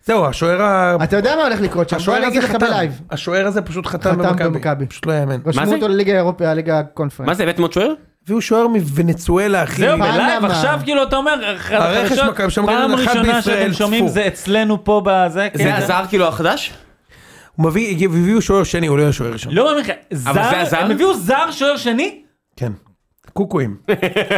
Speaker 2: זהו, השוער ה...
Speaker 1: אתה לא יודע מה הולך לקרות שם? בוא
Speaker 2: השוער
Speaker 1: אני
Speaker 2: הזה
Speaker 1: אגיד לך
Speaker 2: חתם.
Speaker 1: בלייב.
Speaker 2: השוער הזה פשוט חתם
Speaker 1: חתם
Speaker 2: במכבי.
Speaker 1: במכבי.
Speaker 2: פשוט לא יאמן.
Speaker 1: רשמו אותו לליגה האירופית, הליגה הקונפרנס.
Speaker 4: מה זה, הבאת מוד שוער?
Speaker 2: והוא שוער מוונצואלה, אחי.
Speaker 5: זהו,
Speaker 1: פנמה.
Speaker 5: בלייב עכשיו כאילו אתה אומר, אחרי
Speaker 2: הרכש
Speaker 5: החדשות,
Speaker 2: מכבי שאומרים
Speaker 5: פעם
Speaker 2: לנו, אחד
Speaker 5: ראשונה
Speaker 2: בישראל,
Speaker 5: שאתם שומעים
Speaker 2: צפו.
Speaker 5: זה אצלנו פה בזה, כן.
Speaker 4: זה הזר כאילו החדש?
Speaker 2: הוא מביא, הגיע- הביאו שוער שני, הוא לא היה שוער ראשון.
Speaker 5: לא מאמין לך,
Speaker 4: זה
Speaker 5: זר,
Speaker 4: הזר?
Speaker 5: הם הביאו זר שוער שני?
Speaker 2: כן.
Speaker 1: *laughs*
Speaker 2: קוקויים.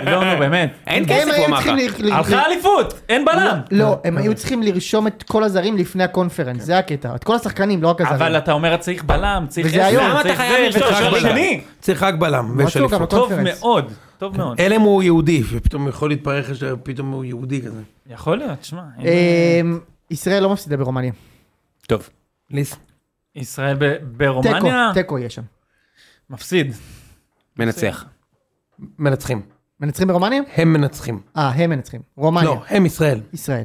Speaker 5: לא, נו באמת.
Speaker 4: אין
Speaker 1: הם
Speaker 4: כסף, הוא
Speaker 1: היו
Speaker 4: אמר
Speaker 1: צריכים...
Speaker 4: לך.
Speaker 1: ל- ל-
Speaker 5: הלכה אליפות, אין בלם.
Speaker 1: לא, הם היו צריכים לרשום את כל הזרים לפני
Speaker 4: כן.
Speaker 1: הקונפרנס, זה הקטע. את כל השחקנים, לא רק הזרים.
Speaker 5: אבל אתה אומר צריך בלם, צריך
Speaker 1: וזה היום,
Speaker 5: למה אתה
Speaker 4: צריך
Speaker 5: חייב
Speaker 4: זה,
Speaker 5: לרשום
Speaker 4: וצריך
Speaker 5: שוער
Speaker 4: בלם.
Speaker 5: שני?
Speaker 2: צריך רק בלם. ויש
Speaker 1: רצו גם
Speaker 2: אליפות.
Speaker 5: טוב
Speaker 1: הקונפרנס.
Speaker 5: מאוד, טוב מאוד.
Speaker 2: אלם הוא יהודי, ופתאום הוא יכול להתפרח, פתאום הוא יהודי כזה.
Speaker 5: יכול להיות, שמע. אם-
Speaker 1: אמ, ישראל לא מפסידה ברומניה.
Speaker 4: טוב.
Speaker 2: ליס.
Speaker 5: ישראל ב-
Speaker 1: תיקו,
Speaker 5: ברומניה,
Speaker 1: תיקו יש שם.
Speaker 5: מפסיד.
Speaker 4: מנצח.
Speaker 2: מנצחים.
Speaker 1: מנצחים ברומניה?
Speaker 2: הם מנצחים.
Speaker 1: אה, הם מנצחים. רומניה.
Speaker 2: לא, הם ישראל.
Speaker 1: ישראל.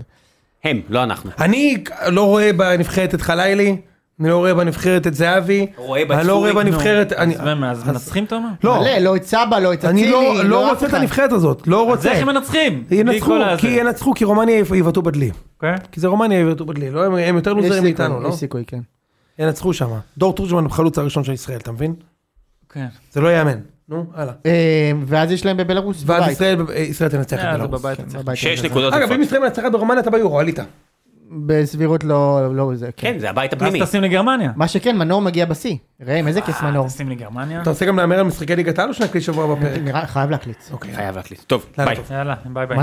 Speaker 4: הם, לא אנחנו.
Speaker 2: אני לא רואה בנבחרת את חלילי, אני לא רואה בנבחרת את זהבי,
Speaker 4: רואה
Speaker 2: אני לא
Speaker 4: בסורי,
Speaker 2: רואה בנבחרת, אני-
Speaker 5: אז- אז מנצחים אתה אומר?
Speaker 2: לא,
Speaker 1: מלא, לא את סבא, לא את
Speaker 2: אני
Speaker 1: אצילי,
Speaker 2: לא- לא
Speaker 1: אף
Speaker 2: רוצה את
Speaker 1: אחד.
Speaker 2: הנבחרת הזאת, לא
Speaker 5: אז
Speaker 2: רוצה.
Speaker 5: איך הם מנצחים? בלי
Speaker 2: ינצחו,
Speaker 5: כל הזה.
Speaker 2: כי ינצחו, כי רומניה יב- יבעטו בדלי.
Speaker 5: אוקיי.
Speaker 2: כי זה רומניה יבעטו בדלי, לא? הם- הם יותר
Speaker 1: יש
Speaker 2: לוזרים
Speaker 1: סיכוי,
Speaker 2: מאיתנו, לא?
Speaker 1: יש סיכוי, כן.
Speaker 2: ינצחו שם. דור תורג'מן בחלוץ הראשון של ישראל, אתה מבין?
Speaker 5: כן.
Speaker 2: זה לא ייאמן. נו, הלאה.
Speaker 1: אמ, ואז יש להם בבלארוס
Speaker 2: ואז
Speaker 1: בבית. כן,
Speaker 2: ישראל- ישראל תנצח
Speaker 5: אה,
Speaker 2: את
Speaker 5: זה
Speaker 2: בלרוס.
Speaker 5: בבית אצלך.
Speaker 1: בבית
Speaker 4: שש
Speaker 1: הזה.
Speaker 4: נקודות.
Speaker 2: אגב, אם ישראל מנצחת ברומניה אתה ביורו, עלית.
Speaker 1: בסבירות לא, לא זה, כן.
Speaker 4: כן, זה הבית
Speaker 5: אז
Speaker 4: הפנימי.
Speaker 5: טסים לגרמניה.
Speaker 1: מה שכן, מנור מגיע בשיא. ראם, איזה כיף מנור.
Speaker 5: טסים לגרמניה.
Speaker 2: אתה רוצה גם להמר על משחקי ליגת העל או שנקליט שבוע בפרק?
Speaker 1: נראה, חייב להקליט.
Speaker 2: אוקיי.
Speaker 4: חייב להקליט. טוב,
Speaker 2: לילה
Speaker 4: ביי.
Speaker 2: טוב.
Speaker 5: יאללה, ביי ביי.